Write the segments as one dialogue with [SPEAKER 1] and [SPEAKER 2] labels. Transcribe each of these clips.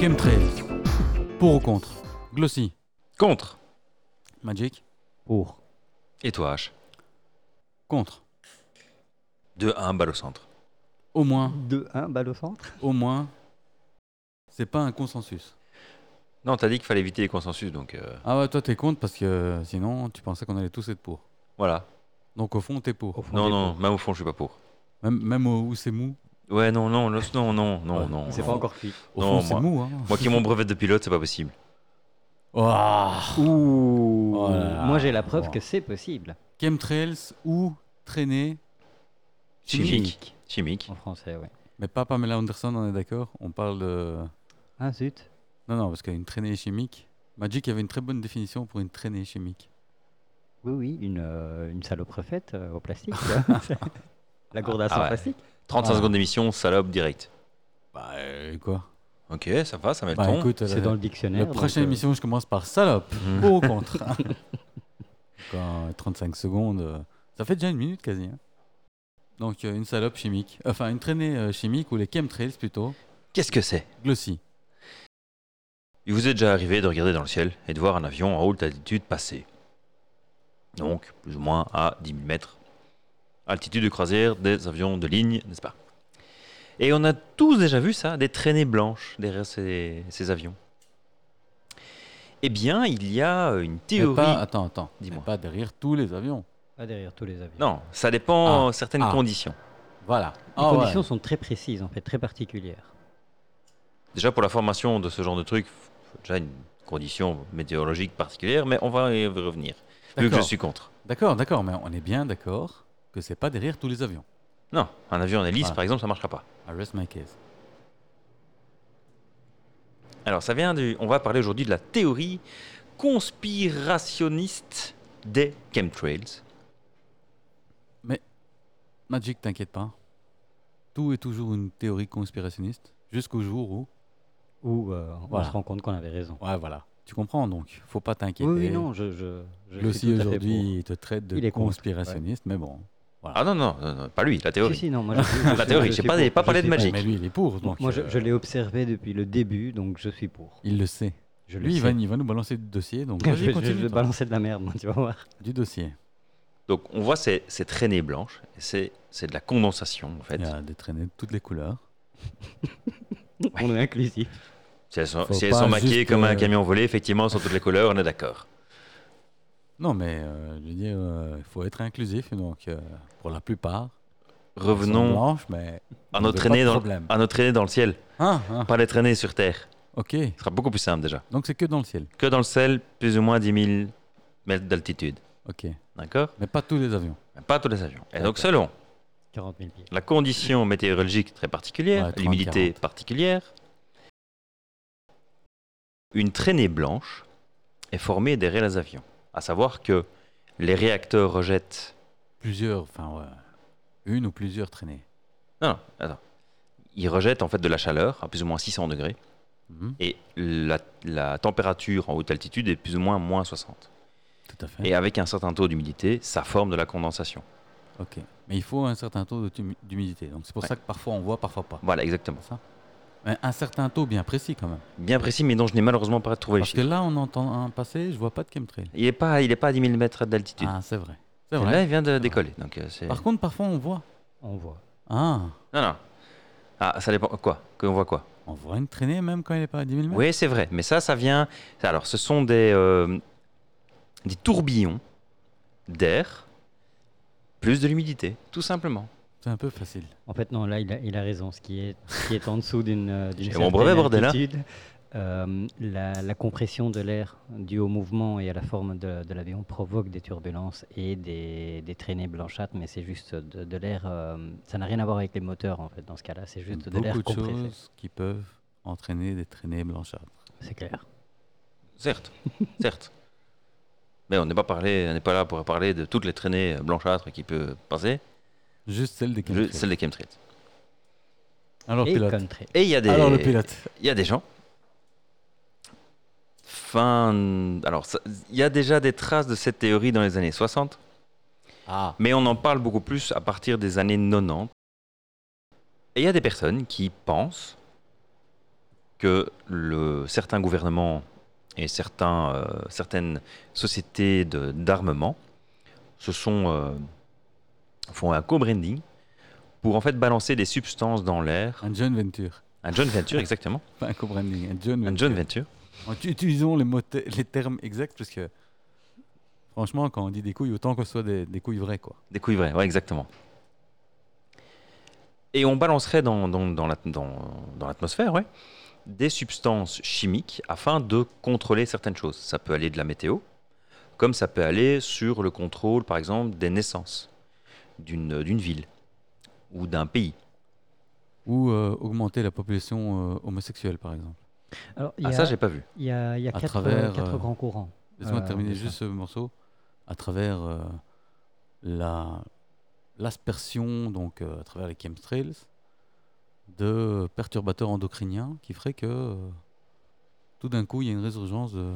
[SPEAKER 1] Chemtrail. Pour ou contre Glossy.
[SPEAKER 2] Contre.
[SPEAKER 1] Magic.
[SPEAKER 3] Pour.
[SPEAKER 2] Et toi, H
[SPEAKER 1] Contre.
[SPEAKER 2] 2 1 balle au centre.
[SPEAKER 1] Au moins,
[SPEAKER 3] 2-1, balle au centre.
[SPEAKER 1] au moins, c'est pas un consensus.
[SPEAKER 2] Non, t'as dit qu'il fallait éviter les consensus, donc euh,
[SPEAKER 1] Ah ouais, toi t'es contre parce que euh, sinon tu pensais qu'on allait tous être pour.
[SPEAKER 2] voilà.
[SPEAKER 1] Donc au fond t'es pour.
[SPEAKER 2] Non, non, même au fond, je suis pas pour.
[SPEAKER 1] Même, même au- où c'est mou.
[SPEAKER 2] Ouais, non, non, non, non, non, non.
[SPEAKER 1] Ouais,
[SPEAKER 2] non
[SPEAKER 3] C'est pas
[SPEAKER 2] non.
[SPEAKER 3] encore cuit.
[SPEAKER 1] Au
[SPEAKER 2] Non,
[SPEAKER 1] fond c'est
[SPEAKER 2] moi-
[SPEAKER 1] mou. Hein.
[SPEAKER 2] Moi qui ai mon brevet de pilote, c'est pas possible.
[SPEAKER 1] Ouah.
[SPEAKER 3] Ouh.
[SPEAKER 1] Oh là là.
[SPEAKER 3] Moi, j'ai la preuve
[SPEAKER 1] Bon.
[SPEAKER 3] que c'est possible.
[SPEAKER 1] Chemtrails ou traîner,
[SPEAKER 2] Chimique. Chimique.
[SPEAKER 3] En français, ouais.
[SPEAKER 1] mais pas Pamela Anderson, on est d'accord On parle de.
[SPEAKER 3] Ah zut.
[SPEAKER 1] Non, non, parce qu'une traînée chimique. Magic avait une très bonne définition pour une traînée chimique.
[SPEAKER 3] Oui, oui, une, euh, une salope refaite euh, au plastique. la gourde à
[SPEAKER 2] Ah
[SPEAKER 3] sang
[SPEAKER 2] ouais.
[SPEAKER 3] plastique.
[SPEAKER 2] 35
[SPEAKER 1] Ah.
[SPEAKER 2] secondes d'émission, salope direct.
[SPEAKER 1] Bah euh, quoi
[SPEAKER 2] Ok, ça va, ça met le
[SPEAKER 1] Bah
[SPEAKER 2] ton.
[SPEAKER 1] écoute, euh,
[SPEAKER 3] C'est dans le
[SPEAKER 1] la
[SPEAKER 3] dictionnaire.
[SPEAKER 1] prochaine
[SPEAKER 3] donc, euh,
[SPEAKER 1] émission, je commence par salope.
[SPEAKER 2] Mhm.
[SPEAKER 1] Pour ou contre Quand, euh, 35 secondes, euh, ça fait déjà une minute quasi. hein. Donc euh, une salope chimique, enfin une traînée euh, chimique ou les chemtrails plutôt,
[SPEAKER 2] Qu'est-ce que c'est
[SPEAKER 1] glossy.
[SPEAKER 2] Il vous est déjà arrivé de regarder dans le ciel et de voir un avion en haute altitude passer. Donc, plus ou moins à 10 000 mètres. Altitude de croisière des avions de ligne, n'est-ce pas Et on a tous déjà vu ça, des traînées blanches derrière ces, ces avions. Eh bien, il y a une
[SPEAKER 1] Mais
[SPEAKER 2] théorie.
[SPEAKER 1] pas, attends, attends, mais
[SPEAKER 2] Dis-moi.
[SPEAKER 1] pas derrière tous les avions.
[SPEAKER 3] Pas derrière tous les avions.
[SPEAKER 2] Non, ça dépend
[SPEAKER 1] Ah.
[SPEAKER 2] euh, certaines
[SPEAKER 1] Ah.
[SPEAKER 2] conditions.
[SPEAKER 1] Voilà.
[SPEAKER 3] Les
[SPEAKER 1] Ah ouais.
[SPEAKER 3] conditions sont très précises, en fait, très particulières.
[SPEAKER 2] Déjà, pour la formation de ce genre de truc, faut déjà une condition météorologique particulière, mais on va y revenir, vu que je
[SPEAKER 1] D'accord.
[SPEAKER 2] suis contre.
[SPEAKER 1] D'accord, d'accord, mais on est bien d'accord que c'est pas derrière tous les avions.
[SPEAKER 2] Non, un avion en hélice,
[SPEAKER 1] Voilà.
[SPEAKER 2] par exemple, ça ne marchera pas.
[SPEAKER 1] I rest my case.
[SPEAKER 2] Alors, ça vient du. On va parler aujourd'hui de la théorie conspirationniste des chemtrails.
[SPEAKER 1] Magic, t'inquiète pas. Tout est toujours une théorie conspirationniste jusqu'au jour où.
[SPEAKER 3] Où euh, on
[SPEAKER 1] Voilà.
[SPEAKER 3] se rend compte qu'on avait raison.
[SPEAKER 1] Ouais, voilà. Tu comprends donc, faut pas
[SPEAKER 3] Oui,
[SPEAKER 1] t'inquiéter.
[SPEAKER 3] oui, non, je. je, je suis
[SPEAKER 1] Glossy
[SPEAKER 3] tout à fait
[SPEAKER 1] aujourd'hui, il te traite de
[SPEAKER 3] Il est contre,
[SPEAKER 1] conspirationniste, mais bon.
[SPEAKER 2] Ah non, non, non, non, pas lui, la
[SPEAKER 3] pour.
[SPEAKER 2] théorie.
[SPEAKER 3] Si, si, non, moi je, je
[SPEAKER 2] La
[SPEAKER 3] suis-
[SPEAKER 2] théorie, j'ai
[SPEAKER 3] je suis
[SPEAKER 2] pas-
[SPEAKER 3] pour,
[SPEAKER 2] j'ai pas
[SPEAKER 3] je
[SPEAKER 2] parlé de
[SPEAKER 3] suis
[SPEAKER 2] magie.
[SPEAKER 1] Ouais, mais lui, il est pour.
[SPEAKER 3] pour.
[SPEAKER 1] Donc,
[SPEAKER 3] Moi, je,
[SPEAKER 1] euh,
[SPEAKER 3] je l'ai observé depuis le début, donc je suis pour.
[SPEAKER 1] il le sait.
[SPEAKER 3] Je le
[SPEAKER 1] lui, il
[SPEAKER 3] sais.
[SPEAKER 1] va, il va nous balancer du dossier. Donc,
[SPEAKER 3] Je
[SPEAKER 1] vas-y,
[SPEAKER 3] vais- je vais,
[SPEAKER 1] continue, toi.
[SPEAKER 3] balancer de la merde, moi, tu vas voir.
[SPEAKER 1] Du dossier.
[SPEAKER 2] Donc, on voit ces, ces traînées blanches, et c'est c'est de la condensation, en fait.
[SPEAKER 1] Il y a des traînées de toutes les couleurs.
[SPEAKER 3] On est inclusif.
[SPEAKER 2] Si elles sont,
[SPEAKER 1] Faut
[SPEAKER 2] si elles
[SPEAKER 1] pas
[SPEAKER 2] sont maquillées
[SPEAKER 1] juste,
[SPEAKER 2] comme
[SPEAKER 1] euh,
[SPEAKER 2] un camion volé, effectivement, sur toutes les couleurs, on est d'accord.
[SPEAKER 1] Non, mais euh, je veux dire, euh, il faut être inclusif. Donc, euh, pour la plupart, elles sont
[SPEAKER 2] Revenons
[SPEAKER 1] blanches, mais
[SPEAKER 2] à
[SPEAKER 1] on
[SPEAKER 2] nos
[SPEAKER 1] veut pas
[SPEAKER 2] traînées
[SPEAKER 1] de
[SPEAKER 2] dans,
[SPEAKER 1] problème.
[SPEAKER 2] à nos traînées dans le ciel,
[SPEAKER 1] Hein, hein,
[SPEAKER 2] pas les traînées sur Terre.
[SPEAKER 1] Ok.
[SPEAKER 2] Ce sera beaucoup plus simple déjà.
[SPEAKER 1] Donc, c'est que dans le ciel.
[SPEAKER 2] Que dans le ciel, plus ou moins 10 000 mètres d'altitude.
[SPEAKER 1] Ok.
[SPEAKER 2] D'accord
[SPEAKER 1] Mais pas tous les avions.
[SPEAKER 2] Mais Pas tous les avions. Et
[SPEAKER 1] D'accord.
[SPEAKER 2] donc, selon
[SPEAKER 3] 40 000 pieds.
[SPEAKER 2] la condition météorologique très particulière,
[SPEAKER 1] Ouais, 30,
[SPEAKER 2] l'humidité
[SPEAKER 1] 40.
[SPEAKER 2] particulière, une traînée blanche est formée derrière les avions. À savoir que les réacteurs rejettent.
[SPEAKER 1] Plusieurs, enfin, ouais, une ou plusieurs traînées.
[SPEAKER 2] Non, non, attends. Ils rejettent en fait de la chaleur à plus ou moins 600 degrés
[SPEAKER 1] Mhm,
[SPEAKER 2] et la, la température en haute altitude est plus ou moins moins 60.
[SPEAKER 1] tout à fait.
[SPEAKER 2] Et avec un certain taux d'humidité, ça forme de la condensation.
[SPEAKER 1] Ok. Mais il faut un certain taux de tumi- d'humidité. Donc, c'est pour
[SPEAKER 2] Ouais.
[SPEAKER 1] ça que parfois on voit, parfois pas.
[SPEAKER 2] Voilà, exactement.
[SPEAKER 1] Mais un certain taux bien précis quand même.
[SPEAKER 2] Bien précis, mais dont je n'ai malheureusement pas trouvé le
[SPEAKER 1] Parce que
[SPEAKER 2] chiffre.
[SPEAKER 1] là, on entend un passer, je vois pas de chemtrail.
[SPEAKER 2] Il n'est pas, il est pas à 10 000 mètres d'altitude.
[SPEAKER 1] Ah, c'est vrai. C'est
[SPEAKER 2] Là,
[SPEAKER 1] vrai.
[SPEAKER 2] il vient de décoller. Donc, euh, c'est...
[SPEAKER 1] Par contre, parfois, on voit.
[SPEAKER 3] On voit.
[SPEAKER 1] Ah,
[SPEAKER 2] Non, non. Ah, ça dépend. Quoi Qu'on voit quoi
[SPEAKER 1] on voit une traînée même quand elle est pas à 10 000 mètres.
[SPEAKER 2] Oui, c'est vrai. Mais ça, ça vient. Alors, ce sont des, euh, des tourbillons d'air, plus de l'humidité, tout simplement.
[SPEAKER 1] C'est un peu facile.
[SPEAKER 3] En fait, non, là, il a, il a raison. Ce qui est, ce qui est en dessous d'une euh, d'une
[SPEAKER 2] J'ai mon brevet, bordel, hein.
[SPEAKER 3] altitude, euh, la, la compression de l'air due au mouvement et à la forme de, de l'avion provoque des turbulences et des, des traînées blanchâtres, mais c'est juste de, de l'air. euh, ça n'a rien à voir avec les moteurs, en fait, dans ce cas-là. C'est juste de l'air
[SPEAKER 1] Beaucoup de
[SPEAKER 3] compressé.
[SPEAKER 1] choses qui peuvent entraîner des traînées blanchâtres.
[SPEAKER 3] C'est clair.
[SPEAKER 2] Certes, certes. Mais on n'est pas, parlé, on n'est pas là pour parler de toutes les traînées blanchâtres qui peuvent passer,
[SPEAKER 1] Juste celle des chemtrails.
[SPEAKER 2] juste celle des chemtrails.
[SPEAKER 1] Alors,
[SPEAKER 3] Et
[SPEAKER 1] pilote.
[SPEAKER 3] country.
[SPEAKER 2] Et il y a des.
[SPEAKER 1] Alors, le pilote.
[SPEAKER 2] Il y a des gens. Fin. Alors, ça- il y a déjà des traces de cette théorie dans les années 60.
[SPEAKER 1] Ah,
[SPEAKER 2] Mais on en parle beaucoup plus à partir des années 90. Et il y a des personnes qui pensent que le, certains gouvernements et certains, euh, certaines sociétés de- d'armement se sont euh, font un co-branding pour en fait balancer des substances dans l'air.
[SPEAKER 1] Un John Venture.
[SPEAKER 2] Un John Venture, exactement.
[SPEAKER 1] Pas un co-branding, un John
[SPEAKER 2] Un
[SPEAKER 1] Venture.
[SPEAKER 2] John Venture.
[SPEAKER 1] En tu- utilisons les, mots te- les termes exacts parce que, franchement, quand on dit des couilles, autant que ce soit des, des couilles vraies, quoi.
[SPEAKER 2] Des couilles vraies, ouais, exactement. Et on balancerait dans, dans, dans l'at- dans- dans l'atmosphère ouais, des substances chimiques afin de contrôler certaines choses. Ça peut aller de la météo, comme ça peut aller sur le contrôle, par exemple, des naissances d'une d'une ville ou d'un pays.
[SPEAKER 1] Ou euh, augmenter la population euh, homosexuelle, par exemple.
[SPEAKER 3] Alors, il y
[SPEAKER 2] Ah,
[SPEAKER 3] a,
[SPEAKER 2] ça, j'ai pas vu.
[SPEAKER 3] il y a- il y a
[SPEAKER 1] à
[SPEAKER 3] quatre,
[SPEAKER 1] travers,
[SPEAKER 3] quatre
[SPEAKER 1] euh,
[SPEAKER 3] grands courants.
[SPEAKER 1] Laisse-moi
[SPEAKER 3] Euh,
[SPEAKER 1] terminer
[SPEAKER 3] bien sûr.
[SPEAKER 1] juste ce morceau à travers euh, la l'aspersion, donc euh, à travers les chemtrails, de perturbateurs endocriniens qui ferait que euh, tout d'un coup il y a une résurgence, de-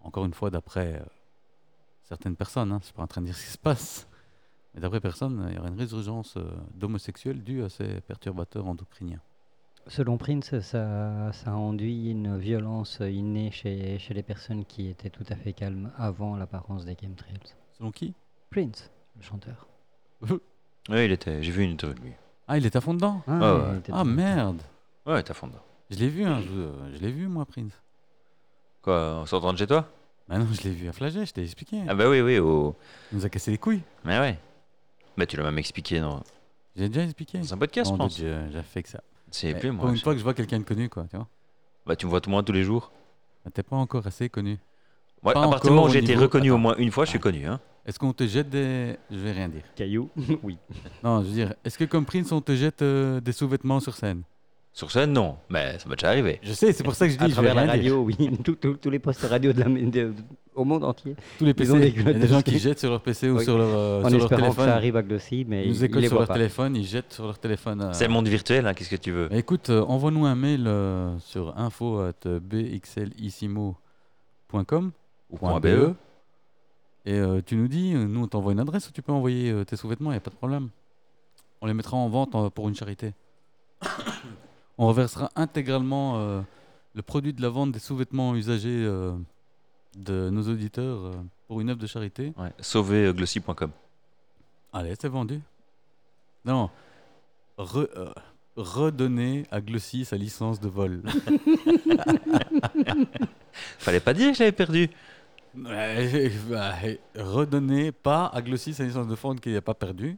[SPEAKER 1] encore une fois d'après euh, certaines personnes, hein, je suis pas en train de dire ce qui se passe, mais d'après personne, il y aurait une résurgence euh, d'homosexuels due à ces perturbateurs endocriniens.
[SPEAKER 3] Selon Prince, ça, ça a induit une violence innée chez, chez les personnes qui étaient tout à fait calmes avant l'apparence des chemtrails.
[SPEAKER 1] Selon qui
[SPEAKER 3] Prince, le chanteur.
[SPEAKER 2] Oui, il était. J'ai vu une interview de lui.
[SPEAKER 1] Ah, il est à fond dedans
[SPEAKER 2] Ah ouais.
[SPEAKER 3] il était
[SPEAKER 1] Ah
[SPEAKER 3] tout-
[SPEAKER 1] merde
[SPEAKER 2] Ouais, t'as fond. dedans.
[SPEAKER 1] Je l'ai vu, hein, je, je l'ai vu moi, Prince.
[SPEAKER 2] Quoi, en sortant de chez toi
[SPEAKER 1] Bah non, je l'ai vu à Flagey, je t'ai expliqué.
[SPEAKER 2] Ah bah oui, oui, au...
[SPEAKER 1] Il nous a cassé les couilles.
[SPEAKER 2] Mais ouais. Mais tu l'as même expliqué dans,
[SPEAKER 1] J'ai déjà expliqué.
[SPEAKER 2] dans un podcast, je
[SPEAKER 1] Nom de
[SPEAKER 2] pense.
[SPEAKER 1] Dieu, j'ai fait que ça.
[SPEAKER 2] C'est
[SPEAKER 1] Mais
[SPEAKER 2] plus
[SPEAKER 1] Pour
[SPEAKER 2] moi.
[SPEAKER 1] une
[SPEAKER 2] je-
[SPEAKER 1] fois que je vois quelqu'un de connu, quoi, tu vois.
[SPEAKER 2] Bah, tu me vois tout- moi tous les jours.
[SPEAKER 1] Bah, T'es pas encore assez connu.
[SPEAKER 2] Ouais,
[SPEAKER 1] Pas
[SPEAKER 2] à partir du moment
[SPEAKER 1] encore
[SPEAKER 2] où
[SPEAKER 1] au
[SPEAKER 2] j'ai été
[SPEAKER 1] niveau-
[SPEAKER 2] reconnu au
[SPEAKER 1] Attends.
[SPEAKER 2] moins une fois, je suis connu. Hein.
[SPEAKER 1] Est-ce qu'on te jette des. Je vais rien dire.
[SPEAKER 3] Caillou Oui.
[SPEAKER 1] Non, je veux dire, est-ce que comme Prince, on te jette euh, des sous-vêtements sur scène
[SPEAKER 2] Sur scène, non, mais ça m'est déjà arrivé.
[SPEAKER 1] Je sais, c'est pour ça que je
[SPEAKER 3] À
[SPEAKER 1] dis je vais
[SPEAKER 3] travers la
[SPEAKER 1] rien dire.
[SPEAKER 3] radio, oui. Tous- tous- tous les postes radio de la- de- au monde entier.
[SPEAKER 1] Tous les
[SPEAKER 3] Ils ont
[SPEAKER 1] PC,
[SPEAKER 3] des
[SPEAKER 1] il y a
[SPEAKER 3] culottes
[SPEAKER 1] des
[SPEAKER 3] de
[SPEAKER 1] gens qui
[SPEAKER 3] ski.
[SPEAKER 1] jettent sur leur PC ou
[SPEAKER 3] Oui.
[SPEAKER 1] sur leur, euh,
[SPEAKER 3] en
[SPEAKER 1] sur leur
[SPEAKER 3] espérant que ça
[SPEAKER 1] téléphone.
[SPEAKER 3] arrive à Glossy, mais
[SPEAKER 1] Ils nous
[SPEAKER 3] il- il
[SPEAKER 1] écoutent
[SPEAKER 3] les
[SPEAKER 1] sur
[SPEAKER 3] voit
[SPEAKER 1] leur
[SPEAKER 3] pas.
[SPEAKER 1] téléphone, ils jettent sur leur téléphone. euh.
[SPEAKER 2] C'est le monde virtuel, hein, qu'est-ce que tu veux
[SPEAKER 1] Bah, Écoute, euh, envoie-nous un mail euh, sur info.bxlissimo.com
[SPEAKER 2] Ou E?
[SPEAKER 1] point E.
[SPEAKER 2] .be.
[SPEAKER 1] BE. Et euh, tu nous dis, euh, nous on t'envoie une adresse où tu peux envoyer euh, tes sous-vêtements, il n'y a pas de problème. On les mettra en vente euh, pour une charité. on reversera intégralement euh, le produit de la vente des sous-vêtements usagés euh, de nos auditeurs euh, pour une œuvre de charité.
[SPEAKER 2] Ouais, Sauver euh, glossy.com.
[SPEAKER 1] Allez, c'est vendu. Non, Re- euh, redonner à Glossy sa licence de vol.
[SPEAKER 2] Fallait pas dire que je l'avais perdu.
[SPEAKER 1] Ouais, bah, redonner pas à Glossy sa licence de vente qu'il n'a pas perdue.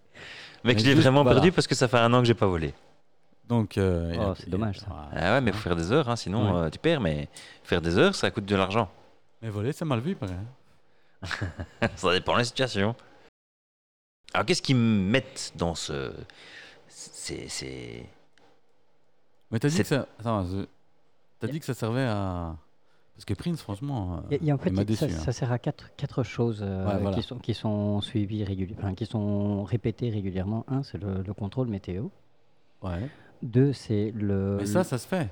[SPEAKER 2] Mais que
[SPEAKER 1] Mais
[SPEAKER 2] je l'ai
[SPEAKER 1] juste,
[SPEAKER 2] vraiment
[SPEAKER 1] voilà.
[SPEAKER 2] perdu parce que ça fait un an que j'ai pas volé.
[SPEAKER 1] Donc, euh, il a-
[SPEAKER 3] Oh, c'est
[SPEAKER 1] il-
[SPEAKER 3] dommage, ça.
[SPEAKER 1] Ouais.
[SPEAKER 2] Ah ouais, mais faut faire des heures, hein, sinon
[SPEAKER 1] Ouais.
[SPEAKER 2] euh, tu perds. Mais faire des heures, ça coûte de l'argent.
[SPEAKER 1] Mais voler, c'est mal vu, pareil.
[SPEAKER 2] ça dépend de la situation. Alors qu'est-ce qu'ils mettent dans ce. C'est. c'est-
[SPEAKER 1] Mais t'as dit
[SPEAKER 2] C'est-
[SPEAKER 1] que ça. attends, je- T'as
[SPEAKER 3] Y-
[SPEAKER 1] dit que ça servait à. Parce que Prince, franchement, euh,
[SPEAKER 3] Il y a- il y a en fait,
[SPEAKER 1] il m'a
[SPEAKER 3] il- ça,
[SPEAKER 1] déçu. hein.
[SPEAKER 3] ça sert à quatre, quatre choses euh,
[SPEAKER 1] Ouais, voilà.
[SPEAKER 3] qui, sont, qui sont suivies régulièrement, qui sont répétées régulièrement. Un, c'est le, le contrôle météo.
[SPEAKER 1] hein. Ouais.
[SPEAKER 3] Deux, c'est le.
[SPEAKER 1] Mais ça, ça se fait.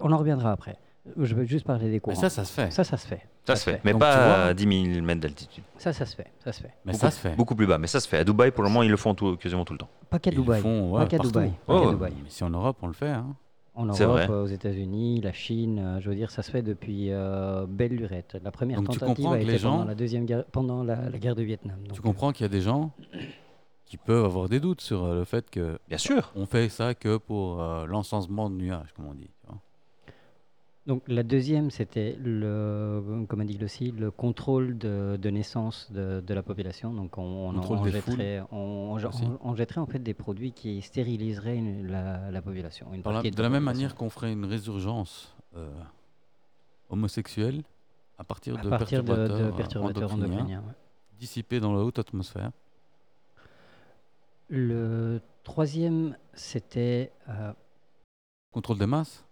[SPEAKER 3] On en reviendra après. Je veux juste parler des
[SPEAKER 1] Mais
[SPEAKER 3] courants.
[SPEAKER 1] ça, ça se fait.
[SPEAKER 3] ça, ça se fait.
[SPEAKER 2] Ça se fait. Mais
[SPEAKER 1] Donc, tu vois-
[SPEAKER 2] pas à 10 000 mètres d'altitude.
[SPEAKER 3] Ça, ça se fait. Ça se fait.
[SPEAKER 1] Mais ça se fait.
[SPEAKER 2] Beaucoup plus bas. Mais ça se fait. À Dubaï, pour le moment, ils le font tout- quasiment tout le temps.
[SPEAKER 3] Pas qu'à
[SPEAKER 1] Ils le
[SPEAKER 3] Dubaï.
[SPEAKER 1] font, ouais,
[SPEAKER 3] pas qu'à
[SPEAKER 1] partout.
[SPEAKER 3] Dubaï. pas
[SPEAKER 2] Oh,
[SPEAKER 3] qu'à
[SPEAKER 2] ouais.
[SPEAKER 3] Dubaï.
[SPEAKER 1] Mais si en Europe, on le fait. hein.
[SPEAKER 3] En
[SPEAKER 2] C'est
[SPEAKER 3] Europe,
[SPEAKER 2] vrai.
[SPEAKER 3] euh, aux États-Unis, la Chine, euh, je veux dire, ça se fait depuis euh, belle lurette. La première
[SPEAKER 1] Donc tu
[SPEAKER 3] tentative
[SPEAKER 1] comprends
[SPEAKER 3] a
[SPEAKER 1] que
[SPEAKER 3] été
[SPEAKER 1] les gens-
[SPEAKER 3] pendant la deuxième guerre, pendant la, la guerre du Vietnam. donc,
[SPEAKER 1] Tu
[SPEAKER 3] euh,
[SPEAKER 1] comprends qu'il y a des gens qui peuvent avoir des doutes sur euh, le fait que
[SPEAKER 2] Bien sûr.
[SPEAKER 1] on fait ça que pour euh, l'encensement de nuages, comme on dit. tu vois.
[SPEAKER 3] Donc la deuxième, c'était le, comme a dit Glossy, le contrôle de, de naissance de, de la population. Donc on, on, en-
[SPEAKER 1] Contrôle
[SPEAKER 3] on
[SPEAKER 1] des
[SPEAKER 3] jetterait, on, on-
[SPEAKER 1] aussi.
[SPEAKER 3] on- on jetterait en fait des produits qui stériliseraient une- la, la population. une
[SPEAKER 1] Par la-
[SPEAKER 3] partie
[SPEAKER 1] de la même
[SPEAKER 3] population.
[SPEAKER 1] manière qu'on ferait une résurgence euh, homosexuelle à partir de
[SPEAKER 3] à partir de, de
[SPEAKER 1] perturbateurs, euh,
[SPEAKER 3] perturbateurs
[SPEAKER 1] endocriniens
[SPEAKER 3] endocriniens. ouais.
[SPEAKER 1] dissipés dans la haute atmosphère.
[SPEAKER 3] Le troisième, c'était euh,
[SPEAKER 1] Contrôle des masses,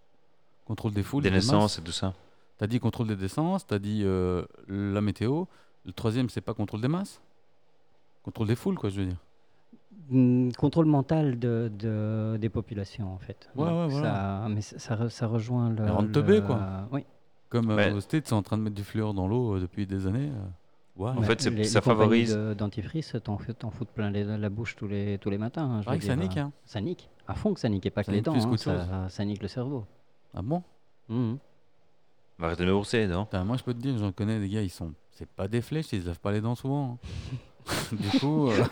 [SPEAKER 1] contrôle des foules,
[SPEAKER 2] Des
[SPEAKER 1] masses.
[SPEAKER 2] naissances et tout ça.
[SPEAKER 1] T'as dit contrôle des descenses, t'as dit euh, la météo. Le troisième, c'est pas contrôle des masses, contrôle des foules, quoi, je veux dire.
[SPEAKER 3] Mm, contrôle mental de, de- des populations en fait.
[SPEAKER 1] Ouais,
[SPEAKER 3] Donc,
[SPEAKER 1] ouais,
[SPEAKER 3] ça,
[SPEAKER 1] voilà.
[SPEAKER 3] Mais ça, ça re- ça rejoint le.
[SPEAKER 1] Mais rente
[SPEAKER 3] le-
[SPEAKER 1] teubée, quoi.
[SPEAKER 3] Oui.
[SPEAKER 1] Comme euh,
[SPEAKER 2] Ouais.
[SPEAKER 1] aux States, c'est en train de mettre du fluor dans l'eau euh, depuis des années. euh. Ouais.
[SPEAKER 2] En
[SPEAKER 3] Ouais.
[SPEAKER 2] fait, c'est-
[SPEAKER 3] Les-
[SPEAKER 2] ça
[SPEAKER 3] les compagnies
[SPEAKER 2] favorise-
[SPEAKER 3] de- Dentifrice, t'en fous- t'en fous plein les- la bouche tous les tous les matins. hein, je
[SPEAKER 1] Pareil
[SPEAKER 3] veux
[SPEAKER 1] que ça
[SPEAKER 3] dire,
[SPEAKER 1] nique,
[SPEAKER 3] euh,
[SPEAKER 1] hein.
[SPEAKER 3] Ça nique. À fond que ça nique et pas
[SPEAKER 1] Ça
[SPEAKER 3] que les
[SPEAKER 1] nique
[SPEAKER 3] dents.
[SPEAKER 1] plus
[SPEAKER 3] hein,
[SPEAKER 1] qu'autre
[SPEAKER 3] ça, ça nique le cerveau.
[SPEAKER 1] Ah bon
[SPEAKER 3] Mhm.
[SPEAKER 2] Mais Arrêtez de me bourser, non
[SPEAKER 1] Putain, Moi, je peux te dire, j'en connais des gars, ils sont. C'est pas des flèches, ils se lavent pas les dents souvent. hein. du coup, euh,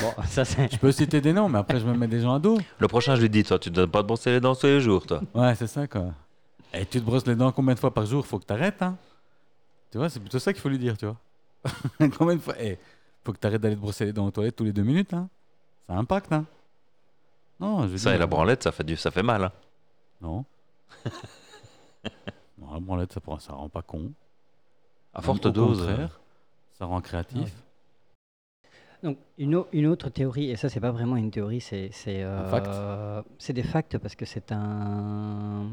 [SPEAKER 3] Bon, ça c'est.
[SPEAKER 1] je peux citer des noms, mais après, je me mets des gens à dos.
[SPEAKER 2] Le prochain, je lui dis, toi, tu ne donnes pas de brosser les dents tous les jours, toi.
[SPEAKER 1] Ouais, c'est ça, quoi. Et tu te brosses les dents combien de fois par jour Faut que t'arrêtes, hein Tu vois, c'est plutôt ça qu'il faut lui dire, tu vois. combien de fois Eh, faut que t'arrêtes d'aller te brosser les dents aux toilettes tous les deux minutes, hein Ça impacte, hein Non, je veux
[SPEAKER 2] Ça
[SPEAKER 1] dire-
[SPEAKER 2] et la branlette, ça fait, du... ça fait mal. hein.
[SPEAKER 1] Non. non, la branlette, ça, prend- ça rend pas con.
[SPEAKER 2] À
[SPEAKER 1] Même
[SPEAKER 2] forte
[SPEAKER 1] au
[SPEAKER 2] dose. euh,
[SPEAKER 1] contraire, Ça rend créatif.
[SPEAKER 3] Donc, une, au- une autre théorie, et ça, c'est pas vraiment une théorie, c'est. C'est
[SPEAKER 1] fact.
[SPEAKER 3] euh, c'est des facts parce que c'est un.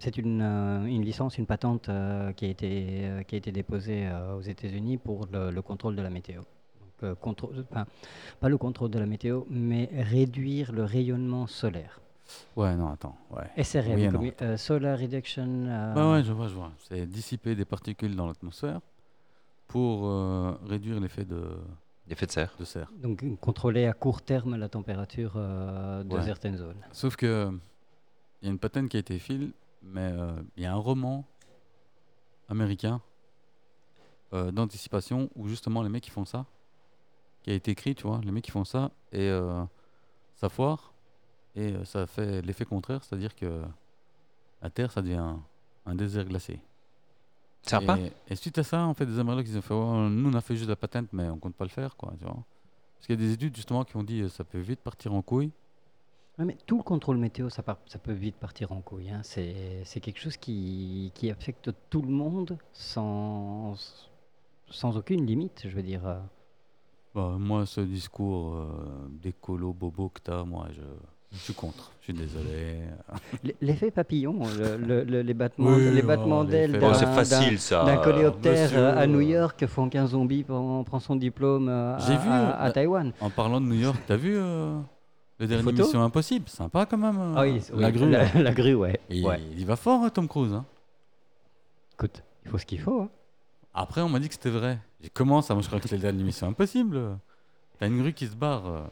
[SPEAKER 3] C'est une, euh, une licence, une patente euh, qui, a été, euh, qui a été déposée euh, aux États-Unis pour le, le contrôle de la météo. Donc, euh, contrôle, enfin, pas le contrôle de la météo, mais réduire le rayonnement solaire.
[SPEAKER 1] Ouais, non, attends. Ouais.
[SPEAKER 3] SRM,
[SPEAKER 1] Oui et non.
[SPEAKER 3] commu- euh, Solar Reduction. euh,
[SPEAKER 1] Ouais, ouais, je vois, je vois. C'est dissiper des particules dans l'atmosphère pour euh, réduire l'effet de,
[SPEAKER 2] L'effet euh, de serre.
[SPEAKER 1] de serre.
[SPEAKER 3] Donc, contrôler à court terme la température euh, de
[SPEAKER 1] Ouais.
[SPEAKER 3] certaines zones.
[SPEAKER 1] Sauf que il y a une patente qui a été file, mais euh, il y a un roman américain euh, d'anticipation où justement les mecs qui font ça, qui a été écrit, tu vois, les mecs qui font ça et euh, ça foire et euh, ça fait l'effet contraire, c'est-à-dire que la Terre ça devient un désert glacé.
[SPEAKER 2] Sympa.
[SPEAKER 3] euh,
[SPEAKER 1] Et, et suite à ça, en fait, des Américains, ils ont fait, Ouais, nous, on a fait juste la patente, mais on compte pas le faire, quoi, tu vois. Parce qu'il y a des études, justement, qui ont dit, euh, ça peut vite partir en couille.
[SPEAKER 3] Ouais, mais tout le contrôle météo, ça, part- ça peut vite partir en couille. hein. C'est c'est quelque chose qui, qui affecte tout le monde sans, sans aucune limite, je veux dire. euh.
[SPEAKER 1] Bah, moi, ce discours euh, d'écolo bobo que t'as, moi, je, je suis contre. Je suis désolé.
[SPEAKER 3] L- L'effet papillon, le- le- le- les battements,
[SPEAKER 1] Oui,
[SPEAKER 3] les
[SPEAKER 1] oh,
[SPEAKER 3] battements d'ailes
[SPEAKER 1] l'effet-
[SPEAKER 2] Oh,
[SPEAKER 1] d'un-
[SPEAKER 2] c'est
[SPEAKER 3] d'un-
[SPEAKER 2] facile, ça.
[SPEAKER 3] d'un coléoptère
[SPEAKER 1] monsieur,
[SPEAKER 3] euh, à New
[SPEAKER 1] euh,
[SPEAKER 3] York font qu'un zombie prend, prend son diplôme euh, à,
[SPEAKER 1] J'ai vu,
[SPEAKER 3] à- à
[SPEAKER 1] euh,
[SPEAKER 3] Taïwan.
[SPEAKER 1] En parlant de New York, t'as vu euh, le dernier
[SPEAKER 3] photos
[SPEAKER 1] Mission Impossible Sympa, quand même. euh,
[SPEAKER 3] Ah oui, c'est-
[SPEAKER 1] la
[SPEAKER 3] oui,
[SPEAKER 1] grue.
[SPEAKER 3] La, la grue, ouais.
[SPEAKER 1] Et
[SPEAKER 3] ouais.
[SPEAKER 1] Il y va fort, hein, Tom Cruise. hein.
[SPEAKER 3] Écoute, il faut ce qu'il faut. hein.
[SPEAKER 1] Après, on m'a dit que c'était vrai. J'ai commencé à moi, je crois que c'était le dernier Mission Impossible. T'as une grue qui se barre euh,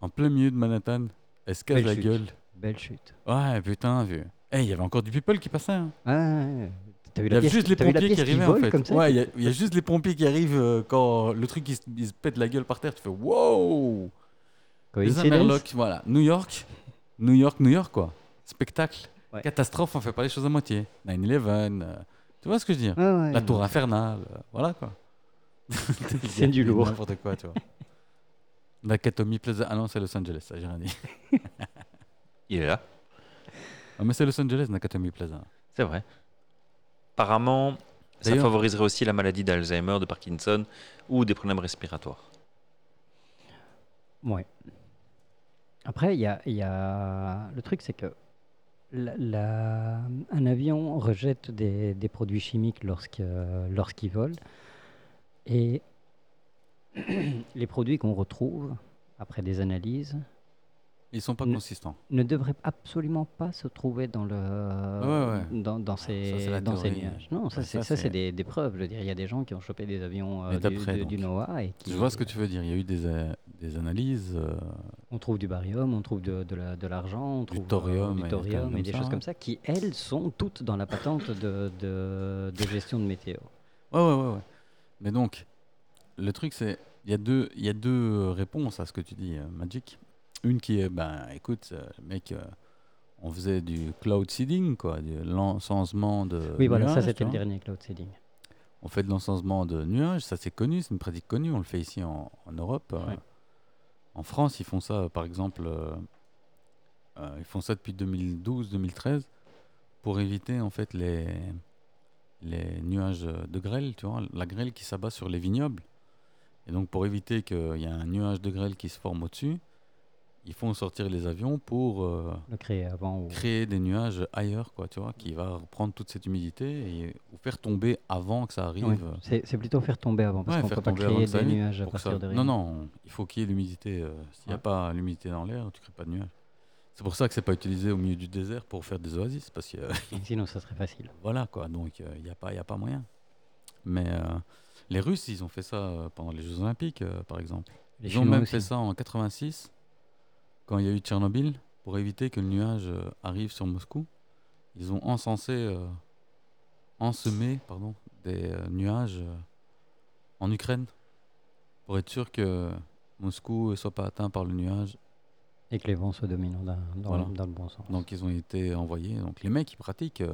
[SPEAKER 1] en plein milieu de Manhattan. Elle se casse
[SPEAKER 3] Belle
[SPEAKER 1] la
[SPEAKER 3] chute.
[SPEAKER 1] gueule.
[SPEAKER 3] Belle chute.
[SPEAKER 1] Ouais, putain, vieux. Eh, il y avait encore du people qui passait. hein.
[SPEAKER 3] Ah, ouais, ouais. T'as vu
[SPEAKER 1] Il y
[SPEAKER 3] la
[SPEAKER 1] avait
[SPEAKER 3] pièce,
[SPEAKER 1] juste les
[SPEAKER 3] t'as vu la
[SPEAKER 1] pompiers qui
[SPEAKER 3] pièce qui
[SPEAKER 1] arrivaient en
[SPEAKER 3] vole
[SPEAKER 1] fait.
[SPEAKER 3] comme ça
[SPEAKER 1] ouais, il y a- il y, a juste les pompiers qui arrivent euh, quand le truc il se, il se pète la gueule par terre. Tu fais wow Les
[SPEAKER 3] Coïncidence
[SPEAKER 1] Amerlocs, voilà. New York, New York, New York quoi. Spectacle.
[SPEAKER 3] Ouais.
[SPEAKER 1] Catastrophe, on fait pas les choses à moitié. 9-11, euh, tu vois ce que je veux dire
[SPEAKER 3] Ouais, Ah, ouais,
[SPEAKER 1] La
[SPEAKER 3] non.
[SPEAKER 1] tour infernale, euh, voilà quoi.
[SPEAKER 3] C'est du lourd.
[SPEAKER 1] N'importe quoi, tu vois. Nakatomi Plaza. Ah non, c'est Los Angeles, ça j'ai rien dit.
[SPEAKER 2] Il est là.
[SPEAKER 1] Ah, mais c'est Los Angeles, Nakatomi Plaza.
[SPEAKER 2] C'est vrai. Apparemment, ça
[SPEAKER 1] D'ailleurs-
[SPEAKER 2] favoriserait aussi la maladie d'Alzheimer, de Parkinson ou des problèmes respiratoires.
[SPEAKER 3] Ouais. Après, il y a, il y a- le truc, c'est que la- la- un avion rejette des, des produits chimiques lorsque- lorsqu'il vole. Et les produits qu'on retrouve après des analyses
[SPEAKER 1] Ils sont pas
[SPEAKER 3] Ne-
[SPEAKER 1] consistants.
[SPEAKER 3] ne devraient absolument pas se trouver dans, le,
[SPEAKER 1] ouais,
[SPEAKER 3] dans, dans
[SPEAKER 1] Ça, c'est la
[SPEAKER 3] ces, dans ces
[SPEAKER 1] théorie.
[SPEAKER 3] nuages. Non, ça,
[SPEAKER 1] Ouais,
[SPEAKER 3] c'est
[SPEAKER 1] ça,
[SPEAKER 3] ça, c'est
[SPEAKER 1] c'est-
[SPEAKER 3] des, des preuves. Je veux dire, il y a des gens qui ont chopé des avions euh,
[SPEAKER 1] Mais
[SPEAKER 3] du,
[SPEAKER 1] d'après,
[SPEAKER 3] de- du NOAA et qui
[SPEAKER 1] Je vois ce que tu veux dire. Il y a eu des, euh, des analyses. euh,
[SPEAKER 3] On trouve du barium, on trouve de, de la- de l'argent, on
[SPEAKER 1] Du
[SPEAKER 3] trouve euh,
[SPEAKER 1] thorium et
[SPEAKER 3] du
[SPEAKER 1] des
[SPEAKER 3] thorium
[SPEAKER 1] trucs
[SPEAKER 3] et
[SPEAKER 1] comme
[SPEAKER 3] des
[SPEAKER 1] ça, hein.
[SPEAKER 3] choses
[SPEAKER 1] ouais.
[SPEAKER 3] comme ça qui, elles, sont toutes dans la patente de, de- de gestion de météo.
[SPEAKER 1] Ouais, ouais, ouais, ouais. Mais donc, le truc, c'est. Il y, a deux- il y a deux euh, réponses à ce que tu dis, euh, Magic. Une qui est, ben, écoute, euh, mec, euh, on faisait du cloud seeding, quoi, de l'encensement de.
[SPEAKER 3] Oui, voilà, ça
[SPEAKER 1] nuages, tu
[SPEAKER 3] c'était le
[SPEAKER 1] vois.
[SPEAKER 3] dernier cloud seeding.
[SPEAKER 1] On fait de l'encensement de nuages, ça c'est connu, c'est une pratique connue, on le fait ici en, en Europe. euh,
[SPEAKER 3] Ouais.
[SPEAKER 1] En France, ils font ça, euh, par exemple, euh, euh, ils font ça depuis 2012-2013 pour éviter en fait les, les nuages euh, de grêle, tu vois, la grêle qui s'abat sur les vignobles. Et donc pour éviter qu'il y ait un nuage de grêle qui se forme au-dessus, ils font sortir les avions pour euh,
[SPEAKER 3] Le créer avant ou...
[SPEAKER 1] créer des nuages ailleurs, quoi, tu vois, qui va reprendre toute cette humidité et ou faire tomber avant que ça arrive.
[SPEAKER 3] Oui, C'est c'est plutôt faire tomber avant parce
[SPEAKER 1] bah. Ouais,
[SPEAKER 3] qu'on
[SPEAKER 1] faire
[SPEAKER 3] peut pas
[SPEAKER 1] tomber avant
[SPEAKER 3] créer
[SPEAKER 1] que ça
[SPEAKER 3] des
[SPEAKER 1] arrive,
[SPEAKER 3] nuages à
[SPEAKER 1] pour que
[SPEAKER 3] partir
[SPEAKER 1] ça-
[SPEAKER 3] de
[SPEAKER 1] Non,
[SPEAKER 3] rien.
[SPEAKER 1] non, il faut qu'il y ait l'humidité. euh, S'il n'y a
[SPEAKER 3] Ouais.
[SPEAKER 1] pas l'humidité dans l'air, tu crées pas de nuages. C'est pour ça que c'est pas utilisé au milieu du désert pour faire des oasis, parce que euh,
[SPEAKER 3] Sinon, ça serait facile.
[SPEAKER 1] voilà quoi, donc euh, il n'y a, pas- y a pas moyen. Mais euh, les Russes, ils ont fait ça euh, pendant les Jeux Olympiques, euh, par exemple.
[SPEAKER 3] Les
[SPEAKER 1] ils ont
[SPEAKER 3] Chinois
[SPEAKER 1] même
[SPEAKER 3] aussi.
[SPEAKER 1] fait ça en 86, quand il y a eu Tchernobyl, pour éviter que le nuage euh, arrive sur Moscou. Ils ont encensé, euh, ensemé pardon, des euh, nuages euh, en Ukraine pour être sûr que Moscou ne soit pas atteint par le nuage.
[SPEAKER 3] Et que les vents soient dominants dans, dans
[SPEAKER 1] Voilà.
[SPEAKER 3] le, dans le bon sens.
[SPEAKER 1] Donc ils ont été envoyés. Donc les mecs, ils pratiquent. euh,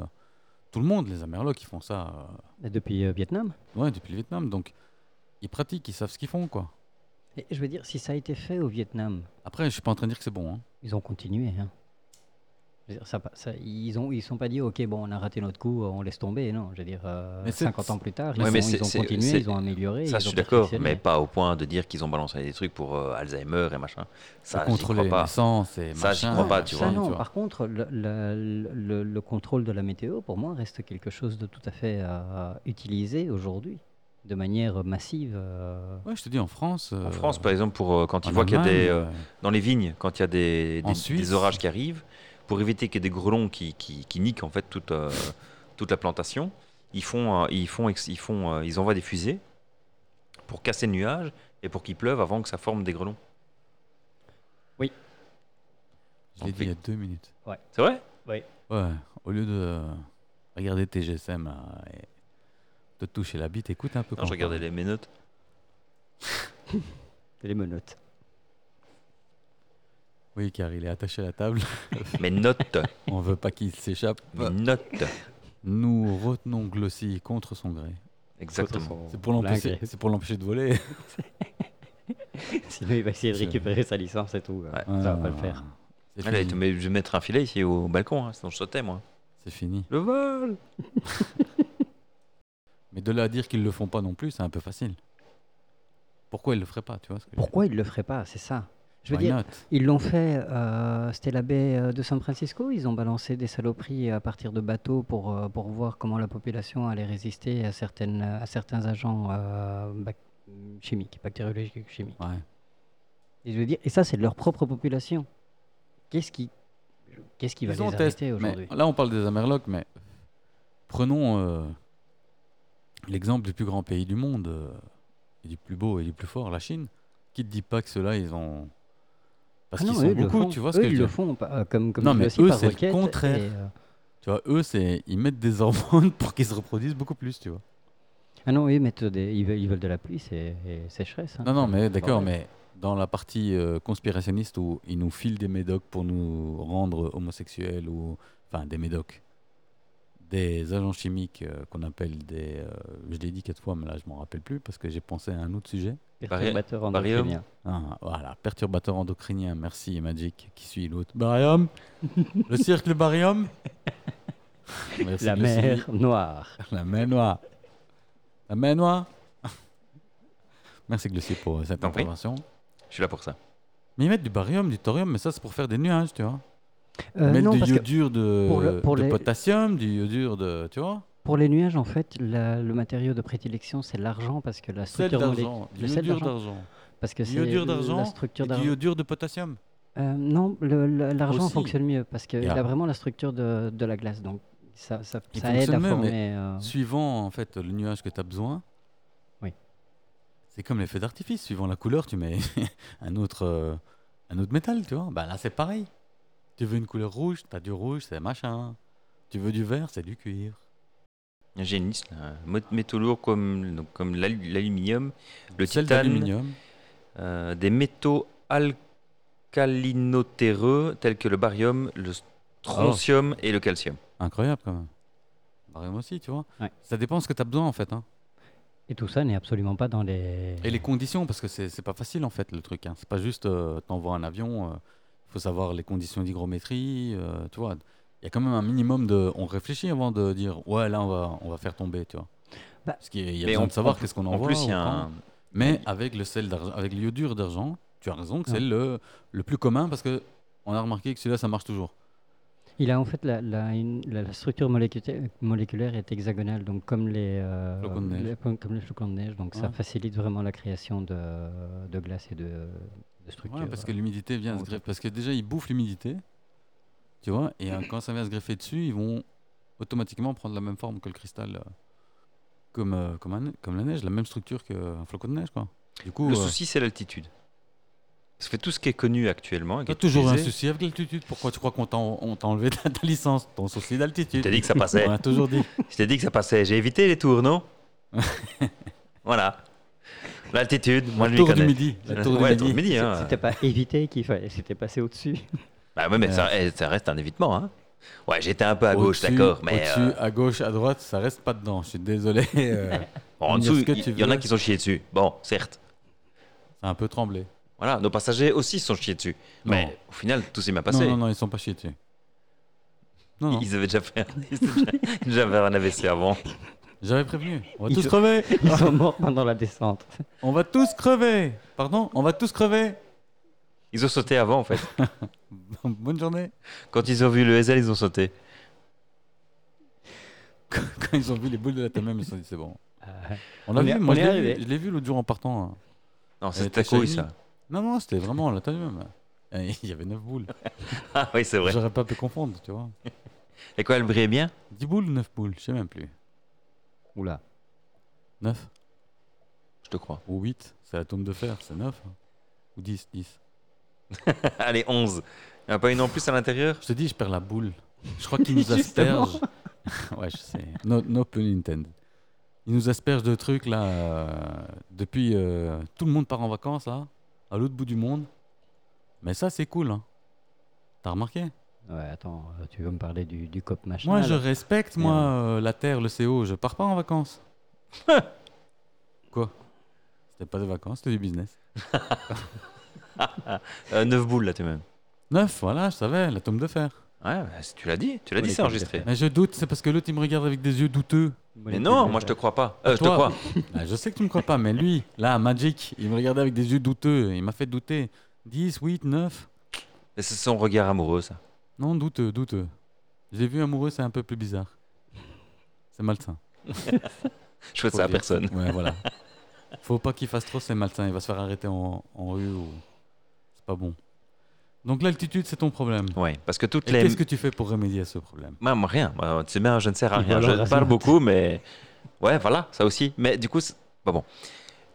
[SPEAKER 1] tout le monde, les Amerlocs, ils font ça
[SPEAKER 3] Et Depuis euh, Vietnam
[SPEAKER 1] euh, ouais, depuis le Vietnam. Donc ils pratiquent, ils savent ce qu'ils font. quoi.
[SPEAKER 3] Et Je veux dire, si ça a été fait au Vietnam,
[SPEAKER 1] Après, je suis pas en train de dire que c'est bon. hein.
[SPEAKER 3] ils ont continué. hein. Je veux dire, ça, pa- ça- ils ont ils sont pas dit, ok, bon, on a raté notre coup, on laisse tomber. Non, je veux dire, euh,
[SPEAKER 1] Mais c'est-
[SPEAKER 3] 50 ans plus tard, ils,
[SPEAKER 2] Ouais, mais
[SPEAKER 3] ont,
[SPEAKER 2] c'est-
[SPEAKER 3] ils ont
[SPEAKER 2] c'est-
[SPEAKER 3] continué,
[SPEAKER 2] c'est-
[SPEAKER 3] ils ont amélioré.
[SPEAKER 2] Ça,
[SPEAKER 3] ils
[SPEAKER 2] je
[SPEAKER 3] ont
[SPEAKER 2] suis d'accord,
[SPEAKER 3] perfectionné.
[SPEAKER 2] mais pas au point de dire qu'ils ont balancé des trucs pour euh, Alzheimer et machin. Ça, Bah, j'y
[SPEAKER 1] contrôler
[SPEAKER 2] crois pas.
[SPEAKER 1] l'essence et
[SPEAKER 2] Ça, j'y
[SPEAKER 1] machin, euh,
[SPEAKER 2] crois pas, tu
[SPEAKER 3] Ça,
[SPEAKER 2] vois.
[SPEAKER 1] tu
[SPEAKER 3] non.
[SPEAKER 1] vois.
[SPEAKER 3] Par contre, le, le- le- le contrôle de la météo, pour moi, reste quelque chose de tout à fait euh, utilisé aujourd'hui, de manière massive. euh,
[SPEAKER 1] Ouais, je te dis, en France. euh,
[SPEAKER 2] En France,
[SPEAKER 1] pas
[SPEAKER 2] par exemple, pour, euh, quand ils voient qu'il y a des. euh, dans les vignes, quand il y a des,
[SPEAKER 1] En
[SPEAKER 2] des-
[SPEAKER 1] Suisse.
[SPEAKER 2] des orages qui arrivent, pour éviter qu'il y ait des grelons qui, qui, qui niquent en fait toute, euh, toute la plantation, ils font, euh, ils font, ex- ils font, euh, ils envoient des fusées pour casser le nuage et pour qu'il pleuve avant que ça forme des grelons.
[SPEAKER 1] Je l'ai dit il y a deux minutes.
[SPEAKER 2] C'est vrai
[SPEAKER 1] Ouais, au lieu de euh, regarder tes GSM là, euh, et te toucher la bite, écoute un peu.
[SPEAKER 2] Non, je regardais les- mes notes.
[SPEAKER 3] les menottes.
[SPEAKER 1] Oui, car il est attaché à la table.
[SPEAKER 2] Mes notes,
[SPEAKER 1] On veut pas qu'il s'échappe.
[SPEAKER 2] mes notes.
[SPEAKER 1] Nous retenons Glossy contre son gré.
[SPEAKER 2] Exactement.
[SPEAKER 1] C'est pour l'empêcher.
[SPEAKER 3] Blague.
[SPEAKER 1] C'est pour l'empêcher de voler.
[SPEAKER 3] Sinon, il va essayer de
[SPEAKER 1] C'est-
[SPEAKER 3] récupérer sa licence et tout. euh.
[SPEAKER 2] Ouais.
[SPEAKER 3] Ça va pas le faire.
[SPEAKER 1] Ah, C'est
[SPEAKER 2] Allez,
[SPEAKER 1] fini.
[SPEAKER 2] mais je vais mettre un filet ici au balcon, hein, sinon je sautais moi.
[SPEAKER 1] C'est fini.
[SPEAKER 2] Le vol
[SPEAKER 1] Mais de là à dire qu'ils le font pas non plus, c'est un peu facile. Pourquoi ils le feraient pas, tu vois ce que je veux dire
[SPEAKER 3] Pourquoi ils le feraient pas C'est ça. Je veux
[SPEAKER 1] Why
[SPEAKER 3] dire,
[SPEAKER 1] not
[SPEAKER 3] ils l'ont fait, euh, c'était la baie euh, de San Francisco, ils ont balancé des saloperies euh, à partir de bateaux pour, euh, pour voir comment la population allait résister à, certaines, à certains agents euh, bac- chimiques, bactériologiques et chimiques.
[SPEAKER 1] Ouais.
[SPEAKER 3] Et, je veux dire, et ça, c'est de leur propre population. Qu'est-ce qui, qu'est-ce qui va
[SPEAKER 1] Ils ont
[SPEAKER 3] les
[SPEAKER 1] testé
[SPEAKER 3] arrêter aujourd'hui
[SPEAKER 1] Là, on parle des Amerlocs, mais prenons euh, l'exemple du plus grand pays du monde, euh, et du plus beau et du plus fort, la Chine. Qui te dit pas que ceux-là, ils ont. Parce
[SPEAKER 3] Ah non,
[SPEAKER 1] qu'ils
[SPEAKER 3] eux,
[SPEAKER 1] sont
[SPEAKER 3] ils le
[SPEAKER 1] beaucoup,
[SPEAKER 3] font.
[SPEAKER 1] tu vois
[SPEAKER 3] eux,
[SPEAKER 1] ce que je
[SPEAKER 3] ils
[SPEAKER 1] veux
[SPEAKER 3] le
[SPEAKER 1] dire.
[SPEAKER 3] font, pas- euh, comme, comme
[SPEAKER 1] Non,
[SPEAKER 3] tu
[SPEAKER 1] mais
[SPEAKER 3] le dis
[SPEAKER 1] eux,
[SPEAKER 3] par
[SPEAKER 1] c'est le
[SPEAKER 3] requête, et,
[SPEAKER 1] contraire.
[SPEAKER 3] euh,
[SPEAKER 1] Tu vois, eux, c'est ils mettent des hormones pour qu'ils se reproduisent beaucoup plus, tu vois.
[SPEAKER 3] Ah non, eux, ils, mettent des, ils, veulent, ils veulent de la pluie, c'est et sécheresse. hein.
[SPEAKER 1] Non, non, mais d'accord,
[SPEAKER 3] bordel.
[SPEAKER 1] mais dans la partie euh, conspirationniste où ils nous filent des médocs pour nous rendre homosexuels ou. Enfin, des médocs. Des agents chimiques euh, qu'on appelle des. euh, je l'ai dit quatre fois, mais là, je m'en rappelle plus parce que j'ai pensé à un autre sujet.
[SPEAKER 3] Perturbateur
[SPEAKER 2] barium.
[SPEAKER 3] endocrinien.
[SPEAKER 1] Ah, voilà, perturbateur endocrinien, merci Magic, qui suit l'autre. Barium Le cirque, le barium Merci
[SPEAKER 3] La
[SPEAKER 1] de le
[SPEAKER 3] mer noire.
[SPEAKER 1] suivi. La mer noire La mer noire Merci Glossier pour euh, cette
[SPEAKER 2] T'en prie.
[SPEAKER 1] intervention.
[SPEAKER 2] Je suis là pour ça.
[SPEAKER 1] Mais ils mettent du barium, du thorium, mais ça c'est pour faire des nuages, tu vois.
[SPEAKER 3] Euh,
[SPEAKER 1] Ils mettent
[SPEAKER 3] non,
[SPEAKER 1] du
[SPEAKER 3] parce que
[SPEAKER 1] iodure de,
[SPEAKER 3] pour le- pour
[SPEAKER 1] de
[SPEAKER 3] les-
[SPEAKER 1] potassium, du iodure de. Tu vois
[SPEAKER 3] pour les nuages, en fait, la- le matériau de prédilection, c'est l'argent parce que la
[SPEAKER 1] Sel
[SPEAKER 3] structure moléculaire.
[SPEAKER 1] d'argent, du
[SPEAKER 3] le sel
[SPEAKER 1] iodure
[SPEAKER 3] d'argent.
[SPEAKER 1] d'argent,
[SPEAKER 3] Parce que
[SPEAKER 1] du
[SPEAKER 3] c'est
[SPEAKER 1] iodure d'argent
[SPEAKER 3] la
[SPEAKER 1] et
[SPEAKER 3] structure
[SPEAKER 1] du
[SPEAKER 3] d'argent.
[SPEAKER 1] iodure de potassium.
[SPEAKER 3] Euh, non, le- le- l'argent
[SPEAKER 1] Aussi.
[SPEAKER 3] fonctionne mieux parce qu'il
[SPEAKER 1] Yeah.
[SPEAKER 3] a vraiment la structure de, de la glace. Donc, ça, ça,
[SPEAKER 1] Il
[SPEAKER 3] ça aide à
[SPEAKER 1] fonctionne mieux,
[SPEAKER 3] former.
[SPEAKER 1] mais
[SPEAKER 3] euh,
[SPEAKER 1] Suivant en fait le nuage que tu as besoin.
[SPEAKER 3] Oui.
[SPEAKER 1] C'est comme les feux d'artifice, suivant la couleur, tu mets un autre euh, un autre métal, tu vois. Bah là c'est pareil. Tu veux une couleur rouge, tu as du rouge, c'est machin. Tu veux du vert, c'est du cuir.
[SPEAKER 2] J'ai une liste, là. Mét- métaux lourds comme, donc, comme l'al- l'aluminium, le
[SPEAKER 1] Sel
[SPEAKER 2] titane,
[SPEAKER 1] d'aluminium.
[SPEAKER 2] Euh, des métaux alcalinotéreux tels que le barium, le strontium et le calcium.
[SPEAKER 1] Incroyable quand même. Barium aussi, tu vois.
[SPEAKER 3] Ouais.
[SPEAKER 1] Ça dépend ce que tu as besoin en fait. hein.
[SPEAKER 3] Et tout ça n'est absolument pas dans les.
[SPEAKER 1] Et les conditions, parce que c'est c'est pas facile en fait le truc. hein. C'est pas juste euh, t'envoies un avion, il faut savoir les conditions d'hygrométrie, euh, tu vois. Il y a quand même un minimum de. On réfléchit avant de dire ouais, là on va, on va faire tomber, tu vois.
[SPEAKER 3] Bah,
[SPEAKER 1] parce qu'il y a
[SPEAKER 2] mais
[SPEAKER 1] besoin
[SPEAKER 2] en-
[SPEAKER 1] de savoir
[SPEAKER 2] en-
[SPEAKER 1] qu'est-ce qu'on
[SPEAKER 2] En
[SPEAKER 1] envoie.
[SPEAKER 2] plus, il y a
[SPEAKER 1] ou Oh, quand.
[SPEAKER 2] un,
[SPEAKER 1] Mais avec le sel d'argent, avec l'iodure d'argent, tu as raison que c'est
[SPEAKER 3] Ouais.
[SPEAKER 1] le, le plus commun parce que on a remarqué que celui-là ça marche toujours.
[SPEAKER 3] Il a en fait la, la- une- la- la structure moléculaire, moléculaire est hexagonale, donc comme les, euh,
[SPEAKER 1] Flocons de neige.
[SPEAKER 3] les- comme comme les flocons de neige, donc ça
[SPEAKER 1] Ouais.
[SPEAKER 3] facilite vraiment la création de, de glace et de, de
[SPEAKER 1] Ouais,
[SPEAKER 3] structure.
[SPEAKER 1] parce que l'humidité vient
[SPEAKER 3] euh, en
[SPEAKER 1] se
[SPEAKER 3] retour.
[SPEAKER 1] greffer. Parce que déjà, ils bouffent l'humidité. Tu vois Et euh, quand ça vient se greffer dessus, ils vont automatiquement prendre la même forme que le cristal. euh, comme, euh, comme, un- comme la neige, la même structure qu'un flocon de neige. Quoi. Du coup,
[SPEAKER 2] le
[SPEAKER 1] euh,
[SPEAKER 2] souci, c'est l'altitude. Parce que tout ce qui est connu actuellement. et qui
[SPEAKER 1] Tu as
[SPEAKER 2] est
[SPEAKER 1] toujours un
[SPEAKER 2] utilisé,
[SPEAKER 1] souci avec l'altitude. Pourquoi tu crois qu'on t'a on t'a enlevé ta, ta licence Ton souci
[SPEAKER 2] Je t'ai
[SPEAKER 1] d'altitude.
[SPEAKER 2] dit que ça passait.
[SPEAKER 1] On a toujours dit.
[SPEAKER 2] Je t'ai dit que ça passait. J'ai évité les tours, non Voilà. L'altitude, moi je lui
[SPEAKER 1] tour du
[SPEAKER 2] connais.
[SPEAKER 1] midi. La tour
[SPEAKER 2] Ouais,
[SPEAKER 1] du
[SPEAKER 2] tour du
[SPEAKER 1] midi.
[SPEAKER 2] midi. hein.
[SPEAKER 3] C'était pas évité qu'il fallait, c'était passé au-dessus.
[SPEAKER 2] Bah ouais, mais ça, eh, ça reste un évitement. Hein. Ouais, j'étais un peu à gauche,
[SPEAKER 1] Au-dessus,
[SPEAKER 2] d'accord, mais
[SPEAKER 1] au-dessus,
[SPEAKER 2] euh,
[SPEAKER 1] à gauche, à droite, ça reste pas dedans. Je suis désolé. euh,
[SPEAKER 2] bon, en
[SPEAKER 1] dire
[SPEAKER 2] dessous,
[SPEAKER 1] ce que
[SPEAKER 2] il
[SPEAKER 1] tu
[SPEAKER 2] il y, en a
[SPEAKER 1] veux.
[SPEAKER 2] qui sont chiés dessus. Bon, certes.
[SPEAKER 1] ça a un peu tremblé.
[SPEAKER 2] Voilà, nos passagers aussi se sont chiés dessus.
[SPEAKER 1] Non.
[SPEAKER 2] Mais au final, tout s'est bien passé.
[SPEAKER 1] Non, non, non, ils sont pas chiés dessus. Non, non.
[SPEAKER 2] Ils avaient déjà fait, ils avaient déjà- ils avaient un AVC avant.
[SPEAKER 1] J'avais prévenu. On va
[SPEAKER 3] Ils
[SPEAKER 1] tous
[SPEAKER 3] ont-
[SPEAKER 1] crever.
[SPEAKER 3] Ils sont morts pendant la descente.
[SPEAKER 1] On va tous crever. Pardon On va tous crever.
[SPEAKER 2] Ils ont sauté avant, en fait.
[SPEAKER 1] Bonne journée.
[SPEAKER 2] Quand ils ont vu le SL, ils ont sauté.
[SPEAKER 1] Quand quand ils ont vu les boules de la Tamem, ils se sont dit c'est bon.
[SPEAKER 3] Euh,
[SPEAKER 1] On l'a
[SPEAKER 3] On
[SPEAKER 1] vu,
[SPEAKER 3] est-
[SPEAKER 1] moi
[SPEAKER 3] on
[SPEAKER 1] je
[SPEAKER 3] est
[SPEAKER 1] l'ai vu,
[SPEAKER 3] arrivé.
[SPEAKER 1] je l'ai vu l'autre jour en partant. hein.
[SPEAKER 2] Non,
[SPEAKER 1] Elle
[SPEAKER 2] c'était ta
[SPEAKER 1] était
[SPEAKER 2] couille,
[SPEAKER 1] shiny.
[SPEAKER 2] ça.
[SPEAKER 1] Non, non, c'était vraiment la Tamem. Et Il y avait 9 boules.
[SPEAKER 2] Ah oui, c'est vrai.
[SPEAKER 1] J'aurais pas pu confondre, tu vois.
[SPEAKER 2] Et quoi, elle brillait bien
[SPEAKER 1] 10 boules ou 9 boules Je sais même plus.
[SPEAKER 3] Oula.
[SPEAKER 1] 9
[SPEAKER 2] Je te crois.
[SPEAKER 1] ou 8 C'est la tombe de fer, c'est 9. Ou 10, 10.
[SPEAKER 2] Allez, 11. Il n'y en a pas une en plus à l'intérieur
[SPEAKER 1] Je te dis, je perds la boule. Je crois qu'il nous
[SPEAKER 3] Justement.
[SPEAKER 1] asperge. ouais, je sais. No, no pun intended. Il nous asperge de trucs là. euh, depuis euh, tout le monde part en vacances là, à l'autre bout du monde. Mais ça, c'est cool. Hein. T'as remarqué
[SPEAKER 3] Ouais, attends, euh, tu veux me parler du, du cop machin
[SPEAKER 1] Moi,
[SPEAKER 3] là
[SPEAKER 1] je respecte moi euh, la terre, le CO. Je pars pas en vacances. Quoi C'était pas des vacances, c'était du business.
[SPEAKER 2] Euh, 9 boules, là, tu même.
[SPEAKER 1] Neuf, voilà, je savais, la tombe de fer.
[SPEAKER 2] Ouais, bah, c- tu l'as dit. Tu l'as
[SPEAKER 3] Oui,
[SPEAKER 2] dit, c'est
[SPEAKER 3] comme
[SPEAKER 2] enregistré.
[SPEAKER 3] j'ai
[SPEAKER 1] Mais je doute, c'est parce que l'autre il me regarde avec des yeux douteux.
[SPEAKER 2] Mais non, moi, je te crois pas. Euh, je te
[SPEAKER 1] Toi.
[SPEAKER 2] crois.
[SPEAKER 1] Ah, je sais que tu me crois pas, mais lui, là, Magic, il me regardait avec des yeux douteux. Il m'a fait douter. 10, 8, 9.
[SPEAKER 2] Mais C'est son regard amoureux, ça.
[SPEAKER 1] Non, douteux, douteux. Je l'ai vu amoureux, c'est un peu plus bizarre. C'est malsain.
[SPEAKER 2] Je souhaite
[SPEAKER 1] faut
[SPEAKER 2] ça à
[SPEAKER 1] le dire.
[SPEAKER 2] personne.
[SPEAKER 1] Ouais, voilà. Faut pas qu'il fasse trop, c'est malsain. Il va se faire arrêter en, en rue ou. C'est pas bon. Donc l'altitude, c'est ton problème.
[SPEAKER 2] Ouais, parce que toutes
[SPEAKER 1] Et
[SPEAKER 2] les.
[SPEAKER 1] qu'est-ce que tu fais pour remédier à ce problème
[SPEAKER 2] Moi, moi, rien. Moi, tu sais bien, je ne sers à
[SPEAKER 3] Il
[SPEAKER 2] rien.
[SPEAKER 3] vole en
[SPEAKER 2] Je
[SPEAKER 3] rasoir.
[SPEAKER 2] parle beaucoup, mais. Ouais, voilà, ça aussi. Mais du coup, c'est pas bon.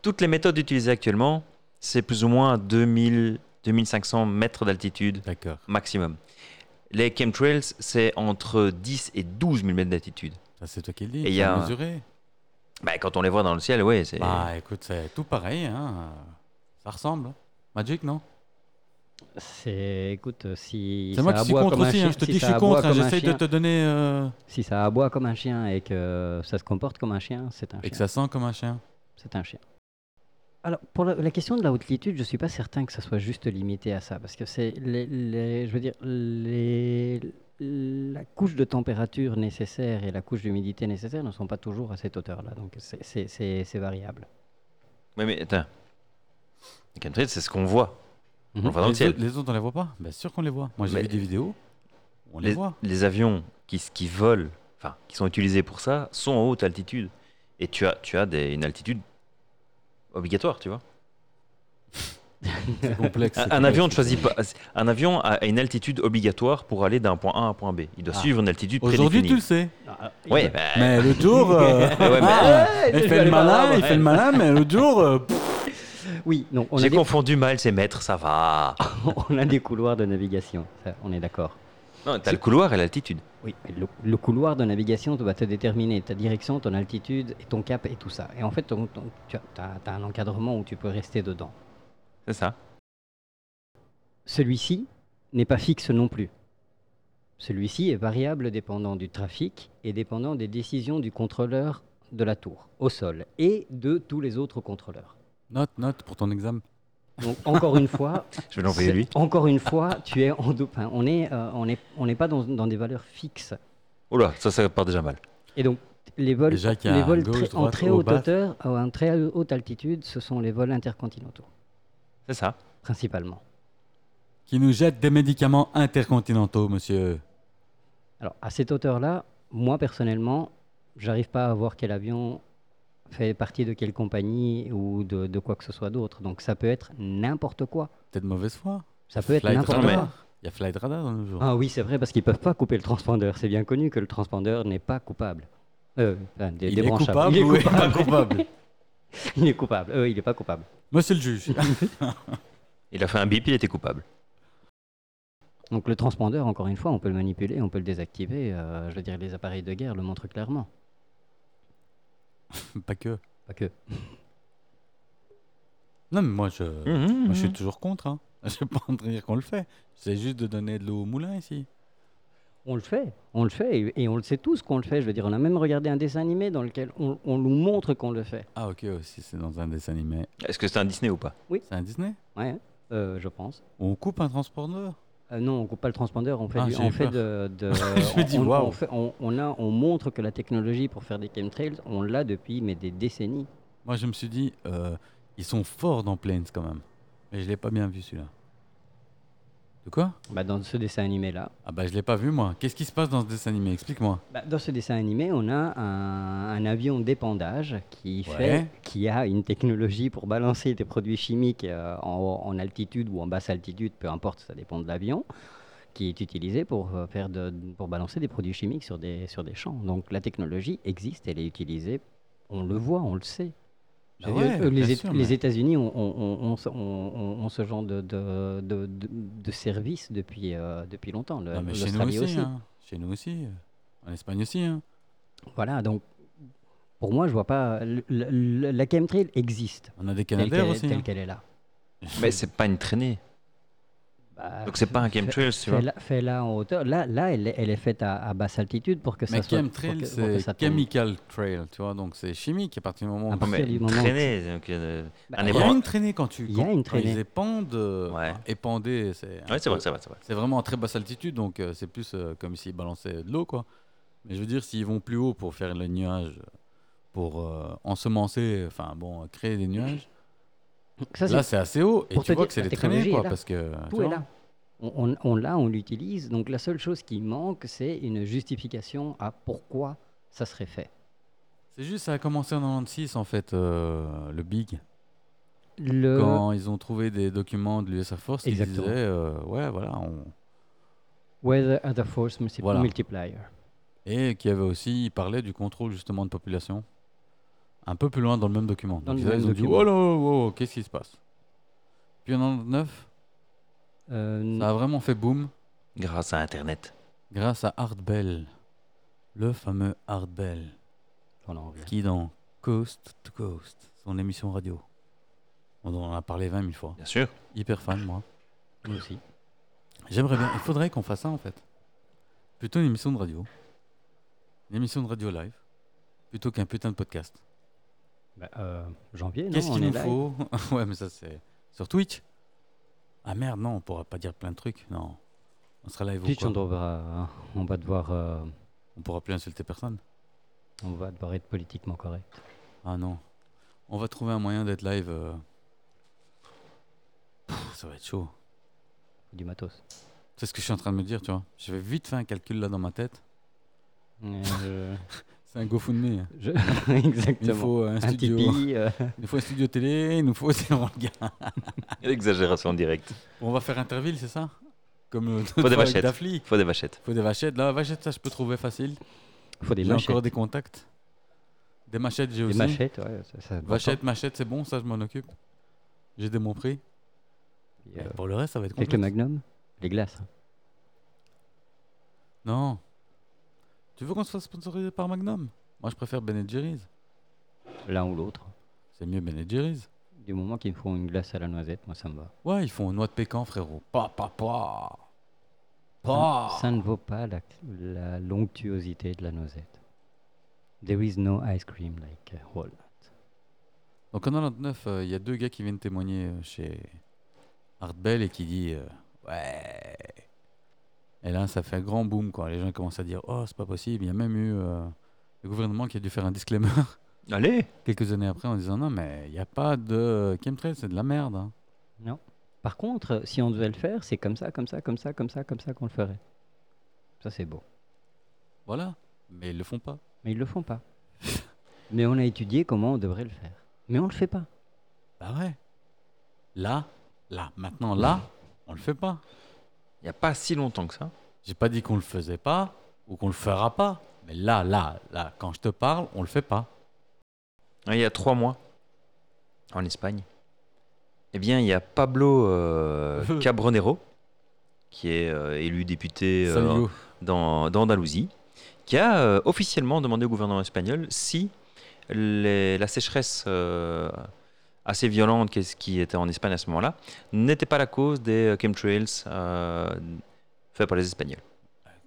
[SPEAKER 2] Toutes les méthodes utilisées actuellement, c'est plus ou moins 2000, 2500 mètres d'altitude
[SPEAKER 1] D'accord.
[SPEAKER 2] maximum. Les chemtrails, c'est entre 10 et 12 000 mètres d'altitude.
[SPEAKER 1] Ça, c'est toi qui le dis.
[SPEAKER 2] Et
[SPEAKER 1] faut
[SPEAKER 2] y a un-
[SPEAKER 1] mesurer.
[SPEAKER 2] Bah, quand on les voit dans le ciel, ouais, c'est.
[SPEAKER 1] Bah écoute, c'est tout pareil. Hein. Ça ressemble. Magic, non
[SPEAKER 3] C'est, écoute, euh, si
[SPEAKER 1] C'est
[SPEAKER 3] ça
[SPEAKER 1] moi qui suis
[SPEAKER 3] aboie
[SPEAKER 1] contre
[SPEAKER 3] comme un
[SPEAKER 1] aussi, hein,
[SPEAKER 3] chien,
[SPEAKER 1] je te
[SPEAKER 3] si
[SPEAKER 1] dis je
[SPEAKER 3] ça
[SPEAKER 1] suis
[SPEAKER 3] aboie
[SPEAKER 1] contre, hein,
[SPEAKER 3] comme un
[SPEAKER 1] j'essaye de
[SPEAKER 3] chien-
[SPEAKER 1] te donner... euh,
[SPEAKER 3] Si ça aboie comme un chien et que ça se comporte comme un chien, c'est un
[SPEAKER 1] Et que
[SPEAKER 3] chien.
[SPEAKER 1] ça sent comme un chien.
[SPEAKER 3] C'est un chien. Alors, pour la, la question de la haute altitude, je ne suis pas certain que ça soit juste limité à ça, parce que c'est, les, les- je veux dire, les, la couche de température nécessaire et la couche d'humidité nécessaire ne sont pas toujours à cette hauteur-là, donc c'est, c'est- c'est- c'est variable.
[SPEAKER 2] Ouais, mais attends. Les chemtrails, c'est ce qu'on voit. On le
[SPEAKER 3] Mhm.
[SPEAKER 2] voit dans le
[SPEAKER 1] les,
[SPEAKER 2] ciel.
[SPEAKER 1] autres, les autres, on les voit pas Bien sûr qu'on les voit. Moi, j'ai
[SPEAKER 2] Mais-
[SPEAKER 1] vu des vidéos, on les,
[SPEAKER 2] les,
[SPEAKER 1] voit.
[SPEAKER 2] les avions qui, s- qui volent, enfin, qui sont utilisés pour ça, sont en haute altitude. Et tu as, tu as des, une altitude obligatoire, tu vois.
[SPEAKER 1] C'est complexe.
[SPEAKER 2] Un,
[SPEAKER 1] c'est
[SPEAKER 2] un
[SPEAKER 1] complexe.
[SPEAKER 2] avion ne choisit pas. Un avion a une altitude obligatoire pour aller d'un point A à un point B. Il doit
[SPEAKER 1] Ah.
[SPEAKER 2] suivre une altitude
[SPEAKER 1] Aujourd'hui, tu le sais.
[SPEAKER 2] prédéfinie.
[SPEAKER 3] Ah, il
[SPEAKER 2] Ouais,
[SPEAKER 3] doit-
[SPEAKER 2] bah,
[SPEAKER 1] Mais le jour... euh,
[SPEAKER 2] ouais, mais-
[SPEAKER 1] ah,
[SPEAKER 3] Ouais, je
[SPEAKER 1] il
[SPEAKER 3] vais
[SPEAKER 1] fait
[SPEAKER 3] aller
[SPEAKER 1] le malin,
[SPEAKER 3] voir.
[SPEAKER 1] il fait le malin, mais le jour... euh, pff,
[SPEAKER 3] Oui, non, on, a
[SPEAKER 2] j'ai
[SPEAKER 3] des,
[SPEAKER 2] confondu mal ces mètres, ça va.
[SPEAKER 3] on a des couloirs de navigation, ça, on est d'accord.
[SPEAKER 2] Non, t'as le couloir et l'altitude.
[SPEAKER 3] Oui, mais le, le couloir de navigation doit te déterminer ta direction, ton altitude, et ton cap et tout ça. Et en fait, ton- ton- tu as, t'as- t'as un encadrement où tu peux rester dedans.
[SPEAKER 2] C'est ça.
[SPEAKER 3] Celui-ci n'est pas fixe non plus. Celui-ci est variable dépendant du trafic et dépendant des décisions du contrôleur de la tour au sol et de tous les autres contrôleurs.
[SPEAKER 1] Note, note pour ton examen.
[SPEAKER 3] Donc encore une fois,
[SPEAKER 2] Je vais l'envoyer
[SPEAKER 3] C'est-
[SPEAKER 2] lui.
[SPEAKER 3] Encore une fois, tu es en dopin. On est, euh, on est, on n'est pas dans, dans des valeurs fixes.
[SPEAKER 2] Oula, Oh ça, ça part déjà mal.
[SPEAKER 3] Et donc les vols,
[SPEAKER 1] Déjà qu'il y a
[SPEAKER 3] les vols
[SPEAKER 1] gauche,
[SPEAKER 3] très- en
[SPEAKER 1] droite,
[SPEAKER 3] très
[SPEAKER 1] haut,
[SPEAKER 3] haute
[SPEAKER 1] bas.
[SPEAKER 3] hauteur, à en très haute altitude, ce sont les vols intercontinentaux
[SPEAKER 2] C'est ça.
[SPEAKER 3] principalement.
[SPEAKER 1] Qui nous jette des médicaments intercontinentaux, monsieur.
[SPEAKER 3] Alors à cette hauteur-là, moi personnellement, j'arrive pas à voir quel avion fait partie de quelle compagnie ou de, de quoi que ce soit d'autre. Donc ça peut être n'importe quoi.
[SPEAKER 1] Peut-être mauvaise foi.
[SPEAKER 3] Ça peut être
[SPEAKER 1] Flight
[SPEAKER 3] n'importe
[SPEAKER 2] radar.
[SPEAKER 3] quoi.
[SPEAKER 1] Il y a Flight Radar dans le jour.
[SPEAKER 3] Ah oui, c'est vrai, parce qu'ils peuvent pas couper le transpondeur. C'est bien connu que le transpondeur n'est pas coupable. Euh, enfin, dé-
[SPEAKER 1] il, est
[SPEAKER 3] débranchable.
[SPEAKER 1] coupable
[SPEAKER 3] Il est
[SPEAKER 1] ou il est
[SPEAKER 3] coupable.
[SPEAKER 1] pas coupable
[SPEAKER 3] Il est coupable. Euh, il n'est pas coupable.
[SPEAKER 1] Monsieur le juge.
[SPEAKER 2] Il a fait un bip, il était coupable.
[SPEAKER 3] Donc le transpondeur, encore une fois, on peut le manipuler, on peut le désactiver. euh, je veux dire, les appareils de guerre le montrent clairement.
[SPEAKER 1] Pas que.
[SPEAKER 3] Pas que.
[SPEAKER 1] Non, mais moi, je, moi,
[SPEAKER 3] Mhm.
[SPEAKER 1] je suis toujours contre. Hein. Je suis pas en train de dire qu'on le fait. C'est juste de donner de l'eau au moulin ici.
[SPEAKER 3] On le fait, on le fait, et, et on le sait tous qu'on le fait. Je veux dire, on a même regardé un dessin animé dans lequel on, on nous montre qu'on le fait.
[SPEAKER 1] Ah, ok, aussi, c'est dans un dessin animé.
[SPEAKER 2] Est-ce que c'est un Disney ou pas
[SPEAKER 1] C'est un Disney
[SPEAKER 3] Ouais, hein, euh, je pense.
[SPEAKER 1] On coupe un transpondeur
[SPEAKER 3] Euh, non, on coupe pas le transpondeur, on fait,
[SPEAKER 1] Ah,
[SPEAKER 3] du-
[SPEAKER 1] j'ai
[SPEAKER 3] on
[SPEAKER 1] eu
[SPEAKER 3] fait
[SPEAKER 1] peur.
[SPEAKER 3] de, de-
[SPEAKER 1] Je me dis,
[SPEAKER 3] on, on-
[SPEAKER 1] waouh.
[SPEAKER 3] on fait- on- on a, on montre que la technologie pour faire des chemtrails, on l'a depuis mais des décennies.
[SPEAKER 1] Moi, je me suis dit, euh, ils sont forts dans Planes quand même. Mais je l'ai pas bien vu celui-là. De quoi
[SPEAKER 3] Bah, dans ce dessin animé là,
[SPEAKER 1] Ah, bah, je l'ai pas vu moi. Qu'est-ce qui se passe dans ce dessin animé Explique-moi.
[SPEAKER 3] Bah, dans ce dessin animé, on a un, un avion d'épandage qui,
[SPEAKER 1] Ouais.
[SPEAKER 3] fait, qui a une technologie pour balancer des produits chimiques euh, en, en altitude ou en basse altitude, peu importe, ça dépend de l'avion, qui est utilisé pour, euh, faire de- pour balancer des produits chimiques sur des, sur des champs. Donc la technologie existe, elle est utilisée, on le voit, on le sait. Je
[SPEAKER 1] Bah
[SPEAKER 3] veux dire,
[SPEAKER 1] ouais,
[SPEAKER 3] eux, euh, les,
[SPEAKER 1] bien
[SPEAKER 3] Éta-
[SPEAKER 1] sûr,
[SPEAKER 3] les
[SPEAKER 1] mais-
[SPEAKER 3] États-Unis ont, ont- ont- ont ce- ont- ont- ont ce genre de, de, de, de- de service depuis, euh, depuis longtemps. Le-
[SPEAKER 1] Non, mais chez nous
[SPEAKER 3] l'Australie
[SPEAKER 1] aussi. hein. Chez nous aussi. euh, En Espagne aussi. Hein.
[SPEAKER 3] Voilà, donc pour moi, je vois pas. le- le- le- la chemtrail existe
[SPEAKER 1] On a des
[SPEAKER 3] telle
[SPEAKER 1] Canadaires
[SPEAKER 3] qu'elle
[SPEAKER 1] aussi.
[SPEAKER 3] telle
[SPEAKER 1] hein.
[SPEAKER 3] qu'elle est là.
[SPEAKER 2] Mais c'est pas une traînée.
[SPEAKER 3] Bah,
[SPEAKER 2] Donc c'est pas un
[SPEAKER 3] fais-
[SPEAKER 2] chemtrail, tu vois.
[SPEAKER 3] Fais-la fais-la en hauteur. Là, là elle, est- elle est faite à, à basse altitude pour que ça
[SPEAKER 1] Mais
[SPEAKER 3] soit. pour que-
[SPEAKER 1] chemtrail,
[SPEAKER 3] pour que ça
[SPEAKER 1] c'est
[SPEAKER 3] tombe.
[SPEAKER 1] chemical trail, tu vois, donc c'est chimique à partir du moment
[SPEAKER 3] Ah,
[SPEAKER 1] où...
[SPEAKER 3] bah,
[SPEAKER 2] Non, mais
[SPEAKER 3] partir du
[SPEAKER 2] une
[SPEAKER 3] moment où
[SPEAKER 2] traînée. donc, euh,
[SPEAKER 3] Bah,
[SPEAKER 2] un
[SPEAKER 1] Il y a
[SPEAKER 2] ébran-
[SPEAKER 1] une traînée quand tu
[SPEAKER 3] Il y a
[SPEAKER 1] quand-
[SPEAKER 3] une
[SPEAKER 1] quand ils
[SPEAKER 3] traînée.
[SPEAKER 1] épandent, euh,
[SPEAKER 2] Ouais.
[SPEAKER 1] enfin, épander, c'est un
[SPEAKER 2] Ouais, c'est
[SPEAKER 1] peu-
[SPEAKER 2] vrai, c'est vrai, c'est vrai.
[SPEAKER 1] c'est vraiment en très basse altitude, donc euh, c'est plus euh, comme s'ils balançaient de l'eau, quoi. Mais je veux dire, s'ils vont plus haut pour faire les nuages, pour euh, ensemencer, enfin bon, créer des nuages,
[SPEAKER 3] Donc ça, c'est-
[SPEAKER 1] là c'est assez haut, et
[SPEAKER 3] pour
[SPEAKER 1] tu
[SPEAKER 3] te
[SPEAKER 1] vois
[SPEAKER 3] dire,
[SPEAKER 1] que c'est
[SPEAKER 3] la
[SPEAKER 1] des traînées,
[SPEAKER 3] technologie
[SPEAKER 1] quoi,
[SPEAKER 3] est là.
[SPEAKER 1] parce que... tu
[SPEAKER 3] tout est
[SPEAKER 1] vois.
[SPEAKER 3] là. On, on- on l'a, on l'utilise. Donc la seule chose qui manque, c'est une justification à pourquoi ça serait fait.
[SPEAKER 1] C'est juste, ça a commencé en 96, en fait, euh, le Big.
[SPEAKER 3] Le...
[SPEAKER 1] quand ils ont trouvé des documents de l'US Air Force, ils disaient
[SPEAKER 3] Euh. Exactement.
[SPEAKER 1] euh, ouais voilà on...
[SPEAKER 3] Weather at the force multi-
[SPEAKER 1] Voilà.
[SPEAKER 3] multiplier.
[SPEAKER 1] et qui avait aussi ils parlaient du contrôle justement de population un peu plus loin dans le même document.
[SPEAKER 3] Dans
[SPEAKER 1] Donc
[SPEAKER 3] le
[SPEAKER 1] là,
[SPEAKER 3] même
[SPEAKER 1] ils ont dit
[SPEAKER 3] document.
[SPEAKER 1] oh là oh, oh, qu'est-ce qui se passe Puis en 99,
[SPEAKER 3] Euh,
[SPEAKER 1] ça a vraiment fait boom
[SPEAKER 2] Grâce à Internet.
[SPEAKER 1] grâce à Art Bell, le fameux Art Bell
[SPEAKER 3] on en revient.
[SPEAKER 1] qui dans Coast to Coast, son émission radio. On en a parlé 20 000 fois.
[SPEAKER 2] Bien sûr.
[SPEAKER 1] Hyper fan moi.
[SPEAKER 3] Nous aussi.
[SPEAKER 1] J'aimerais bien. Il faudrait qu'on fasse ça en fait. Plutôt une émission de radio. Une émission de radio live. Plutôt qu'un putain de podcast.
[SPEAKER 3] Bah, euh, janvier, non
[SPEAKER 1] Qu'est-ce
[SPEAKER 3] on
[SPEAKER 1] qu'il
[SPEAKER 3] est
[SPEAKER 1] nous
[SPEAKER 3] live.
[SPEAKER 1] faut Ouais, mais ça c'est. Sur Twitch Ah merde, non, on pourra pas dire plein de trucs. Non. On sera live ou
[SPEAKER 3] Twitch,
[SPEAKER 1] quoi
[SPEAKER 3] on, devra- on va devoir, euh,
[SPEAKER 1] On pourra plus insulter personne.
[SPEAKER 3] on va devoir être politiquement correct.
[SPEAKER 1] Ah non. On va trouver un moyen d'être live. euh. Pff, ça va être chaud.
[SPEAKER 3] Du matos.
[SPEAKER 1] C'est ce que je suis en train de me dire, tu vois. Je vais vite faire un calcul là dans ma tête.
[SPEAKER 3] Euh,
[SPEAKER 1] C'est un GoFundMe. hein.
[SPEAKER 3] je-
[SPEAKER 1] Il nous
[SPEAKER 3] Exactement.
[SPEAKER 1] faut un
[SPEAKER 3] Un
[SPEAKER 1] studio.
[SPEAKER 3] Tipeee. euh,
[SPEAKER 1] Il nous faut un studio télé, il nous faut aussi un gars.
[SPEAKER 2] Exagération directe.
[SPEAKER 1] On va faire Interville, c'est ça Comme euh, l'autre
[SPEAKER 2] des
[SPEAKER 1] fois avec
[SPEAKER 2] vachettes.
[SPEAKER 1] Dafli.
[SPEAKER 2] Faut des vachettes.
[SPEAKER 1] Faut des vachettes. Là, vachettes, ça, je peux trouver facile.
[SPEAKER 3] faut des
[SPEAKER 1] J'ai
[SPEAKER 3] machettes.
[SPEAKER 1] encore des contacts. Des machettes, j'ai
[SPEAKER 3] Des
[SPEAKER 1] aussi.
[SPEAKER 3] machettes, ouais. Ça, ça-
[SPEAKER 1] Vachettes, machettes, c'est bon, ça, je m'en occupe. J'ai des bons prix.
[SPEAKER 3] Puis, euh,
[SPEAKER 1] Pour le reste, ça va être
[SPEAKER 3] avec
[SPEAKER 1] compliqué.
[SPEAKER 3] le magnum, les glaces. hein,
[SPEAKER 1] Non. Tu veux qu'on se fasse sponsoriser par Magnum Moi, je préfère Ben Jerry's.
[SPEAKER 3] L'un ou l'autre.
[SPEAKER 1] C'est mieux Ben Jerry's.
[SPEAKER 3] Du moment qu'ils me font une glace à la noisette, moi ça me va.
[SPEAKER 1] Ouais, ils font noix de pécan, frérot. Pa, pa, pa. Pa.
[SPEAKER 3] Ça ne vaut pas la, la l'onctuosité de la noisette. There is no ice cream like a walnut.
[SPEAKER 1] Donc en 99, euh, il y a deux gars qui viennent témoigner euh, chez Art Bell et qui dit euh, ouais. Et là, ça fait un grand boom quoi. Les gens commencent à dire oh c'est pas possible. Il y a même eu euh, le gouvernement qui a dû faire un disclaimer
[SPEAKER 2] Allez
[SPEAKER 1] quelques années après en disant non mais il n'y a pas de chemtrail, c'est de la merde. hein.
[SPEAKER 3] Par contre, si on devait le faire, c'est comme ça, comme ça, comme ça, comme ça, comme ça qu'on le ferait. Ça c'est beau.
[SPEAKER 1] Voilà. Mais ils le font pas.
[SPEAKER 3] Mais ils le font pas. Mais on a étudié comment on devrait le faire. Mais on le fait pas.
[SPEAKER 1] Bah ouais. Là, là, maintenant là, on le fait pas.
[SPEAKER 2] Il n'y a pas si longtemps que ça.
[SPEAKER 1] J'ai pas dit qu'on le faisait pas ou qu'on le fera pas. Mais là, là, là, quand je te parle, on le fait pas.
[SPEAKER 2] hein, Ouais, Il y a trois mois. En Espagne. Eh bien, il y a Pablo euh, Cabronero, qui est euh, élu député euh,
[SPEAKER 1] Salut, Hugo.
[SPEAKER 2] dans- d'Andalousie, qui a euh, officiellement demandé au gouvernement espagnol si les- la sécheresse euh, assez violente qu'est-ce qui était en Espagne à ce moment-là n'était pas la cause des euh, chemtrails euh, faits par les Espagnols.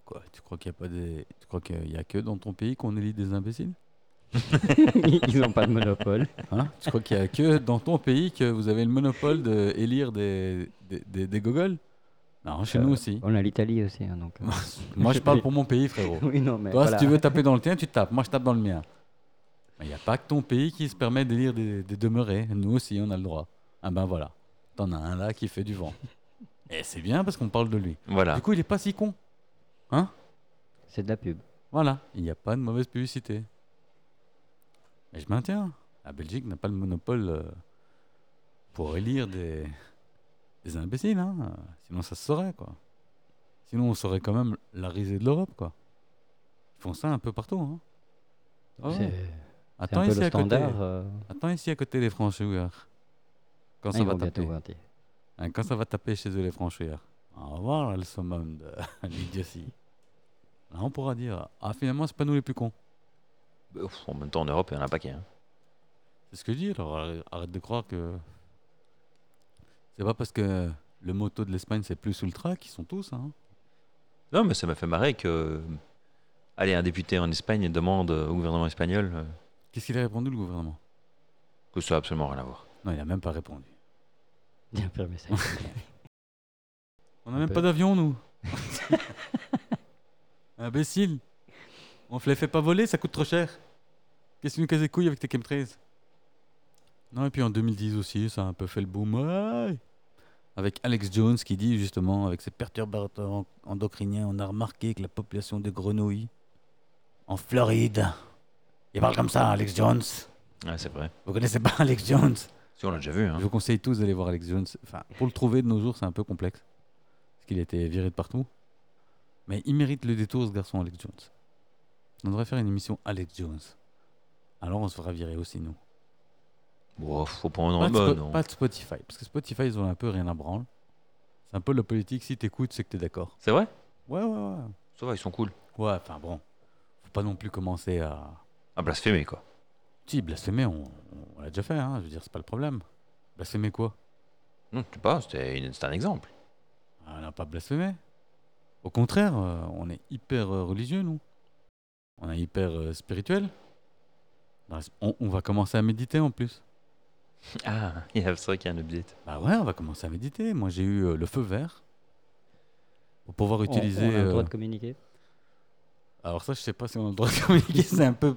[SPEAKER 1] Quoi, tu crois qu'il n'y a pas des. Tu crois qu'il y a que dans ton pays qu'on élit des imbéciles
[SPEAKER 3] Ils n'ont pas de monopole.
[SPEAKER 1] Hein Tu crois qu'il n'y a que dans ton pays que vous avez le monopole de élire des, des, des, des gogoles Non, chez
[SPEAKER 3] Euh,
[SPEAKER 1] nous aussi.
[SPEAKER 3] On a l'Italie aussi, hein, donc. euh.
[SPEAKER 1] Moi, je parle pour mon pays, frérot.
[SPEAKER 3] Oui, non, mais.
[SPEAKER 1] Toi,
[SPEAKER 3] voilà.
[SPEAKER 1] si tu veux taper dans le tien, tu tapes. Moi, je tape dans le mien. Mais il n'y a pas que ton pays qui se permet d'élire des, des demeurés. Nous aussi, on a le droit. Ah ben voilà. T'en as un là qui fait du vent. Et c'est bien parce qu'on parle de lui.
[SPEAKER 2] Voilà.
[SPEAKER 3] Ah.
[SPEAKER 1] Du coup, il n'est pas si con.
[SPEAKER 3] C'est de la pub.
[SPEAKER 1] Voilà. Il n'y a pas de mauvaise publicité. Mais je maintiens. La Belgique n'a pas le monopole euh, pour élire des, des imbéciles. hein. Sinon, ça se saurait, quoi. Sinon, on saurait quand même la risée de l'Europe, quoi. Ils font ça un peu partout, hein. Ah ouais.
[SPEAKER 3] C'est- C'est
[SPEAKER 1] Attends
[SPEAKER 3] un peu
[SPEAKER 1] ici,
[SPEAKER 3] le
[SPEAKER 1] à côté,
[SPEAKER 3] standard. euh,
[SPEAKER 1] attends ici à côté les franchouilleurs. Quand
[SPEAKER 3] ah,
[SPEAKER 1] ça
[SPEAKER 3] ils
[SPEAKER 1] va
[SPEAKER 3] vont bientôt
[SPEAKER 1] taper.
[SPEAKER 3] voter.
[SPEAKER 1] Hein, quand ça va taper chez eux les franchouilleurs. On va voir là, le summum de l'idiotie. Là on pourra dire Ah finalement c'est pas nous les plus cons.
[SPEAKER 2] Ouf, en même temps, en Europe, il y en a un paquet. hein.
[SPEAKER 1] C'est ce que je dis alors arr- arrête de croire que. C'est pas parce que le moto de l'Espagne c'est plus ultra qu'ils sont tous. Hein.
[SPEAKER 2] Non, mais ça m'a fait marrer que. euh, Allez, un député en Espagne demande euh, au gouvernement espagnol euh,
[SPEAKER 1] Qu'est-ce qu'il a répondu le gouvernement
[SPEAKER 2] que ça n'a absolument rien à voir.
[SPEAKER 1] Non il a même pas répondu.
[SPEAKER 3] Bien fermé ça.
[SPEAKER 1] On
[SPEAKER 3] Un
[SPEAKER 1] a même
[SPEAKER 3] peu.
[SPEAKER 1] pas d'avion nous. Imbécile On te les fait pas voler, ça coûte trop cher. Qu'est-ce que tu nous casses les couilles avec tes chemtrails Non, et puis en 2010 aussi, ça a un peu fait le boom. Ouais. Avec Alex Jones qui dit justement, avec ses perturbateurs en- endocriniens, on a remarqué que la population de grenouilles en Floride. Il parle comme ça, Alex Jones.
[SPEAKER 2] Ouais, c'est vrai.
[SPEAKER 1] Vous connaissez pas Alex Jones
[SPEAKER 2] Si, on l'a déjà vu. Hein.
[SPEAKER 1] je vous conseille tous d'aller voir Alex Jones. Enfin, pour le trouver de nos jours, c'est un peu complexe. Parce qu'il a été viré de partout. Mais il mérite le détour, ce garçon, Alex Jones. On devrait faire une émission Alex Jones. Alors on se fera virer aussi, nous.
[SPEAKER 2] Bon, faut prendre
[SPEAKER 1] pas,
[SPEAKER 2] en
[SPEAKER 1] de
[SPEAKER 2] mode.
[SPEAKER 1] Spo-
[SPEAKER 2] non.
[SPEAKER 1] pas de Spotify. Parce que Spotify, ils ont un peu rien à branle. C'est un peu la politique. Si t'écoutes, c'est que t'es d'accord.
[SPEAKER 2] C'est vrai
[SPEAKER 1] Ouais, ouais, ouais.
[SPEAKER 2] Ça va, ils sont cool.
[SPEAKER 1] Ouais, enfin bon. Faut pas non plus commencer à.
[SPEAKER 2] À blasphémer, quoi.
[SPEAKER 1] Si, blasphémer, on, on l'a déjà fait, hein. Je veux dire, c'est pas le problème. Blasphémer quoi
[SPEAKER 2] Non, je sais pas, c'était une- c'était un exemple.
[SPEAKER 1] Ah, On n'a pas blasphémé. Au contraire, euh, on est hyper euh, religieux, nous. On est hyper euh, spirituel. Dans la- On, on va commencer à méditer en plus.
[SPEAKER 2] Ah, il y a- c'est vrai qu'il y a un update.
[SPEAKER 1] Bah ouais, on va commencer à méditer. Moi, j'ai eu euh, le feu vert pour pouvoir
[SPEAKER 3] On-
[SPEAKER 1] utiliser.
[SPEAKER 3] On, a le droit
[SPEAKER 1] euh,
[SPEAKER 3] de communiquer.
[SPEAKER 1] Alors ça, je sais pas si on a le droit de communiquer. C'est un peu,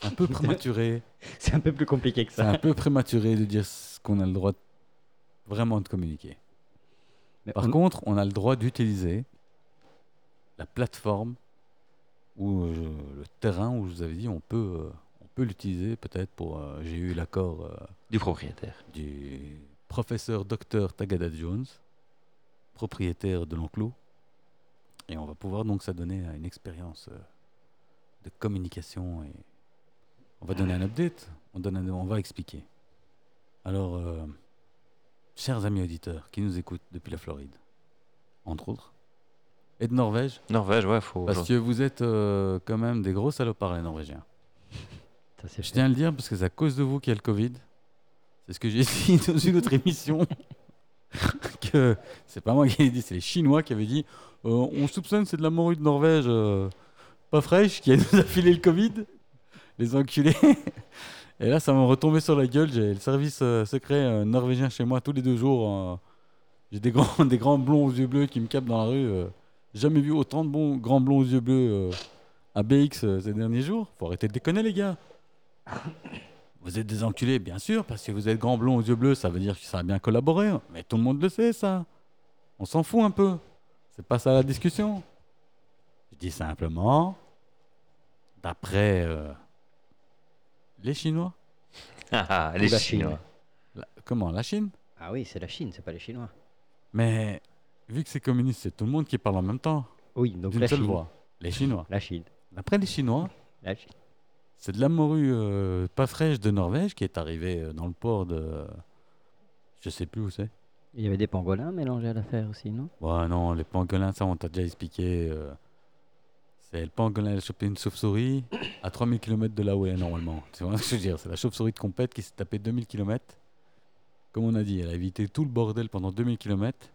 [SPEAKER 1] c'est un peu prématuré.
[SPEAKER 3] C'est un peu plus compliqué que
[SPEAKER 1] C'est
[SPEAKER 3] ça.
[SPEAKER 1] un peu prématuré de dire ce qu'on a le droit de- vraiment de communiquer.
[SPEAKER 3] Mais
[SPEAKER 1] Par
[SPEAKER 3] on-
[SPEAKER 1] contre, on a le droit d'utiliser la plateforme ou euh, je- le terrain où je vous avais dit on peut, euh, on peut l'utiliser peut-être pour. euh, J'ai eu l'accord euh,
[SPEAKER 2] Du propriétaire.
[SPEAKER 1] du professeur docteur Tagada Jones, propriétaire de l'enclos, et on va pouvoir donc s'adonner à une expérience euh, de communication et on va donner un update, on, donne un- on va expliquer. Alors, euh, chers amis auditeurs qui nous écoutent depuis la Floride, entre autres, et de Norvège,
[SPEAKER 2] Norvège, ouais, faut.
[SPEAKER 1] parce que vous êtes euh, quand même des gros salopards les Norvégiens.
[SPEAKER 3] Ça, c'est
[SPEAKER 1] Je tiens à le dire parce que c'est à cause de vous qu'il y a le Covid. C'est ce que j'ai dit dans une autre émission. que c'est pas moi qui l'ai dit, c'est les Chinois qui avaient dit euh, on soupçonne c'est de la morue de Norvège euh, pas fraîche qui nous a filé le Covid. Les enculés. Et là, ça m'a retombé sur la gueule. J'ai le service euh, secret euh, norvégien chez moi tous les deux jours. euh, j'ai des grands, des grands blonds aux yeux bleus qui me capent dans la rue. euh, jamais vu autant de bons grands blonds aux yeux bleus euh, à BX euh, ces derniers jours. Faut arrêter de déconner, les gars. Vous êtes des enculés, bien sûr, parce que vous êtes grand blond aux yeux bleus, ça veut dire que ça a bien collaboré. Mais tout le monde le sait, ça. On s'en fout un peu. C'est pas ça la discussion. Je dis simplement, d'après euh, les Chinois,
[SPEAKER 2] Ah, ah,
[SPEAKER 3] Ou
[SPEAKER 2] les
[SPEAKER 3] la
[SPEAKER 2] Chinois.
[SPEAKER 3] Chine.
[SPEAKER 1] la- comment, la Chine
[SPEAKER 3] Ah oui, c'est la Chine, c'est pas les Chinois.
[SPEAKER 1] Mais vu que c'est communiste, c'est tout le monde qui parle en même temps,
[SPEAKER 3] Oui, donc
[SPEAKER 1] d'une
[SPEAKER 3] la
[SPEAKER 1] seule
[SPEAKER 3] Chine.
[SPEAKER 1] voix. Les Chinois.
[SPEAKER 3] La Chine.
[SPEAKER 1] D'après les Chinois,
[SPEAKER 3] La Chine.
[SPEAKER 1] C'est de la morue euh, pas fraîche de Norvège qui est arrivée euh, dans le port de. Je Je sais plus où c'est.
[SPEAKER 3] Il y avait des pangolins mélangés à l'affaire aussi, non
[SPEAKER 1] Ouais, non, les pangolins, ça, on t'a déjà expliqué. euh, c'est le pangolin, il a chopé une chauve-souris à 3000 km de là où elle est normalement. Tu vois ce que je veux dire C'est la chauve-souris de compète qui s'est tapée 2000 km. Comme on a dit, elle a évité tout le bordel pendant 2000 km.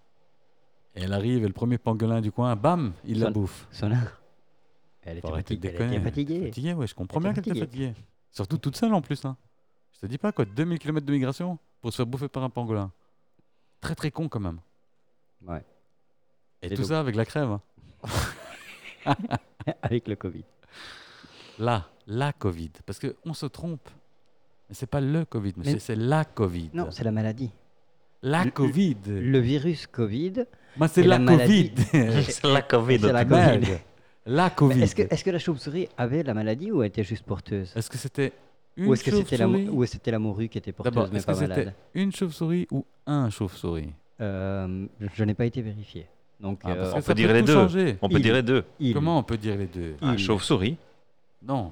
[SPEAKER 1] Et elle arrive, et le premier pangolin du coin, bam, il la
[SPEAKER 3] Son-
[SPEAKER 1] bouffe.
[SPEAKER 3] Sonar Elle
[SPEAKER 1] Faut
[SPEAKER 3] était,
[SPEAKER 1] arrêter de
[SPEAKER 3] fatiguée, elle
[SPEAKER 1] déconner,
[SPEAKER 3] était
[SPEAKER 1] elle était
[SPEAKER 3] fatiguée.
[SPEAKER 1] Fatiguée, ouais, je comprends bien
[SPEAKER 3] Elle
[SPEAKER 1] qu'elle
[SPEAKER 3] était
[SPEAKER 1] était fatiguée. Surtout toute seule en plus. Hein. Je te dis pas quoi, 2000 km de migration pour se faire bouffer par un pangolin. Très très con quand même.
[SPEAKER 3] Ouais.
[SPEAKER 1] Et,
[SPEAKER 3] Et
[SPEAKER 1] tout
[SPEAKER 3] donc-
[SPEAKER 1] ça avec la crève. hein.
[SPEAKER 3] Avec le Covid.
[SPEAKER 1] La, la Covid. Parce qu'on se trompe. Mais c'est pas le Covid, mais,
[SPEAKER 3] Mais-
[SPEAKER 1] c'est- c'est la Covid.
[SPEAKER 3] Non, c'est la maladie.
[SPEAKER 1] la
[SPEAKER 3] le-
[SPEAKER 1] Covid.
[SPEAKER 3] Le virus Covid,
[SPEAKER 1] Moi, c'est
[SPEAKER 3] et
[SPEAKER 1] la,
[SPEAKER 3] la maladie.
[SPEAKER 1] Covid.
[SPEAKER 2] C'est la Covid.
[SPEAKER 3] c'est la
[SPEAKER 2] autrement.
[SPEAKER 3] Covid.
[SPEAKER 1] Merde. la
[SPEAKER 3] Mais
[SPEAKER 1] Covid.
[SPEAKER 3] Est-ce que, est-ce que la chauve-souris avait la maladie ou elle était juste porteuse
[SPEAKER 1] Est-ce que c'était une
[SPEAKER 3] Ou est-ce que c'était la,
[SPEAKER 1] chauve-souris
[SPEAKER 3] ou c'était la morue qui était porteuse
[SPEAKER 1] D'abord,
[SPEAKER 3] mais
[SPEAKER 1] est-ce que
[SPEAKER 3] pas
[SPEAKER 1] c'était
[SPEAKER 3] malade
[SPEAKER 1] une chauve-souris ou un chauve-souris
[SPEAKER 3] Euh, Je n'ai pas été vérifié. Donc,
[SPEAKER 1] Ah, parce
[SPEAKER 3] euh,
[SPEAKER 1] que
[SPEAKER 2] on
[SPEAKER 1] ça
[SPEAKER 2] peut dire les
[SPEAKER 1] tout
[SPEAKER 2] deux.
[SPEAKER 1] changer.
[SPEAKER 2] On peut
[SPEAKER 3] Il-
[SPEAKER 2] dire les deux.
[SPEAKER 3] il-
[SPEAKER 1] Comment on peut dire les deux
[SPEAKER 2] Un
[SPEAKER 3] il-
[SPEAKER 2] chauve-souris.
[SPEAKER 1] Non.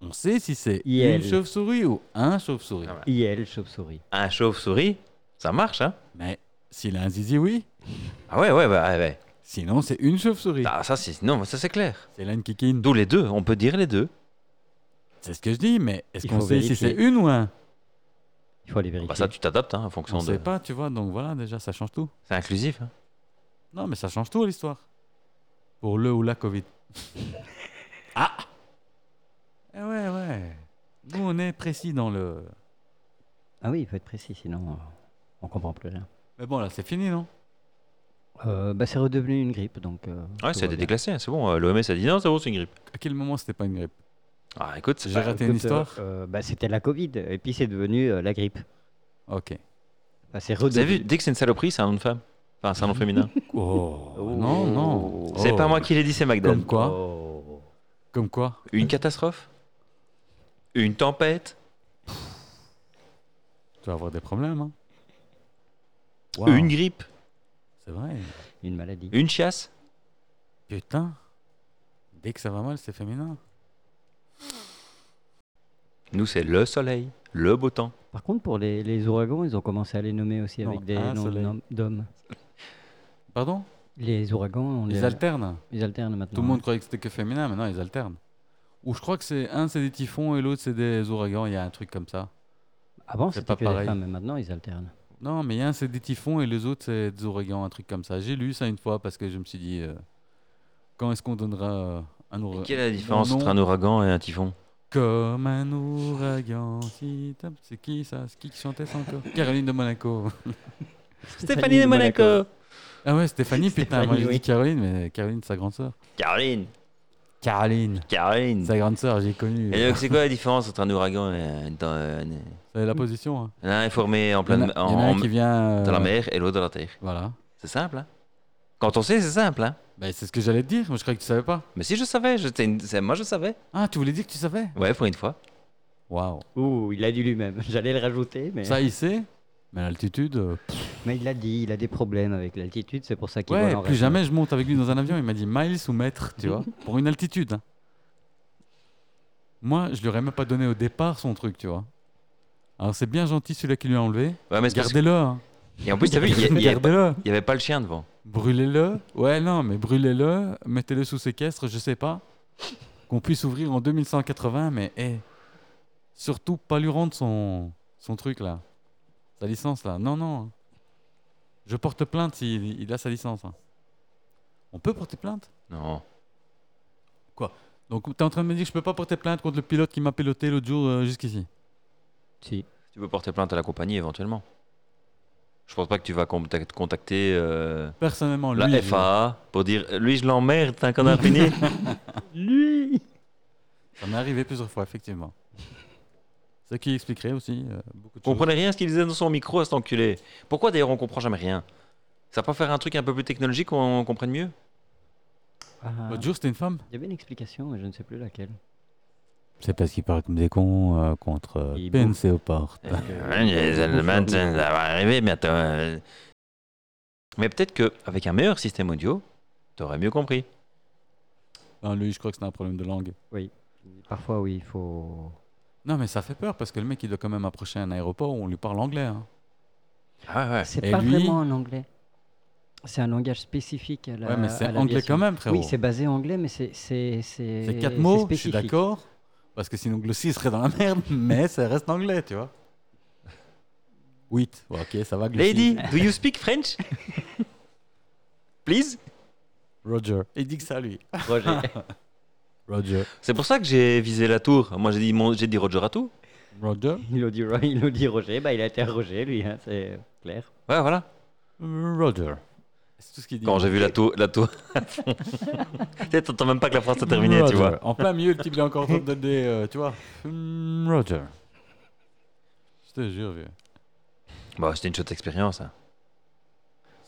[SPEAKER 1] On sait si c'est une
[SPEAKER 3] IL.
[SPEAKER 1] chauve-souris ou un chauve-souris.
[SPEAKER 2] Ah ouais.
[SPEAKER 3] IL chauve-souris.
[SPEAKER 2] Un chauve-souris, ça marche, hein
[SPEAKER 1] Mais s'il a un zizi, oui.
[SPEAKER 2] Ah ouais, ouais, bah, ouais, ouais.
[SPEAKER 1] Sinon, c'est une chauve-souris.
[SPEAKER 2] Ah, ça, c'est... Non, ça c'est clair.
[SPEAKER 1] C'est là une kikine.
[SPEAKER 2] D'où les deux, on peut dire les deux.
[SPEAKER 1] C'est ce que je dis, mais est-ce
[SPEAKER 3] Il
[SPEAKER 1] qu'on
[SPEAKER 3] faut
[SPEAKER 1] sait si c'est
[SPEAKER 3] vérifier.
[SPEAKER 1] une ou un
[SPEAKER 3] Il faut aller vérifier.
[SPEAKER 2] Bah, ça, tu t'adaptes hein, en
[SPEAKER 1] On
[SPEAKER 2] fonction
[SPEAKER 1] ne
[SPEAKER 2] de...
[SPEAKER 1] sait pas, tu vois. Donc voilà, déjà, ça change tout.
[SPEAKER 2] C'est inclusif. hein.
[SPEAKER 1] Non, mais ça change tout l'histoire. Pour le ou la Covid. ah Eh ouais, ouais. Nous, on est précis dans le.
[SPEAKER 3] Ah oui, il faut être précis, sinon euh, on comprend plus rien.
[SPEAKER 1] Mais bon, là, c'est fini, non
[SPEAKER 3] Euh, bah, c'est redevenu une grippe, donc. euh,
[SPEAKER 2] Ouais,
[SPEAKER 3] tout
[SPEAKER 2] ça a
[SPEAKER 3] va
[SPEAKER 2] été
[SPEAKER 3] bien.
[SPEAKER 2] déclassé, hein, c'est bon. euh, L'OMS a dit non, c'est bon, c'est une grippe.
[SPEAKER 1] À quel moment c'était pas une grippe
[SPEAKER 2] Ah, écoute, c'est
[SPEAKER 1] J'ai
[SPEAKER 2] pas-
[SPEAKER 1] raté une
[SPEAKER 3] Écoute, euh,
[SPEAKER 1] histoire
[SPEAKER 3] euh, bah, C'était la Covid, et puis c'est devenu euh, la grippe.
[SPEAKER 1] Ok.
[SPEAKER 3] Bah, c'est
[SPEAKER 2] Vous avez
[SPEAKER 3] redevenu.
[SPEAKER 2] vu, dès que c'est une saloperie, c'est un nom de femme. Enfin, c'est un nom féminin.
[SPEAKER 1] Oh,
[SPEAKER 3] Oh.
[SPEAKER 1] non, non.
[SPEAKER 2] C'est
[SPEAKER 1] Oh.
[SPEAKER 2] pas moi qui l'ai dit, c'est Magdalene.
[SPEAKER 1] Comme quoi
[SPEAKER 3] Oh.
[SPEAKER 1] Comme quoi
[SPEAKER 2] Une catastrophe Une tempête
[SPEAKER 1] Tu vas avoir des problèmes. Hein.
[SPEAKER 2] Une grippe
[SPEAKER 1] C'est vrai.
[SPEAKER 3] Une maladie.
[SPEAKER 2] Une chiasse
[SPEAKER 1] Putain. Dès que ça va mal, c'est féminin.
[SPEAKER 2] Nous, c'est le soleil, le beau temps.
[SPEAKER 3] Par contre, pour les, les ouragans, ils ont commencé à les nommer aussi
[SPEAKER 1] Non, Ah,
[SPEAKER 3] avec des
[SPEAKER 1] un
[SPEAKER 3] noms de
[SPEAKER 1] soleil.
[SPEAKER 3] nom- d'hommes.
[SPEAKER 1] Pardon
[SPEAKER 3] Les ouragans, on les,
[SPEAKER 1] Ils alternent.
[SPEAKER 3] ils alternent maintenant.
[SPEAKER 1] Tout le monde croyait que c'était que féminin, maintenant ils alternent. Ou je crois que c'est un c'est des typhons et l'autre c'est des ouragans, il y a un truc comme ça.
[SPEAKER 3] Avant,
[SPEAKER 1] C'est
[SPEAKER 3] Ah c'était
[SPEAKER 1] pas
[SPEAKER 3] que
[SPEAKER 1] pareil.
[SPEAKER 3] des femmes, mais maintenant, ils alternent.
[SPEAKER 1] Non, mais il y a un c'est des typhons et les autres c'est des ouragans, un truc comme ça. J'ai lu ça une fois parce que je me suis dit, euh, quand est-ce qu'on donnera euh, un ouragan
[SPEAKER 2] Quelle est la différence entre un ouragan et un typhon
[SPEAKER 1] Comme un ouragan, si t'as- c'est qui ça C'est qui qui chantait ça encore Caroline de Monaco.
[SPEAKER 3] Stéphanie de Monaco.
[SPEAKER 1] Ah ouais, Stéphanie, putain, moi
[SPEAKER 3] Stéphanie,
[SPEAKER 1] j'ai dit
[SPEAKER 3] oui.
[SPEAKER 1] Caroline, mais Caroline, sa grande sœur.
[SPEAKER 2] Caroline
[SPEAKER 1] Caroline,
[SPEAKER 2] Caroline
[SPEAKER 1] sa grande sœur, j'ai connu.
[SPEAKER 2] Et euh, donc, c'est quoi la différence entre un ouragan et un. dans un-
[SPEAKER 1] C'est la position. Hein.
[SPEAKER 2] un
[SPEAKER 1] Il y
[SPEAKER 2] informé en
[SPEAKER 1] en
[SPEAKER 2] pleine.
[SPEAKER 1] a, il y en a
[SPEAKER 2] en-
[SPEAKER 1] un qui vient.
[SPEAKER 2] dans la
[SPEAKER 1] euh,
[SPEAKER 2] mer et l'autre dans la terre.
[SPEAKER 1] Voilà.
[SPEAKER 2] C'est simple, hein Quand on sait, c'est simple, hein
[SPEAKER 1] Bah, c'est ce que j'allais te dire, moi je croyais que tu savais pas.
[SPEAKER 2] Mais si je savais, je- c'est une- c'est- moi je savais.
[SPEAKER 1] Ah, tu voulais dire que tu savais
[SPEAKER 2] Ouais, pour une fois.
[SPEAKER 1] Waouh.
[SPEAKER 3] Ouh, il a dit lui-même. J'allais le rajouter, mais...
[SPEAKER 1] Ça, il sait, mais l'altitude. euh, pff,
[SPEAKER 3] mais il a dit, il a des problèmes avec l'altitude, c'est pour ça qu'il
[SPEAKER 1] Ouais,
[SPEAKER 3] vole en
[SPEAKER 1] plus
[SPEAKER 3] rêve.
[SPEAKER 1] jamais je monte avec lui dans un avion. Il m'a dit miles ou mètres, tu vois, pour une altitude. hein. Moi, je lui aurais même pas donné au départ son truc, tu vois. Alors, c'est bien gentil celui-là qui lui a enlevé.
[SPEAKER 2] Ouais, mais c'est parce que-
[SPEAKER 1] Gardez-le. hein.
[SPEAKER 2] Et en plus, t'as vu, il y a- il y, a-
[SPEAKER 1] Gardez-le.
[SPEAKER 2] il y avait pas le chien devant.
[SPEAKER 1] Brûlez-le. Ouais, non, mais brûlez-le. Mettez-le sous séquestre, je sais pas. Qu'on puisse ouvrir en 2180, mais hé, surtout pas lui rendre son, son truc là. Sa licence là. Non, non. Je porte plainte s'il il a sa licence. hein. On peut porter plainte
[SPEAKER 2] Non.
[SPEAKER 1] Donc t'es en train de me dire que je peux pas porter plainte contre le pilote qui m'a piloté l'autre jour euh, jusqu'ici.
[SPEAKER 3] Si.
[SPEAKER 2] Tu peux porter plainte à la compagnie éventuellement. Je pense pas que tu vas contac- contacter euh,
[SPEAKER 1] Personnellement, lui.
[SPEAKER 2] la
[SPEAKER 1] je-
[SPEAKER 2] FAA pour dire euh, lui je l'emmerde, t'es un connard fini.
[SPEAKER 3] Lui
[SPEAKER 1] Ça m'est arrivé plusieurs fois, effectivement. Ce qui expliquerait aussi euh, beaucoup de choses.
[SPEAKER 2] comprenait rien à ce qu'il disait dans son micro à cet enculé. Pourquoi d'ailleurs on comprend jamais rien Ça va pas faire un truc un peu plus technologique qu'on comprenne mieux
[SPEAKER 3] Ah,
[SPEAKER 1] L'autre jour, c'était une femme.
[SPEAKER 3] Il y avait une explication, mais je ne sais plus laquelle.
[SPEAKER 1] C'est parce qu'ils parlent comme des cons euh, contre euh,
[SPEAKER 3] Ils
[SPEAKER 1] PNC aux portes.
[SPEAKER 2] Bah, Ouais, les Allemands, ça va arriver bientôt. euh. Mais peut-être qu'avec un meilleur système audio, t'aurais mieux compris.
[SPEAKER 1] Non, Ah, lui, je crois que c'est un problème de langue.
[SPEAKER 3] Parfois, oui, il faut...
[SPEAKER 1] Non, mais ça fait peur parce que le mec, il doit quand même approcher un aéroport où on lui parle anglais. hein.
[SPEAKER 2] Ah ouais, ouais.
[SPEAKER 3] C'est
[SPEAKER 1] Et
[SPEAKER 3] pas
[SPEAKER 1] lui-
[SPEAKER 3] vraiment un anglais. C'est un langage spécifique à la.
[SPEAKER 1] Ouais, mais
[SPEAKER 3] à
[SPEAKER 1] c'est anglais
[SPEAKER 3] l'aviation.
[SPEAKER 1] quand même, frérot.
[SPEAKER 3] Oui, c'est basé anglais, mais c'est. C'est c'est-
[SPEAKER 1] c'est quatre
[SPEAKER 3] c'est
[SPEAKER 1] mots, je suis
[SPEAKER 3] spécifique.
[SPEAKER 1] d'accord. Parce que sinon, Glossy serait dans la merde, mais ça reste anglais, tu vois. 8. ok, ça va, Glossy.
[SPEAKER 2] Lady, do you speak French? Please?
[SPEAKER 1] Roger. Il dit que ça, lui.
[SPEAKER 2] Roger.
[SPEAKER 1] Roger.
[SPEAKER 2] C'est pour ça que j'ai visé la tour. Moi, j'ai dit, mon- j'ai dit Roger à tout.
[SPEAKER 1] Roger.
[SPEAKER 3] Il a dit, Roy- il a dit Roger, bah, il a été à Roger, lui, hein, c'est clair.
[SPEAKER 2] Ouais, voilà.
[SPEAKER 1] Roger. C'est tout ce qu'il dit.
[SPEAKER 2] Quand j'ai vu la tour, la tour. Tu sais, T'entends même pas que la phrase est terminée, tu
[SPEAKER 1] Roger.
[SPEAKER 2] vois.
[SPEAKER 1] En plein milieu, le type, il est encore en train de donner, euh, tu vois. Hmm, Roger. Je te jure, vieux.
[SPEAKER 2] Bah, c'était une chouette expérience. hein.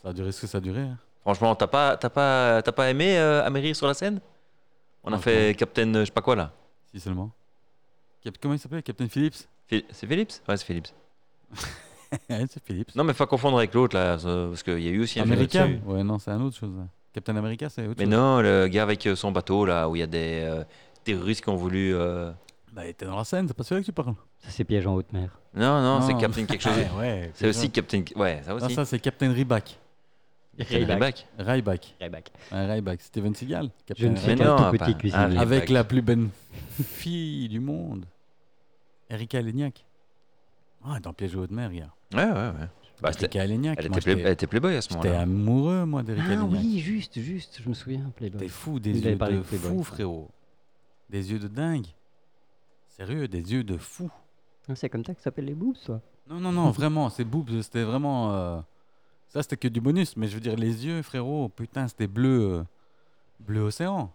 [SPEAKER 1] Ça a duré ce que ça a duré. hein.
[SPEAKER 2] Franchement, t'as pas, t'as pas, t'as pas aimé euh, Amérir sur la scène On a
[SPEAKER 1] Non,
[SPEAKER 2] fait Captain, euh, je sais pas quoi là.
[SPEAKER 1] Si seulement. Cap- Comment il s'appelait Captain Phillips
[SPEAKER 2] Phil- C'est Phillips Ouais, c'est Phillips.
[SPEAKER 1] Ouais, C'est Phillips.
[SPEAKER 2] Non, mais faut pas confondre avec l'autre là, euh, parce qu'il y a eu aussi un film
[SPEAKER 1] Américain
[SPEAKER 2] là-dessus.
[SPEAKER 1] Ouais, non, c'est un autre chose. hein. Captain America, c'est autre
[SPEAKER 2] Mais
[SPEAKER 1] chose.
[SPEAKER 2] non, le gars avec euh, son bateau là, où il y a des euh, terroristes qui ont voulu. euh,
[SPEAKER 1] Bah, il était dans la scène, c'est pas celui-là que tu parles.
[SPEAKER 3] Ça, c'est piège en haute mer.
[SPEAKER 2] Non, non, c'est
[SPEAKER 1] Non. Ah
[SPEAKER 2] Captain quelque chose.
[SPEAKER 1] Ouais, ouais.
[SPEAKER 2] C'est aussi Captain. Ouais, ça
[SPEAKER 1] Non,
[SPEAKER 2] aussi.
[SPEAKER 1] ça, c'est Captain Reback.
[SPEAKER 2] Captain
[SPEAKER 3] Rayback.
[SPEAKER 2] Rayback.
[SPEAKER 1] Ryback.
[SPEAKER 3] Rayback.
[SPEAKER 1] Un Ryback. Steven Seagal.
[SPEAKER 3] Je
[SPEAKER 1] Captain
[SPEAKER 3] ne suis
[SPEAKER 1] Ryback.
[SPEAKER 2] Mais non,
[SPEAKER 3] qu'un tout
[SPEAKER 2] pas-
[SPEAKER 3] petit
[SPEAKER 2] ah,
[SPEAKER 3] cuisinier.
[SPEAKER 2] Ryback.
[SPEAKER 1] Avec la plus belle fille du monde. Erika Leniak. Ah, elle est dans Piège aux hautes mers, gars.
[SPEAKER 2] Ouais, ouais, ouais. Bah, c'était-
[SPEAKER 1] Erika Leniak.
[SPEAKER 2] elle,
[SPEAKER 1] moi,
[SPEAKER 2] était play- elle
[SPEAKER 1] J'étais
[SPEAKER 2] était Playboy à ce
[SPEAKER 1] j'étais
[SPEAKER 2] moment-là.
[SPEAKER 1] amoureux, moi, d'Erika
[SPEAKER 3] Ah
[SPEAKER 1] Leniak.
[SPEAKER 3] oui, juste, juste, je me souviens, Playboy.
[SPEAKER 1] Des fous, des
[SPEAKER 3] Vous avez
[SPEAKER 1] yeux
[SPEAKER 3] parlé
[SPEAKER 1] de
[SPEAKER 3] de Playboy,
[SPEAKER 1] fou,
[SPEAKER 3] ça.
[SPEAKER 1] frérot. Des yeux de dingue. Sérieux, des yeux de fou.
[SPEAKER 3] Ah, C'est comme ça que s'appellent les boobs, toi
[SPEAKER 1] Non, non, non, vraiment, c'est boobs, c'était vraiment. euh, Ça, c'était que du bonus, mais je veux dire, les yeux, frérot, putain, c'était bleu. euh, Bleu océan.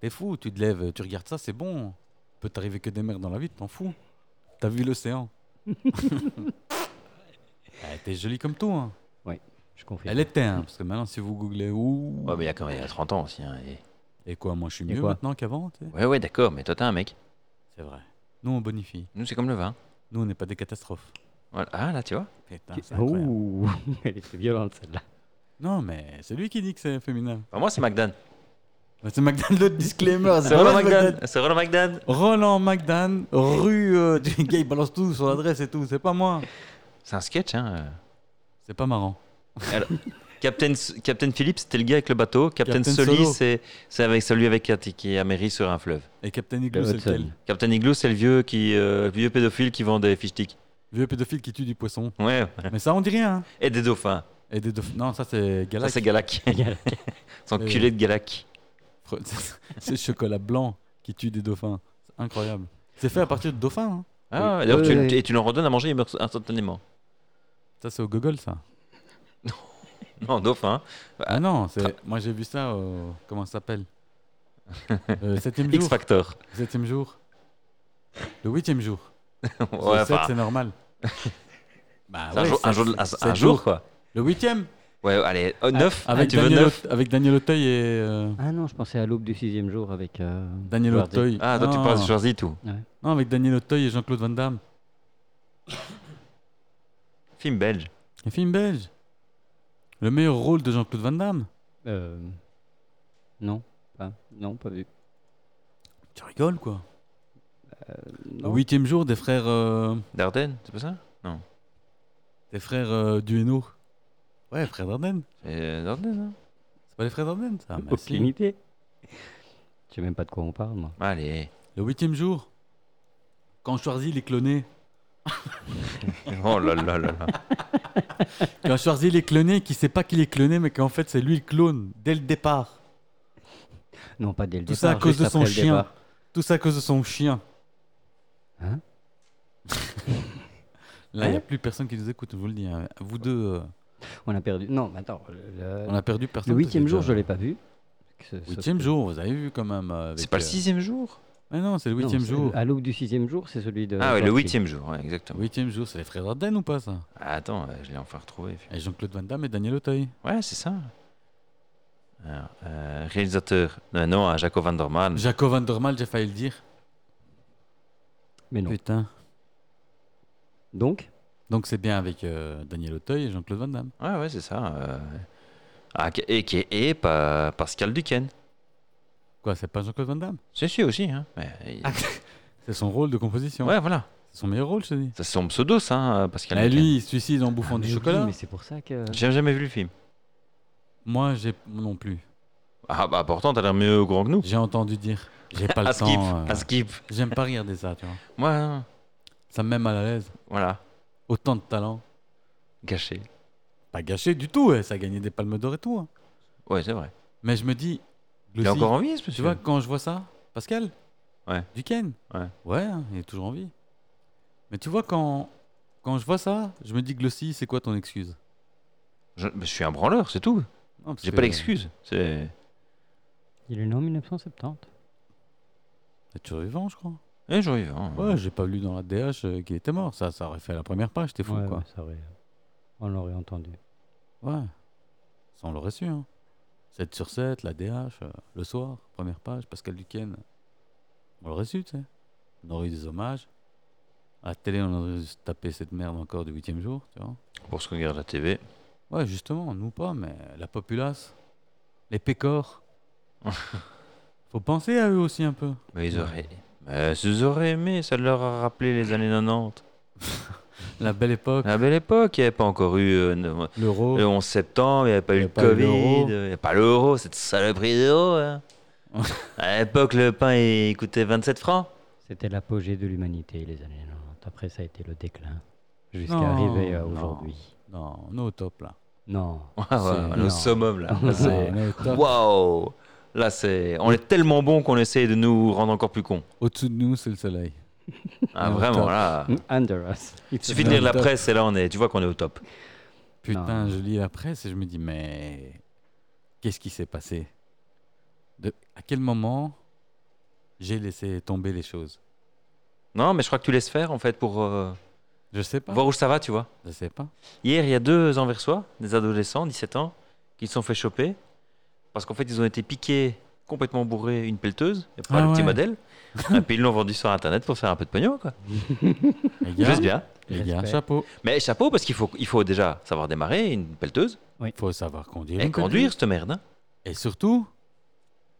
[SPEAKER 1] T'es fou, tu te lèves, tu regardes ça, c'est bon. Peut t'arriver que des mers dans la vie, t'en fous. T'as vu l'océan. Elle était jolie comme tout, hein.
[SPEAKER 3] Je confirme.
[SPEAKER 1] Elle était, hein, parce que maintenant, si vous googlez où.
[SPEAKER 2] Ouais, mais il y a quand même il y a 30 ans aussi. hein, et-
[SPEAKER 1] Et quoi, moi, je suis
[SPEAKER 3] Et
[SPEAKER 1] mieux
[SPEAKER 3] quoi
[SPEAKER 1] maintenant qu'avant, tu sais.
[SPEAKER 2] Ouais, ouais, d'accord, mais toi, t'es un mec.
[SPEAKER 1] C'est vrai. Nous, on bonifie.
[SPEAKER 2] Nous, c'est comme le vin.
[SPEAKER 1] Nous, on n'est pas des catastrophes.
[SPEAKER 2] Voilà. Ah, là, tu vois.
[SPEAKER 1] Putain,
[SPEAKER 3] Qui-
[SPEAKER 1] c'est incroyable.
[SPEAKER 3] Ouh, Oh, elle était violente, celle-là.
[SPEAKER 1] Non, mais c'est lui qui dit que c'est féminin.
[SPEAKER 2] Bah, moi, c'est Magdan.
[SPEAKER 1] Bah, C'est McDan, le disclaimer.
[SPEAKER 2] C'est
[SPEAKER 1] Roland
[SPEAKER 2] Roland
[SPEAKER 1] McDan.
[SPEAKER 2] Magdan. C'est Roland Magdan.
[SPEAKER 1] Roland McDan, rue euh, du gars, il balance tout, son adresse et tout. C'est pas moi.
[SPEAKER 2] C'est un sketch, hein. euh.
[SPEAKER 1] C'est pas marrant.
[SPEAKER 2] Captain, Captain Phillips, c'était le gars avec le bateau. Captain,
[SPEAKER 1] Captain
[SPEAKER 2] Sully,
[SPEAKER 1] Solo.
[SPEAKER 2] c'est c'est avec celui avec qui, qui amérit sur un fleuve.
[SPEAKER 1] Et Captain Igloo, c'est
[SPEAKER 3] Hudson.
[SPEAKER 1] lequel
[SPEAKER 2] Captain Igloo, c'est le vieux qui, euh, le vieux pédophile qui vend des fish sticks.
[SPEAKER 1] Vieux pédophile qui tue du poisson.
[SPEAKER 2] Ouais.
[SPEAKER 1] Mais ça, on dit rien. hein.
[SPEAKER 2] Et des dauphins.
[SPEAKER 1] Et des dauphins. Non, ça, c'est
[SPEAKER 2] Ça,
[SPEAKER 1] Galax.
[SPEAKER 2] c'est Galak.
[SPEAKER 3] Galak.
[SPEAKER 2] Son
[SPEAKER 1] Oui,
[SPEAKER 2] culé de Galak.
[SPEAKER 1] c'est chocolat blanc qui tue des dauphins. C'est incroyable. C'est fait à partir de dauphins. hein.
[SPEAKER 2] Ah,
[SPEAKER 3] Oui.
[SPEAKER 2] d'ailleurs,
[SPEAKER 3] Ouais,
[SPEAKER 2] tu-
[SPEAKER 3] ouais.
[SPEAKER 2] tu- Et tu leur redonnes à manger, ils meurent instantanément.
[SPEAKER 1] Ça, c'est au Google, ça.
[SPEAKER 2] Non, dauphin.
[SPEAKER 1] Ah non, c'est... moi, j'ai vu ça au. Comment ça s'appelle euh, Septième
[SPEAKER 2] X
[SPEAKER 1] jour.
[SPEAKER 2] Factor.
[SPEAKER 1] Septième jour. Le huitième jour.
[SPEAKER 2] Ouais,
[SPEAKER 1] le 7,
[SPEAKER 2] enfin,
[SPEAKER 1] c'est normal. bah,
[SPEAKER 2] c'est un
[SPEAKER 1] ouais,
[SPEAKER 2] jour-
[SPEAKER 1] sept,
[SPEAKER 2] un jour, de-
[SPEAKER 1] sept-
[SPEAKER 2] un- un
[SPEAKER 1] sept
[SPEAKER 2] jour,
[SPEAKER 1] jours.
[SPEAKER 2] quoi.
[SPEAKER 1] Le huitième
[SPEAKER 2] Ouais, allez, 9.
[SPEAKER 1] avec,
[SPEAKER 2] Ah, tu veux
[SPEAKER 1] Daniel
[SPEAKER 2] 9
[SPEAKER 1] Aut- avec Daniel Auteuil et. euh,
[SPEAKER 3] Ah non, je pensais à l'aube du sixième jour avec. euh,
[SPEAKER 1] Daniel
[SPEAKER 3] Wardy.
[SPEAKER 1] Auteuil.
[SPEAKER 2] Ah, toi, tu
[SPEAKER 1] Non.
[SPEAKER 2] parles de Schwarzy, tout.
[SPEAKER 1] Non, avec Daniel Auteuil et Jean-Claude Van Damme.
[SPEAKER 2] Film belge.
[SPEAKER 1] Un film belge. Le meilleur rôle de Jean-Claude Van Damme.
[SPEAKER 3] Euh, Non, pas, non, pas vu.
[SPEAKER 1] Tu rigoles, quoi. Le
[SPEAKER 3] Non.
[SPEAKER 1] huitième jour des frères. euh,
[SPEAKER 2] Dardenne, c'est pas ça
[SPEAKER 1] des frères euh, du Hainaut. Ouais, frères Dardenne.
[SPEAKER 2] C'est euh, Dardenne, hein
[SPEAKER 1] C'est pas les frères Dardenne, ça mais si.
[SPEAKER 3] Aucune idée. Je sais même pas de quoi on parle, moi.
[SPEAKER 2] hein Allez.
[SPEAKER 1] Le huitième jour. Quand Schwarzy l'est cloné.
[SPEAKER 2] Oh là là là là.
[SPEAKER 1] Quand Schwarzy l'est cloné, qui sait pas qu'il est cloné, mais qu'en fait, c'est lui le clone dès le départ.
[SPEAKER 3] Non, pas dès le
[SPEAKER 1] Tout ça à
[SPEAKER 3] départ.
[SPEAKER 1] cause
[SPEAKER 3] juste
[SPEAKER 1] de son
[SPEAKER 3] après le
[SPEAKER 1] chien.
[SPEAKER 3] départ.
[SPEAKER 1] Tout ça à cause de son chien.
[SPEAKER 3] Hein
[SPEAKER 1] Là, il n'y a
[SPEAKER 3] Hein
[SPEAKER 1] plus personne qui nous écoute, je vous le dis. hein. Vous deux, euh,
[SPEAKER 3] On a perdu. Non, mais attends. Le,
[SPEAKER 1] on a perdu personne.
[SPEAKER 3] le huitième jour, je
[SPEAKER 1] le
[SPEAKER 3] l'ai pas vu. Ce- ce-
[SPEAKER 1] Huitième jour, vous avez vu quand même. euh, avec,
[SPEAKER 2] C'est pas le
[SPEAKER 1] euh,
[SPEAKER 2] sixième jour
[SPEAKER 1] Mais non, c'est le
[SPEAKER 3] non,
[SPEAKER 1] huitième
[SPEAKER 3] c'est-
[SPEAKER 1] jour.
[SPEAKER 3] À l'aube du sixième jour, c'est celui
[SPEAKER 1] euh,
[SPEAKER 3] de.
[SPEAKER 2] Ah ouais, le
[SPEAKER 3] Schwarzy.
[SPEAKER 2] huitième jour, ouais, exactement.
[SPEAKER 1] Huitième jour, c'est les frères Ardennes ou pas ça
[SPEAKER 2] Ah, attends, euh, je l'ai enfin retrouvé.
[SPEAKER 1] Et Jean-Claude Van Damme et Daniel Auteuil.
[SPEAKER 2] Ouais, c'est ça. Alors, euh, réalisateur, non, non, à Jaco van der Maan.
[SPEAKER 1] Jacob Van Dormal, j'ai failli le dire.
[SPEAKER 3] Mais non.
[SPEAKER 1] Putain.
[SPEAKER 3] Donc,
[SPEAKER 1] Donc c'est bien avec euh, Daniel Auteuil et Jean-Claude Van Damme.
[SPEAKER 2] Ouais, ouais, c'est ça. euh. Ah, qui- et qui est et pa- Pascal Duquesne.
[SPEAKER 1] Quoi, c'est pas Jean-Claude Van Damme Ah,
[SPEAKER 2] C'est sûr aussi, hein. Ouais, il-
[SPEAKER 1] C'est son rôle de composition.
[SPEAKER 2] ouais, voilà.
[SPEAKER 1] C'est son meilleur rôle, je te dis.
[SPEAKER 2] Ça, c'est son pseudo, ça, hein, Pascal.
[SPEAKER 1] Mais
[SPEAKER 2] Mackin.
[SPEAKER 1] Bah, lui, il se suicide en bouffant
[SPEAKER 3] Ah, mais
[SPEAKER 1] du
[SPEAKER 3] oui,
[SPEAKER 1] chocolat.
[SPEAKER 3] Mais c'est pour ça que.
[SPEAKER 2] J'ai jamais vu le film.
[SPEAKER 1] Moi, j'ai non plus.
[SPEAKER 2] Ah, bah pourtant, t'as l'air mieux au grand que nous.
[SPEAKER 1] J'ai entendu dire. J'ai pas
[SPEAKER 2] Ah,
[SPEAKER 1] le temps.
[SPEAKER 2] skip,
[SPEAKER 1] euh,
[SPEAKER 2] ah, skip.
[SPEAKER 1] J'aime pas regarder ça, tu vois.
[SPEAKER 2] Moi, hein,
[SPEAKER 1] Ça me met mal à l'aise.
[SPEAKER 2] voilà,
[SPEAKER 1] Autant de talent.
[SPEAKER 2] gâché.
[SPEAKER 1] Pas gâché du tout, ouais, ça a gagné des palmes d'or et tout. hein.
[SPEAKER 2] Ouais, c'est vrai.
[SPEAKER 1] Mais je me dis.
[SPEAKER 2] Il est
[SPEAKER 1] Glossy,
[SPEAKER 2] encore en vie, ce monsieur.
[SPEAKER 1] Tu vois, quand je vois ça, Pascal
[SPEAKER 2] Ouais.
[SPEAKER 1] Duquesne
[SPEAKER 2] Ouais.
[SPEAKER 1] Ouais, hein, il est toujours en vie. Mais tu vois, quand, quand je vois ça, je me dis, Glossy, c'est quoi ton excuse
[SPEAKER 2] je, mais je suis un branleur, c'est tout.
[SPEAKER 1] Non, parce
[SPEAKER 2] J'ai
[SPEAKER 1] que-
[SPEAKER 2] pas d'excuse. C'est.
[SPEAKER 3] Il est né en 1970.
[SPEAKER 1] Il est toujours vivant, je crois.
[SPEAKER 2] Eh, j'en vivant.
[SPEAKER 1] Ouais, j'ai pas lu dans la DH euh, qu'il était mort. Ça, ça aurait fait la première page, t'es fou,
[SPEAKER 3] Ouais,
[SPEAKER 1] quoi.
[SPEAKER 3] ouais, ça aurait- euh, On l'aurait entendu.
[SPEAKER 1] Ouais. Ça, on l'aurait su, hein. 7 sur 7, la DH, euh, le soir, première page, Pascal Duquesne. On l'aurait su, tu sais. On aurait eu des hommages. À la télé, on aurait dû se taper cette merde encore du huitième jour, tu vois.
[SPEAKER 2] Pour ce qu'on regarde la TV.
[SPEAKER 1] Ouais, justement, nous pas, mais la populace, les pécores. Faut penser à eux aussi un peu.
[SPEAKER 2] Mais ils auraient. Mais ils auraient aimé, ça leur a rappelé les années 90.
[SPEAKER 1] La belle époque,
[SPEAKER 2] À la belle époque, il n'y avait pas encore eu. euh, ne-
[SPEAKER 1] l'euro.
[SPEAKER 2] Le 11 septembre, il n'y avait pas
[SPEAKER 1] Oh. Il y avait pas eu
[SPEAKER 2] eu le Covid,
[SPEAKER 1] l'euro.
[SPEAKER 2] euh, il n'y avait pas l'euro, cette saloperie d'euro. hein. à l'époque, le pain il coûtait 27 francs.
[SPEAKER 3] C'était l'apogée de l'humanité, les années 90. Après, ça a été le déclin. Jusqu'à
[SPEAKER 1] Non,
[SPEAKER 3] arriver à
[SPEAKER 1] non.
[SPEAKER 3] aujourd'hui.
[SPEAKER 1] Non, on est au top là.
[SPEAKER 3] Non.
[SPEAKER 2] Ouais, ouais,
[SPEAKER 3] C'est-
[SPEAKER 2] le
[SPEAKER 3] non.
[SPEAKER 2] summum là. Là, c'est-
[SPEAKER 1] On est au top.
[SPEAKER 2] Waouh Là, c'est. On est tellement bon qu'on essaye de nous rendre encore plus cons.
[SPEAKER 1] Au-dessous de nous, c'est le soleil.
[SPEAKER 2] Ah,
[SPEAKER 1] On est au
[SPEAKER 2] vraiment,
[SPEAKER 1] top.
[SPEAKER 2] là. Il
[SPEAKER 3] Under us. Il
[SPEAKER 2] suffit
[SPEAKER 1] On
[SPEAKER 2] de
[SPEAKER 1] est
[SPEAKER 2] lire
[SPEAKER 1] au
[SPEAKER 2] la
[SPEAKER 1] top.
[SPEAKER 2] presse et là, on est... tu vois qu'on est au top.
[SPEAKER 1] Putain,
[SPEAKER 3] Non.
[SPEAKER 1] je lis la presse et je me dis, mais qu'est-ce qui s'est passé De... À quel moment j'ai laissé tomber les choses
[SPEAKER 2] Non, mais je crois que tu laisses faire en fait pour euh,
[SPEAKER 1] Je sais pas.
[SPEAKER 2] voir où ça va, tu vois.
[SPEAKER 1] Je sais pas.
[SPEAKER 2] Hier, il y a deux Anversois, des adolescents, 17 ans, qui se sont fait choper parce qu'en fait, ils ont été piqués complètement bourrés une pelleteuse, et pas
[SPEAKER 1] Ah
[SPEAKER 2] le petit
[SPEAKER 1] ouais.
[SPEAKER 2] modèle. et puis ils l'ont vendu sur internet pour faire un peu de pognon, quoi.
[SPEAKER 1] Les gars,
[SPEAKER 2] Juste bien.
[SPEAKER 1] les gars,
[SPEAKER 3] Respect.
[SPEAKER 1] chapeau.
[SPEAKER 2] Mais chapeau, parce qu'il faut, il faut déjà savoir démarrer une pelleteuse
[SPEAKER 1] Faut savoir conduire.
[SPEAKER 2] et
[SPEAKER 1] une
[SPEAKER 2] conduire cette merde. hein.
[SPEAKER 1] Et surtout,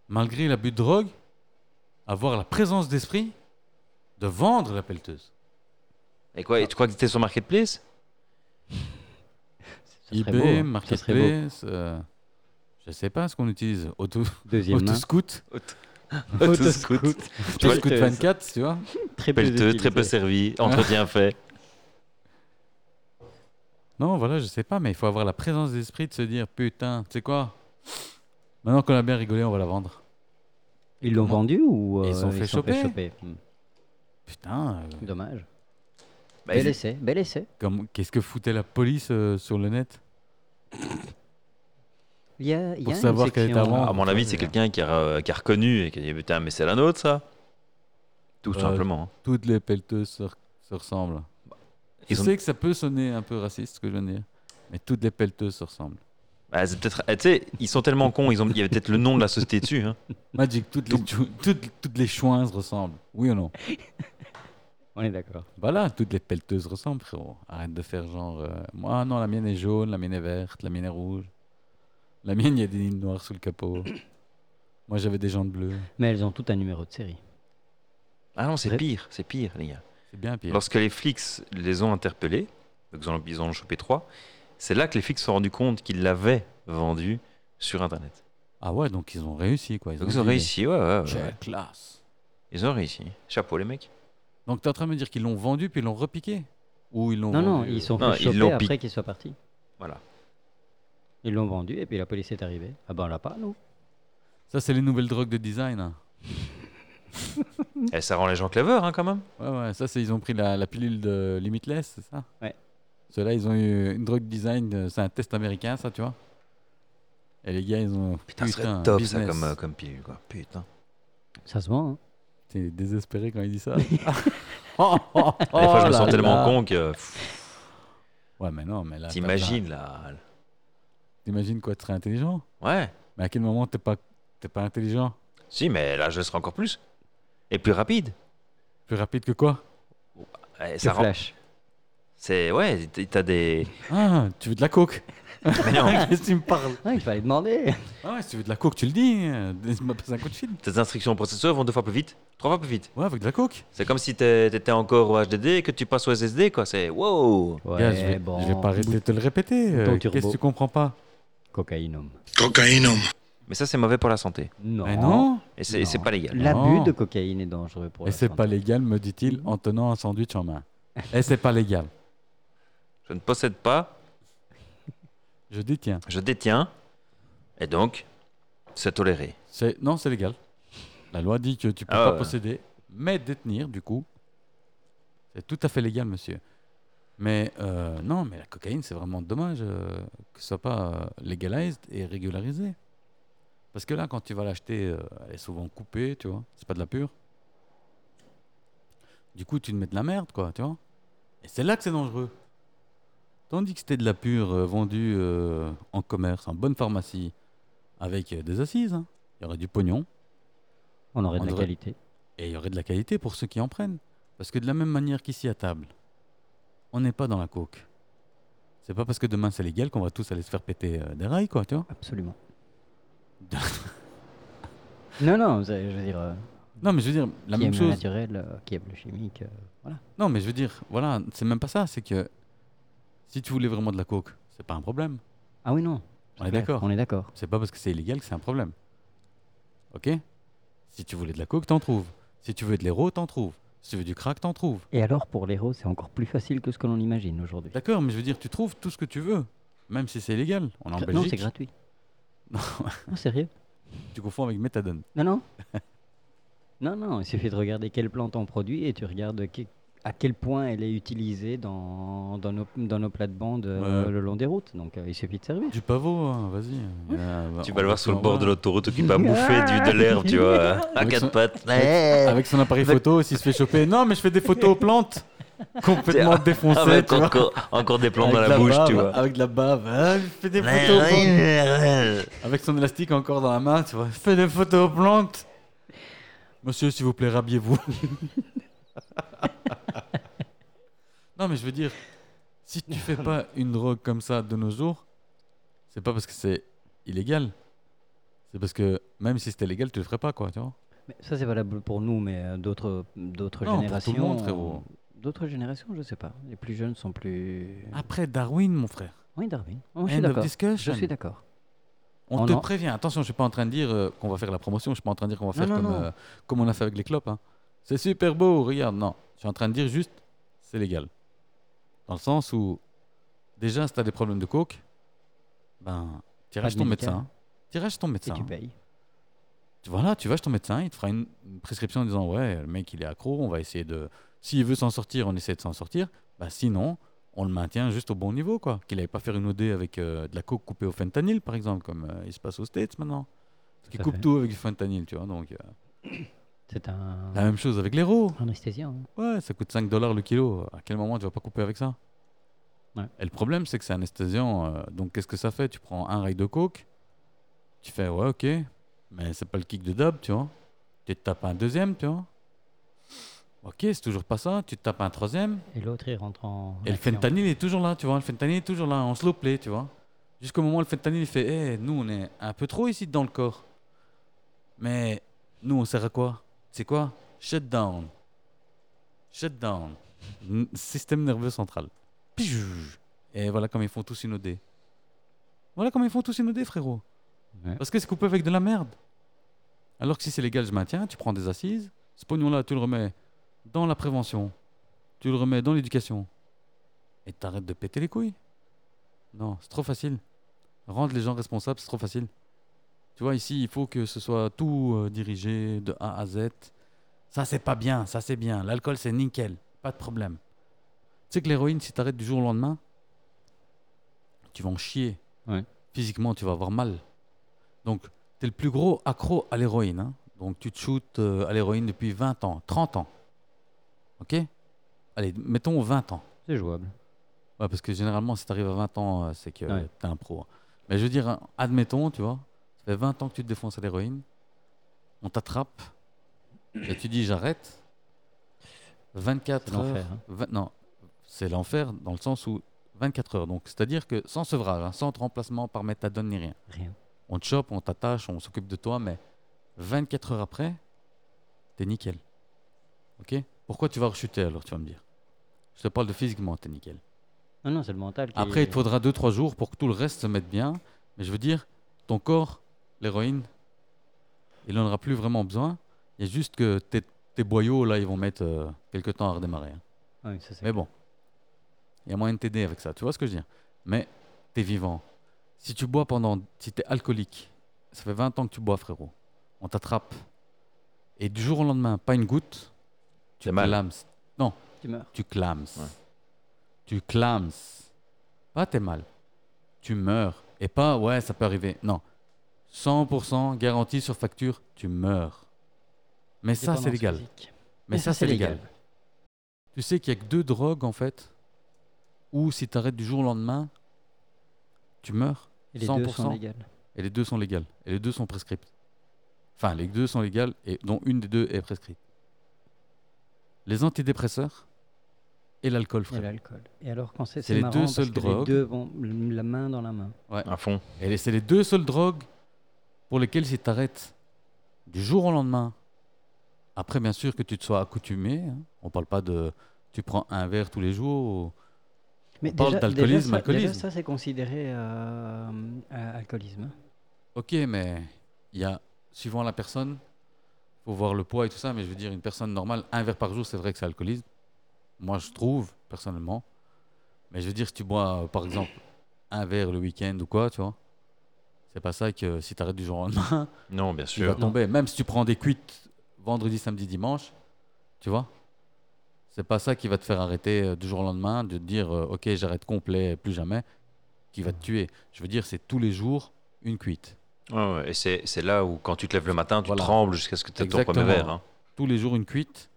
[SPEAKER 1] malgré l'abus de drogue, avoir la présence d'esprit de vendre la pelleteuse.
[SPEAKER 2] Et quoi, et tu crois que c'était sur Marketplace
[SPEAKER 3] Ce serait
[SPEAKER 1] eBay,
[SPEAKER 3] beau, hein. Ce serait beau.
[SPEAKER 1] Marketplace, euh, je sais pas ce qu'on utilise, Auto,
[SPEAKER 3] Deuxième main.
[SPEAKER 1] Autoscoot,
[SPEAKER 2] Autoscoot. Tu vois,
[SPEAKER 1] Autoscoot
[SPEAKER 3] Pelleteuse.
[SPEAKER 1] 24, tu vois.
[SPEAKER 3] Très peu
[SPEAKER 2] Pelleteuse, très peu
[SPEAKER 3] utilisé.
[SPEAKER 2] servie, entretien fait.
[SPEAKER 1] Non, voilà, je sais pas, mais il faut avoir la présence d'esprit de se dire, putain, tu sais quoi Maintenant qu'on a bien rigolé, on va la vendre.
[SPEAKER 3] Ils l'ont vendu ou
[SPEAKER 1] Ils
[SPEAKER 3] euh,
[SPEAKER 1] se sont fait
[SPEAKER 3] se sont fait
[SPEAKER 1] choper.
[SPEAKER 3] choper Hmm.
[SPEAKER 1] Putain, euh,
[SPEAKER 3] Dommage.
[SPEAKER 2] Bah,
[SPEAKER 3] bel
[SPEAKER 2] ils-
[SPEAKER 3] essai, bel essai.
[SPEAKER 1] comme- qu'est-ce que foutait la police euh, sur le net
[SPEAKER 3] Il y a, il y
[SPEAKER 1] Pour
[SPEAKER 3] a une
[SPEAKER 1] savoir quelle est ta
[SPEAKER 3] section-
[SPEAKER 1] vente.
[SPEAKER 2] à mon avis, c'est
[SPEAKER 1] Ouais.
[SPEAKER 2] quelqu'un qui a, euh, qui a reconnu et qui a dit Putain, mais c'est la nôtre, ça Tout
[SPEAKER 1] Euh,
[SPEAKER 2] simplement. hein.
[SPEAKER 1] Toutes les pelleteuses se, re- se ressemblent. Je
[SPEAKER 2] Ils ont-
[SPEAKER 1] sais que ça peut sonner un peu raciste, ce que je viens de dire, mais toutes les pelleteuses se ressemblent.
[SPEAKER 2] Bah, c'est peut-être. eh, Tu sais, ils sont tellement cons, ils ont... il y avait peut-être le nom de la société dessus. hein.
[SPEAKER 1] Magic, toutes les, chou- toutes, toutes les chouins ressemblent. Oui ou non
[SPEAKER 3] Ah, On est d'accord.
[SPEAKER 1] Voilà, toutes les pelleteuses ressemblent, frérot. Arrête de faire genre. euh, Moi, non, la mienne est jaune, la mienne est verte, la mienne est rouge. La mienne, il y a des lignes noires sous le capot. Moi, j'avais des jantes bleues.
[SPEAKER 3] Mais elles ont tout un numéro de série.
[SPEAKER 2] Ah non, c'est
[SPEAKER 3] Ouais.
[SPEAKER 2] pire, c'est pire, les gars.
[SPEAKER 1] C'est bien pire.
[SPEAKER 2] Lorsque les flics les ont interpellés, donc ils en- ils en ont chopé trois, c'est là que les flics se sont rendus compte qu'ils l'avaient vendu sur Internet.
[SPEAKER 1] Ah ouais, donc ils ont réussi, quoi.
[SPEAKER 2] Donc ils ont
[SPEAKER 1] dit,
[SPEAKER 2] réussi, ouais, ouais, ouais.
[SPEAKER 1] Quelle classe.
[SPEAKER 2] Ils ont réussi. Chapeau, les mecs.
[SPEAKER 1] Donc t'es en train de me dire qu'ils l'ont vendu puis ils l'ont repiqué Ou ils l'ont
[SPEAKER 3] Non, non,
[SPEAKER 1] vendu,
[SPEAKER 3] ils
[SPEAKER 1] euh,
[SPEAKER 3] sont
[SPEAKER 2] Non,
[SPEAKER 3] fait
[SPEAKER 2] ils
[SPEAKER 3] choper
[SPEAKER 2] l'ont
[SPEAKER 3] après qu'ils soient partis.
[SPEAKER 2] Voilà.
[SPEAKER 3] Ils l'ont vendu et puis la police est arrivée. Ah ben on l'a pas, nous.
[SPEAKER 1] Ça, c'est les nouvelles drogues de design. hein.
[SPEAKER 2] Et Eh, ça rend les gens clever, hein, quand même.
[SPEAKER 1] Ouais, ouais, ça, c'est ils ont pris la, la pilule de Limitless, c'est ça
[SPEAKER 3] Ouais.
[SPEAKER 1] Ceux-là, ils ont eu une drogue design, euh, c'est un test américain, ça, tu vois Et les gars, ils ont.
[SPEAKER 2] Putain, ce serait top, ça, comme, euh, comme pilule, quoi. Putain.
[SPEAKER 3] Ça se vend. hein.
[SPEAKER 1] T'es désespéré quand il dit ça Oh, oh, oh
[SPEAKER 2] Des fois, je me
[SPEAKER 1] là
[SPEAKER 2] sens tellement
[SPEAKER 1] là.
[SPEAKER 2] con que. pff,
[SPEAKER 1] Ouais, mais non, mais là. t'as
[SPEAKER 2] T'imagines, là.
[SPEAKER 1] pas- T'imagines quoi, tu serais intelligent
[SPEAKER 2] Ouais.
[SPEAKER 1] Mais à quel moment t'es pas, t'es pas intelligent
[SPEAKER 2] Si, mais là, je le serai encore plus. Et plus rapide.
[SPEAKER 1] Plus rapide que quoi
[SPEAKER 2] Eh,
[SPEAKER 3] Que
[SPEAKER 2] ça, rend,
[SPEAKER 3] flash.
[SPEAKER 2] C'est ouais, t- t'as des.
[SPEAKER 1] Ah, tu veux de la coke
[SPEAKER 2] Mais non,
[SPEAKER 1] Qu'est-ce que tu me parles
[SPEAKER 3] Ah, il fallait demander.
[SPEAKER 1] Ah ouais, si tu veux de la coke, tu le dis. euh, Tu m'as passé un coup de fil.
[SPEAKER 2] tes instructions au processeur vont deux fois plus vite, trois fois plus vite.
[SPEAKER 1] Ouais, avec de la coke.
[SPEAKER 2] C'est comme si t'es- t'étais encore au HDD et que tu passes au SSD, quoi. C'est wow.
[SPEAKER 3] Ouais,
[SPEAKER 1] Gars, je, vais,
[SPEAKER 3] bon.
[SPEAKER 1] je vais pas arrêter de te le répéter.
[SPEAKER 3] Bouton
[SPEAKER 1] euh,
[SPEAKER 3] turbo.
[SPEAKER 1] Qu'est-ce que tu comprends pas
[SPEAKER 3] Cocaïnum.
[SPEAKER 4] Cocaïnum.
[SPEAKER 2] Mais ça, c'est mauvais pour la santé.
[SPEAKER 3] Non.
[SPEAKER 1] Mais non
[SPEAKER 2] Et c'est et c'est
[SPEAKER 3] Non.
[SPEAKER 2] pas légal.
[SPEAKER 1] Non.
[SPEAKER 3] L'abus de cocaïne est dangereux pour
[SPEAKER 1] Et
[SPEAKER 3] la
[SPEAKER 1] c'est
[SPEAKER 3] santé.
[SPEAKER 1] pas légal, me dit-il, en tenant un sandwich en main. Et c'est pas légal.
[SPEAKER 2] Je ne possède pas,
[SPEAKER 1] Je dis, tiens,
[SPEAKER 2] je détiens, et donc c'est toléré.
[SPEAKER 1] c'est... non, c'est légal. La loi dit que tu peux
[SPEAKER 2] Ah
[SPEAKER 1] pas
[SPEAKER 2] ouais.
[SPEAKER 1] posséder, mais détenir, du coup. C'est tout à fait légal, monsieur. Mais euh, non, mais la cocaïne, c'est vraiment dommage euh, que ce soit pas euh, legalized et régularisé. Parce que là, quand tu vas l'acheter, euh, elle est souvent coupée, tu vois. C'est pas de la pure. Du coup, tu te mets de la merde, quoi, tu vois. Et c'est là que c'est dangereux. Tandis que c'était de la pure euh, vendue euh, en commerce, en bonne pharmacie, avec euh, des assises, hein. il y aurait du pognon
[SPEAKER 3] On aurait de
[SPEAKER 1] On
[SPEAKER 3] la
[SPEAKER 1] devrait-
[SPEAKER 3] qualité.
[SPEAKER 1] et il y aurait de la qualité pour ceux qui en prennent. Parce que de la même manière qu'ici à table, on n'est pas dans la coke. C'est pas parce que demain c'est légal qu'on va tous aller se faire péter euh, des rails, quoi, tu vois.
[SPEAKER 3] Absolument. non, non, vous avez- je veux dire, euh,
[SPEAKER 1] Non, mais je veux dire, la
[SPEAKER 3] qui
[SPEAKER 1] même
[SPEAKER 3] aime
[SPEAKER 1] chose.
[SPEAKER 3] le naturel, euh, qui aime le chimique. euh,
[SPEAKER 1] Non, mais je veux dire, voilà, c'est même pas ça, c'est que si tu voulais vraiment de la coke, c'est pas un problème.
[SPEAKER 3] Ah oui, non.
[SPEAKER 1] On est d'accord.
[SPEAKER 3] On est d'accord.
[SPEAKER 1] C'est pas parce que c'est illégal que c'est un problème. Ok Si tu voulais de la coke, t'en trouves. Si tu veux de l'héros, t'en trouves. Si tu veux du crack, t'en trouves.
[SPEAKER 3] Et alors, pour l'héros, c'est encore plus facile que ce que l'on imagine aujourd'hui.
[SPEAKER 1] D'accord, mais je veux dire, tu trouves tout ce que tu veux, même si c'est illégal. On est en
[SPEAKER 3] Gra-
[SPEAKER 1] Belgique.
[SPEAKER 3] Bah, Non, c'est gratuit.
[SPEAKER 1] Non.
[SPEAKER 3] Non, sérieux
[SPEAKER 1] Tu confonds avec méthadone.
[SPEAKER 3] Non, non. non, non, il suffit de regarder quelle plante on produit et tu regardes que- à quel point elle est utilisée dans, dans nos, dans nos plates-bandes euh,
[SPEAKER 1] Ouais.
[SPEAKER 3] le long des routes. Donc, euh, il suffit de servir.
[SPEAKER 1] Du pavot, hein, vas-y. Il y en a-
[SPEAKER 2] Tu
[SPEAKER 1] on
[SPEAKER 2] vas le
[SPEAKER 1] peut
[SPEAKER 2] voir sur le bord de
[SPEAKER 1] voir.
[SPEAKER 2] l'autoroute qui va bouffer du, de l'herbe, tu vois, à
[SPEAKER 1] Avec son-
[SPEAKER 2] quatre pattes.
[SPEAKER 1] Avec son appareil photo, s'il se fait choper. Non, mais je fais des photos aux plantes complètement défoncées.
[SPEAKER 2] Avec
[SPEAKER 1] tu vois.
[SPEAKER 2] Ah, encore, encore des plans
[SPEAKER 1] Avec
[SPEAKER 2] dans la,
[SPEAKER 1] de
[SPEAKER 2] bouche,
[SPEAKER 1] bave,
[SPEAKER 2] tu vois.
[SPEAKER 1] Avec de la bave. Ah, je fais des photos. aux plantes. Avec son élastique encore dans la main, tu vois. Je fais des photos aux plantes. Monsieur, s'il vous plaît, rhabillez-vous. non, mais je veux dire, si tu fais pas une drogue comme ça de nos jours, c'est pas parce que c'est illégal. C'est parce que même si c'était légal, tu le ferais pas, quoi, tu vois.
[SPEAKER 3] Mais ça, c'est valable pour nous, mais euh, d'autres d'autres
[SPEAKER 1] Non, pour tout
[SPEAKER 3] générations.
[SPEAKER 1] le monde, frérot.
[SPEAKER 3] euh, D'autres générations, je sais pas. Les plus jeunes sont plus.
[SPEAKER 1] Après Darwin, mon frère.
[SPEAKER 3] Oui, Darwin. Oh, je suis
[SPEAKER 1] End of
[SPEAKER 3] d'accord. Je
[SPEAKER 1] discussion.
[SPEAKER 3] suis d'accord.
[SPEAKER 1] On
[SPEAKER 3] Oh
[SPEAKER 1] te
[SPEAKER 3] non.
[SPEAKER 1] prévient. Attention, je suis pas en train de dire euh, qu'on va faire la promotion. Je suis pas en train de dire qu'on va
[SPEAKER 3] Non,
[SPEAKER 1] faire
[SPEAKER 3] non,
[SPEAKER 1] comme,
[SPEAKER 3] non.
[SPEAKER 1] euh, comme on a fait avec les clopes. hein. C'est super beau, regarde. Non, je suis en train de dire juste, c'est légal. Dans le sens où, déjà, si t'as des problèmes de coke, ben, tirage
[SPEAKER 3] de
[SPEAKER 1] ton
[SPEAKER 3] médical.
[SPEAKER 1] médecin. Tirage ton
[SPEAKER 3] Et
[SPEAKER 1] médecin.
[SPEAKER 3] tu payes.
[SPEAKER 1] Tu- Voilà, tu vas chez ton médecin, il te fera une, une prescription en disant ouais, le mec il est accro, on va essayer de. S'il veut s'en sortir, on essaie de s'en sortir. Bah sinon, on le maintient juste au bon niveau, quoi. Qu'il n'aille pas faire une OD avec euh, de la coke coupée au fentanyl, par exemple, comme euh, il se passe aux States maintenant. Parce qu'ils
[SPEAKER 3] à
[SPEAKER 1] coupent
[SPEAKER 3] fait.
[SPEAKER 1] tout avec du fentanyl, tu vois. Donc, euh,
[SPEAKER 3] C'est un
[SPEAKER 1] la même chose avec l'héros.
[SPEAKER 3] anesthésien. hein.
[SPEAKER 1] Ouais, ça coûte 5 dollars le kilo. À quel moment tu vas pas couper avec ça
[SPEAKER 3] Ouais.
[SPEAKER 1] Et le problème, c'est que c'est anesthésiant. euh, donc, qu'est-ce que ça fait Tu prends un rail de coke, tu fais ouais, ok, mais c'est pas le kick de dub, tu vois. Tu te tapes un deuxième, tu vois. Ok, c'est toujours pas ça. Tu te tapes un troisième.
[SPEAKER 3] Et l'autre, il rentre en.
[SPEAKER 1] Et le
[SPEAKER 3] action.
[SPEAKER 1] fentanyl est toujours là, tu vois. Le fentanyl est toujours là. On se plaît, tu vois. Jusqu'au moment où le fentanyl il fait Eh, nous, on est un peu trop ici dans le corps. Mais nous, on sert à quoi C'est quoi Shut down. Shut down. N- Système nerveux central. Piou. Et voilà comme ils font tous une OD. Voilà comme ils font tous une OD, frérot.
[SPEAKER 3] Ouais.
[SPEAKER 1] Parce que c'est coupé avec de la merde. Alors que si c'est légal, je maintiens, tu prends des assises. Ce pognon-là, tu le remets dans la prévention. Tu le remets dans l'éducation. Et t'arrêtes de péter les couilles. Non, c'est trop facile. Rendre les gens responsables, c'est trop facile. Tu vois, ici, il faut que ce soit tout euh, dirigé de A à Z. Ça, c'est pas bien, ça, c'est bien. L'alcool, c'est nickel. Pas de problème. Tu sais que l'héroïne, si t'arrêtes du jour au lendemain, tu vas en chier.
[SPEAKER 3] Ouais.
[SPEAKER 1] Physiquement, tu vas avoir mal. Donc, t'es le plus gros accro à l'héroïne. hein. Donc, tu te shootes euh, à l'héroïne depuis 20 ans, 30 ans. OK Allez, mettons 20 ans.
[SPEAKER 3] C'est jouable.
[SPEAKER 1] Ouais, parce que généralement, si t'arrives à 20 ans, euh, c'est que
[SPEAKER 3] Ouais.
[SPEAKER 1] t'es un pro. hein. Mais je veux dire, hein, admettons, tu vois, ça fait 20 ans que tu te défonces à l'héroïne, on t'attrape, et tu dis j'arrête. 24
[SPEAKER 3] C'est l'enfer,
[SPEAKER 1] heures,
[SPEAKER 3] hein.
[SPEAKER 1] 20 non, c'est l'enfer dans le sens où 24 heures. Donc, c'est-à-dire que sans sevrage, hein, sans remplacement par méthadone ni rien.
[SPEAKER 3] Rien.
[SPEAKER 1] On te chope, on t'attache, on s'occupe de toi, mais 24 heures après, t'es nickel. Ok Pourquoi tu vas rechuter alors, tu vas me dire Je te parle de physiquement, t'es nickel.
[SPEAKER 3] Non, non, c'est le mental qui.
[SPEAKER 1] Après, il te faudra 2-3 jours pour que tout le reste se mette bien. Mais je veux dire, ton corps, l'héroïne, il n'en aura plus vraiment besoin. Il y a juste que tes, tes boyaux, là, ils vont mettre euh, quelques temps à redémarrer. hein.
[SPEAKER 3] Ouais, ça, c'est
[SPEAKER 1] Mais bon, il y a moyen de t'aider avec ça. Tu vois ce que je veux dire Mais t'es vivant. Si tu bois pendant. Si t'es alcoolique, ça fait 20 ans que tu bois, frérot. On t'attrape. Et du jour au lendemain, pas une goutte, tu
[SPEAKER 2] C'est mal.
[SPEAKER 1] clames.
[SPEAKER 3] Tu meurs.
[SPEAKER 1] Tu clames.
[SPEAKER 2] Ouais.
[SPEAKER 1] Tu clames. Pas t'es mal. Tu meurs. Et pas, ouais, ça peut arriver. Non. 100% garanti sur facture, tu meurs. Mais ça, c'est
[SPEAKER 3] Dépendance
[SPEAKER 1] légal.
[SPEAKER 3] physique.
[SPEAKER 1] Mais ça, c'est légal. Tu sais qu'il n'y a que deux drogues, en fait, où si tu arrêtes du jour au lendemain, tu meurs.
[SPEAKER 3] Et les
[SPEAKER 1] 100%.
[SPEAKER 3] deux sont légales.
[SPEAKER 1] Et les deux sont légales. Et les deux sont prescrites. Enfin, les deux sont légales, et dont une des deux est prescrite. Les antidépresseurs et l'alcool,
[SPEAKER 3] Et
[SPEAKER 1] frère.
[SPEAKER 3] l'alcool. Et alors, quand c'est.
[SPEAKER 1] C'est les
[SPEAKER 3] marrant
[SPEAKER 1] deux
[SPEAKER 3] parce
[SPEAKER 1] seules
[SPEAKER 3] que
[SPEAKER 1] drogues.
[SPEAKER 3] Les deux vont la main dans la main.
[SPEAKER 2] À fond.
[SPEAKER 1] Et les- c'est les deux seules drogues pour lesquelles si t'arrêtes du jour au lendemain, après bien sûr que tu te sois accoutumé, hein, on parle pas de tu prends un verre tous les jours,
[SPEAKER 3] Mais
[SPEAKER 1] On parle
[SPEAKER 3] déjà-
[SPEAKER 1] d'alcoolisme,
[SPEAKER 3] déjà ça-
[SPEAKER 1] alcoolisme.
[SPEAKER 3] déjà ça, c'est considéré euh, euh, alcoolisme. hein.
[SPEAKER 1] ok mais il y a, suivant la personne, faut voir le poids et tout ça, mais je veux dire une personne normale, un verre par jour c'est vrai que c'est alcoolisme, moi je trouve personnellement, mais je veux dire si tu bois euh, par exemple un verre le week-end ou quoi, tu vois, c'est pas ça que si t'arrêtes du jour au lendemain,
[SPEAKER 2] Non, bien
[SPEAKER 1] tu vas
[SPEAKER 2] sûr.
[SPEAKER 3] Non.
[SPEAKER 1] tomber. Même si tu prends des cuites vendredi, samedi, dimanche, tu vois, c'est pas ça qui va te faire arrêter euh, du jour au lendemain, de te dire euh, ok j'arrête complet, plus jamais, qui va te tuer. Je veux dire c'est tous les jours une cuite,
[SPEAKER 2] Ouais, ouais, Et c'est c'est là où, quand tu te lèves le matin, tu
[SPEAKER 1] Voilà.
[SPEAKER 2] trembles jusqu'à ce que tu aies ton premier
[SPEAKER 1] Exactement.
[SPEAKER 2] verre. hein.
[SPEAKER 1] tous les jours une cuite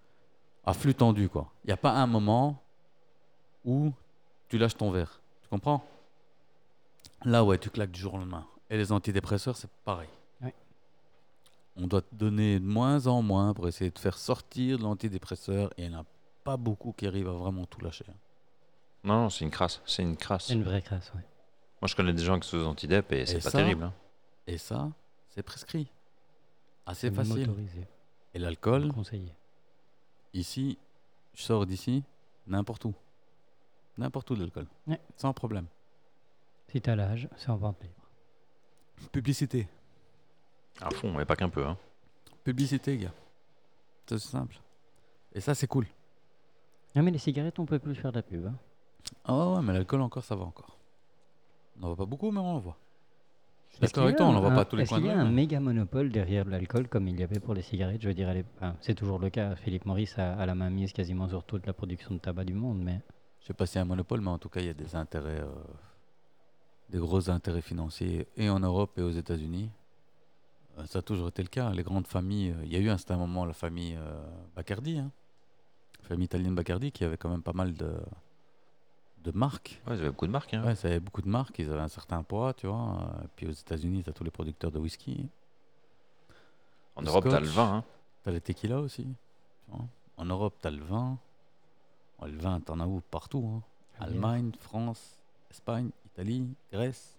[SPEAKER 1] à flux tendu quoi. Il n'y a pas un moment où tu lâches ton verre, tu comprends Là ouais tu claques du jour au lendemain. Et les antidépresseurs c'est pareil.
[SPEAKER 3] Ouais.
[SPEAKER 1] on doit te donner de moins en moins pour essayer de faire sortir de l'antidépresseur et il n'y en a pas beaucoup qui arrivent à vraiment tout lâcher.
[SPEAKER 2] Non, non, c'est une crasse. C'est une crasse.
[SPEAKER 3] C'est une vraie crasse, ouais.
[SPEAKER 2] Moi, je connais des gens qui sont sous antidep et c'est pas
[SPEAKER 1] ça,
[SPEAKER 2] terrible. hein.
[SPEAKER 1] Et ça, c'est prescrit. Assez
[SPEAKER 3] Même
[SPEAKER 1] facile.
[SPEAKER 3] autorisé,
[SPEAKER 1] Et l'alcool,
[SPEAKER 3] conseillé.
[SPEAKER 1] ici, je sors d'ici, n'importe où. N'importe où de l'alcool.
[SPEAKER 3] Ouais.
[SPEAKER 1] Sans problème.
[SPEAKER 3] Si t'as l'âge, c'est en vente libre.
[SPEAKER 1] Publicité.
[SPEAKER 2] À fond, et pas qu'un peu. hein.
[SPEAKER 1] Publicité, gars. C'est simple. Et ça, c'est cool.
[SPEAKER 3] Non, mais les cigarettes, on peut plus faire de la pub. hein.
[SPEAKER 1] Ah ouais, ouais, mais l'alcool encore, ça va encore. On n'en voit pas beaucoup, mais on en voit. Je suis
[SPEAKER 3] Est-ce
[SPEAKER 1] d'accord
[SPEAKER 3] qu'il
[SPEAKER 1] avec
[SPEAKER 3] y
[SPEAKER 1] toi,
[SPEAKER 3] a
[SPEAKER 1] on n'en voit
[SPEAKER 3] un-
[SPEAKER 1] pas à tous les
[SPEAKER 3] Est-ce
[SPEAKER 1] coins
[SPEAKER 3] qu'il
[SPEAKER 1] de
[SPEAKER 3] y a
[SPEAKER 1] rue,
[SPEAKER 3] un
[SPEAKER 1] mais-
[SPEAKER 3] méga monopole derrière l'alcool comme il y avait pour les cigarettes Je veux dire, elle est- enfin, c'est toujours le cas. Philippe Maurice a, a la main mise quasiment sur toute la production de tabac du monde, mais
[SPEAKER 1] Je sais pas s'il y a un monopole, mais en tout cas, il y a des intérêts, euh, des gros intérêts financiers, et en Europe et aux États-Unis. Euh, ça a toujours été le cas. Les grandes familles, euh, il y a eu à un certain moment la famille euh, Bacardi, hein. la famille italienne Bacardi, qui avait quand même pas mal de, de marques.
[SPEAKER 2] Ouais, ils avaient beaucoup de marques. hein.
[SPEAKER 1] Ouais, ça avait beaucoup de marques, ils avaient un certain poids, tu vois. Euh, Puis aux États-Unis, tu as tous les producteurs de whisky,
[SPEAKER 2] En
[SPEAKER 1] Le
[SPEAKER 2] Europe, t'as le
[SPEAKER 1] scotch.
[SPEAKER 2] vin. hein.
[SPEAKER 1] tu as les tequila aussi. tu vois. En Europe, tu as le vin. Ouais, le vin, tu en as où partout. hein.
[SPEAKER 3] Ah,
[SPEAKER 1] Allemagne, France, Espagne, Italie, Grèce.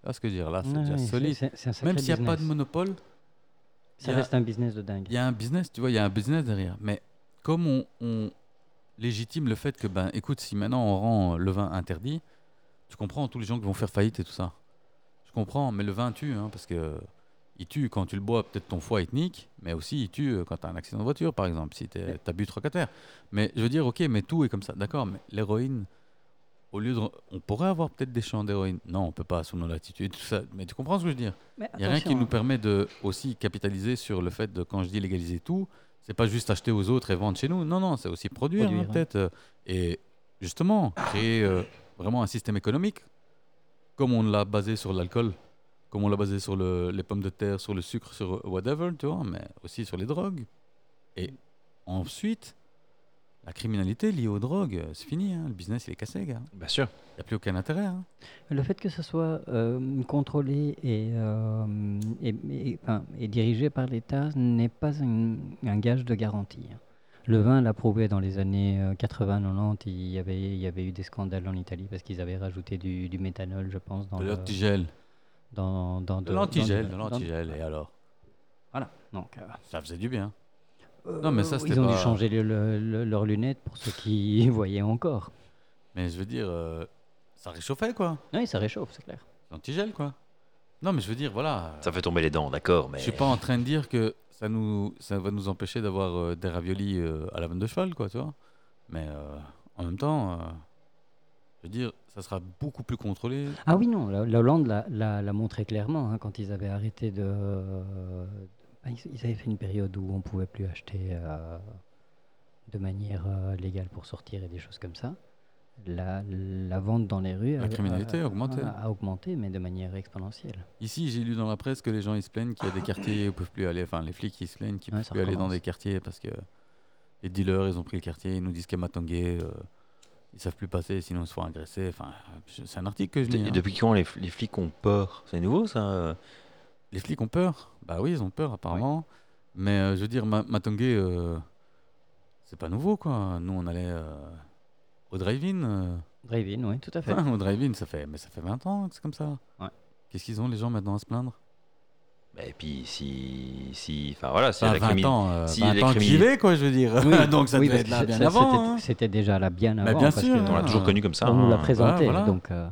[SPEAKER 1] Tu vois ce que je veux dire Là, c'est
[SPEAKER 3] ouais,
[SPEAKER 1] déjà
[SPEAKER 3] ouais,
[SPEAKER 1] solide.
[SPEAKER 3] c'est- c'est un sacré
[SPEAKER 1] Même s'il n'y a pas de
[SPEAKER 3] business.
[SPEAKER 1] monopole, il
[SPEAKER 3] ça
[SPEAKER 1] y a-
[SPEAKER 3] reste un business de dingue.
[SPEAKER 1] il y a un business, tu vois, il y a un business derrière. Mais comme on, on légitime le fait que, ben, écoute, si maintenant on rend le vin interdit, tu comprends tous les gens qui vont faire faillite et tout ça. Je comprends, mais le vin tue, hein, parce que il tue quand tu le bois, peut-être ton foie ethnique, mais aussi il tue euh, quand tu as un accident de voiture, par exemple, si tu
[SPEAKER 3] Mais-
[SPEAKER 1] as bu 3 4 Mais je veux dire, ok, mais tout est comme ça, d'accord, mais l'héroïne, au lieu de. On pourrait avoir peut-être des champs d'héroïne. Non, on peut pas, sous nos latitudes, tout ça. Mais tu comprends ce que je veux dire
[SPEAKER 3] Mais
[SPEAKER 1] il n'y a rien qui
[SPEAKER 3] attention,
[SPEAKER 1] nous
[SPEAKER 3] hein.
[SPEAKER 1] permet de aussi capitaliser sur le fait de, quand je dis légaliser tout, c'est pas juste acheter aux autres et vendre chez nous. Non, non, c'est aussi produire, hein,
[SPEAKER 3] Produire, ouais.
[SPEAKER 1] peut-être. euh, Et justement, créer euh, vraiment un système économique, comme on l'a basé sur l'alcool, comme on l'a basé sur le- les pommes de terre, sur le sucre, sur euh, whatever, tu vois, mais aussi sur les drogues. Et ensuite, la criminalité liée aux drogues, euh, c'est fini. hein, Le business, il est cassé, gars.
[SPEAKER 2] Bien sûr.
[SPEAKER 1] Il n'y a plus aucun intérêt. hein.
[SPEAKER 3] Le fait que ce soit euh, contrôlé et, euh, et- et- enfin, et dirigé par l'État n'est pas un, un gage de garantie. hein. Le vin l'a prouvé dans les années 80-90, il y, avait, il y avait eu des scandales en Italie parce qu'ils avaient rajouté du, du méthanol, je pense, dans
[SPEAKER 1] De
[SPEAKER 3] le-
[SPEAKER 1] l'antigel.
[SPEAKER 3] dans, dans-
[SPEAKER 1] euh, De
[SPEAKER 3] dans-
[SPEAKER 1] l'antigel,
[SPEAKER 3] dans-
[SPEAKER 1] de
[SPEAKER 3] dans-
[SPEAKER 1] l'antigel. Et alors
[SPEAKER 3] Voilà. Donc, euh,
[SPEAKER 1] Ça faisait du bien. Non, mais ça,
[SPEAKER 3] euh,
[SPEAKER 1] c'était
[SPEAKER 3] ils ont
[SPEAKER 1] pas-
[SPEAKER 3] dû changer le- le- le- leurs lunettes pour ceux qui voyaient encore.
[SPEAKER 1] Mais je veux dire, euh, ça réchauffait, quoi.
[SPEAKER 3] Non, ça réchauffe, c'est clair.
[SPEAKER 1] L'antigel, quoi. Non, mais je veux dire, voilà.
[SPEAKER 2] Ça fait tomber les dents, d'accord, mais.
[SPEAKER 1] Je suis pas en train de dire que ça, nous, ça va nous empêcher d'avoir euh, des raviolis euh, à la vanne de cheval, quoi, tu vois. Mais euh, en même temps, euh, je veux dire, ça sera beaucoup plus contrôlé.
[SPEAKER 3] Ah oui, non, la, la Hollande l'a- l'a l'a montré clairement hein, quand ils avaient arrêté de. Ah, ils, ils avaient fait une période où on pouvait plus acheter euh, de manière euh, légale pour sortir et des choses comme ça. La, la vente dans les rues
[SPEAKER 1] La
[SPEAKER 3] a-
[SPEAKER 1] criminalité a augmenté.
[SPEAKER 3] A, a augmenté, mais de manière exponentielle.
[SPEAKER 1] Ici, j'ai lu dans la presse que les gens ils se plaignent qu'il y a des quartiers où ils peuvent plus aller. Enfin, les flics ils se plaignent qu'ils
[SPEAKER 3] Ouais,
[SPEAKER 1] peuvent
[SPEAKER 3] ça
[SPEAKER 1] plus aller dans
[SPEAKER 3] recommence.
[SPEAKER 1] des quartiers parce que les dealers ils ont pris le quartier. Ils nous disent qu'à Matongué, euh, ils savent plus passer, sinon ils se font agresser. Enfin, je- c'est un article que je lis.
[SPEAKER 2] Et
[SPEAKER 1] hein.
[SPEAKER 2] Depuis quand les, les flics ont peur C'est nouveau ça euh
[SPEAKER 1] Les flics ont peur. Bah oui, ils ont peur apparemment. Mais euh, je veux dire, Ma- Matongué, euh, c'est pas nouveau quoi. Nous on allait euh, au drive-in. euh.
[SPEAKER 3] Drive-in, oui, tout à fait.
[SPEAKER 1] Enfin, au drive-in, ça fait, mais ça fait 20 ans que c'est comme ça.
[SPEAKER 3] Ouais.
[SPEAKER 1] Qu'est-ce qu'ils ont les gens maintenant à se plaindre
[SPEAKER 2] Bah, Et puis si. si enfin voilà, si
[SPEAKER 1] Enfin,
[SPEAKER 2] la
[SPEAKER 1] 20
[SPEAKER 2] crimi- bah,
[SPEAKER 1] ans, euh,
[SPEAKER 2] si
[SPEAKER 1] 20
[SPEAKER 2] la
[SPEAKER 1] ans que j'y
[SPEAKER 2] criminalité-
[SPEAKER 1] vais, quoi, je veux dire. Donc ça
[SPEAKER 3] Oui,
[SPEAKER 1] devait être
[SPEAKER 3] parce que
[SPEAKER 1] là
[SPEAKER 3] c'est-
[SPEAKER 1] bien
[SPEAKER 3] ça,
[SPEAKER 1] avant.
[SPEAKER 3] c'était-
[SPEAKER 1] hein.
[SPEAKER 3] C'était déjà là bien
[SPEAKER 1] Mais
[SPEAKER 3] avant.
[SPEAKER 1] bien
[SPEAKER 3] parce
[SPEAKER 1] sûr,
[SPEAKER 3] que
[SPEAKER 2] On l'a toujours
[SPEAKER 1] Ah.
[SPEAKER 2] connu comme ça.
[SPEAKER 3] on nous l'a
[SPEAKER 2] hein.
[SPEAKER 3] présenté.
[SPEAKER 1] voilà.
[SPEAKER 3] Donc, euh,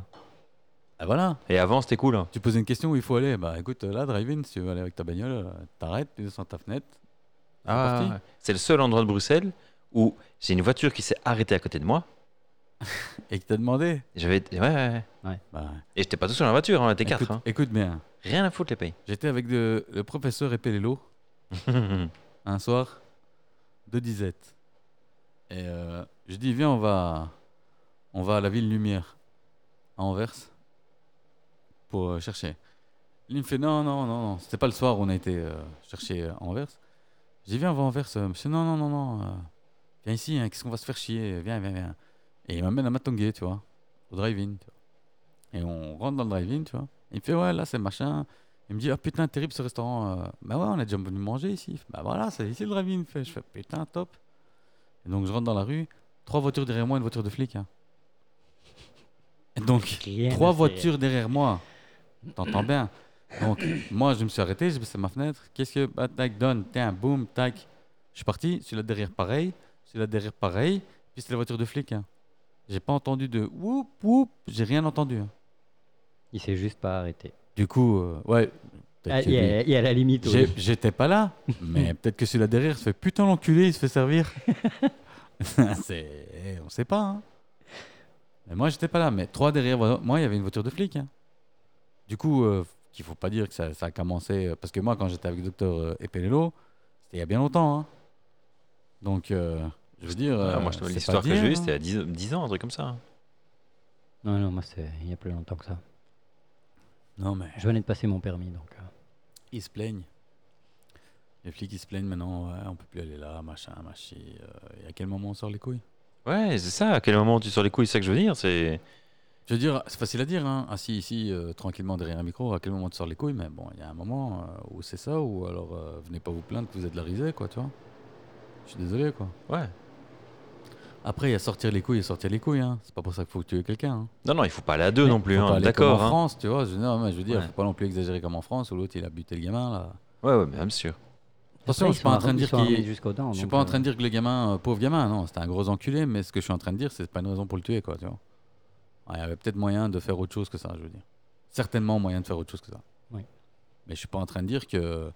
[SPEAKER 1] Ah, voilà.
[SPEAKER 2] Et avant c'était cool. hein.
[SPEAKER 1] Tu poses une question où il faut aller. Bah écoute, là, drive-in, si tu veux aller avec ta bagnole, euh, t'arrêtes, tu descends ta fenêtre. c'est parti.
[SPEAKER 2] ouais. C'est le seul endroit de Bruxelles où j'ai une voiture qui s'est arrêtée à côté de moi.
[SPEAKER 1] Et qui t'a demandé.
[SPEAKER 2] Et J'avais. Ouais, ouais, ouais.
[SPEAKER 1] Bah,
[SPEAKER 2] Et j'étais pas tout seul dans la voiture, on était quatre.
[SPEAKER 1] écoute,
[SPEAKER 2] hein.
[SPEAKER 1] écoute bien.
[SPEAKER 2] Rien à foutre les pays. Ah,
[SPEAKER 1] J'étais avec de- le professeur Epelello un soir de disette. Et euh, je dis, viens, on va, on va à la ville Lumière, à Anvers, pour euh, chercher. Il me fait, non, non, non, non, c'était pas le soir où on a été euh, chercher euh, à Anvers. J'ai dit, viens, on va à Anvers. euh, Monsieur, non, non, non, non, euh, viens ici, hein, qu'est-ce qu'on va se faire chier, viens, viens, viens. Et il m'amène à Matongué, tu vois, au drive-in. tu vois. Et on rentre dans le drive-in, tu vois. Il me fait, ouais, là, c'est machin. Il me dit, ah putain, terrible ce restaurant. euh, Bah ouais, on est déjà venu manger ici. Il fait, Bah voilà, c'est ici le drive-in. Fait. Je fais, putain, top. Et donc je rentre dans la rue, trois voitures derrière moi, une voiture de flic. hein. Et donc,
[SPEAKER 3] rien
[SPEAKER 1] trois
[SPEAKER 3] à faire.
[SPEAKER 1] voitures derrière moi. T'entends bien Donc, moi, je me suis arrêté, j'ai baissé ma fenêtre. Qu'est-ce que. Bah, tac, donne, tiens, boum, tac. Je suis parti, celui-là derrière pareil, celui-là derrière pareil. Puis c'est la voiture de flic. hein. J'ai pas entendu de whoop, whoop, j'ai rien entendu. hein.
[SPEAKER 3] Il s'est juste pas arrêté.
[SPEAKER 1] Du coup, euh, ouais. peut-être
[SPEAKER 3] Ah,
[SPEAKER 1] que
[SPEAKER 3] Il y,
[SPEAKER 1] lui-
[SPEAKER 3] a- il y a la limite. oui.
[SPEAKER 1] j'ai- J'étais pas là, mais peut-être que celui-là derrière se fait putain l'enculé, il se fait servir. C'est- eh, on sait pas. hein. Mais moi, j'étais pas là, mais trois derrière vo- moi, il y avait une voiture de flic. hein. Du coup, euh, qu'il faut pas dire que ça, ça a commencé, euh, parce que moi, quand j'étais avec le docteur euh, Epelello, c'était il y a bien longtemps. hein. Donc, euh, je veux dire.
[SPEAKER 2] Ah,
[SPEAKER 1] euh,
[SPEAKER 2] moi, je te
[SPEAKER 1] c'est pas
[SPEAKER 2] l'histoire que j'ai
[SPEAKER 1] dire,
[SPEAKER 2] eue,
[SPEAKER 1] hein.
[SPEAKER 2] c'était à 10, 10 ans, un truc comme ça. hein.
[SPEAKER 3] Non, non, moi, c'est il y a plus longtemps que ça.
[SPEAKER 1] Non, mais
[SPEAKER 3] Je venais de passer mon permis, donc. euh,
[SPEAKER 1] ils se plaignent. Les flics, ils se plaignent maintenant, ouais, on peut plus aller là, machin, machin. euh, et à quel moment on sort les couilles
[SPEAKER 2] Ouais, c'est ça. À quel moment tu sors les couilles, c'est ça que je veux dire. C'est.
[SPEAKER 1] Je veux dire, c'est facile à dire, hein, assis ici, euh, tranquillement derrière un micro, à quel moment tu sors les couilles, mais bon, il y a un moment euh, où c'est ça, ou alors euh, venez pas vous plaindre que vous êtes de la risée, quoi, tu vois. Je suis désolé, quoi.
[SPEAKER 2] Ouais.
[SPEAKER 1] Après, il y a sortir les couilles et sortir les couilles, hein. C'est pas pour ça qu'il faut tuer quelqu'un, hein.
[SPEAKER 2] Non, non, il faut pas aller à deux
[SPEAKER 1] Mais
[SPEAKER 2] non plus.
[SPEAKER 1] faut
[SPEAKER 2] hein,
[SPEAKER 1] pas aller
[SPEAKER 2] D'accord.
[SPEAKER 1] comme En
[SPEAKER 2] hein.
[SPEAKER 1] France, tu vois, je, non, mais je veux dire,
[SPEAKER 2] Ouais.
[SPEAKER 1] faut pas non plus exagérer comme en France, où l'autre il a buté le gamin, là.
[SPEAKER 2] Ouais, ouais, bien sûr.
[SPEAKER 1] Attention,
[SPEAKER 3] après,
[SPEAKER 1] je suis pas
[SPEAKER 3] ils
[SPEAKER 1] en train de
[SPEAKER 3] sont
[SPEAKER 1] dire
[SPEAKER 3] armés
[SPEAKER 1] qu'il-
[SPEAKER 3] jusqu'aux dents.
[SPEAKER 1] Je suis
[SPEAKER 3] donc,
[SPEAKER 1] pas en
[SPEAKER 3] euh,
[SPEAKER 1] train de dire que le gamin, euh, pauvre gamin, non, c'était un gros enculé, mais ce que je suis en train de dire, c'est pas une raison pour le tuer, quoi, tu vois. Ouais, Il y avait peut-être moyen de faire autre chose que ça, je veux dire. Certainement moyen de faire autre chose que ça.
[SPEAKER 3] Oui.
[SPEAKER 1] Mais je suis pas en train de dire que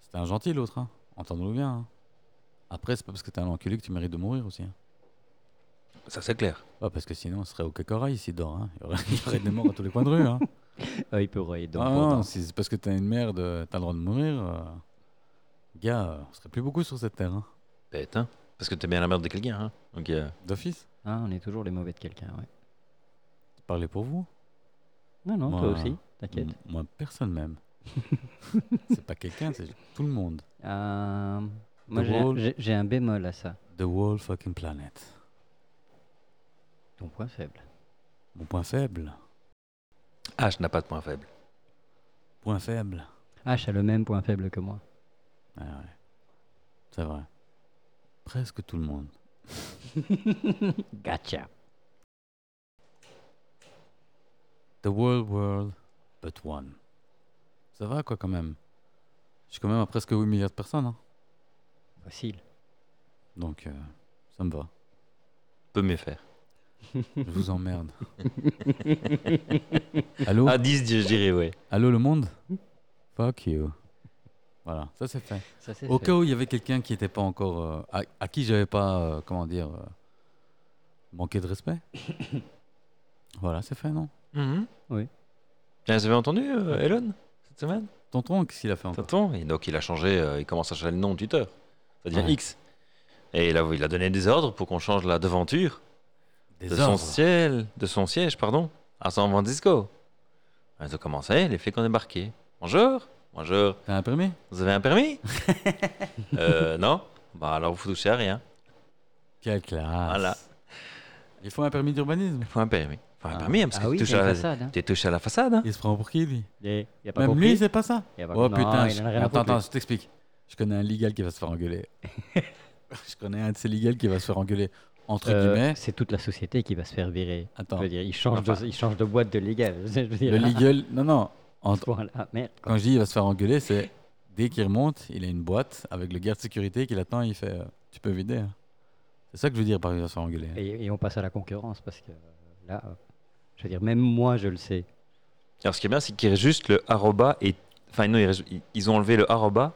[SPEAKER 1] c'était un gentil l'autre, hein. entendons-nous bien. hein. Après, c'est pas parce que t'es un enculé que tu mérites de mourir aussi. hein.
[SPEAKER 2] Ça, c'est clair.
[SPEAKER 1] Ouais, parce que sinon, ce serait au cacorail s'il dort. hein. Il y aurait, il y aurait des morts à tous les coins de rue. Hein.
[SPEAKER 3] euh, il peut royer dedans.
[SPEAKER 1] Ah
[SPEAKER 3] pour
[SPEAKER 1] non,
[SPEAKER 3] autant.
[SPEAKER 1] si c'est parce que t'as une merde, euh, t'as le droit de mourir. euh, Gars, euh, on serait plus beaucoup sur cette terre. hein.
[SPEAKER 2] Bête, hein. Parce que t'es bien la merde de quelqu'un, hein. Donc, euh,
[SPEAKER 1] D'office,
[SPEAKER 3] Ah, on est toujours les mauvais de quelqu'un, ouais.
[SPEAKER 1] parlez pour vous.
[SPEAKER 3] Non, non,
[SPEAKER 1] Moi,
[SPEAKER 3] toi aussi, t'inquiète.
[SPEAKER 1] M- Moi, personne même. c'est pas quelqu'un, c'est tout le monde.
[SPEAKER 3] Euh, moi,
[SPEAKER 1] The
[SPEAKER 3] j'ai un-
[SPEAKER 1] Wall.
[SPEAKER 3] j'ai- j'ai un bémol à ça.
[SPEAKER 1] The whole fucking planet.
[SPEAKER 3] Ton point faible.
[SPEAKER 1] Mon point faible.
[SPEAKER 2] Ah, je n'ai pas de point faible.
[SPEAKER 1] Point faible.
[SPEAKER 3] Ah, H a le même point faible que moi.
[SPEAKER 1] Ah ouais. C'est vrai. Presque tout le monde.
[SPEAKER 3] Gotcha.
[SPEAKER 1] The world world, but one. Ça va quoi quand même Je suis quand même à presque 8 milliards de personnes. hein.
[SPEAKER 3] Facile.
[SPEAKER 1] Donc euh, ça me va.
[SPEAKER 2] Peut mieux faire.
[SPEAKER 1] Je vous emmerde. Allô
[SPEAKER 2] À 10, je dirais, ouais.
[SPEAKER 1] Allô le monde Fuck you. Voilà, ça c'est fait.
[SPEAKER 3] Ça, c'est
[SPEAKER 1] Au
[SPEAKER 3] fait.
[SPEAKER 1] cas où il y avait quelqu'un qui n'était pas encore. euh, à, à qui j'avais pas, euh, comment dire, euh, manqué de respect. voilà, c'est fait, non
[SPEAKER 3] Oui.
[SPEAKER 2] Vous avez entendu, euh, Elon, cette semaine
[SPEAKER 1] Tonton, qu'est-ce qu'il a fait encore
[SPEAKER 2] T'entends Et donc, il a changé, euh, il commence à changer le nom de Twitter. Ça devient
[SPEAKER 1] Ouais.
[SPEAKER 2] X. Et là, il a donné des ordres pour qu'on change la devanture
[SPEAKER 1] Des
[SPEAKER 2] de son,
[SPEAKER 1] ordres.
[SPEAKER 2] ciel, de son siège pardon, à San Francisco. Ils ont commencé, les flics ont débarqué. Bonjour, bonjour,
[SPEAKER 1] T'as un permis
[SPEAKER 2] vous avez un permis Euh, non Bah alors vous touchez à rien.
[SPEAKER 1] Quelle classe
[SPEAKER 2] Voilà.
[SPEAKER 1] Il faut un permis d'urbanisme.
[SPEAKER 2] Il faut un permis. Il faut un
[SPEAKER 1] Ah.
[SPEAKER 2] permis, hein, parce que
[SPEAKER 3] Ah oui,
[SPEAKER 2] tu, touches
[SPEAKER 3] c'est une
[SPEAKER 2] à la...
[SPEAKER 3] façade. Hein.
[SPEAKER 2] tu touches à la façade. hein.
[SPEAKER 1] Il se prend pour qui, lui
[SPEAKER 3] Il il a pas
[SPEAKER 1] Même
[SPEAKER 3] compris.
[SPEAKER 1] lui, c'est pas ça
[SPEAKER 3] Il a pas
[SPEAKER 1] Oh
[SPEAKER 3] compris. Non,
[SPEAKER 1] putain,
[SPEAKER 3] il
[SPEAKER 1] je-
[SPEAKER 3] en a rien à
[SPEAKER 1] attends,
[SPEAKER 3] foutre,
[SPEAKER 1] attends, je t'explique. Je connais un légal qui va se faire engueuler. je connais un de ces légals qui va se faire engueuler, entre
[SPEAKER 3] Euh,
[SPEAKER 1] guillemets.
[SPEAKER 3] c'est toute la société qui va se faire virer.
[SPEAKER 1] Attends,
[SPEAKER 3] Je veux dire, il change, de, il change de boîte de légal. Je veux dire,
[SPEAKER 1] le legal, non, non,
[SPEAKER 3] à
[SPEAKER 1] en-
[SPEAKER 3] ce point-là, merde.
[SPEAKER 1] Quand je dis il va se faire engueuler, c'est dès qu'il remonte, il a une boîte avec le garde sécurité qui l'attend et il fait euh, Tu peux vider. hein. C'est ça que je veux dire par il va se faire engueuler. hein.
[SPEAKER 3] Et, et on passe à la concurrence parce que euh, là, euh, je veux dire, même moi, je le sais.
[SPEAKER 2] Alors ce qui est bien, c'est qu'il reste juste le arroba et... Enfin non, il reste- ils- ils ont enlevé le arroba,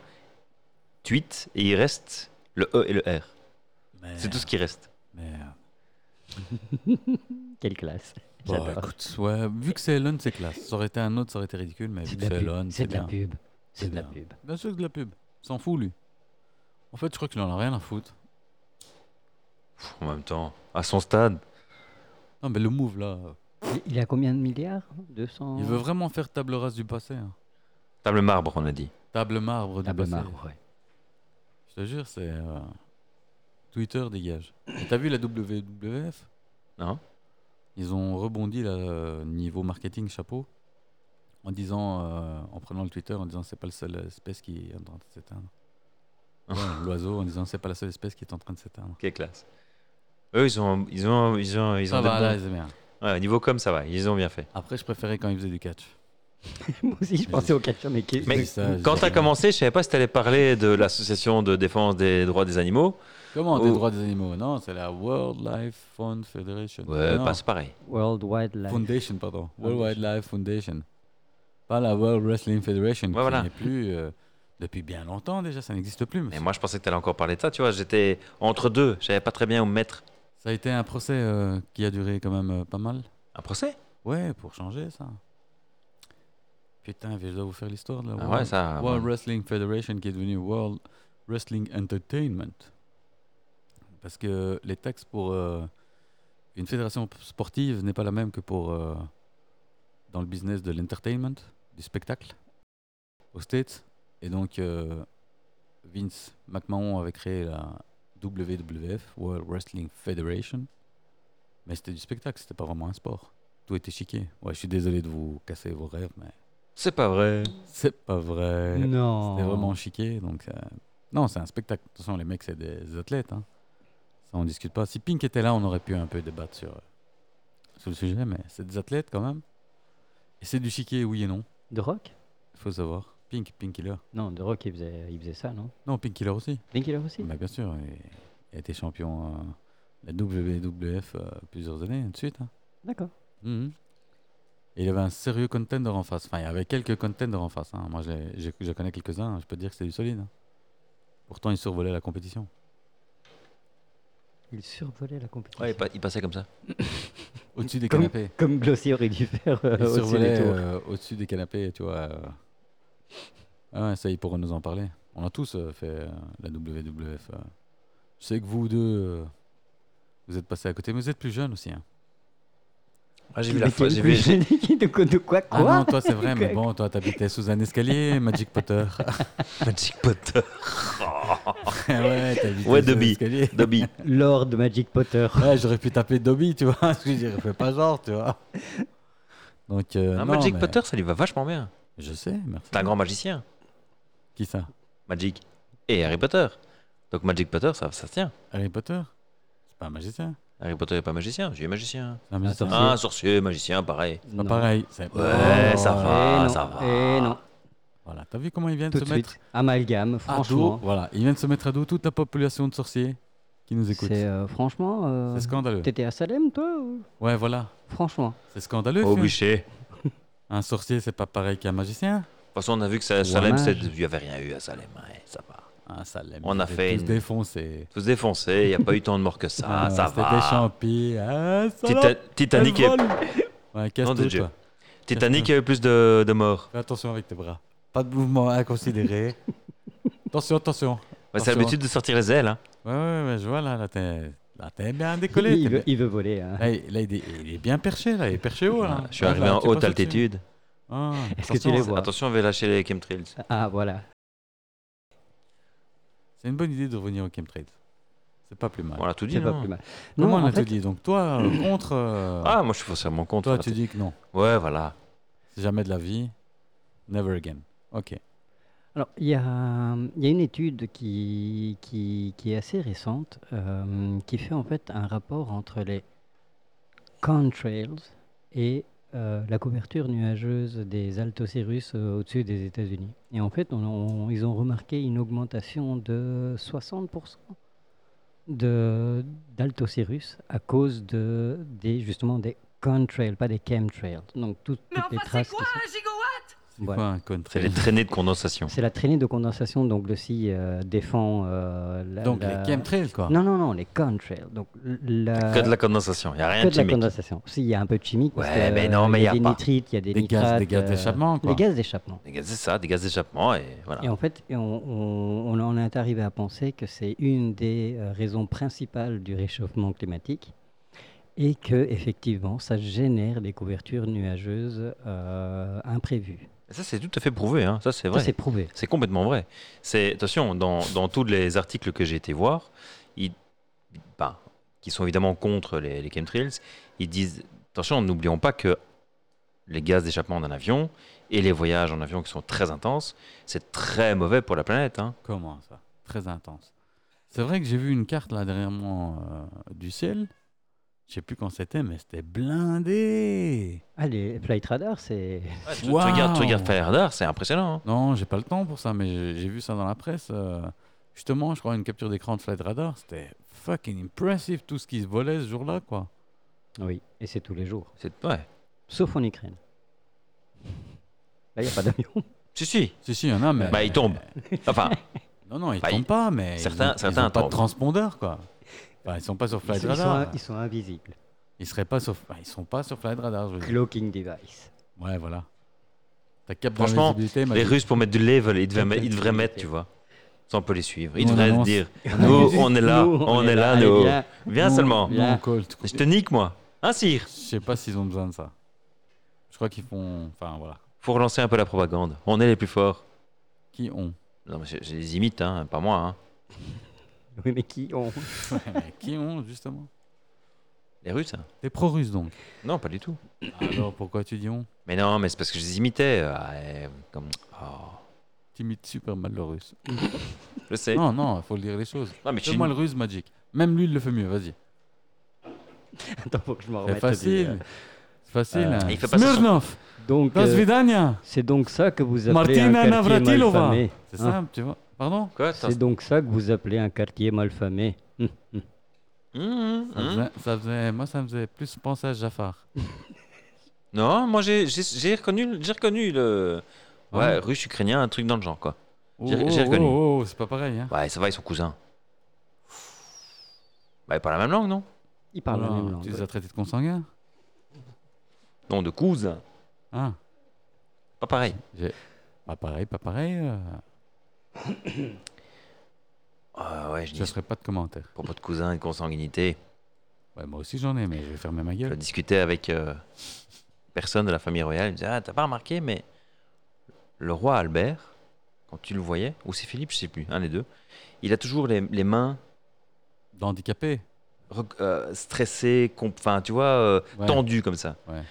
[SPEAKER 2] tweet, et il reste le E et le R.
[SPEAKER 1] Merde,
[SPEAKER 2] C'est tout ce qui reste.
[SPEAKER 1] merde.
[SPEAKER 3] Quelle classe.
[SPEAKER 1] Bon,
[SPEAKER 3] J'adore.
[SPEAKER 1] écoute, ouais, vu que c'est Elon, c'est classe. Ça aurait été un autre, ça aurait été ridicule, mais vu
[SPEAKER 3] C'est
[SPEAKER 1] que
[SPEAKER 3] de,
[SPEAKER 1] c'est
[SPEAKER 3] la
[SPEAKER 1] Elon,
[SPEAKER 3] pub. C'est
[SPEAKER 1] c'est
[SPEAKER 3] de la
[SPEAKER 1] bien.
[SPEAKER 3] pub. C'est de la
[SPEAKER 1] bien.
[SPEAKER 3] pub.
[SPEAKER 1] Bien sûr que de la pub. S'en fout, lui. En fait, je crois qu'il en a rien à foutre.
[SPEAKER 2] Pff, en même temps, à son stade,
[SPEAKER 1] Non, mais le move, là. euh,
[SPEAKER 3] Il- Il a combien de milliards 200
[SPEAKER 1] Il veut vraiment faire table rase du passé. hein.
[SPEAKER 2] table marbre, on a dit.
[SPEAKER 1] Table marbre du
[SPEAKER 3] Table
[SPEAKER 1] passé.
[SPEAKER 3] marbre, Ah, bah, ouais.
[SPEAKER 1] Je te jure, c'est. euh, Twitter dégage. Et T'as vu la WWF
[SPEAKER 2] Non
[SPEAKER 1] Ils ont rebondi là, euh, niveau marketing chapeau en disant, euh, en prenant le Twitter, en disant c'est pas la seule espèce qui est en train de s'éteindre. Ouais, L'oiseau en disant c'est pas la seule espèce qui est en train de s'éteindre.
[SPEAKER 2] Quelle classe. Eux, ils ont, ils ont, ils ont, ils
[SPEAKER 1] Ça
[SPEAKER 2] ont. des
[SPEAKER 1] va, là,
[SPEAKER 2] bons-
[SPEAKER 1] c'est bien.
[SPEAKER 2] Ouais, niveau com, ça va. Ils ont bien fait.
[SPEAKER 1] Après, je préférais quand ils faisaient du catch.
[SPEAKER 3] Moi aussi, je pensais au catch, mais qui.
[SPEAKER 2] Mais
[SPEAKER 1] Oui, ça,
[SPEAKER 2] quand
[SPEAKER 1] j'ai-
[SPEAKER 2] t'as commencé, je savais pas si t'allais parler de l'association de défense des droits des animaux.
[SPEAKER 1] Comment des
[SPEAKER 2] Oh.
[SPEAKER 1] droits des animaux Non, c'est la World Life Fund Federation.
[SPEAKER 2] Ouais,
[SPEAKER 1] Non,
[SPEAKER 2] pas c'est pareil.
[SPEAKER 3] World Wildlife.
[SPEAKER 1] Foundation, pardon. World
[SPEAKER 3] Foundation.
[SPEAKER 1] Wildlife Foundation. Pas la World Wrestling Federation. qui
[SPEAKER 2] voilà.
[SPEAKER 1] n'est plus euh, depuis bien longtemps déjà, ça n'existe plus.
[SPEAKER 2] Mais
[SPEAKER 1] monsieur.
[SPEAKER 2] moi, je pensais que t'allais encore parler de ça. Tu vois, j'étais entre deux. Je savais pas très bien où me mettre.
[SPEAKER 1] Ça a été un procès euh, qui a duré quand même euh, pas mal.
[SPEAKER 2] Un procès
[SPEAKER 1] Ouais, pour changer ça. Putain, je dois vous faire l'histoire de la
[SPEAKER 2] Ah
[SPEAKER 1] World,
[SPEAKER 2] ouais, ça.
[SPEAKER 1] World Wrestling Federation qui est devenue World Wrestling Entertainment. Parce que les taxes pour euh, une fédération p- sportive n'est pas la même que pour euh, dans le business de l'entertainment, du spectacle, aux States. Et donc, euh, Vince McMahon avait créé la WWF, World Wrestling Federation. Mais c'était du spectacle, c'était pas vraiment un sport. Tout était chiqué. Ouais, je suis désolé de vous casser vos rêves, mais
[SPEAKER 2] C'est pas vrai.
[SPEAKER 1] c'est pas vrai.
[SPEAKER 3] Non.
[SPEAKER 1] C'était vraiment chiqué, donc... euh, Non, c'est un spectacle. De toute façon, les mecs, c'est des athlètes. hein. Ça, on discute pas. Si Pink était là, on aurait pu un peu débattre sur, euh, sur le sujet, mais c'est des athlètes quand même. Et c'est du chiqué, oui et non.
[SPEAKER 3] De Rock
[SPEAKER 1] Il faut savoir. Pink, Pink Killer.
[SPEAKER 3] Non, De Rock, il faisait, il faisait ça, non
[SPEAKER 1] Non, Pink Killer aussi.
[SPEAKER 3] Pink Killer aussi
[SPEAKER 1] Bah, bien sûr, il, il a été champion euh, de la WWF euh, plusieurs années de suite. hein.
[SPEAKER 3] D'accord.
[SPEAKER 1] Mhm. Et il avait un sérieux contender en face. Enfin, il y avait quelques contenders en face. hein. Moi, je, les- je- je connais quelques-uns. hein. Je peux te dire que c'est du solide. hein. Pourtant, il survolait la compétition.
[SPEAKER 3] Il survolait la compétition.
[SPEAKER 2] Ouais, il, pa- il passait comme ça.
[SPEAKER 1] Au-dessus des
[SPEAKER 3] Comme-
[SPEAKER 1] canapés.
[SPEAKER 3] Comme Glossier aurait dû faire euh,
[SPEAKER 1] Il
[SPEAKER 3] au-dessus des
[SPEAKER 1] survolait
[SPEAKER 3] tours.
[SPEAKER 1] euh, au-dessus des canapés, tu vois. euh. Ah ouais, ça, ils pourront nous en parler. On a tous euh, fait euh, la WWF. euh. Je sais que vous deux, euh, vous êtes passés à côté, mais vous êtes plus jeunes aussi. hein.
[SPEAKER 2] j'ai
[SPEAKER 3] Il
[SPEAKER 2] vu la
[SPEAKER 3] était
[SPEAKER 2] photo. J'ai
[SPEAKER 3] plus
[SPEAKER 2] vu.
[SPEAKER 3] jeune que de, quoi- de quoi
[SPEAKER 1] Ah
[SPEAKER 3] quoi
[SPEAKER 1] non, toi, c'est vrai, mais bon, toi, t'habitais sous un escalier, Magic Potter.
[SPEAKER 2] Magic Potter.
[SPEAKER 1] ouais, t'habitais
[SPEAKER 2] Ouais,
[SPEAKER 1] sous un
[SPEAKER 2] Dobby.
[SPEAKER 1] escalier.
[SPEAKER 2] Dobby.
[SPEAKER 3] Lord Magic Potter.
[SPEAKER 1] Ouais, j'aurais pu taper Dobby, tu vois. Je veux dire, fais pas genre, tu vois. Donc, euh,
[SPEAKER 2] Un
[SPEAKER 1] non,
[SPEAKER 2] Magic
[SPEAKER 1] mais-
[SPEAKER 2] Potter, ça lui va vachement bien.
[SPEAKER 1] Je sais, merci.
[SPEAKER 2] C'est un grand magicien.
[SPEAKER 1] Qui ça
[SPEAKER 2] Magic. Et Harry Potter. Donc Magic Potter, ça, ça se tient.
[SPEAKER 1] Harry Potter C'est pas un magicien.
[SPEAKER 2] Harry Potter n'est pas magicien, j'ai magicien.
[SPEAKER 1] C'est un magicien.
[SPEAKER 3] sorcier.
[SPEAKER 2] Ah, un sorcier, magicien, pareil.
[SPEAKER 1] C'est pas pareil. c'est-
[SPEAKER 2] Ouais, ça va,
[SPEAKER 3] et Euh, eh non,
[SPEAKER 2] ça va.
[SPEAKER 3] Et non,
[SPEAKER 1] Voilà, t'as vu comment ils viennent
[SPEAKER 3] tout
[SPEAKER 1] se
[SPEAKER 3] de
[SPEAKER 1] mettre
[SPEAKER 3] suite. Amalgame,
[SPEAKER 1] à dos
[SPEAKER 3] franchement.
[SPEAKER 1] Voilà, ils viennent se mettre à dos toute la population de sorciers qui nous écoute.
[SPEAKER 3] C'est
[SPEAKER 1] C'est
[SPEAKER 3] euh, franchement. euh,
[SPEAKER 1] scandaleux.
[SPEAKER 3] T'étais à Salem, toi ou-
[SPEAKER 1] Ouais, voilà,
[SPEAKER 3] Franchement.
[SPEAKER 1] c'est scandaleux.
[SPEAKER 2] Au
[SPEAKER 1] Fion.
[SPEAKER 2] bûcher. De
[SPEAKER 1] Un sorcier, c'est pas pareil qu'un magicien.
[SPEAKER 2] toute façon, on a vu que ça-
[SPEAKER 3] Ou
[SPEAKER 2] Salem,
[SPEAKER 3] un
[SPEAKER 2] c'est-
[SPEAKER 3] mage.
[SPEAKER 2] il n'y avait rien eu à Salem. ouais, ça va.
[SPEAKER 1] Ah, ça l'aime.
[SPEAKER 2] On
[SPEAKER 1] ils
[SPEAKER 2] a
[SPEAKER 1] étaient
[SPEAKER 2] fait
[SPEAKER 1] tous
[SPEAKER 2] une-
[SPEAKER 1] défoncés.
[SPEAKER 2] Tous défoncés, il n'y a pas eu tant de morts que ça,
[SPEAKER 1] Ah,
[SPEAKER 2] ça
[SPEAKER 1] c'était
[SPEAKER 2] va.
[SPEAKER 1] des champis. Ah,
[SPEAKER 2] Tita-
[SPEAKER 1] salope,
[SPEAKER 2] Titanic,
[SPEAKER 1] elle
[SPEAKER 2] est-
[SPEAKER 1] vole. Ouais, casse-toi,
[SPEAKER 2] DJ.
[SPEAKER 1] toi.
[SPEAKER 2] Titanic, il y avait plus de, de morts.
[SPEAKER 1] Fais attention avec tes bras. Pas de mouvement inconsidéré. attention, attention.
[SPEAKER 2] Ouais, c'est
[SPEAKER 1] Attention.
[SPEAKER 2] l'habitude de sortir les ailes. Hein.
[SPEAKER 1] Ouais, ouais, ouais, je vois là, là, t'es là, t'es bien décollé. t'es
[SPEAKER 3] il,
[SPEAKER 1] bien-
[SPEAKER 3] veut, il veut voler. hein.
[SPEAKER 1] Là, il, là, il, est, il est bien perché, là, il est perché haut. Là.
[SPEAKER 2] Je suis
[SPEAKER 1] Ah,
[SPEAKER 2] arrivé
[SPEAKER 1] là,
[SPEAKER 2] en
[SPEAKER 1] tu passes
[SPEAKER 2] haute
[SPEAKER 1] au-dessus.
[SPEAKER 2] altitude.
[SPEAKER 1] Ah,
[SPEAKER 3] Est-ce que tu les
[SPEAKER 1] attention,
[SPEAKER 3] vois
[SPEAKER 2] Attention, on va lâcher les chemtrails.
[SPEAKER 3] Ah, voilà.
[SPEAKER 1] C'est une bonne idée de revenir au chemtrail. C'est pas plus mal.
[SPEAKER 2] On l'a tout dit,
[SPEAKER 3] C'est pas
[SPEAKER 2] non
[SPEAKER 3] plus mal.
[SPEAKER 1] Non,
[SPEAKER 3] Non,
[SPEAKER 1] hein. on
[SPEAKER 3] en
[SPEAKER 1] a tout
[SPEAKER 3] fait,
[SPEAKER 1] dit. Donc toi, euh, contre, euh,
[SPEAKER 2] Ah, moi, je suis forcément contre.
[SPEAKER 1] toi, tu dis que non.
[SPEAKER 2] Ouais, voilà.
[SPEAKER 1] C'est jamais de la vie. Never again. Ok.
[SPEAKER 3] Alors, il y a, il y a une étude qui, qui, qui est assez récente, euh, qui fait en fait un rapport entre les contrails et euh, la couverture nuageuse des altocérus euh, au-dessus des États-Unis. Et en fait, on- on- ils ont remarqué une augmentation de 60% de- d'altocérus à cause de, des, justement des contrails, pas des chemtrails. Donc, toutes,
[SPEAKER 4] Mais
[SPEAKER 3] toutes les
[SPEAKER 4] enfin,
[SPEAKER 3] traces qui
[SPEAKER 4] c'est quoi
[SPEAKER 3] sont-
[SPEAKER 4] un gigawatt
[SPEAKER 1] C'est
[SPEAKER 3] Voilà.
[SPEAKER 1] quoi un
[SPEAKER 2] C'est
[SPEAKER 1] contrail
[SPEAKER 2] les traînées de condensation.
[SPEAKER 3] c'est la traînée de condensation, donc le CI euh, défend euh, la.
[SPEAKER 1] Donc
[SPEAKER 3] la-
[SPEAKER 1] les chemtrails, quoi.
[SPEAKER 3] Non, non, non, les contrails. Donc l- la.
[SPEAKER 2] Que de la condensation, il n'y a rien
[SPEAKER 3] Euh, que
[SPEAKER 2] de
[SPEAKER 3] de la
[SPEAKER 2] chimique.
[SPEAKER 3] condensation. Si, il y a un peu de chimique. parce
[SPEAKER 2] Ouais,
[SPEAKER 3] que, euh,
[SPEAKER 2] mais non, mais
[SPEAKER 3] il y a
[SPEAKER 2] y a
[SPEAKER 3] des
[SPEAKER 2] pas.
[SPEAKER 3] nitrites, il y a des,
[SPEAKER 1] Des gaz-
[SPEAKER 3] nitrates, euh,
[SPEAKER 1] des gaz d'échappement, quoi.
[SPEAKER 3] Les gaz d'échappement.
[SPEAKER 2] Des gaz, c'est ça, des gaz d'échappement, et voilà.
[SPEAKER 3] Et en fait, et on, on- on en est arrivé à penser que c'est une des euh, raisons principales du réchauffement climatique et que effectivement, ça génère des couvertures nuageuses euh, imprévues.
[SPEAKER 2] Et Ça, c'est tout à fait prouvé, hein. ça, c'est
[SPEAKER 3] Ça,
[SPEAKER 2] vrai.
[SPEAKER 3] c'est prouvé.
[SPEAKER 2] C'est complètement vrai. C'est attention dans, dans tous les articles que j'ai été voir, ils, ben, qui sont évidemment contre les, les chemtrails, ils disent attention, n'oublions pas que les gaz d'échappement d'un avion et les voyages en avion qui sont très intenses, c'est très mauvais pour la planète. hein.
[SPEAKER 1] Comment ça Très intense. C'est vrai que j'ai vu une carte là derrière moi euh, du ciel. Je sais plus quand c'était, mais c'était blindé.
[SPEAKER 3] Ah, les flight radar, c'est.
[SPEAKER 2] tu, tu
[SPEAKER 1] Wow.
[SPEAKER 2] regardes, tu regardes Fire Radar, c'est impressionnant. hein.
[SPEAKER 1] Non, j'ai pas le temps pour ça, mais j'ai- j'ai vu ça dans la presse. euh, justement, je crois une capture d'écran de Flight Radar. C'était fucking impressive tout ce qui se volait ce jour-là, quoi.
[SPEAKER 3] Oui, et c'est tous les jours.
[SPEAKER 2] C'est ouais.
[SPEAKER 3] Sauf en Ukraine. Là, il n'y a pas d'avion.
[SPEAKER 2] Si si.
[SPEAKER 1] Si, si, il y en a, mais.
[SPEAKER 2] Bah, ils tombent. Enfin,
[SPEAKER 1] Non, non, ils
[SPEAKER 2] Bah,
[SPEAKER 1] tombent
[SPEAKER 2] ils-
[SPEAKER 1] pas, mais.
[SPEAKER 2] certains-
[SPEAKER 1] ils ont- ils
[SPEAKER 2] certains
[SPEAKER 1] ont pas de
[SPEAKER 2] tombent.
[SPEAKER 1] transpondeur, quoi. Bah, ils sont pas sur
[SPEAKER 3] Ils
[SPEAKER 1] Flight
[SPEAKER 3] sont, ils sont
[SPEAKER 1] Radar.
[SPEAKER 3] in- ils sont invisibles.
[SPEAKER 1] Ils seraient pas sur. bah, ils sont pas sur Flight Radar, je veux dire.
[SPEAKER 3] Cloaking device.
[SPEAKER 1] Ouais, voilà. Ta cap
[SPEAKER 2] Franchement,
[SPEAKER 1] d'invisibilité,
[SPEAKER 2] les
[SPEAKER 1] Magic-
[SPEAKER 2] Russes pour mettre du level, ils devaient, me- ils devraient mettre, tu vois. Ça, on peut les suivre. Ils
[SPEAKER 1] Nous, on
[SPEAKER 2] devraient
[SPEAKER 1] annonce.
[SPEAKER 2] dire nous, on est là,
[SPEAKER 3] Nous,
[SPEAKER 2] on, est là,
[SPEAKER 3] allez,
[SPEAKER 2] nous.
[SPEAKER 3] viens.
[SPEAKER 2] Viens
[SPEAKER 3] Nous,
[SPEAKER 2] seulement.
[SPEAKER 3] viens.
[SPEAKER 1] Non, Colt,
[SPEAKER 2] Je te nique, moi. Hein, sire
[SPEAKER 1] Je sais pas s'ils ont besoin de ça. Je crois qu'ils font. Enfin, voilà.
[SPEAKER 2] Faut relancer un peu la propagande. On est les plus forts.
[SPEAKER 1] Qui ont
[SPEAKER 2] Non, mais je, je les imite, hein, pas moi. hein.
[SPEAKER 3] Oui, mais qui on
[SPEAKER 1] Ouais, mais Qui ont, justement
[SPEAKER 2] Les Russes hein.
[SPEAKER 1] T'es pro-russe, donc.
[SPEAKER 2] Non, pas du tout.
[SPEAKER 1] Alors, pourquoi tu dis on
[SPEAKER 2] Mais non, mais c'est parce que je les imitais. euh, euh, comme... oh,
[SPEAKER 1] T'imites super mal le russe.
[SPEAKER 2] je sais. Non,
[SPEAKER 1] Non, non, faut le dire les choses.
[SPEAKER 2] mais tu...
[SPEAKER 1] Fais-moi le russe, Magic. Même lui, il le fait mieux, vas-y.
[SPEAKER 3] Attends, faut que je me remette.
[SPEAKER 1] C'est facile.
[SPEAKER 3] du-
[SPEAKER 1] C'est facile.
[SPEAKER 3] hein. Euh,
[SPEAKER 1] hein.
[SPEAKER 2] il fait pas ça sans-
[SPEAKER 1] Smirnov
[SPEAKER 3] Donc,
[SPEAKER 1] До
[SPEAKER 3] euh,
[SPEAKER 1] свидания
[SPEAKER 3] c'est donc ça que vous appelez
[SPEAKER 1] Martina
[SPEAKER 3] un quartier
[SPEAKER 1] Navratilova.
[SPEAKER 3] malfamé.
[SPEAKER 1] C'est
[SPEAKER 3] Hein,
[SPEAKER 1] simple, tu vois. Pardon
[SPEAKER 2] Quoi attends,
[SPEAKER 3] c'est donc ça que vous appelez un quartier malfamé. Hum, hum.
[SPEAKER 2] c'est- Hum, hum,
[SPEAKER 1] ça
[SPEAKER 2] hum.
[SPEAKER 1] faisait, ça faisait- Moi, ça me faisait plus penser à Jafar.
[SPEAKER 2] Non, moi j'ai- j'ai j'ai reconnu, le- j'ai reconnu le. Ouais,
[SPEAKER 1] Ouais.
[SPEAKER 2] russe ukrainien, un truc dans le genre quoi.
[SPEAKER 1] Oh,
[SPEAKER 2] J'ai-
[SPEAKER 1] oh,
[SPEAKER 2] j'ai reconnu.
[SPEAKER 1] oh, oh, c'est pas pareil. Hein.
[SPEAKER 2] Ouais, ça va, ils sont cousins. Bah, pas la même langue, non
[SPEAKER 3] Ils parlent la
[SPEAKER 1] Alors,
[SPEAKER 3] même langue.
[SPEAKER 1] tu les
[SPEAKER 3] ouais.
[SPEAKER 1] as traités de consanguins
[SPEAKER 2] Non, de cousins.
[SPEAKER 1] Hein
[SPEAKER 2] Pas pareil.
[SPEAKER 1] Pas pareil, pas pareil. euh,
[SPEAKER 2] Ah ouais, je
[SPEAKER 1] je ne
[SPEAKER 2] dis
[SPEAKER 1] ferai pas de commentaires.
[SPEAKER 2] propos de cousins et de consanguinité.
[SPEAKER 1] Ouais, moi aussi, j'en ai, mais je vais fermer ma
[SPEAKER 2] Je
[SPEAKER 1] gueule.
[SPEAKER 2] discutais avec euh, personne de la famille royale. Il me disait Ah, t'as pas remarqué, mais le roi Albert, quand tu le voyais, ou c'est Philippe, je sais plus, un des deux, il a toujours les, les mains
[SPEAKER 1] D'handicapé
[SPEAKER 2] rec- euh, stressées, com- enfin, tu vois, euh,
[SPEAKER 1] Ouais.
[SPEAKER 2] tendues comme ça.
[SPEAKER 1] Ouais.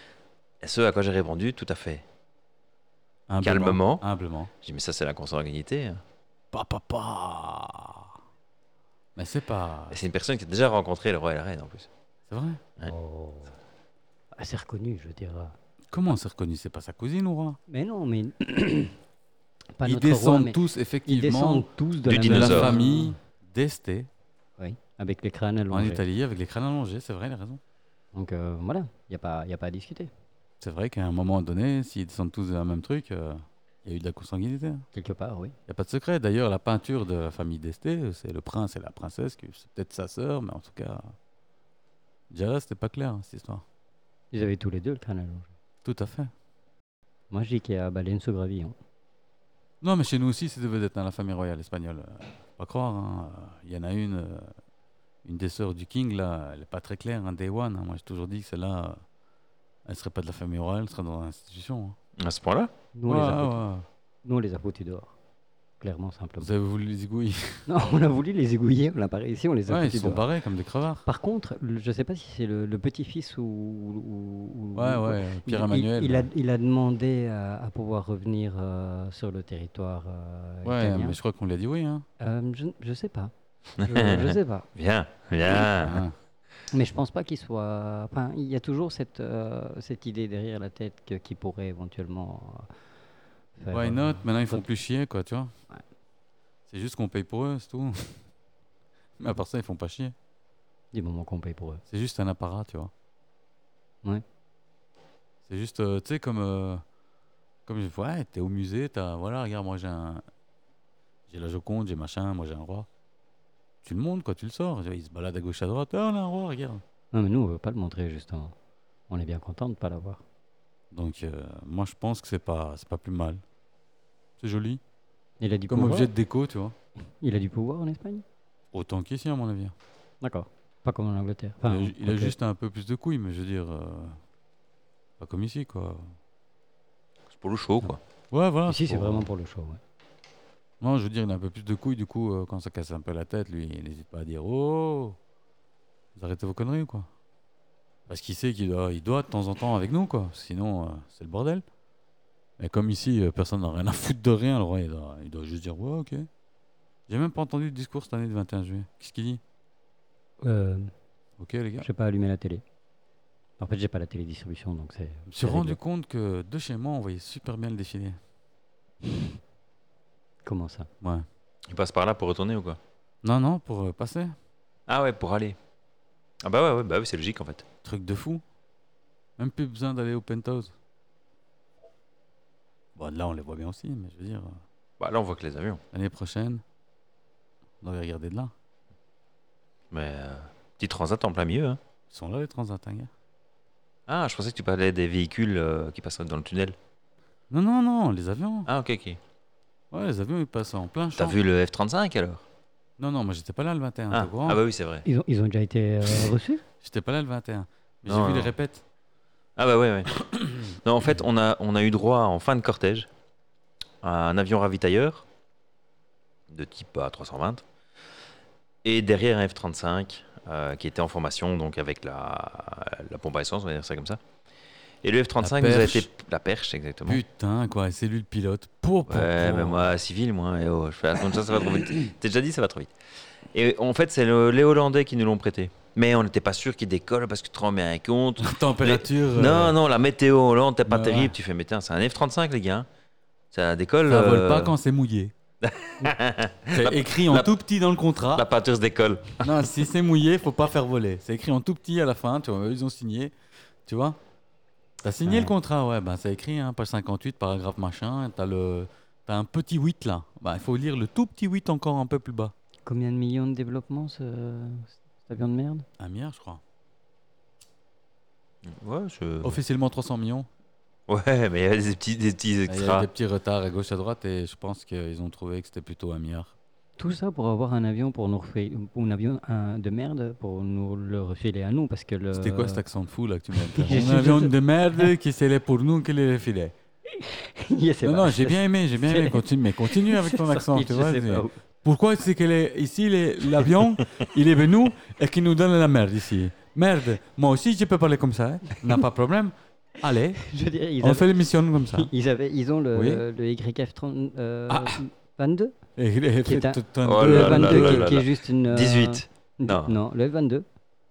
[SPEAKER 2] Et ce à quoi j'ai répondu Tout à fait.
[SPEAKER 1] Humblement,
[SPEAKER 2] Calmement.
[SPEAKER 1] Humblement.
[SPEAKER 2] hein. J'ai dit Mais ça, c'est la consanguinité.
[SPEAKER 1] Pa, pa, pa. Mais c'est pas.
[SPEAKER 2] Et C'est une personne qui a déjà rencontré le roi et la reine en plus.
[SPEAKER 1] C'est vrai
[SPEAKER 2] Ouais.
[SPEAKER 3] Oh. Ah, c'est reconnu, je dirais.
[SPEAKER 1] Comment c'est reconnu C'est pas sa cousine ou roi
[SPEAKER 3] Mais non, mais. pas
[SPEAKER 1] Ils
[SPEAKER 3] notre roi,
[SPEAKER 1] descendent
[SPEAKER 3] mais
[SPEAKER 1] tous
[SPEAKER 3] Ils
[SPEAKER 1] effectivement
[SPEAKER 3] descendent tous
[SPEAKER 1] de
[SPEAKER 2] du
[SPEAKER 3] de la, même
[SPEAKER 1] la
[SPEAKER 2] dinosaure.
[SPEAKER 1] famille d'Este
[SPEAKER 3] Oui, avec les crânes
[SPEAKER 1] en
[SPEAKER 3] allongés.
[SPEAKER 1] Italie avec les crânes allongés. C'est vrai, il a raison.
[SPEAKER 3] Donc euh, voilà, il n'y a, pas- y a pas à discuter.
[SPEAKER 1] C'est vrai qu'à un moment donné, s'ils descendent tous de la même truc, euh, il y a eu de la consanguinité. Il
[SPEAKER 3] Quelque part, oui.
[SPEAKER 1] n'y a pas de secret. D'ailleurs, la peinture de la famille d'Este, c'est le prince et la princesse, qui c'est peut-être sa sœur, mais en tout cas, déjà là, c'était pas clair hein, cette histoire.
[SPEAKER 3] Ils avaient tous les deux le crâne allongé.
[SPEAKER 1] Tout à fait.
[SPEAKER 3] Moi, je dis qu'il y a baleine sous gravillon.
[SPEAKER 1] Non, mais chez nous aussi, c'est des vedettes, hein, la famille royale espagnole. Euh, Faut pas croire. hein. Il y en a une, euh, une des sœurs du King, là, elle n'est pas très claire, hein, Day One. hein. Moi, j'ai toujours dit que celle-là, euh, elle serait pas de la famille royale, elle serait dans l'institution. hein.
[SPEAKER 2] À ce point-là
[SPEAKER 3] Nous, on
[SPEAKER 1] Ouais,
[SPEAKER 3] les a foutus-
[SPEAKER 1] ouais.
[SPEAKER 3] nous, on les a foutus dehors. Clairement, simplement.
[SPEAKER 1] Vous avez voulu les égouiller
[SPEAKER 3] Non, on a voulu les aiguiller, on n'a pas réussi, on les a
[SPEAKER 1] Ouais, ils
[SPEAKER 3] foutus
[SPEAKER 1] sont
[SPEAKER 3] dehors.
[SPEAKER 1] barrés comme des crevards.
[SPEAKER 3] Par contre, le- je ne sais pas si c'est le, le petit-fils ou, ou- ou-
[SPEAKER 1] Ouais,
[SPEAKER 3] ou-
[SPEAKER 1] ouais,
[SPEAKER 3] Il-
[SPEAKER 1] Pierre
[SPEAKER 3] il-
[SPEAKER 1] Emmanuel.
[SPEAKER 3] Il, a, il a demandé à, à pouvoir revenir euh, sur le territoire euh,
[SPEAKER 1] Ouais,
[SPEAKER 3] italien.
[SPEAKER 1] mais je crois qu'on lui a dit oui. Hein.
[SPEAKER 3] Euh, je, je sais pas. Je, je sais pas.
[SPEAKER 2] Viens,
[SPEAKER 3] Ah,
[SPEAKER 2] viens.
[SPEAKER 1] Hein.
[SPEAKER 3] Mais je pense pas qu'il soit. Enfin, il y a toujours cette, euh, cette idée derrière la tête que, qui pourrait éventuellement. euh, faire,
[SPEAKER 1] Why
[SPEAKER 3] euh,
[SPEAKER 1] not Maintenant, ils font
[SPEAKER 3] d'autres-
[SPEAKER 1] plus chier, quoi, tu vois.
[SPEAKER 3] Ouais.
[SPEAKER 1] C'est juste qu'on paye pour eux, c'est tout. mais à part ça, ils font pas chier.
[SPEAKER 3] Du moment qu'on paye pour eux.
[SPEAKER 1] C'est juste un apparat, tu vois.
[SPEAKER 3] Ouais.
[SPEAKER 1] C'est juste, euh, tu sais, comme. euh, comme je ouais, t'es au musée, t'as. Voilà, regarde, moi j'ai un. J'ai la Joconde, j'ai machin, moi j'ai un roi. Tu le montres, quoi, tu le sors. Il se balade à gauche, à droite. Ah, on a un roi, regarde.
[SPEAKER 3] Non, mais nous, on veut pas le montrer, justement. On est bien content de pas l'avoir.
[SPEAKER 1] Donc, euh, moi je pense que c'est pas, c'est pas plus mal. C'est joli.
[SPEAKER 3] Il a du
[SPEAKER 1] Comme
[SPEAKER 3] pouvoir.
[SPEAKER 1] objet de déco, tu vois.
[SPEAKER 3] Il a du pouvoir en Espagne
[SPEAKER 1] Autant qu'ici, à mon avis.
[SPEAKER 3] D'accord. Pas comme en Angleterre.
[SPEAKER 1] Il a
[SPEAKER 3] Enfin,
[SPEAKER 1] ju- il a,
[SPEAKER 3] ok.
[SPEAKER 1] juste un peu plus de couilles, mais je veux dire. euh, pas comme ici, quoi.
[SPEAKER 2] C'est pour le show, quoi.
[SPEAKER 1] Ouais, voilà.
[SPEAKER 3] Ici, c'est
[SPEAKER 1] pour- hein.
[SPEAKER 3] vraiment pour le show. ouais.
[SPEAKER 1] Non, je veux dire, il a un peu plus de couilles, du coup, euh, quand ça casse un peu la tête, lui, il n'hésite pas à dire Oh Vous arrêtez vos conneries ou quoi Parce qu'il sait qu'il doit, il doit de temps en temps avec nous, quoi. Sinon, euh, c'est le bordel. Et comme ici, euh, personne n'a rien à foutre de rien, le roi, il doit, il doit juste dire Ouais, ok. J'ai même pas entendu le discours cette année de 21 juillet. Qu'est-ce qu'il dit
[SPEAKER 3] Euh,
[SPEAKER 1] Ok, les gars.
[SPEAKER 3] Je sais pas allumer la télé. En fait, j'ai pas la télédistribution, donc c'est.
[SPEAKER 1] Je me suis
[SPEAKER 3] c'est
[SPEAKER 1] rendu
[SPEAKER 3] réglé.
[SPEAKER 1] compte que de chez moi, on voyait super bien le défilé.
[SPEAKER 3] Comment ça
[SPEAKER 1] Ouais.
[SPEAKER 2] Il passe par là pour retourner ou quoi
[SPEAKER 1] Non, non, pour euh, passer.
[SPEAKER 2] Ah ouais, pour aller. Ah bah ouais, ouais bah oui, c'est logique en fait.
[SPEAKER 1] Truc de fou. Même plus besoin d'aller au penthouse. Bon, là, on les voit bien aussi, mais je veux dire, euh,
[SPEAKER 2] Bah là, on voit que les avions.
[SPEAKER 1] l'année prochaine, on va regarder de là.
[SPEAKER 2] Mais euh, petit transat en plein milieu. Hein.
[SPEAKER 1] Ils sont là, les transats, hein, gars.
[SPEAKER 2] Ah, je pensais que tu parlais des véhicules euh, qui passeraient dans le tunnel.
[SPEAKER 1] Non, non, non, les avions.
[SPEAKER 2] Ah ok, ok.
[SPEAKER 1] Ouais, les avions, ils passent en plein
[SPEAKER 2] T'as
[SPEAKER 1] champ.
[SPEAKER 2] vu le F-35 alors
[SPEAKER 1] Non, non, moi, j'étais pas là le 21.
[SPEAKER 2] ah.
[SPEAKER 1] t'es au courant
[SPEAKER 2] ah bah oui, c'est vrai.
[SPEAKER 3] ils ont, ils ont déjà été euh, reçus
[SPEAKER 1] J'étais pas là le 21. Mais j'ai
[SPEAKER 2] Non,
[SPEAKER 1] vu les
[SPEAKER 2] non.
[SPEAKER 1] répètes.
[SPEAKER 2] Ah bah ouais, ouais. non, en fait, on a, on a eu droit en fin de cortège à un avion ravitailleur de type A320 et derrière un F-35 euh, qui était en formation donc avec la, la pompe à essence, on va dire ça comme ça. Et le F-35 nous a
[SPEAKER 1] perche.
[SPEAKER 2] été la perche exactement.
[SPEAKER 1] Putain, quoi, et c'est lui le pilote. Pour, pour,
[SPEAKER 2] Ah Ouais,
[SPEAKER 1] pour.
[SPEAKER 2] mais moi, civil, moi, et oh, je fais attention, ça va trop vite. T'as déjà dit, ça va trop vite. Et en fait, c'est le- les Hollandais qui nous l'ont prêté. Mais on n'était pas sûr qu'ils décollent parce que tu te rends bien compte.
[SPEAKER 1] Température. euh,
[SPEAKER 2] Non, non, la météo en Hollande, t'es pas
[SPEAKER 1] bah
[SPEAKER 2] terrible.
[SPEAKER 1] ouais.
[SPEAKER 2] Tu fais, mais tiens, c'est un F-35, les gars. hein. Ça décolle.
[SPEAKER 1] Ça vole
[SPEAKER 2] euh,
[SPEAKER 1] pas quand c'est mouillé. c'est écrit en
[SPEAKER 2] la-
[SPEAKER 1] tout petit dans le contrat.
[SPEAKER 2] La peinture se décolle.
[SPEAKER 1] Non, si c'est mouillé, faut pas faire voler. C'est écrit en tout petit à la fin, tu vois, eux, ils ont signé, tu vois. T'as signé
[SPEAKER 3] Ouais.
[SPEAKER 1] le contrat, ouais, ben c'est écrit, hein, page 58, paragraphe machin, et t'as le... T'as un petit 8 là. Ben, il faut lire le tout petit 8 encore un peu plus bas.
[SPEAKER 3] Combien de millions de développements ce, cet avion de merde
[SPEAKER 1] Un milliard, je crois.
[SPEAKER 2] Ouais, je-
[SPEAKER 1] Officiellement 300 millions.
[SPEAKER 2] ouais mais il y a des petits, des
[SPEAKER 1] Ah,
[SPEAKER 2] petits
[SPEAKER 1] Il y a
[SPEAKER 2] extras.
[SPEAKER 1] des petits retards à gauche, à droite, et je pense qu'ils ont trouvé que c'était plutôt un milliard.
[SPEAKER 3] Tout ça pour avoir un avion pour nous refiler, un avion un- de merde pour nous le refiler à nous parce que le.
[SPEAKER 1] C'était quoi cet accent de fou là que tu m'as
[SPEAKER 3] Je
[SPEAKER 1] dit
[SPEAKER 3] suis-
[SPEAKER 1] Un avion de merde qui s'élève pour nous, qui les filets.
[SPEAKER 3] Je sais
[SPEAKER 1] Non,
[SPEAKER 3] pas.
[SPEAKER 1] non, j'ai bien aimé, j'ai bien aimé.
[SPEAKER 3] C'est-
[SPEAKER 1] Continue, mais continue avec
[SPEAKER 3] C'est
[SPEAKER 1] ton
[SPEAKER 3] sorti
[SPEAKER 1] accent,
[SPEAKER 3] de
[SPEAKER 1] tu
[SPEAKER 3] je
[SPEAKER 1] vois.
[SPEAKER 3] sais
[SPEAKER 1] c'est-
[SPEAKER 3] pas où.
[SPEAKER 1] Pourquoi c'est que les- ici les- l'avion, il est venu et qu'il nous donne la merde ici Merde, moi aussi je peux parler comme ça, hein. n'a pas de problème. Allez,
[SPEAKER 3] Je veux dire, ils,
[SPEAKER 1] on
[SPEAKER 3] avaient,
[SPEAKER 1] fait l'émission comme ça.
[SPEAKER 3] ils, avaient- ils ont le,
[SPEAKER 1] Oui.
[SPEAKER 3] le YF30. euh,
[SPEAKER 1] Ah.
[SPEAKER 3] 22
[SPEAKER 1] Et les
[SPEAKER 3] Qui est un-
[SPEAKER 1] F22,
[SPEAKER 2] Oh
[SPEAKER 3] Le
[SPEAKER 2] là là
[SPEAKER 3] 22
[SPEAKER 2] là
[SPEAKER 3] qui-
[SPEAKER 2] là
[SPEAKER 3] qui
[SPEAKER 2] là.
[SPEAKER 3] est juste une. euh,
[SPEAKER 2] 18. Non.
[SPEAKER 3] Non, le 22.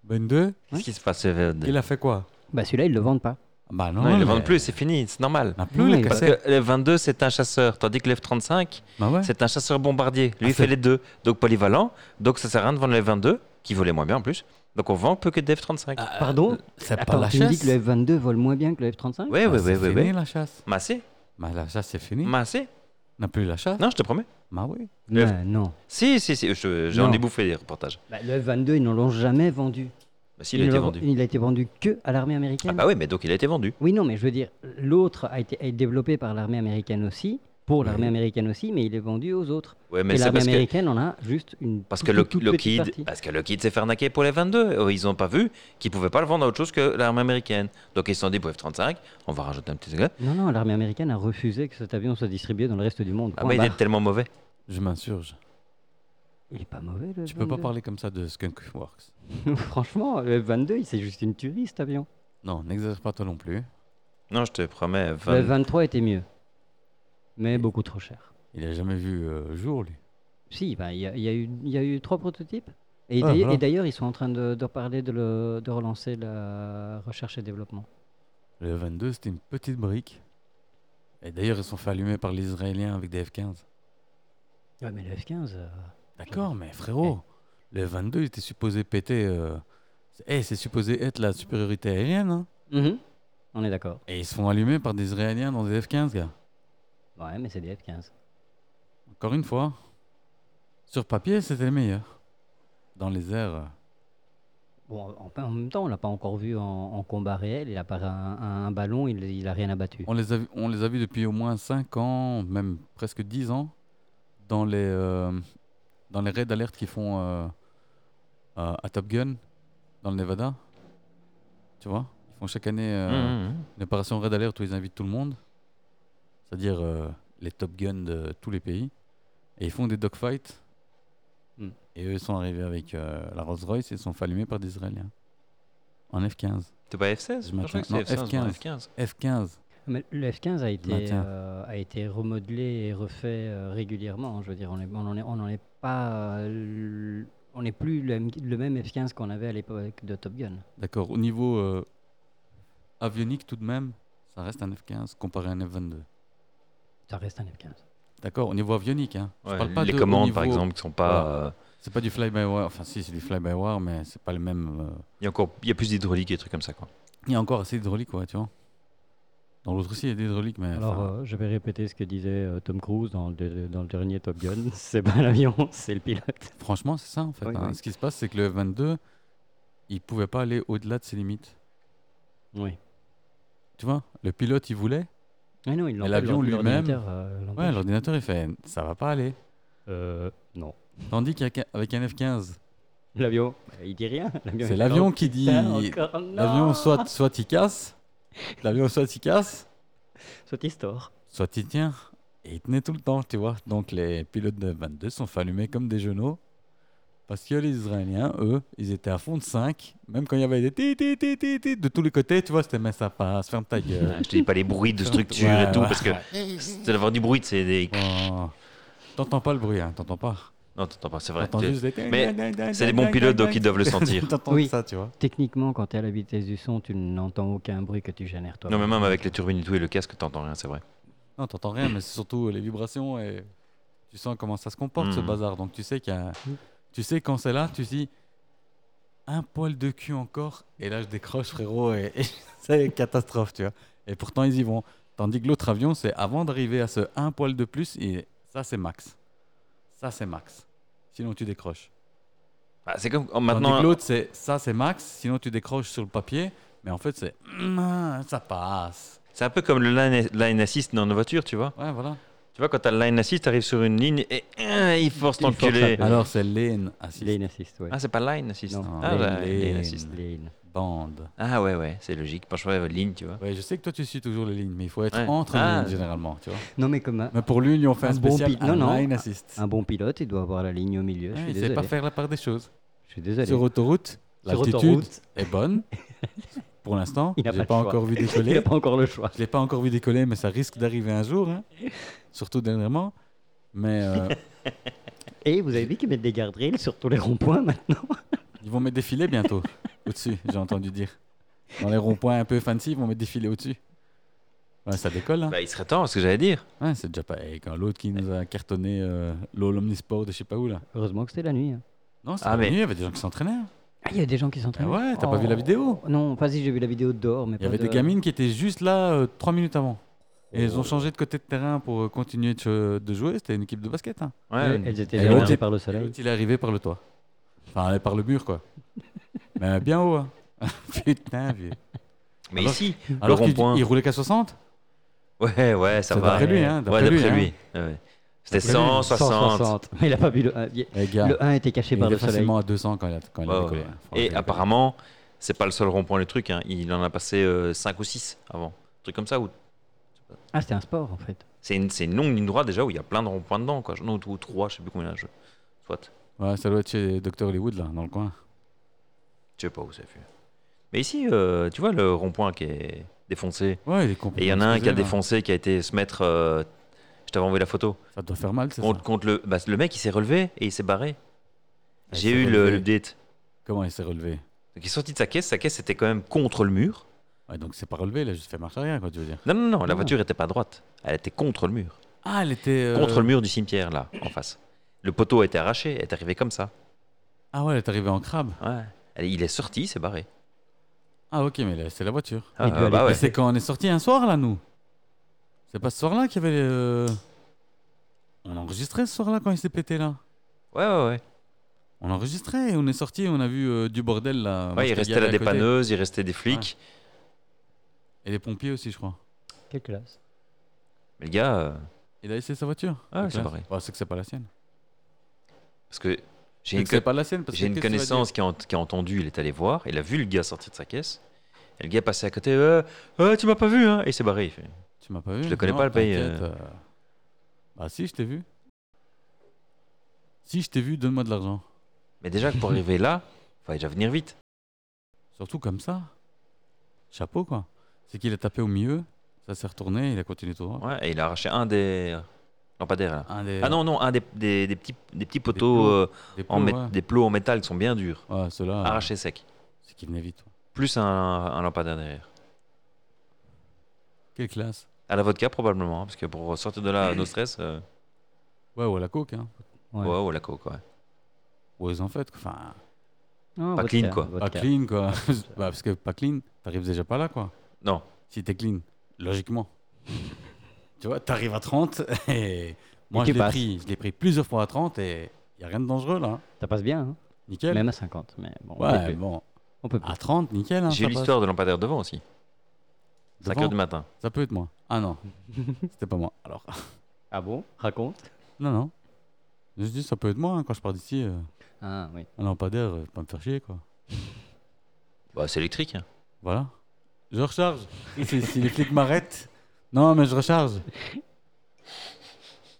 [SPEAKER 1] 22,
[SPEAKER 2] Qu'est-ce qui se passe vers
[SPEAKER 1] il a fait quoi
[SPEAKER 3] Bah celui-là, ils le vendent pas.
[SPEAKER 1] Bah non,
[SPEAKER 2] Non, ils le
[SPEAKER 1] mais-
[SPEAKER 2] vendent plus, c'est fini, c'est normal.
[SPEAKER 1] On n'a plus
[SPEAKER 3] Oui,
[SPEAKER 1] les
[SPEAKER 3] parce
[SPEAKER 2] Parce
[SPEAKER 1] cassettes.
[SPEAKER 2] que le 22, c'est un chasseur, tandis que l'F-35,
[SPEAKER 1] Bah ouais.
[SPEAKER 2] c'est un chasseur bombardier.
[SPEAKER 1] Ah,
[SPEAKER 2] Lui, il fait
[SPEAKER 1] c'est-
[SPEAKER 2] les deux. Donc polyvalent, donc ça sert à rien de vendre les 22, qui volaient moins bien en plus. Donc on vend peu que des F-35.
[SPEAKER 1] Ah,
[SPEAKER 3] Pardon
[SPEAKER 1] C'est euh, pas
[SPEAKER 3] Euh, Attends,
[SPEAKER 1] la
[SPEAKER 3] tu me dis
[SPEAKER 1] chasse.
[SPEAKER 3] que le F22 vole moins bien que le F35
[SPEAKER 2] Oui, oui,
[SPEAKER 1] Bah,
[SPEAKER 2] oui,
[SPEAKER 1] c'est
[SPEAKER 2] oui.
[SPEAKER 1] fini
[SPEAKER 2] oui.
[SPEAKER 1] la chasse.
[SPEAKER 2] Massé
[SPEAKER 1] Bah la chasse, c'est fini.
[SPEAKER 2] Massé
[SPEAKER 1] On n'a plus la chasse.
[SPEAKER 2] Non, je te promets.
[SPEAKER 1] Bah oui.
[SPEAKER 2] Le-
[SPEAKER 3] Bah, Non.
[SPEAKER 2] Si, si, si, je- j'en
[SPEAKER 3] Non.
[SPEAKER 2] ai bouffé des reportages.
[SPEAKER 3] Bah, le F22, ils ne l'ont jamais vendu.
[SPEAKER 2] Bah, si, il a
[SPEAKER 3] Ils
[SPEAKER 2] été
[SPEAKER 3] l'ont-
[SPEAKER 2] vendu.
[SPEAKER 3] Il a été vendu que à l'armée
[SPEAKER 2] Ah
[SPEAKER 3] américaine.
[SPEAKER 2] bah oui, mais donc il a été vendu.
[SPEAKER 3] Oui, non, mais je veux dire, l'autre a été, a été développé par l'armée américaine aussi, pour
[SPEAKER 1] Oui.
[SPEAKER 3] l'armée américaine aussi, mais il est vendu aux autres.
[SPEAKER 2] Ouais, mais
[SPEAKER 3] Et
[SPEAKER 2] c'est
[SPEAKER 3] l'armée
[SPEAKER 2] parce que
[SPEAKER 3] américaine en a juste une
[SPEAKER 2] Parce que,
[SPEAKER 3] toute,
[SPEAKER 2] le,
[SPEAKER 3] toute
[SPEAKER 2] le
[SPEAKER 3] petite
[SPEAKER 2] kid,
[SPEAKER 3] partie.
[SPEAKER 2] parce que le kid s'est fait arnaquer pour les 22. Euh, Ils n'ont pas vu qu'ils pouvaient pas le vendre à autre chose que l'armée américaine. Donc ils se sont dit pour F-35, on va rajouter un petit truc.
[SPEAKER 3] Non, non, l'armée américaine a refusé que cet avion soit distribué dans le reste du monde.
[SPEAKER 2] Ah
[SPEAKER 3] Point
[SPEAKER 2] bah, il
[SPEAKER 3] barre.
[SPEAKER 2] est tellement mauvais.
[SPEAKER 1] Je m'insurge.
[SPEAKER 3] Il est pas mauvais, le
[SPEAKER 1] Tu peux pas
[SPEAKER 3] F22.
[SPEAKER 1] parler comme ça de Skunkworks.
[SPEAKER 3] Franchement, le F22, il- c'est juste une tuerie, cet avion.
[SPEAKER 1] Non, n'exagère pas toi non plus.
[SPEAKER 2] Non, je te promets.
[SPEAKER 3] Le
[SPEAKER 2] 20...
[SPEAKER 3] 23 était mieux, mais beaucoup trop cher.
[SPEAKER 1] Il a jamais vu euh, le jour, lui.
[SPEAKER 3] Si, ben, il y, a- il y a eu- il y a eu trois prototypes. Et
[SPEAKER 1] Ah,
[SPEAKER 3] d'ailleurs-
[SPEAKER 1] voilà.
[SPEAKER 3] et d'ailleurs, ils sont en train de, de reparler, de, le- de relancer la recherche et développement.
[SPEAKER 1] Le 22, c'était une petite brique. Et d'ailleurs, ils se sont fait allumer par les Israéliens avec des F-15.
[SPEAKER 3] Ouais, mais le F15. euh,
[SPEAKER 1] D'accord, mais frérot, le 22, il était supposé péter. euh, c'est- eh, c'est supposé être la supériorité aérienne. hein.
[SPEAKER 3] On est d'accord.
[SPEAKER 1] Et ils se font allumer par des Israéliens dans des F-15, gars.
[SPEAKER 3] Ouais, mais c'est des F15.
[SPEAKER 1] Encore une fois, sur papier, c'était le meilleur. Dans les airs, euh,
[SPEAKER 3] Bon, en, en même temps, on l'a pas encore vu en, en combat réel. Il a pas un, un- un ballon, il, il a rien abattu.
[SPEAKER 1] on les, a, vu- on les a vus depuis au moins 5 ans, même presque 10 ans, dans les, euh, dans les raids d'alerte qu'ils font euh, euh, à Top Gun, dans le Nevada. Tu vois Ils font chaque année.
[SPEAKER 2] Hum,
[SPEAKER 1] euh,
[SPEAKER 2] Mhm.
[SPEAKER 1] Une opération Red Alert où ils invitent tout le monde, c'est-à-dire euh, les Top Gun de tous les pays, et ils font des dogfights.
[SPEAKER 3] Hmm.
[SPEAKER 1] Et eux ils sont arrivés avec euh, la Rolls Royce et ils se sont fait allumer par des Israéliens. En F-15.
[SPEAKER 2] T'es pas F-16
[SPEAKER 1] Je
[SPEAKER 2] crois
[SPEAKER 1] maintiens-
[SPEAKER 2] que c'est
[SPEAKER 1] non,
[SPEAKER 2] F-16,
[SPEAKER 1] F-15.
[SPEAKER 2] non, F-15.
[SPEAKER 1] F-15.
[SPEAKER 3] Mais le F15 a été,
[SPEAKER 1] maintiens.
[SPEAKER 3] euh, a été remodelé et refait euh, régulièrement. Je veux dire, on est- on n'en est, on en est pas. euh, l- on n'est plus le, M- le même F15 qu'on avait à l'époque de Top Gun.
[SPEAKER 1] D'accord. Au niveau euh, avionique tout de même, ça reste un F-15 comparé à un F-22.
[SPEAKER 3] Ça reste un F15.
[SPEAKER 1] D'accord. Au niveau avionique, hein. Je
[SPEAKER 2] Ouais,
[SPEAKER 1] parle pas
[SPEAKER 2] les
[SPEAKER 1] de au
[SPEAKER 2] commandes, par
[SPEAKER 1] niveau-
[SPEAKER 2] exemple, qui sont pas. euh,
[SPEAKER 1] C'est pas du fly-by-wire. Enfin, si, c'est du fly-by-wire, mais c'est pas le même. euh,
[SPEAKER 2] Il y a encore, il y a plus d'hydraulique et des trucs comme ça quoi.
[SPEAKER 1] Il y a encore assez d'hydraulique, ouais, tu vois. Dans l'autre aussi, il y a des hydrauliques, mais.
[SPEAKER 3] Alors,
[SPEAKER 1] enfin,
[SPEAKER 3] euh, je vais répéter ce que disait euh, Tom Cruise dans le, dans le dernier Top Gun. C'est pas l'avion, c'est le pilote.
[SPEAKER 1] Franchement, c'est ça en fait.
[SPEAKER 3] Oui,
[SPEAKER 1] hein.
[SPEAKER 3] oui.
[SPEAKER 1] Ce qui se passe, c'est que le F-22, il pouvait pas aller au-delà de ses limites.
[SPEAKER 3] Oui.
[SPEAKER 1] Tu vois, le pilote, il voulait.
[SPEAKER 3] Mais non, il l'empêche,
[SPEAKER 1] l'avion
[SPEAKER 3] l'ordi-
[SPEAKER 1] lui-même-
[SPEAKER 3] l'ordinateur, euh, l'empêche.
[SPEAKER 1] Ouais, l'ordinateur, il fait ça va pas aller.
[SPEAKER 3] Euh, non.
[SPEAKER 1] Tandis qu'avec un- avec un F-15,
[SPEAKER 3] L'avion, bah, il dit rien. L'avion,
[SPEAKER 1] c'est
[SPEAKER 3] il-
[SPEAKER 1] l'avion
[SPEAKER 3] Oh,
[SPEAKER 1] qui dit.
[SPEAKER 3] putain, encore non
[SPEAKER 1] L'avion, soit, soit il casse, l'avion, soit il casse,
[SPEAKER 3] Soit il store.
[SPEAKER 1] soit il tient. Et il tenait tout le temps, tu vois. Donc les pilotes de F-22 sont fait allumer comme des genoux. Parce que les Israéliens, eux, ils étaient à fond de 5. Même quand il y avait des ti ti ti ti ti de tous les côtés, tu vois, c'était mais ça passe, ferme ta gueule.
[SPEAKER 2] Je te dis pas les bruits de structure
[SPEAKER 1] Ouais,
[SPEAKER 2] et tout
[SPEAKER 1] ouais.
[SPEAKER 2] parce que c'est d'avoir du bruit, c'est des.
[SPEAKER 1] Oh. T'entends pas le bruit, hein, t'entends pas.
[SPEAKER 2] Non, t'entends pas, c'est vrai.
[SPEAKER 1] T'entends juste les...
[SPEAKER 2] Mais c'est des bons pilotes donc ils doivent le sentir.
[SPEAKER 1] T'entends
[SPEAKER 3] Oui.
[SPEAKER 1] ça, tu vois.
[SPEAKER 3] Techniquement, quand tu es à la vitesse du son, tu n'entends aucun bruit que tu génères toi.
[SPEAKER 2] Non mais même avec les turbines et tout et le casque, t'entends rien, c'est vrai.
[SPEAKER 1] Non, t'entends rien, mais c'est surtout euh, les vibrations et tu sens comment ça se comporte ce
[SPEAKER 2] Mhm.
[SPEAKER 1] bazar. Donc tu sais qu'il y a...
[SPEAKER 3] Mm.
[SPEAKER 1] Tu sais quand c'est là, tu dis un poil de cul encore et là je décroche frérot et, et c'est catastrophe, tu vois. Et pourtant ils y vont. Tandis que l'autre avion, c'est avant d'arriver à ce un poil de plus et ça c'est max. Ça c'est max. Sinon tu décroches.
[SPEAKER 2] Ah, c'est comme oh,
[SPEAKER 1] Tandis
[SPEAKER 2] maintenant.
[SPEAKER 1] que l'autre, c'est ça, c'est max. Sinon, tu décroches sur le papier. Mais en fait, c'est Hum, ça passe.
[SPEAKER 2] C'est un peu comme le line, line assist dans nos voitures, tu vois.
[SPEAKER 1] Ouais, voilà.
[SPEAKER 2] Tu vois, quand t'as le line assist, t'arrives sur une ligne et euh, il force
[SPEAKER 3] Il force
[SPEAKER 2] t'enculer.
[SPEAKER 3] un peu.
[SPEAKER 1] Alors, c'est lane
[SPEAKER 3] Il est
[SPEAKER 1] assist.
[SPEAKER 3] une assist, ouais.
[SPEAKER 2] Ah, c'est pas line assist.
[SPEAKER 3] Non,
[SPEAKER 2] ah,
[SPEAKER 1] lane,
[SPEAKER 2] bah, lane
[SPEAKER 1] lane.
[SPEAKER 2] assist.
[SPEAKER 3] Il est une.
[SPEAKER 1] Bande.
[SPEAKER 2] Ah, ouais, ouais, c'est logique. Penche ouais, ligne, tu vois.
[SPEAKER 1] Ouais, je sais que toi, tu suis toujours les lignes, mais il faut être
[SPEAKER 2] Ouais.
[SPEAKER 1] entre
[SPEAKER 2] Ah.
[SPEAKER 1] les lignes généralement. Tu vois.
[SPEAKER 3] Non, mais comme un,
[SPEAKER 1] Mais pour lui, ils lui ont fait un,
[SPEAKER 3] Un bon
[SPEAKER 1] spécial
[SPEAKER 3] pi- non,
[SPEAKER 1] un
[SPEAKER 3] non,
[SPEAKER 1] line assist.
[SPEAKER 3] un bon pilote, il doit avoir la ligne au milieu.
[SPEAKER 1] Ouais,
[SPEAKER 3] je suis
[SPEAKER 1] il sait
[SPEAKER 3] désolé.
[SPEAKER 1] pas faire la part des choses.
[SPEAKER 3] Je suis désolé.
[SPEAKER 1] Sur autoroute,
[SPEAKER 3] Sur
[SPEAKER 1] l'altitude
[SPEAKER 3] autoroute,
[SPEAKER 1] est bonne. Pour l'instant,
[SPEAKER 3] Il
[SPEAKER 1] j'ai
[SPEAKER 3] n'a
[SPEAKER 1] pas,
[SPEAKER 3] pas le choix.
[SPEAKER 1] encore vu
[SPEAKER 3] il n'a
[SPEAKER 1] décoller.
[SPEAKER 3] pas encore le choix.
[SPEAKER 1] Je l'ai pas encore vu décoller, mais ça risque d'arriver un jour, hein. surtout dernièrement. Mais euh,
[SPEAKER 3] Et vous avez dit qu'ils mettent des garde-rails sur tous les ronds-points maintenant
[SPEAKER 1] ils vont mettre des filets bientôt au-dessus, j'ai entendu dire. Dans les ronds-points un peu fancy, ils vont mettre des filets au-dessus. Ouais, ça décolle. hein.
[SPEAKER 2] Bah, il serait temps, c'est ce que j'allais dire.
[SPEAKER 1] Ouais, c'est déjà pas. Et quand l'autre qui nous a cartonné euh, l'eau, l'omnisport de je sais pas où là.
[SPEAKER 3] Heureusement que c'était la nuit. hein.
[SPEAKER 1] Non, c'est
[SPEAKER 2] Ah,
[SPEAKER 1] pas
[SPEAKER 2] mais- Oh.
[SPEAKER 1] venu, il y avait des gens qui s'entraînaient. hein.
[SPEAKER 3] Ah, il y a des gens qui s'entraînent. Oh.
[SPEAKER 1] ouais, t'as pas vu la vidéo
[SPEAKER 3] Non, pas si j'ai vu la vidéo Oh. dehors, mais
[SPEAKER 1] Il y avait des gamines qui étaient juste là euh, trois minutes avant. Et elles ont changé de côté de terrain pour euh, continuer de, che- de jouer. C'était une équipe de basket. Hein.
[SPEAKER 2] Ouais.
[SPEAKER 3] Elles étaient
[SPEAKER 1] Et l'autre,
[SPEAKER 3] dérangées
[SPEAKER 1] il-
[SPEAKER 3] par le
[SPEAKER 1] Et
[SPEAKER 3] soleil.
[SPEAKER 1] l'autre, il est arrivé par le toit. Enfin, elle est par le mur, quoi. Mais euh, bien haut, hein. Putain, vieux.
[SPEAKER 2] Mais
[SPEAKER 1] Alors-
[SPEAKER 2] ici,
[SPEAKER 1] Alors qu'il
[SPEAKER 2] rond-point.
[SPEAKER 1] il roulait qu'à 60
[SPEAKER 2] ouais, ouais, ça
[SPEAKER 1] C'est
[SPEAKER 2] va.
[SPEAKER 1] d'après lui, hein,
[SPEAKER 2] Ouais,
[SPEAKER 1] d'après lui,
[SPEAKER 2] d'après
[SPEAKER 1] hein.
[SPEAKER 2] lui. ouais. C'était
[SPEAKER 1] D'après lui,
[SPEAKER 2] 160.
[SPEAKER 3] 160. Mais il a pas vu le 1.
[SPEAKER 1] Les gars,
[SPEAKER 3] Le 1 était caché
[SPEAKER 1] il
[SPEAKER 3] par
[SPEAKER 1] était
[SPEAKER 3] le soleil.
[SPEAKER 1] facilement à 200 quand il a, quand il a
[SPEAKER 2] Ouais,
[SPEAKER 1] décollé.
[SPEAKER 2] ouais.
[SPEAKER 1] hein. Faut
[SPEAKER 2] Et
[SPEAKER 1] arrêter.
[SPEAKER 2] apparemment, c'est pas le seul rond-point du truc. hein. Il en a passé 5 ou 6 avant. Un truc comme ça où
[SPEAKER 3] Ah, c'était un sport en fait.
[SPEAKER 2] c'est une, c'est une longue ligne droite déjà où il y a plein de ronds-points dedans. Quoi. Non, ou 3, je sais plus combien. Je... Soit.
[SPEAKER 1] Ouais, ça doit être chez Dr. Hollywood, là, dans le coin.
[SPEAKER 2] Je sais pas où ça fait. Mais ici, euh, tu vois le rond-point qui est défoncé.
[SPEAKER 1] Ouais, il est complètement.
[SPEAKER 2] Et il y en a un qui a
[SPEAKER 1] explosé, là.
[SPEAKER 2] défoncé, qui a été se mettre. euh, je t'avais envoyé la photo.
[SPEAKER 1] Ça doit faire mal, c'est ça.
[SPEAKER 2] Contre, contre le, bah, le mec, il s'est relevé et il s'est barré.
[SPEAKER 1] Ah, Il
[SPEAKER 2] J'ai
[SPEAKER 1] s'est
[SPEAKER 2] eu le
[SPEAKER 1] relevé.
[SPEAKER 2] l'update.
[SPEAKER 1] Comment il s'est relevé
[SPEAKER 2] Donc il est sorti de sa caisse. Sa caisse était quand même contre le mur.
[SPEAKER 1] Ouais, donc c'est pas relevé, il a juste fait marche arrière, quoi, tu veux dire.
[SPEAKER 2] Non, non, non, la
[SPEAKER 3] Non.
[SPEAKER 2] voiture était pas droite. Elle était contre le mur.
[SPEAKER 1] Ah, elle était. euh,
[SPEAKER 2] Contre le mur du cimetière, là, en face. Le poteau a été arraché, elle est arrivée comme ça.
[SPEAKER 1] Ah ouais, elle est arrivée en crabe.
[SPEAKER 2] Ouais. Elle- il est sorti, il s'est barré.
[SPEAKER 1] Ah ok, mais là, c'est la voiture.
[SPEAKER 2] Ah,
[SPEAKER 3] Il doit
[SPEAKER 2] euh,
[SPEAKER 3] aller
[SPEAKER 2] bah
[SPEAKER 1] Mais
[SPEAKER 2] ouais.
[SPEAKER 1] c'est quand on est sorti un soir là, nous. C'est pas ce soir-là qu'il y avait. euh, On enregistrait ce soir-là quand il s'est pété là.
[SPEAKER 2] ouais, ouais, ouais.
[SPEAKER 1] On enregistrait et on est sorti, on a vu euh, du bordel là. Moi,
[SPEAKER 2] Ouais, il
[SPEAKER 1] j'étais
[SPEAKER 2] restait
[SPEAKER 1] garé
[SPEAKER 2] la
[SPEAKER 1] à côté.
[SPEAKER 2] dépanneuse, il restait des flics.
[SPEAKER 1] Et les pompiers aussi, je crois.
[SPEAKER 3] Quelle classe.
[SPEAKER 2] Mais le gars, euh,
[SPEAKER 1] Il a laissé sa voiture.
[SPEAKER 2] Ah,
[SPEAKER 1] Donc
[SPEAKER 2] c'est
[SPEAKER 1] là,
[SPEAKER 2] pareil.
[SPEAKER 1] bah, c'est que c'est pas la sienne.
[SPEAKER 2] parce que j'ai
[SPEAKER 1] C'est
[SPEAKER 2] une,
[SPEAKER 1] que c'est pas la sienne parce
[SPEAKER 2] J'ai
[SPEAKER 1] que
[SPEAKER 2] une
[SPEAKER 1] qu'est-ce que tu vas
[SPEAKER 2] connaissance qui a, qui a entendu, il est allé voir, il a vu le gars sortir de sa caisse. Et le gars est passé à côté, euh, Euh, tu m'as pas vu, hein Et il s'est barré. il fait.
[SPEAKER 1] dire Tu m'as pas vu
[SPEAKER 2] Je le connais pas, le pays,
[SPEAKER 1] t'inquiète,
[SPEAKER 2] euh.
[SPEAKER 1] euh. Bah si, je t'ai vu. Si je t'ai vu, donne-moi de l'argent.
[SPEAKER 2] Mais déjà, que pour arriver là, fallait déjà venir vite.
[SPEAKER 1] Surtout comme ça. Chapeau quoi. C'est qu'il a tapé au milieu, ça s'est retourné, il a continué tout droit.
[SPEAKER 2] Ouais, et il a arraché un des lampadaires, là.
[SPEAKER 1] Un des-
[SPEAKER 2] Ah non, non, un des, des- des petits, des petits
[SPEAKER 1] plots,
[SPEAKER 2] poteaux, euh,
[SPEAKER 1] des
[SPEAKER 2] en
[SPEAKER 1] plots,
[SPEAKER 2] mét-
[SPEAKER 1] ouais.
[SPEAKER 2] des plots en métal qui sont bien durs,
[SPEAKER 1] Ouais, ceux-là, euh,
[SPEAKER 2] arrachés secs.
[SPEAKER 1] c'est qu'il venait vite. ouais.
[SPEAKER 2] Plus un, un lampadaire derrière.
[SPEAKER 1] Quelle classe.
[SPEAKER 2] À la vodka, probablement, hein, parce que pour sortir de là, no stress, euh,
[SPEAKER 1] Ouais, ou à la coke, hein.
[SPEAKER 3] Ouais.
[SPEAKER 2] ouais, ou à la coke, ouais.
[SPEAKER 1] Ou aux en fait, enfin,
[SPEAKER 3] Non,
[SPEAKER 2] Pas
[SPEAKER 3] vodka,
[SPEAKER 2] clean, quoi.
[SPEAKER 1] pas
[SPEAKER 3] vodka.
[SPEAKER 1] clean, quoi. Bah, parce que pas clean, t'arrives déjà pas là, quoi.
[SPEAKER 2] Non,
[SPEAKER 1] Si t'es clean, logiquement. tu vois, t'arrives à 30 et moi,
[SPEAKER 3] tu
[SPEAKER 1] je l'ai
[SPEAKER 3] passes.
[SPEAKER 1] pris, je l'ai pris plusieurs fois à 30 et y a rien de dangereux, là. hein.
[SPEAKER 3] Ça passe bien, hein.
[SPEAKER 1] Nickel.
[SPEAKER 3] même à 50. Mais bon, on peut
[SPEAKER 1] ouais,
[SPEAKER 3] plus.
[SPEAKER 1] bon.
[SPEAKER 3] On peut plus.
[SPEAKER 1] À 30, nickel. Hein,
[SPEAKER 2] j'ai
[SPEAKER 1] ça
[SPEAKER 2] eu
[SPEAKER 1] passe.
[SPEAKER 2] l'histoire de lampadaire devant aussi, 5
[SPEAKER 1] Devant,
[SPEAKER 2] heures du matin.
[SPEAKER 1] Ça peut être moi. Ah non, c'était pas moi. Alors,
[SPEAKER 3] Ah bon Raconte.
[SPEAKER 1] non, non. Je dis, ça peut être moi hein, quand je pars d'ici. euh,
[SPEAKER 3] Ah oui.
[SPEAKER 1] un lampadaire, euh, pas me faire chier, quoi.
[SPEAKER 2] Bah, c'est électrique, hein.
[SPEAKER 1] Voilà. Je recharge. si, si les flics m'arrêtent, non, mais je recharge.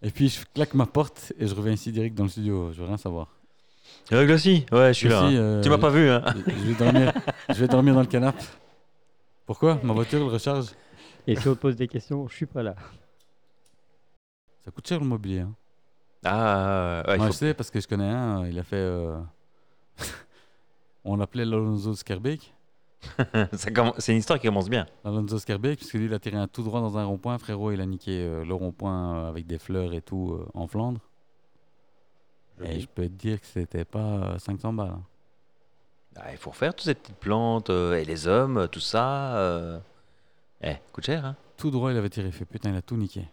[SPEAKER 1] Et puis je claque ma porte et je reviens ici direct dans le studio. Je veux rien savoir.
[SPEAKER 2] Euh, Glossy, ouais, je suis là.
[SPEAKER 1] Ici,
[SPEAKER 2] hein.
[SPEAKER 1] euh,
[SPEAKER 2] Tu m'as pas vu, hein
[SPEAKER 1] je- Je vais dormir. je vais dormir dans le canapé. Pourquoi Ma voiture, elle recharge.
[SPEAKER 3] Et si on te pose des questions, je suis pas là.
[SPEAKER 1] Ça coûte cher le mobilier. hein.
[SPEAKER 2] Ah, ouais, il
[SPEAKER 1] Moi,
[SPEAKER 2] faut-
[SPEAKER 1] je sais parce que je connais un. euh, Il a fait. euh, On l'appelait l'Alonso Skerbeck.
[SPEAKER 2] ça commence- c'est une histoire qui commence bien.
[SPEAKER 1] Alonso Skerbeck, puisque lui, il a tiré un tout droit dans un rond-point. Frérot, il a niqué euh, le rond-point euh, avec des fleurs et tout euh, en Flandre. Et je peux te dire que c'était pas euh, 500 balles. hein.
[SPEAKER 2] Ah, il faut refaire toutes ces petites plantes, euh, et les hommes, euh, tout ça. euh. Eh, coûte cher, hein
[SPEAKER 1] Tout droit, il avait tiré. Il fait putain, il a tout niqué.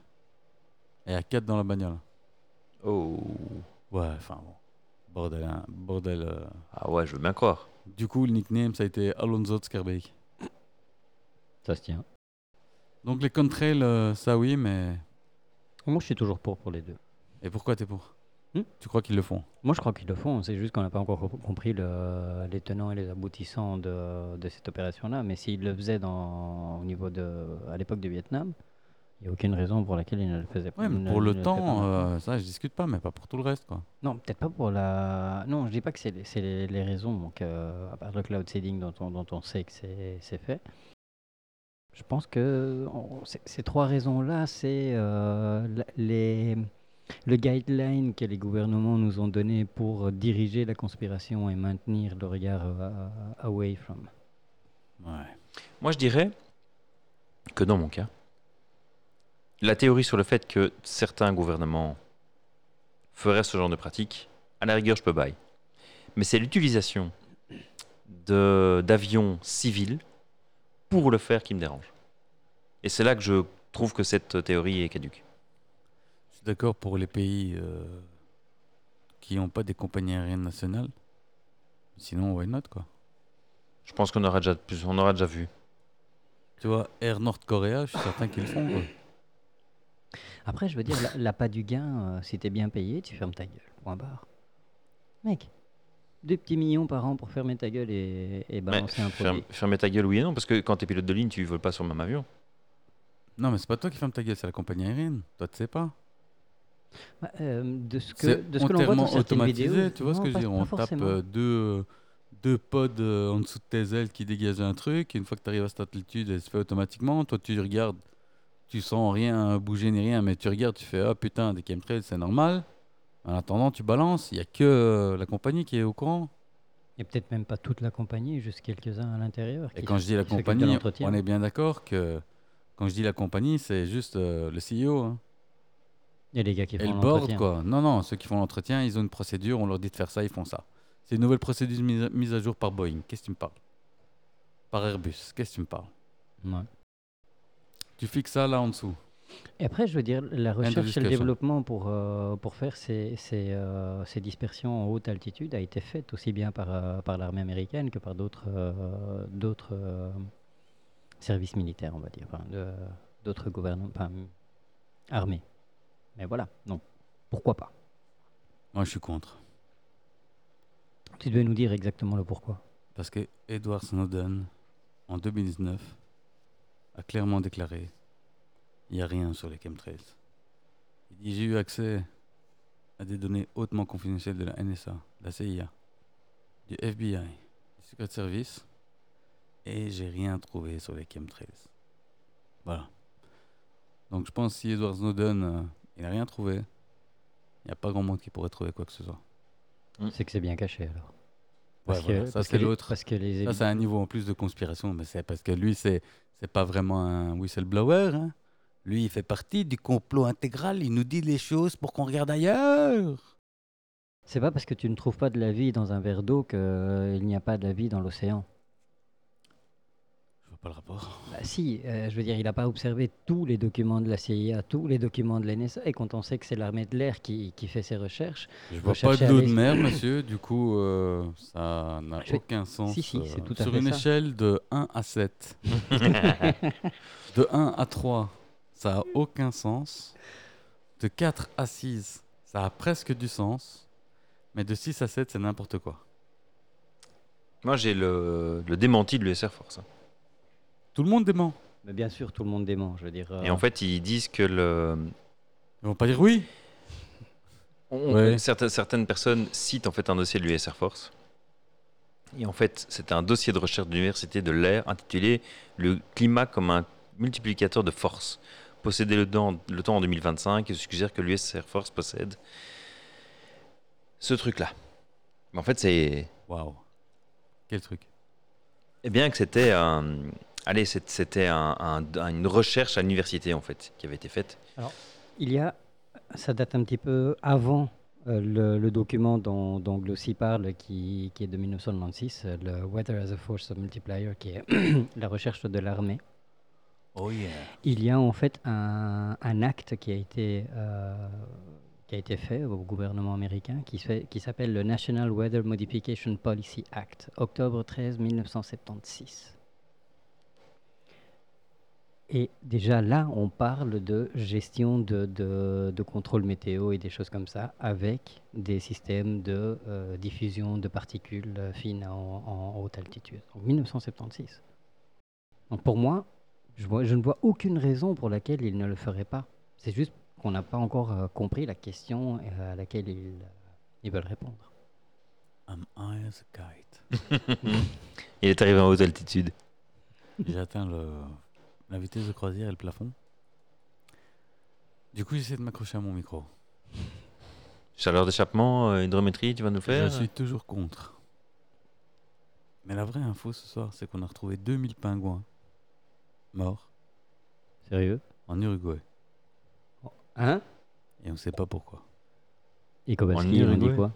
[SPEAKER 1] Et à 4 dans la bagnole.
[SPEAKER 2] Oh,
[SPEAKER 1] Ouais, enfin bon. Bordel, hein, bordel. euh.
[SPEAKER 2] ah ouais, je veux bien croire.
[SPEAKER 1] Du coup, le nickname, ça a été Alonso de Skerbeck.
[SPEAKER 3] Ça se tient.
[SPEAKER 1] Donc les contrails, euh, ça oui, mais.
[SPEAKER 3] Moi, je suis toujours pour pour les deux.
[SPEAKER 1] Et pourquoi t'es pour
[SPEAKER 3] Hmm
[SPEAKER 1] Tu crois qu'ils le font
[SPEAKER 3] Moi, je crois qu'ils le font. C'est juste qu'on n'a pas encore co- compris le- les tenants et les aboutissants de, de cette opération-là. Mais s'ils le faisaient dans, au niveau de, à l'époque du Vietnam, il n'y a aucune raison pour laquelle ils ne le faisaient pas.
[SPEAKER 1] Ouais, mais
[SPEAKER 3] ne-
[SPEAKER 1] pour
[SPEAKER 3] ne
[SPEAKER 1] le
[SPEAKER 3] feraient
[SPEAKER 1] temps,
[SPEAKER 3] pas.
[SPEAKER 1] euh, ça, je discute pas, mais pas pour tout le reste, quoi.
[SPEAKER 3] Non, peut-être pas pour la. Non, je dis pas que c'est les, c'est les- les raisons. Donc, euh, à part le cloud seeding dont on, dont on sait que c'est c'est fait, je pense que on- ces- ces trois raisons-là, c'est euh, la- les, le guideline que les gouvernements nous ont donné pour diriger la conspiration et maintenir le regard euh, away from.
[SPEAKER 1] Ouais.
[SPEAKER 2] Moi, je dirais que dans mon cas, la théorie sur le fait que certains gouvernements feraient ce genre de pratique, à la rigueur, je peux bail. Mais c'est l'utilisation de- d'avions civils pour le faire qui me dérange. Et c'est là que je trouve que cette théorie est caduque.
[SPEAKER 1] Je suis d'accord pour les pays euh, qui n'ont pas des compagnies aériennes nationales. Sinon, why not, quoi.
[SPEAKER 2] Je pense qu'on aura déjà plus, on aura déjà vu.
[SPEAKER 1] Tu vois, Air North Korea, je suis certain qu'ils le font, quoi.
[SPEAKER 3] Après, je veux dire, la- l'appât du gain, euh, si si t'es bien payé, tu fermes ta gueule. Point barre. Mec, deux petits millions par an pour fermer ta gueule et, et
[SPEAKER 2] Mais
[SPEAKER 3] balancer Bah, un
[SPEAKER 2] ferme-
[SPEAKER 3] produit.
[SPEAKER 2] fermer ta gueule, oui et non, parce que quand t'es pilote de ligne, tu voles pas sur le même avion.
[SPEAKER 1] Non, mais c'est pas toi qui ferme ta gueule, c'est la compagnie aérienne. Toi, tu sais pas.
[SPEAKER 3] Ouais, euh, de ce que,
[SPEAKER 1] C'est
[SPEAKER 3] de ce que l'on voit dans
[SPEAKER 1] entièrement
[SPEAKER 3] certaines
[SPEAKER 1] automatisé,
[SPEAKER 3] vidéos,
[SPEAKER 1] tu vois ce
[SPEAKER 3] non,
[SPEAKER 1] que je
[SPEAKER 3] pas-
[SPEAKER 1] veux dire
[SPEAKER 3] pas
[SPEAKER 1] On tape
[SPEAKER 3] forcément.
[SPEAKER 1] euh, deux, deux pods euh, en dessous de tes ailes qui dégagent un truc. et une fois que tu arrives à cette altitude, elle se fait automatiquement. Toi, tu regardes, tu sens rien bouger ni rien, mais tu regardes, tu fais Ah putain, des chemtrails, c'est normal. En attendant, tu balances. Il n'y a que euh, la compagnie qui est au courant.
[SPEAKER 3] Et peut-être même pas toute la compagnie, juste quelques-uns à l'intérieur.
[SPEAKER 1] Et
[SPEAKER 3] qui
[SPEAKER 1] quand je dis la
[SPEAKER 3] qui s'occupent de
[SPEAKER 1] compagnie,
[SPEAKER 3] l'entretien.
[SPEAKER 1] on est bien d'accord que quand je dis la compagnie, c'est juste euh, le CEO. hein.
[SPEAKER 3] Et les gars qui
[SPEAKER 1] Et le
[SPEAKER 3] font
[SPEAKER 1] board,
[SPEAKER 3] l'entretien.
[SPEAKER 1] quoi. Non, non, ceux qui font l'entretien, ils ont une procédure, on leur dit de faire ça, ils font ça. C'est une nouvelle procédure mise à, mise à jour par Boeing. Qu'est-ce que tu me parles Par Airbus. Qu'est-ce que tu me parles
[SPEAKER 3] Ouais.
[SPEAKER 1] Tu fixes ça là en dessous.
[SPEAKER 3] Et après, je veux dire, la recherche et
[SPEAKER 1] discussion.
[SPEAKER 3] le développement pour, euh, pour faire ces, ces, euh, ces dispersions en haute altitude a été faite aussi bien par, euh, par l'armée américaine que par d'autres euh, d'autres euh, services militaires, on va dire, enfin, de- d'autres gouvernements, enfin, armées. Mais voilà, donc pourquoi pas
[SPEAKER 1] Moi, je suis contre.
[SPEAKER 3] Tu devais nous dire exactement le pourquoi.
[SPEAKER 1] Parce que Edward Snowden, en 2019, a clairement déclaré il n'y a rien sur les chemtrails. Il dit J'ai eu accès à des données hautement confidentielles de la NSA, de la CIA, du FBI, du Secret Service, et j'ai rien trouvé sur les chemtrails. Voilà. Donc je pense que si Edward Snowden, euh, il n'a rien trouvé, il n'y a pas grand monde qui pourrait trouver quoi que ce soit.
[SPEAKER 3] C'est que c'est bien caché alors.
[SPEAKER 1] Ouais, voilà, ça, c'est
[SPEAKER 3] les-
[SPEAKER 1] l'autre.
[SPEAKER 3] Parce que les
[SPEAKER 1] Ça,
[SPEAKER 3] élites-
[SPEAKER 1] c'est un niveau en plus de conspiration, mais c'est parce que lui, c'est c'est pas vraiment un whistleblower. hein. Lui, il fait partie du complot intégral. Il nous dit les choses pour qu'on regarde ailleurs.
[SPEAKER 3] C'est pas parce que tu ne trouves pas de la vie dans un verre d'eau qu'il n'y a pas de la vie dans l'océan.
[SPEAKER 1] Je vois pas le rapport.
[SPEAKER 3] Bah si, euh, je veux dire, il n'a pas observé tous les documents de la CIA, tous les documents de l'NSA, et quand on sait que c'est l'armée de l'air qui, qui fait ses recherches,
[SPEAKER 1] Je
[SPEAKER 3] vois
[SPEAKER 1] vois
[SPEAKER 3] chercher
[SPEAKER 1] pas
[SPEAKER 3] à
[SPEAKER 1] d'eau de
[SPEAKER 3] l'est.
[SPEAKER 1] mer, monsieur. Du coup, euh, ça n'a
[SPEAKER 3] Je vais-
[SPEAKER 1] aucun sens. euh,
[SPEAKER 3] Si, si, c'est tout à
[SPEAKER 1] Sur
[SPEAKER 3] fait
[SPEAKER 1] une
[SPEAKER 3] ça.
[SPEAKER 1] échelle de 1 à 7, de 1 à 3, ça a aucun sens. De 4 à 6, ça a presque du sens. Mais de 6 à 7, c'est n'importe quoi.
[SPEAKER 2] Moi, j'ai le, le démenti de l'USR Force. hein.
[SPEAKER 1] Tout le monde dément.
[SPEAKER 3] mais bah, bien sûr, tout le monde dément, je veux dire. euh.
[SPEAKER 2] Et en fait, ils disent que le,
[SPEAKER 1] Ils vont pas dire oui.
[SPEAKER 2] On-
[SPEAKER 1] Ouais.
[SPEAKER 2] on- certaines, certaines personnes citent en fait un dossier de l'US Air Force. Et en fait, c'est un dossier de recherche de l'Université de l'air intitulé Le climat comme un multiplicateur de force. Posséder le, temps- le temps en 2025 et suggère que l'US Air Force possède ce truc-là. Mais en fait, c'est.
[SPEAKER 1] Waouh. Quel truc.
[SPEAKER 2] Eh bien, que c'était un. Allez, c'est- c'était un- un- un- une recherche à l'université en fait qui avait été faite.
[SPEAKER 3] il y a, ça date un petit peu avant euh, le, le document dont, dont Glossy parle, qui, qui est de 1996, euh, le Weather as a Force Multiplier, qui est la recherche de l'armée.
[SPEAKER 1] Oh yeah.
[SPEAKER 3] Il y a en fait un, un acte qui a été euh, qui a été fait au gouvernement américain qui se fait- qui s'appelle le National Weather Modification Policy Act, octobre 13 1976. Et déjà là, on parle de gestion de, de- de contrôle météo et des choses comme ça avec des systèmes de euh, diffusion de particules euh, fines en, en haute altitude. En 1976. Donc pour moi, je, vois- je ne vois aucune raison pour laquelle il ne le ferait pas. C'est juste qu'on n'a pas encore euh, compris la question euh, à laquelle euh, ils, ils veulent répondre.
[SPEAKER 1] I'm high as a kite.
[SPEAKER 2] Il est arrivé en haute altitude.
[SPEAKER 1] J'ai atteint le- la vitesse de croisière et le plafond. Du coup, j'essaie de m'accrocher à mon micro.
[SPEAKER 2] Chaleur d'échappement, euh, hydrométrie, tu vas nous le faire
[SPEAKER 1] Je suis toujours contre. Mais la vraie info ce soir, c'est qu'on a retrouvé 2000 pingouins morts
[SPEAKER 3] Sérieux
[SPEAKER 1] en Uruguay.
[SPEAKER 3] Hein
[SPEAKER 1] Et on ne sait pas pourquoi.
[SPEAKER 3] Et
[SPEAKER 2] On
[SPEAKER 3] Kobaski,
[SPEAKER 2] dit,
[SPEAKER 3] il a
[SPEAKER 2] on
[SPEAKER 3] dit
[SPEAKER 2] dit.
[SPEAKER 3] quoi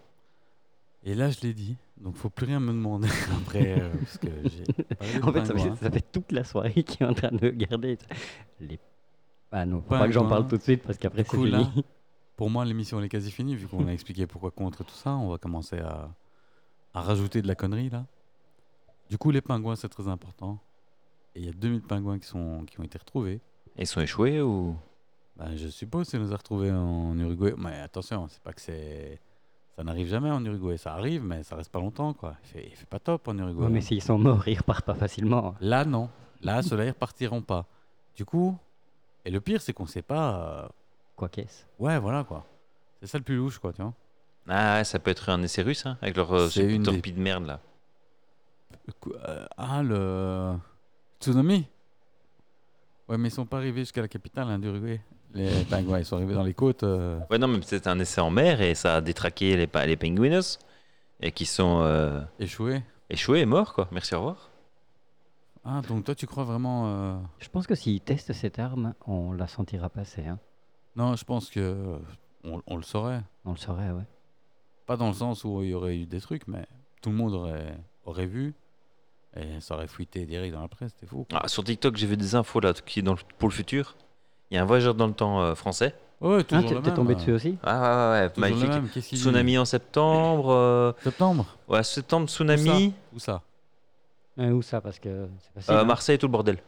[SPEAKER 1] Et là, je l'ai dit, donc faut plus rien me demander après, euh, parce que j'ai parlé de
[SPEAKER 3] En fait, ça
[SPEAKER 1] pingouins.
[SPEAKER 3] fait, ça fait toute la soirée qui est en train de regarder. Les... Ah non, faut pas que j'en
[SPEAKER 1] Pingouins.
[SPEAKER 3] parle tout de suite parce qu'après
[SPEAKER 1] Du
[SPEAKER 3] c'est
[SPEAKER 1] coup, là,
[SPEAKER 3] fini.
[SPEAKER 1] Pour moi, l'émission elle est quasi finie, vu qu'on a expliqué pourquoi contre et tout ça. On va commencer à, à rajouter de la connerie là. Du coup, les pingouins, c'est très important. Et il y a 2000 pingouins qui, sont, qui ont été retrouvés.
[SPEAKER 2] Ils sont échoués ou
[SPEAKER 1] Ben, je suppose qu'ils nous a retrouvés en Uruguay. Mais attention, c'est pas que c'est. Ça n'arrive jamais en Uruguay. Ça arrive, mais ça reste pas longtemps quoi. Il fait, il fait pas top en Uruguay.
[SPEAKER 3] Ouais, mais s'ils sont morts, ils repartent pas facilement.
[SPEAKER 1] Là, non. Là, ceux-là, ils repartiront pas. Du coup, et le pire, c'est qu'on sait pas. euh,
[SPEAKER 3] Quoi qu'est-ce
[SPEAKER 1] Ouais, voilà quoi. C'est ça le plus louche quoi, tu vois.
[SPEAKER 2] Ah, ouais, ça peut être un essai russe, hein, avec leur euh,
[SPEAKER 1] C'est une des-
[SPEAKER 2] torpille de merde là.
[SPEAKER 1] Cou- euh, ah, le tsunami Ouais, mais ils sont pas arrivés jusqu'à la capitale hein, d'Uruguay. Les pingouins, ils sont arrivés dans les côtes. euh.
[SPEAKER 2] Ouais, non, mais c'était un essai en mer et ça a détraqué les, pa- les penguinos et qui sont euh,
[SPEAKER 1] échoués.
[SPEAKER 2] échoués et morts, quoi. Merci, au revoir.
[SPEAKER 1] Ah, donc toi, tu crois vraiment. euh,
[SPEAKER 3] Je pense que s'ils testent cette arme, on la sentira passer. hein.
[SPEAKER 1] Non, je pense que. euh, On, on le saurait.
[SPEAKER 3] On le saurait, ouais.
[SPEAKER 1] Pas dans le sens où il y aurait eu des trucs, mais tout le monde aurait, aurait vu. Et ça aurait fuité direct dans la presse, c'était fou.
[SPEAKER 2] Ah, sur TikTok, j'ai vu des infos là qui est dans le- pour le futur. Il y a un voyageur dans le temps euh, français.
[SPEAKER 1] Ouais,
[SPEAKER 3] Ah,
[SPEAKER 1] toujours
[SPEAKER 3] t'es
[SPEAKER 1] le
[SPEAKER 3] t'es
[SPEAKER 1] même,
[SPEAKER 3] tombé
[SPEAKER 1] euh,
[SPEAKER 3] dessus aussi
[SPEAKER 2] Ah, ouais, ouais, ouais,
[SPEAKER 1] toujours le
[SPEAKER 2] magnifique.
[SPEAKER 1] même, qu'est-ce qu'il dit
[SPEAKER 2] Tsunami en septembre. euh,
[SPEAKER 1] Septembre
[SPEAKER 2] ouais, septembre, tsunami.
[SPEAKER 1] Où ça
[SPEAKER 3] Euh, Où ça Parce que c'est passé.
[SPEAKER 2] euh, Marseille, tout le bordel.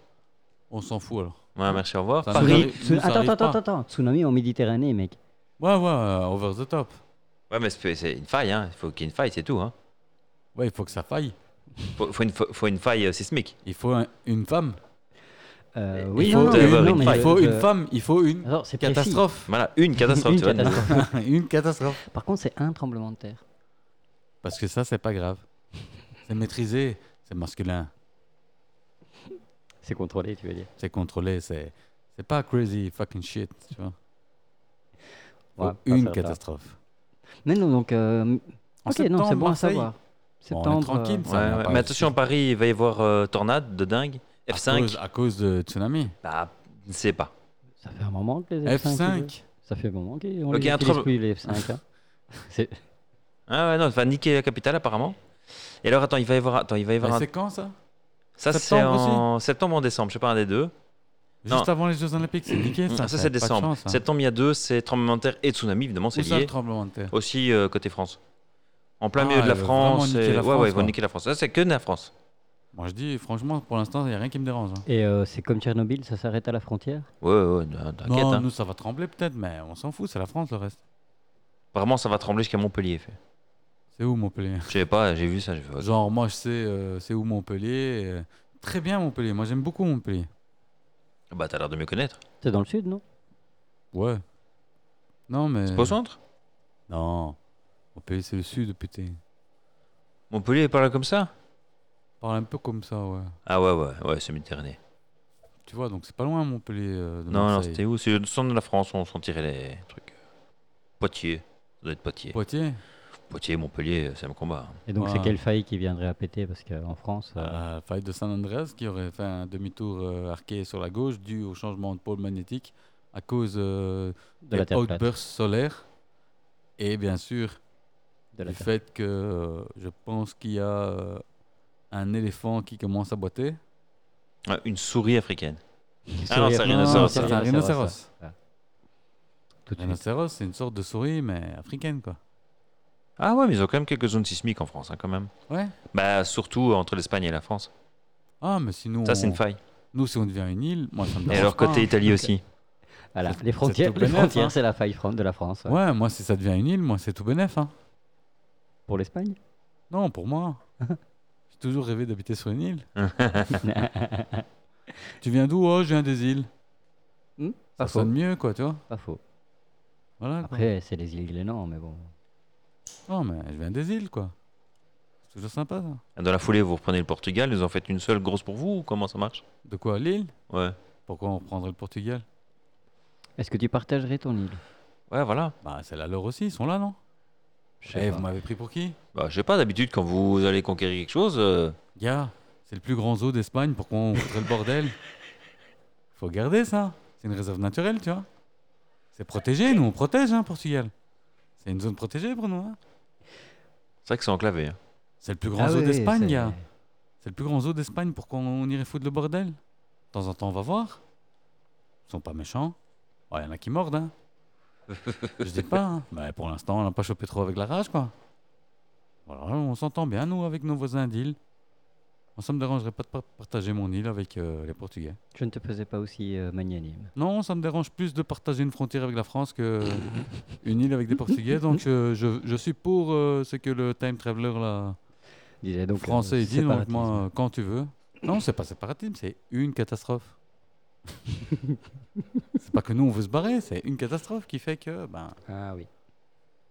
[SPEAKER 1] On s'en fout alors.
[SPEAKER 2] Ouais, merci, au revoir.
[SPEAKER 1] Ça nous
[SPEAKER 2] Paris.
[SPEAKER 1] arrive- nous, ça
[SPEAKER 3] Attends,
[SPEAKER 1] arrive
[SPEAKER 3] attends,
[SPEAKER 1] pas.
[SPEAKER 3] attends, attends. Tsunami en Méditerranée, mec.
[SPEAKER 1] Ouais, ouais, euh, over the top.
[SPEAKER 2] Ouais, mais c'est c'est une faille, hein. Il faut qu'il y ait une faille, c'est tout, hein.
[SPEAKER 1] Ouais, il faut que ça faille.
[SPEAKER 2] Faut, faut une, faut, faut une faille euh, sismique.
[SPEAKER 1] Il faut un- une femme.
[SPEAKER 3] Euh,
[SPEAKER 2] Il
[SPEAKER 3] oui,
[SPEAKER 2] faut
[SPEAKER 3] non, non,
[SPEAKER 2] avoir
[SPEAKER 3] non,
[SPEAKER 2] une
[SPEAKER 3] mais
[SPEAKER 2] faille.
[SPEAKER 1] il faut
[SPEAKER 3] le-
[SPEAKER 1] une Euh,
[SPEAKER 3] le-
[SPEAKER 1] femme, il faut une
[SPEAKER 3] Attends, c'est précis.
[SPEAKER 1] catastrophe.
[SPEAKER 2] Voilà, une catastrophe,
[SPEAKER 3] Une
[SPEAKER 2] tu vois.
[SPEAKER 3] catastrophe.
[SPEAKER 1] une catastrophe.
[SPEAKER 3] Par contre, c'est un tremblement de terre.
[SPEAKER 1] Parce que ça, c'est pas grave. C'est maîtrisé, c'est masculin,
[SPEAKER 3] C'est contrôlé, tu veux dire.
[SPEAKER 1] c'est contrôlé, c'est c'est pas crazy fucking shit, tu vois. Faut
[SPEAKER 3] Ouais, pas
[SPEAKER 1] une
[SPEAKER 3] faire ça.
[SPEAKER 1] catastrophe.
[SPEAKER 3] Mais non, donc. euh,
[SPEAKER 1] En
[SPEAKER 3] ok, non, c'est
[SPEAKER 1] septembre,
[SPEAKER 3] bon à
[SPEAKER 1] Marseille.
[SPEAKER 3] savoir.
[SPEAKER 1] Bon, on est
[SPEAKER 3] Septembre. euh,
[SPEAKER 1] tranquille.
[SPEAKER 2] Ouais,
[SPEAKER 1] Ça, on a
[SPEAKER 2] ouais.
[SPEAKER 1] pas
[SPEAKER 2] Mais
[SPEAKER 1] réussi.
[SPEAKER 2] attention, à Paris, il va y avoir euh, tornade de dingue.
[SPEAKER 1] À
[SPEAKER 2] F5,
[SPEAKER 1] cause, à cause de tsunami.
[SPEAKER 2] bah, je ne sais pas.
[SPEAKER 3] euh, ça fait un moment que les F5.
[SPEAKER 1] F5.
[SPEAKER 3] Ça fait un moment qu'on
[SPEAKER 2] Ok,
[SPEAKER 3] les
[SPEAKER 2] un
[SPEAKER 3] utilise
[SPEAKER 2] tremble-
[SPEAKER 3] plus, les F5. hein. C'est-
[SPEAKER 2] Ah ouais, non, va niquer la capitale apparemment. Et alors, attends, il va y avoir, attends, il va y avoir
[SPEAKER 1] Et
[SPEAKER 2] un-
[SPEAKER 1] Ah, C'est quand ça
[SPEAKER 2] Ça, c'est
[SPEAKER 1] septembre
[SPEAKER 2] en septembre ou en décembre, je sais pas, un des deux.
[SPEAKER 1] Juste
[SPEAKER 2] Non.
[SPEAKER 1] avant les Jeux Olympiques, c'est niqué ça.
[SPEAKER 2] ça, c'est
[SPEAKER 1] pas de
[SPEAKER 2] décembre.
[SPEAKER 1] chance, hein.
[SPEAKER 2] Septembre, il y a deux, c'est tremblement de terre et tsunami, évidemment, c'est
[SPEAKER 1] Où ça le
[SPEAKER 2] lié.
[SPEAKER 1] tremblement de terre
[SPEAKER 2] Aussi euh, côté France. En plein
[SPEAKER 1] Ah,
[SPEAKER 2] milieu de la
[SPEAKER 1] ils veulent vraiment
[SPEAKER 2] France.
[SPEAKER 1] niquer
[SPEAKER 2] et-
[SPEAKER 1] la
[SPEAKER 2] ouais, ouais,
[SPEAKER 1] France,
[SPEAKER 2] ils vont
[SPEAKER 1] quoi.
[SPEAKER 2] niquer la France. Ça, c'est que de la France.
[SPEAKER 1] Moi je dis, franchement, pour l'instant, il n'y a rien qui me dérange. hein.
[SPEAKER 3] Et euh, c'est comme Tchernobyl, ça s'arrête à la frontière
[SPEAKER 2] Ouais, ouais, non, t'inquiète.
[SPEAKER 1] Non,
[SPEAKER 2] hein.
[SPEAKER 1] nous ça va trembler peut-être, mais on s'en fout, c'est la France le reste.
[SPEAKER 2] Apparemment, ça va trembler jusqu'à Montpellier. fait.
[SPEAKER 1] C'est où Montpellier
[SPEAKER 2] Je sais pas, j'ai vu ça, j'ai fait. ok.
[SPEAKER 1] Bah, Genre, moi, je sais euh, c'est où Montpellier. euh, très bien, Montpellier. Moi, j'aime beaucoup Montpellier.
[SPEAKER 2] Bah, t'as l'air de mieux connaître.
[SPEAKER 3] C'est dans le sud, non
[SPEAKER 1] Ouais. Non, mais.
[SPEAKER 2] C'est pas au centre
[SPEAKER 1] Non. Montpellier, c'est le sud, putain.
[SPEAKER 2] Montpellier est par là comme ça
[SPEAKER 1] Parle un peu comme ça, ouais.
[SPEAKER 2] Ah ouais, ouais, ouais, c'est Méditerranée.
[SPEAKER 1] Tu vois, donc c'est pas loin, Montpellier. euh, de
[SPEAKER 2] Non, non,
[SPEAKER 1] Marseille.
[SPEAKER 2] c'était où C'est le centre de la France, on s'en tirait les trucs. Poitiers. Ça doit être Poitiers.
[SPEAKER 1] Poitiers
[SPEAKER 2] Poitiers, Montpellier, c'est un combat. hein.
[SPEAKER 3] Et donc,
[SPEAKER 1] Ouais. Ah,
[SPEAKER 3] c'est quelle faille qui viendrait à péter Parce qu'en France. euh,
[SPEAKER 2] Ah.
[SPEAKER 1] La faille de San Andreas qui aurait fait un demi-tour euh, arqué sur la gauche dû au changement de pôle magnétique à cause euh,
[SPEAKER 3] de la
[SPEAKER 1] des
[SPEAKER 3] Terre plate.
[SPEAKER 1] outbursts solaires. Et bien sûr,
[SPEAKER 3] De la
[SPEAKER 1] du
[SPEAKER 3] Terre-
[SPEAKER 1] fait que euh, je pense qu'il y a euh, un éléphant qui commence à boiter.
[SPEAKER 2] Ah, une souris africaine.
[SPEAKER 3] Souris
[SPEAKER 2] Ah non, c'est un
[SPEAKER 3] africaine.
[SPEAKER 2] rhinocéros,
[SPEAKER 1] c'est
[SPEAKER 2] ça.
[SPEAKER 1] un rhinocéros.
[SPEAKER 3] Tout de suite.
[SPEAKER 1] Rhinocéros, c'est une sorte de souris, mais africaine, quoi.
[SPEAKER 2] Ah ouais, mais ils ont quand même quelques zones sismiques en France, hein, quand même.
[SPEAKER 1] Ouais.
[SPEAKER 2] Bah, surtout entre l'Espagne et la France.
[SPEAKER 1] Ah, mais sinon,
[SPEAKER 2] Ça, c'est
[SPEAKER 1] on-
[SPEAKER 2] une faille.
[SPEAKER 1] nous, si on devient une île, moi, ça me
[SPEAKER 2] Et
[SPEAKER 1] dérange
[SPEAKER 2] alors,
[SPEAKER 1] pas,
[SPEAKER 2] côté
[SPEAKER 1] hein.
[SPEAKER 2] Italie aussi.
[SPEAKER 3] Voilà,
[SPEAKER 1] C'est-
[SPEAKER 3] les frontières,
[SPEAKER 1] tout
[SPEAKER 3] les
[SPEAKER 1] bénef,
[SPEAKER 3] frontières
[SPEAKER 1] hein.
[SPEAKER 3] c'est la faille fran- de la France. ouais.
[SPEAKER 1] Ouais, moi, si ça devient une île, moi, c'est tout bénef. Hein.
[SPEAKER 3] Pour l'Espagne
[SPEAKER 1] Non, pour moi. J'ai toujours rêvé d'habiter sur une île. Tu viens d'où Oh, je viens des îles.
[SPEAKER 3] Hmm,
[SPEAKER 1] Ça
[SPEAKER 3] Pas faux.
[SPEAKER 1] sonne mieux, quoi, tu vois.
[SPEAKER 3] Pas faux.
[SPEAKER 1] Voilà. quoi.
[SPEAKER 3] Après, c'est les îles Glénan, mais bon.
[SPEAKER 1] Non, mais je viens des îles, quoi. C'est toujours sympa, ça.
[SPEAKER 2] Dans la foulée, vous reprenez le Portugal, ils en faites une seule grosse pour vous ou comment ça marche
[SPEAKER 1] De quoi L'île
[SPEAKER 2] Ouais.
[SPEAKER 1] Pourquoi on prendrait le Portugal
[SPEAKER 3] Est-ce que tu partagerais ton île
[SPEAKER 2] Ouais, voilà.
[SPEAKER 1] Bah, c'est la leur aussi, ils sont là, non
[SPEAKER 3] Je sais
[SPEAKER 1] Eh,
[SPEAKER 3] pas.
[SPEAKER 1] vous m'avez pris pour qui
[SPEAKER 2] Bah, je sais pas, d'habitude, quand vous allez conquérir quelque chose, euh,
[SPEAKER 1] Gars, c'est le plus grand zoo d'Espagne, pourquoi on foutrait le bordel Faut garder ça. C'est une réserve naturelle, tu vois. C'est protégé, nous on protège, hein, Portugal. C'est une zone protégée pour nous. hein.
[SPEAKER 2] c'est vrai que c'est enclavé. hein.
[SPEAKER 1] C'est le plus grand
[SPEAKER 3] Ah
[SPEAKER 1] zoo
[SPEAKER 3] oui, oui,
[SPEAKER 1] d'Espagne,
[SPEAKER 3] c'est-
[SPEAKER 1] gars. C'est le plus grand zoo d'Espagne, pourquoi on irait foutre le bordel De temps en temps, on va voir. Ils sont pas méchants. Il y en a qui mordent, hein. Je dis pas, hein. Mais pour l'instant, on n'a pas chopé trop avec la rage, quoi. Voilà, on s'entend bien, nous, avec nos voisins d'île. Moi, ça me dérangerait pas de par- partager mon île avec euh, les Portugais.
[SPEAKER 3] Je ne te faisais pas aussi euh, magnanime.
[SPEAKER 1] Non, ça me dérange plus de partager une frontière avec la France que une île avec des Portugais. Donc, euh, je, je suis pour euh, ce que le Time Traveler, là,
[SPEAKER 3] Disais donc, euh,
[SPEAKER 1] français, il dit donc
[SPEAKER 3] séparatisme.
[SPEAKER 1] moi euh, quand tu veux. Non, c'est pas séparatisme, c'est une catastrophe. c'est pas que nous on veut se barrer, c'est une catastrophe qui fait que ben
[SPEAKER 3] Ah oui.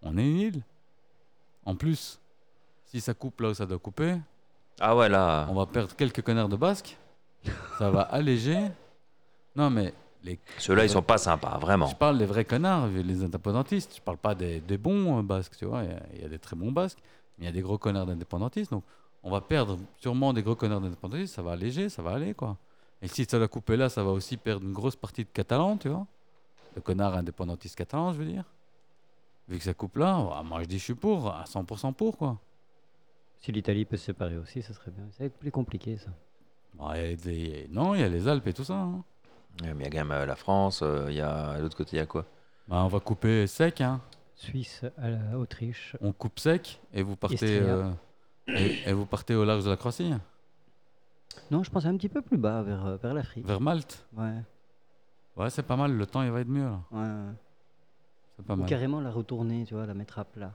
[SPEAKER 1] on est une île. En plus, si ça coupe là où ça doit couper,
[SPEAKER 2] Ah ouais, là.
[SPEAKER 1] on va perdre quelques connards de basques. ça va alléger. Non mais les,
[SPEAKER 2] Ceux-là, ils sont pas sympas,
[SPEAKER 1] je
[SPEAKER 2] vraiment.
[SPEAKER 1] parle des vrais connards, les indépendantistes. Je parle pas des, des bons euh, basques, tu vois. Il y a- Il y, a des très bons basques, mais il y a des gros connards d'indépendantistes. Donc, on va perdre sûrement des gros connards d'indépendantistes. Ça va alléger, ça va aller, quoi. Et si ça la couper là, ça va aussi perdre une grosse partie de catalans, tu vois. De connards indépendantistes catalans, je veux dire. Vu que ça coupe là, ouah, moi je dis je suis pour, à 100% pour, quoi.
[SPEAKER 3] Si l'Italie peut se séparer aussi, ça serait bien. Ça va être plus compliqué, ça.
[SPEAKER 1] Bon, Bah, il y a des- Non, il y a les Alpes et tout ça. hein.
[SPEAKER 2] Mais il y a quand même euh, la France, euh, il y a. à l'autre côté, il y a quoi
[SPEAKER 1] Bah, on va couper sec, hein.
[SPEAKER 3] Suisse, à la- Autriche.
[SPEAKER 1] on coupe sec et vous partez
[SPEAKER 3] Istria.
[SPEAKER 1] euh, et, et vous partez au large de la Croatie hein.
[SPEAKER 3] Non, je pensais un petit peu plus bas, vers, euh, vers l'Afrique.
[SPEAKER 1] vers Malte
[SPEAKER 3] Ouais,
[SPEAKER 1] ouais c'est pas mal le temps il va être mieux là
[SPEAKER 3] ouais, ouais.
[SPEAKER 1] c'est pas
[SPEAKER 3] Ou
[SPEAKER 1] mal
[SPEAKER 3] carrément la retourner, tu vois, la mettre à plat.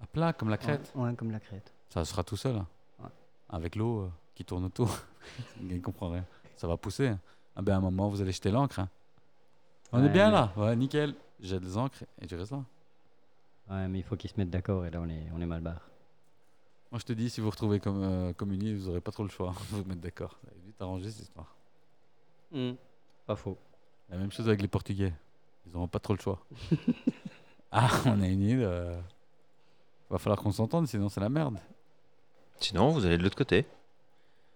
[SPEAKER 1] à plat comme la crête
[SPEAKER 3] Ouais, ouais, comme la crête.
[SPEAKER 1] ça sera tout seul hein.
[SPEAKER 3] Ouais.
[SPEAKER 1] avec l'eau euh, qui tourne autour il comprend rien ça va pousser hein. ah ben à un moment vous allez jeter l'ancre hein. on est
[SPEAKER 3] Ouais,
[SPEAKER 1] bien
[SPEAKER 3] mais-
[SPEAKER 1] là ouais nickel jette les ancres et tu restes là
[SPEAKER 3] Ouais, mais il faut qu'ils se mettent d'accord et là on est, on est mal barre.
[SPEAKER 1] moi je te dis si vous retrouvez comme euh, communie vous aurez pas trop le choix vous vous mettre d'accord ça va vite arranger cette histoire
[SPEAKER 3] Hmm. Pas faux.
[SPEAKER 1] La même chose avec les Portugais. Ils n'auront pas trop le choix. ah, on a une île. euh, Va falloir qu'on s'entende, sinon c'est la merde.
[SPEAKER 2] Sinon, vous allez de l'autre côté.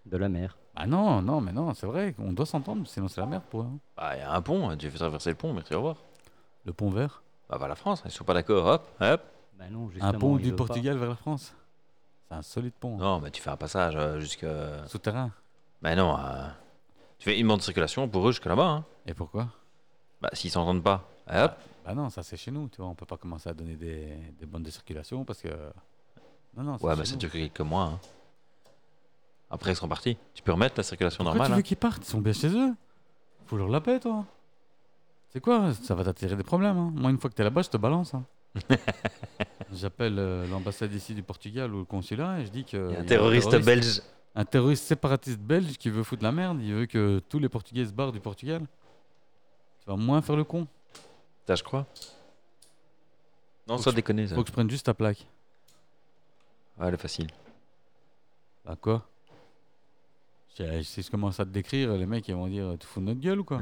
[SPEAKER 3] De la mer.
[SPEAKER 1] Ah non, non, mais non, c'est vrai, on doit s'entendre, sinon c'est la merde pour eux, hein.
[SPEAKER 2] Bah, il y a un pont, hein, tu fais traverser le pont, merci, au revoir.
[SPEAKER 1] Le pont vert.
[SPEAKER 2] Bah, va la France, ils sont pas d'accord, hop, hop.
[SPEAKER 3] Bah non,
[SPEAKER 1] Un
[SPEAKER 3] justement,
[SPEAKER 1] pont
[SPEAKER 3] ils
[SPEAKER 1] du
[SPEAKER 3] veulent pas.
[SPEAKER 1] Portugal vers la France. C'est un solide pont. hein.
[SPEAKER 2] Non, mais tu fais un passage euh, jusque.
[SPEAKER 1] Souterrain.
[SPEAKER 2] Mais non, euh, tu fais une bande de circulation pour eux jusque là-bas. Hein.
[SPEAKER 1] Et pourquoi
[SPEAKER 2] Bah, s'ils s'entendent pas, hop.
[SPEAKER 1] Bah non, ça c'est chez nous, tu vois, on peut pas commencer à donner des, des bandes de circulation parce que. Non, non, c'est
[SPEAKER 2] Ouais,
[SPEAKER 1] chez
[SPEAKER 2] mais ça
[SPEAKER 1] nous.
[SPEAKER 2] dure que quelques mois. hein. Après, ils seront partis. Tu peux remettre la circulation
[SPEAKER 1] Pourquoi tu
[SPEAKER 2] normale.
[SPEAKER 1] veux
[SPEAKER 2] hein.
[SPEAKER 1] qu'ils partent Ils sont bien chez eux. Faut leur la paix, toi. C'est quoi Ça va t'attirer des problèmes. hein. Moi, une fois que t'es là-bas, je te balance. hein. J'appelle euh, l'ambassade ici du Portugal ou le consulat et je dis que.
[SPEAKER 2] hein. Il y
[SPEAKER 1] il
[SPEAKER 2] a
[SPEAKER 1] y
[SPEAKER 2] un
[SPEAKER 1] a
[SPEAKER 2] terroriste
[SPEAKER 1] terroriste-
[SPEAKER 2] belge.
[SPEAKER 1] Un terroriste séparatiste belge qui veut foutre la merde. Il veut que tous les Portugais se barrent du Portugal. Tu vas moins faire le con.
[SPEAKER 2] Putain, je crois. Non,
[SPEAKER 1] Faut
[SPEAKER 2] ça
[SPEAKER 1] que-
[SPEAKER 2] déconner, ça.
[SPEAKER 1] Faut que je prenne juste ta plaque.
[SPEAKER 2] Ouais, le facile.
[SPEAKER 1] Bah quoi si, si je commence à te décrire, les mecs ils vont dire Tu fous de notre gueule ou quoi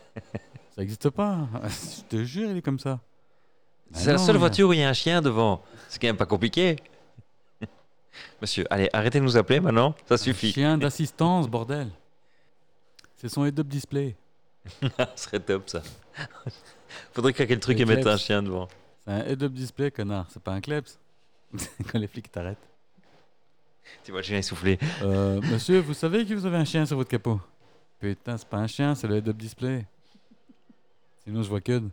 [SPEAKER 1] Ça existe pas. je te jure, il est comme ça. Bah
[SPEAKER 2] C'est la
[SPEAKER 1] non,
[SPEAKER 2] seule
[SPEAKER 1] mais-
[SPEAKER 2] voiture où il y a un chien devant. C'est quand même pas compliqué. Monsieur, allez, arrêtez de nous appeler maintenant. Ça suffit.
[SPEAKER 1] Chien d'assistance, bordel. C'est son head-up display.
[SPEAKER 2] Ce serait top, ça. Faudrait craquer le truc et
[SPEAKER 1] Avec
[SPEAKER 2] mettre un
[SPEAKER 1] l'axe.
[SPEAKER 2] chien devant.
[SPEAKER 1] C'est un head-up display, connard. C'est pas un kleps. Quand les flics t'arrêtent.
[SPEAKER 2] Tu vois le chien essoufflé.
[SPEAKER 1] Euh, monsieur, vous savez que vous avez un chien sur votre capot Putain, c'est pas un chien, c'est le head-up display. Sinon, je vois que. de-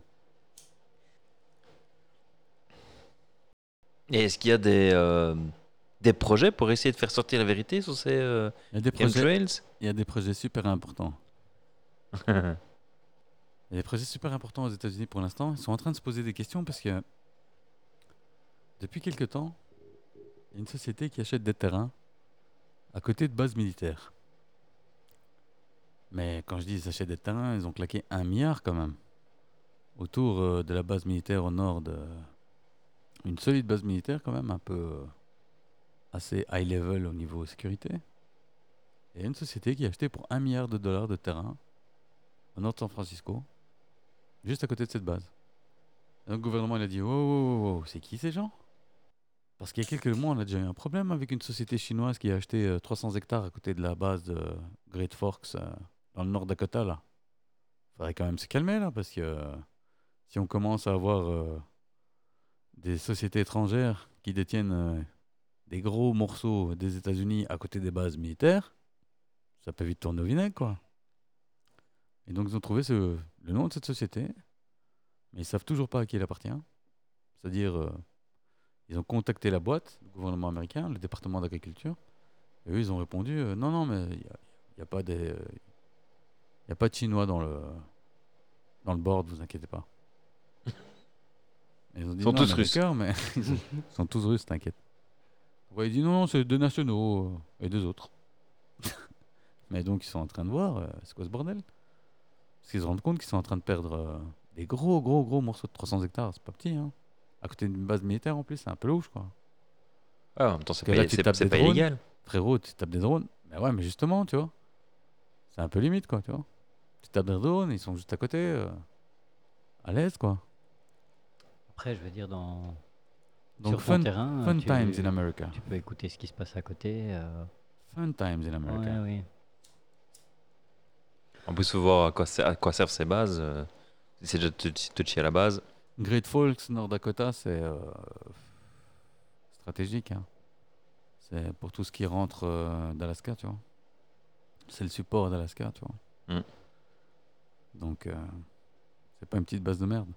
[SPEAKER 2] Et est-ce qu'il y a des, euh, des projets pour essayer de faire sortir la vérité sur ces euh,
[SPEAKER 1] Il y a des projets,
[SPEAKER 2] chemtrails
[SPEAKER 1] il y a des projets super importants.
[SPEAKER 2] Bah,
[SPEAKER 1] Il y a des projets super importants aux États-Unis pour l'instant. Ils sont en train de se poser des questions parce que depuis quelque temps, il y a une société qui achète des terrains à côté de bases militaires. Mais quand je dis ils achètent des terrains, ils ont claqué un milliard quand même autour euh, de la base militaire au nord de une solide base militaire quand même un peu euh, assez high level au niveau sécurité. Et il y a une société qui a acheté pour un milliard de dollars de terrain au nord de San Francisco, juste à côté de cette base. Et donc, le gouvernement il a dit Oh, oh, oh, oh, c'est oh, qui ces gens Parce qu'il y a quelques mois, on a déjà eu un problème avec une société chinoise qui a acheté euh, 300 hectares à côté de la base de Great Forks, euh, dans le Nord Dakota, là. Faudrait quand même se calmer, là, parce que euh, si on commence à avoir euh, des sociétés étrangères qui détiennent euh, des gros morceaux des États-Unis à côté des bases militaires, ça peut vite tourner au vinaigre, quoi. Et donc, ils ont trouvé ce- le nom de cette société, mais ils savent toujours pas à qui elle appartient. C'est-à-dire. euh, ils ont contacté la boîte, le gouvernement américain, le département d'agriculture. Et eux, ils ont répondu euh, non, non, mais il n'y a, il y a pas des. euh, il y a pas de Chinois dans le, dans le board, vous inquiétez pas. Et Ils ont dit,
[SPEAKER 2] Ils sont
[SPEAKER 1] Non,
[SPEAKER 2] tous
[SPEAKER 1] mais
[SPEAKER 2] russes.
[SPEAKER 1] d'accord, Mais ils, sont, ils sont tous russes, t'inquiète. Ouais, ils disent non, non, c'est deux nationaux euh, et deux autres. mais donc, ils sont en train de voir, euh, c'est quoi ce bordel Parce qu'ils se rendent compte qu'ils sont en train de perdre euh, des gros, gros, gros morceaux de 300 hectares, c'est pas petit, hein. À côté d'une base militaire en plus, c'est un peu louche quoi.
[SPEAKER 2] Ah, en même temps, c'est
[SPEAKER 1] Que
[SPEAKER 2] pas,
[SPEAKER 1] là, tu
[SPEAKER 2] c'est-
[SPEAKER 1] tapes
[SPEAKER 2] c'est
[SPEAKER 1] des
[SPEAKER 2] pas
[SPEAKER 1] drones.
[SPEAKER 2] illégal.
[SPEAKER 1] Frérot, tu tapes des drones. Mais ouais, mais justement, tu vois. C'est un peu limite quoi, tu vois. Tu tapes des drones, ils sont juste à côté. euh, à l'aise quoi.
[SPEAKER 3] Après, je veux dire, dans,
[SPEAKER 1] Donc
[SPEAKER 3] sur ton
[SPEAKER 1] fun,
[SPEAKER 3] terrain, euh,
[SPEAKER 1] fun
[SPEAKER 3] tu,
[SPEAKER 1] times in America.
[SPEAKER 3] tu peux écouter ce qui se passe à côté. euh,
[SPEAKER 1] Fun times in
[SPEAKER 3] ouais,
[SPEAKER 1] America.
[SPEAKER 3] oui.
[SPEAKER 2] En plus, faut voir à quoi, ser- à quoi servent ces bases. euh, C'est déjà te- te touchy à la base.
[SPEAKER 1] Great Falls, Nord Dakota, c'est euh, stratégique. hein. C'est pour tout ce qui rentre euh, d'Alaska, tu vois. C'est le support d'Alaska, tu vois.
[SPEAKER 2] Mm.
[SPEAKER 1] Donc, euh, c'est pas une petite base de merde.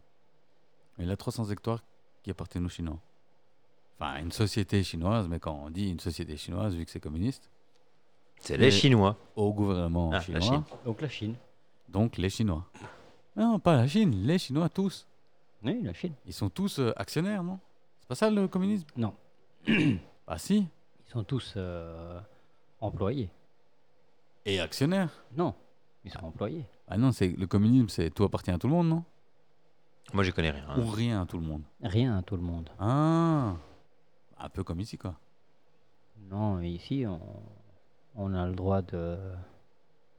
[SPEAKER 1] Et là, 300 hectares qui appartiennent aux Chinois. Enfin, une société chinoise, mais quand on dit une société chinoise, vu que c'est communiste,
[SPEAKER 2] C'est les
[SPEAKER 1] Mais-
[SPEAKER 2] Chinois.
[SPEAKER 1] au gouvernement
[SPEAKER 2] Ah, la
[SPEAKER 1] chinois,
[SPEAKER 2] Chine.
[SPEAKER 3] Donc la Chine.
[SPEAKER 1] donc les Chinois. Non, pas la Chine, les Chinois tous.
[SPEAKER 3] Oui, la Chine.
[SPEAKER 1] Ils sont tous euh, actionnaires, non C'est pas ça le communisme
[SPEAKER 3] Non.
[SPEAKER 1] Ah si,
[SPEAKER 3] Ils sont tous euh, employés.
[SPEAKER 1] et actionnaires.
[SPEAKER 3] Non, ils sont employés.
[SPEAKER 1] Ah non, c'est le communisme, c'est tout appartient à tout le monde, non
[SPEAKER 2] Moi, je connais rien. hein.
[SPEAKER 1] Ou rien à tout le monde.
[SPEAKER 3] Rien à tout le monde.
[SPEAKER 1] Ah, un peu comme ici, quoi.
[SPEAKER 3] Non, ici, on, on a le droit de.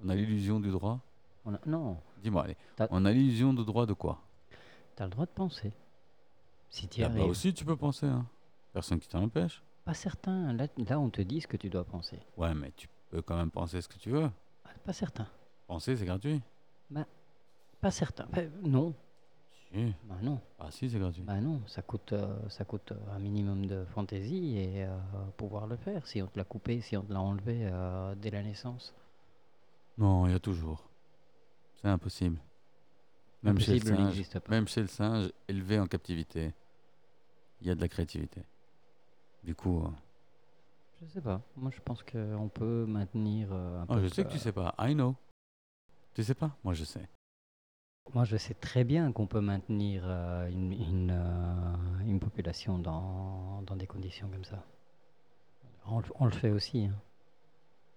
[SPEAKER 1] On a l'illusion du droit.
[SPEAKER 3] on a- non,
[SPEAKER 1] Dis-moi, allez.
[SPEAKER 3] T'as-
[SPEAKER 1] On a l'illusion du droit de quoi
[SPEAKER 3] t'as le droit de penser. Si tu
[SPEAKER 1] Là-bas
[SPEAKER 3] arrives.
[SPEAKER 1] Ah bah aussi, tu peux penser. Hein. Personne qui t'en empêche.
[SPEAKER 3] Pas certain. Là, là, on te dit ce que tu dois penser.
[SPEAKER 1] Ouais, mais tu peux quand même penser ce que tu veux.
[SPEAKER 3] Ah, Pas certain.
[SPEAKER 1] Penser, c'est gratuit.
[SPEAKER 3] Pas certain. Bah, non.
[SPEAKER 1] Si.
[SPEAKER 3] Bah, non.
[SPEAKER 1] Ah si, c'est gratuit.
[SPEAKER 3] Bah non, ça coûte, euh, ça coûte euh, un minimum de fantaisie et euh, pouvoir le faire. Si on te l'a coupé, si on te l'a enlevé euh, dès la naissance.
[SPEAKER 1] Non, il y a toujours. C'est impossible. Même chez, le
[SPEAKER 3] Impossible, il
[SPEAKER 1] singe,
[SPEAKER 3] n'existe pas.
[SPEAKER 1] même chez le singe, élevé en captivité, il y a de la créativité. Du coup, euh,
[SPEAKER 3] Je sais pas. Moi, je pense qu'on peut maintenir euh, un
[SPEAKER 1] ah, je
[SPEAKER 3] peuple,
[SPEAKER 1] sais que tu
[SPEAKER 3] euh,
[SPEAKER 1] sais pas. I know. Tu sais pas Moi, je sais.
[SPEAKER 3] Moi, je sais très bien qu'on peut maintenir euh, une, une, euh, une population dans, dans des conditions comme ça. On, le- on le fait aussi. hein.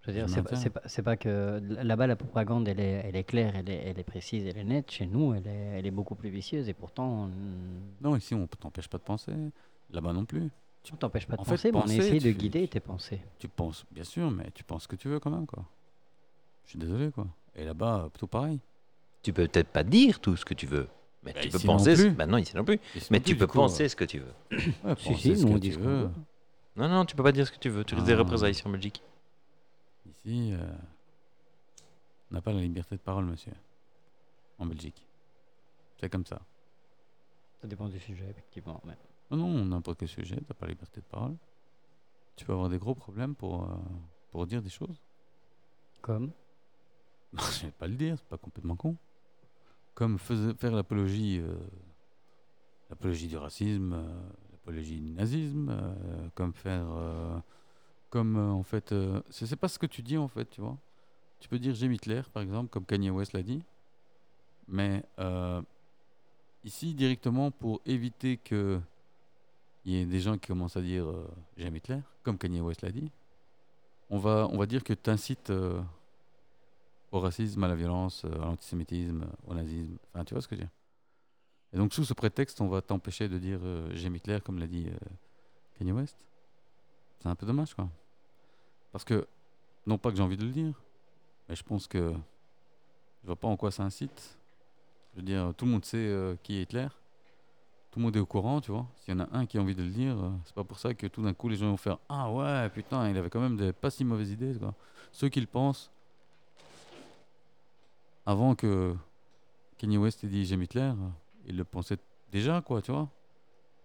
[SPEAKER 3] Je veux dire,
[SPEAKER 1] Je
[SPEAKER 3] c'est pas,
[SPEAKER 1] maintiens.
[SPEAKER 3] c'est pas- c'est pas que là-bas la propagande elle est, elle est claire, elle est, elle est précise, elle est nette. Chez nous, elle est, elle est beaucoup plus vicieuse et pourtant on
[SPEAKER 1] Non, ici, on t'empêche pas de penser. Là-bas non plus.
[SPEAKER 3] ne t'empêche pas de
[SPEAKER 1] En fait,
[SPEAKER 3] penser, mais
[SPEAKER 1] penser,
[SPEAKER 3] on essaie
[SPEAKER 1] tu
[SPEAKER 3] de
[SPEAKER 1] fais-
[SPEAKER 3] guider
[SPEAKER 1] tu-
[SPEAKER 3] tes pensées.
[SPEAKER 1] Tu penses, bien sûr, mais tu penses ce que tu veux quand même, quoi. Je suis désolé, quoi. Et là-bas, euh, tout pareil.
[SPEAKER 2] Tu peux peut-être pas dire tout ce que tu veux. Mais
[SPEAKER 1] Bah,
[SPEAKER 2] tu peux
[SPEAKER 1] ici non
[SPEAKER 2] penser. ce-
[SPEAKER 1] plus.
[SPEAKER 2] Bah non, ici non plus.
[SPEAKER 1] Et sinon,
[SPEAKER 2] Mais
[SPEAKER 1] plus,
[SPEAKER 2] tu
[SPEAKER 1] du
[SPEAKER 2] peux
[SPEAKER 1] coup,
[SPEAKER 2] penser ce que tu veux.
[SPEAKER 1] euh, ouais,
[SPEAKER 3] Si,
[SPEAKER 1] penser
[SPEAKER 3] si,
[SPEAKER 1] ce
[SPEAKER 3] nous
[SPEAKER 1] que
[SPEAKER 3] on
[SPEAKER 1] tu
[SPEAKER 3] dit ce qu'on
[SPEAKER 1] veux.
[SPEAKER 3] veut.
[SPEAKER 2] Non, non, tu peux pas dire ce que tu veux. Tu risques des
[SPEAKER 1] Ah.
[SPEAKER 2] représailles ici en Belgique.
[SPEAKER 1] Ici, euh, on n'a pas la liberté de parole, monsieur. En Belgique. C'est comme ça.
[SPEAKER 3] Ça dépend du sujet, effectivement. mais-
[SPEAKER 1] Non, Ah non, n'importe quel sujet, t'as pas la liberté de parole. Tu peux avoir des gros problèmes pour, euh, pour dire des choses.
[SPEAKER 3] Comme
[SPEAKER 1] Non, Ah, je vais pas le dire, c'est pas complètement con. Comme faisait- faire l'apologie, euh, l'apologie du racisme, euh, l'apologie du nazisme, euh, comme faire, euh, comme euh, en fait, euh, c'est c'est pas ce que tu dis en fait, tu vois. Tu peux dire j'aime Hitler par exemple, comme Kanye West l'a dit, mais euh, ici directement pour éviter que il y ait des gens qui commencent à dire euh, j'aime Hitler, comme Kanye West l'a dit, on va on va dire que t'incites euh, au racisme, à la violence, euh, à l'antisémitisme, euh, au nazisme. Enfin, tu vois ce que je veux dire. Et donc, sous ce prétexte, on va t'empêcher de dire euh, j'aime Hitler, comme l'a dit euh, Kanye West. C'est un peu dommage, quoi. Parce que, non pas que j'ai envie de le dire, mais je pense que je vois pas en quoi ça incite. Je veux dire, tout le monde sait euh, qui est Hitler. Tout le monde est au courant, tu vois. S'il y en a un qui a envie de le dire, euh, c'est pas pour ça que tout d'un coup les gens vont faire Ah ouais, putain, il avait quand même des pas si mauvaises idées, quoi. Ceux qui le pensent, avant que Kanye West ait dit J'aime Hitler, euh, il le pensait déjà, quoi, tu vois.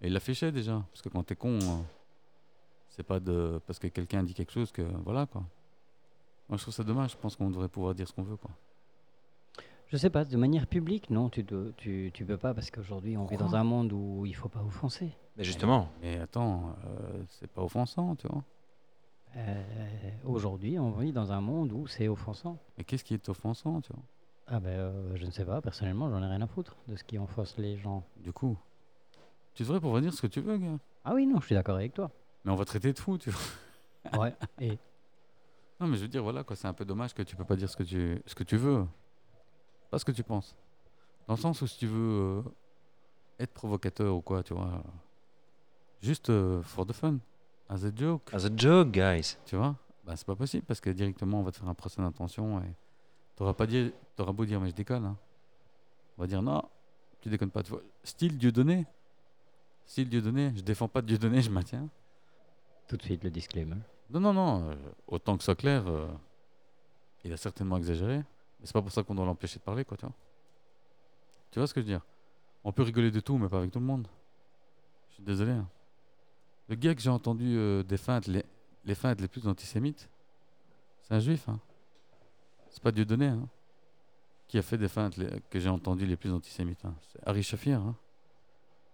[SPEAKER 1] Et il l'affichait déjà. Parce que quand t'es con, euh, c'est pas de parce que quelqu'un dit quelque chose que voilà, quoi. Moi, je trouve ça dommage. Je pense qu'on devrait pouvoir dire ce qu'on veut, quoi.
[SPEAKER 3] Je sais pas, de manière publique, non, tu ne tu, tu peux pas, parce qu'aujourd'hui, on vit
[SPEAKER 1] Pourquoi
[SPEAKER 3] dans un monde où il faut pas offenser.
[SPEAKER 2] Mais justement,
[SPEAKER 1] Mais attends, euh, c'est pas offensant, tu vois.
[SPEAKER 3] Euh, Aujourd'hui, on vit dans un monde où c'est offensant.
[SPEAKER 1] Mais qu'est-ce qui est offensant, tu vois
[SPEAKER 3] Ah ben, euh, je ne sais pas, personnellement, j'en ai rien à foutre de ce qui enfonce les gens.
[SPEAKER 1] Du coup, tu devrais pouvoir dire ce que tu veux, gars.
[SPEAKER 3] Ah oui, non, je suis d'accord avec toi.
[SPEAKER 1] Mais on va te traiter de fou, tu vois.
[SPEAKER 3] Ouais, et
[SPEAKER 1] Non, mais je veux dire, voilà, quoi, c'est un peu dommage que tu peux pas dire ce que tu, ce que tu veux. Pas ce que tu penses. Dans le sens où si tu veux euh, être provocateur ou quoi, tu vois. Juste euh, for the fun. As a joke,
[SPEAKER 2] as a joke, guys.
[SPEAKER 1] tu vois. Bah, c'est pas possible parce que directement, on va te faire un procès d'intention et t'auras pas dit, t'auras beau dire, mais je déconne. hein. On va dire, non, tu déconnes pas. Tu vois. Style Dieudonné. Style Dieudonné. Je défends pas Dieudonné, je maintiens.
[SPEAKER 3] tout de suite le disclaimer.
[SPEAKER 1] Non, non, non. euh, autant que ce soit clair, euh, il a certainement exagéré. Mais c'est pas pour ça qu'on doit l'empêcher de parler, quoi, tu vois. Tu vois ce que je veux dire On peut rigoler de tout, mais pas avec tout le monde. Je suis désolé. hein. Le gars que j'ai entendu euh, des feintes, les, les feintes les plus antisémites, c'est un juif, hein. C'est pas Dieudonné, hein. Qui a fait des feintes les- que j'ai entendu les plus antisémites, hein. C'est Harry Shafir, hein.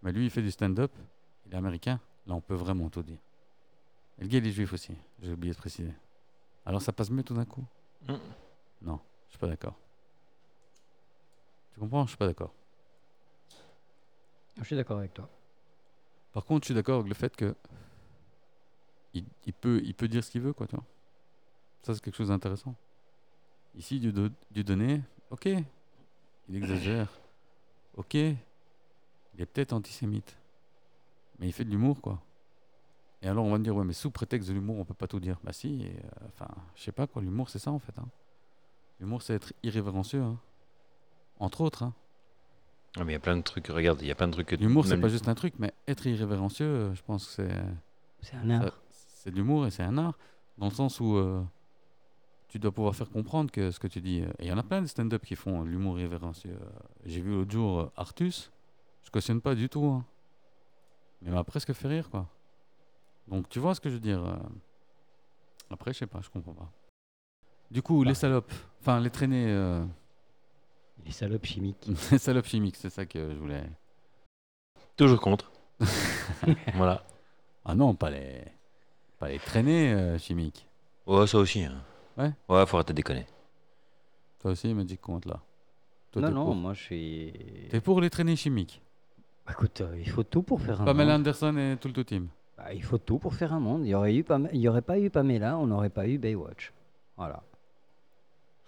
[SPEAKER 1] Mais lui, il fait du stand-up. Il est américain. Là, on peut vraiment tout dire. Et le gars, il est juif aussi. J'ai oublié de préciser. Alors ça passe mieux tout d'un coup
[SPEAKER 2] Mm.
[SPEAKER 1] Non, je suis pas d'accord. Tu comprends Je suis pas d'accord.
[SPEAKER 3] Je suis d'accord avec toi.
[SPEAKER 1] Par contre, je suis d'accord avec le fait que il, il peut, il peut dire ce qu'il veut, quoi, tu vois. Ça, c'est quelque chose d'intéressant. Ici, Dieu, do- Dieu donné, ok, il exagère, ok, il est peut-être antisémite, mais il fait de l'humour, quoi. Et alors, on va me dire, ouais, mais sous prétexte de l'humour, on peut pas tout dire. Bah si, et, euh, enfin, je sais pas, quoi, l'humour, c'est ça, en fait. hein. L'humour, c'est être irrévérencieux, hein. entre autres. hein.
[SPEAKER 2] Ah, mais il y a plein de trucs, regarde, il y a plein de trucs que.
[SPEAKER 1] L'humour, c'est
[SPEAKER 2] même-
[SPEAKER 1] pas juste un truc, mais être irrévérencieux, euh, je pense que c'est...
[SPEAKER 3] C'est un art.
[SPEAKER 1] Ça- C'est de l'humour et c'est un art, dans le sens où euh, tu dois pouvoir faire comprendre que ce que tu dis. euh, et il y en a plein de stand-up qui font de l'humour irrévérencieux. Euh, J'ai vu l'autre jour euh, Artus, je cautionne pas du tout, hein. mais il m'a presque fait rire, quoi. Donc tu vois ce que je veux dire. euh. Après, je sais pas, je comprends pas. Du coup, les
[SPEAKER 3] Pareil.
[SPEAKER 1] salopes, enfin les traînées, euh,
[SPEAKER 3] Les salopes chimiques.
[SPEAKER 1] les salopes chimiques, c'est ça que je voulais.
[SPEAKER 2] Toujours contre. voilà.
[SPEAKER 1] Ah non, pas les, pas les traînées euh, chimiques.
[SPEAKER 2] Ouais, ça aussi. hein.
[SPEAKER 1] Ouais.
[SPEAKER 2] Ouais, faut arrêter de déconner.
[SPEAKER 1] Toi aussi, Magic compte là. Toi,
[SPEAKER 3] non,
[SPEAKER 1] t'es
[SPEAKER 3] non,
[SPEAKER 1] pour.
[SPEAKER 3] moi je suis.
[SPEAKER 1] T'es pour les traînées chimiques.
[SPEAKER 3] Bah, écoute, euh, il faut tout pour faire un
[SPEAKER 1] Pamela
[SPEAKER 3] monde.
[SPEAKER 1] Anderson et tout le team.
[SPEAKER 3] Bah, il faut tout pour faire un monde. Il y aurait eu Pam- il y aurait pas eu Pamela, on n'aurait pas eu Baywatch. Voilà.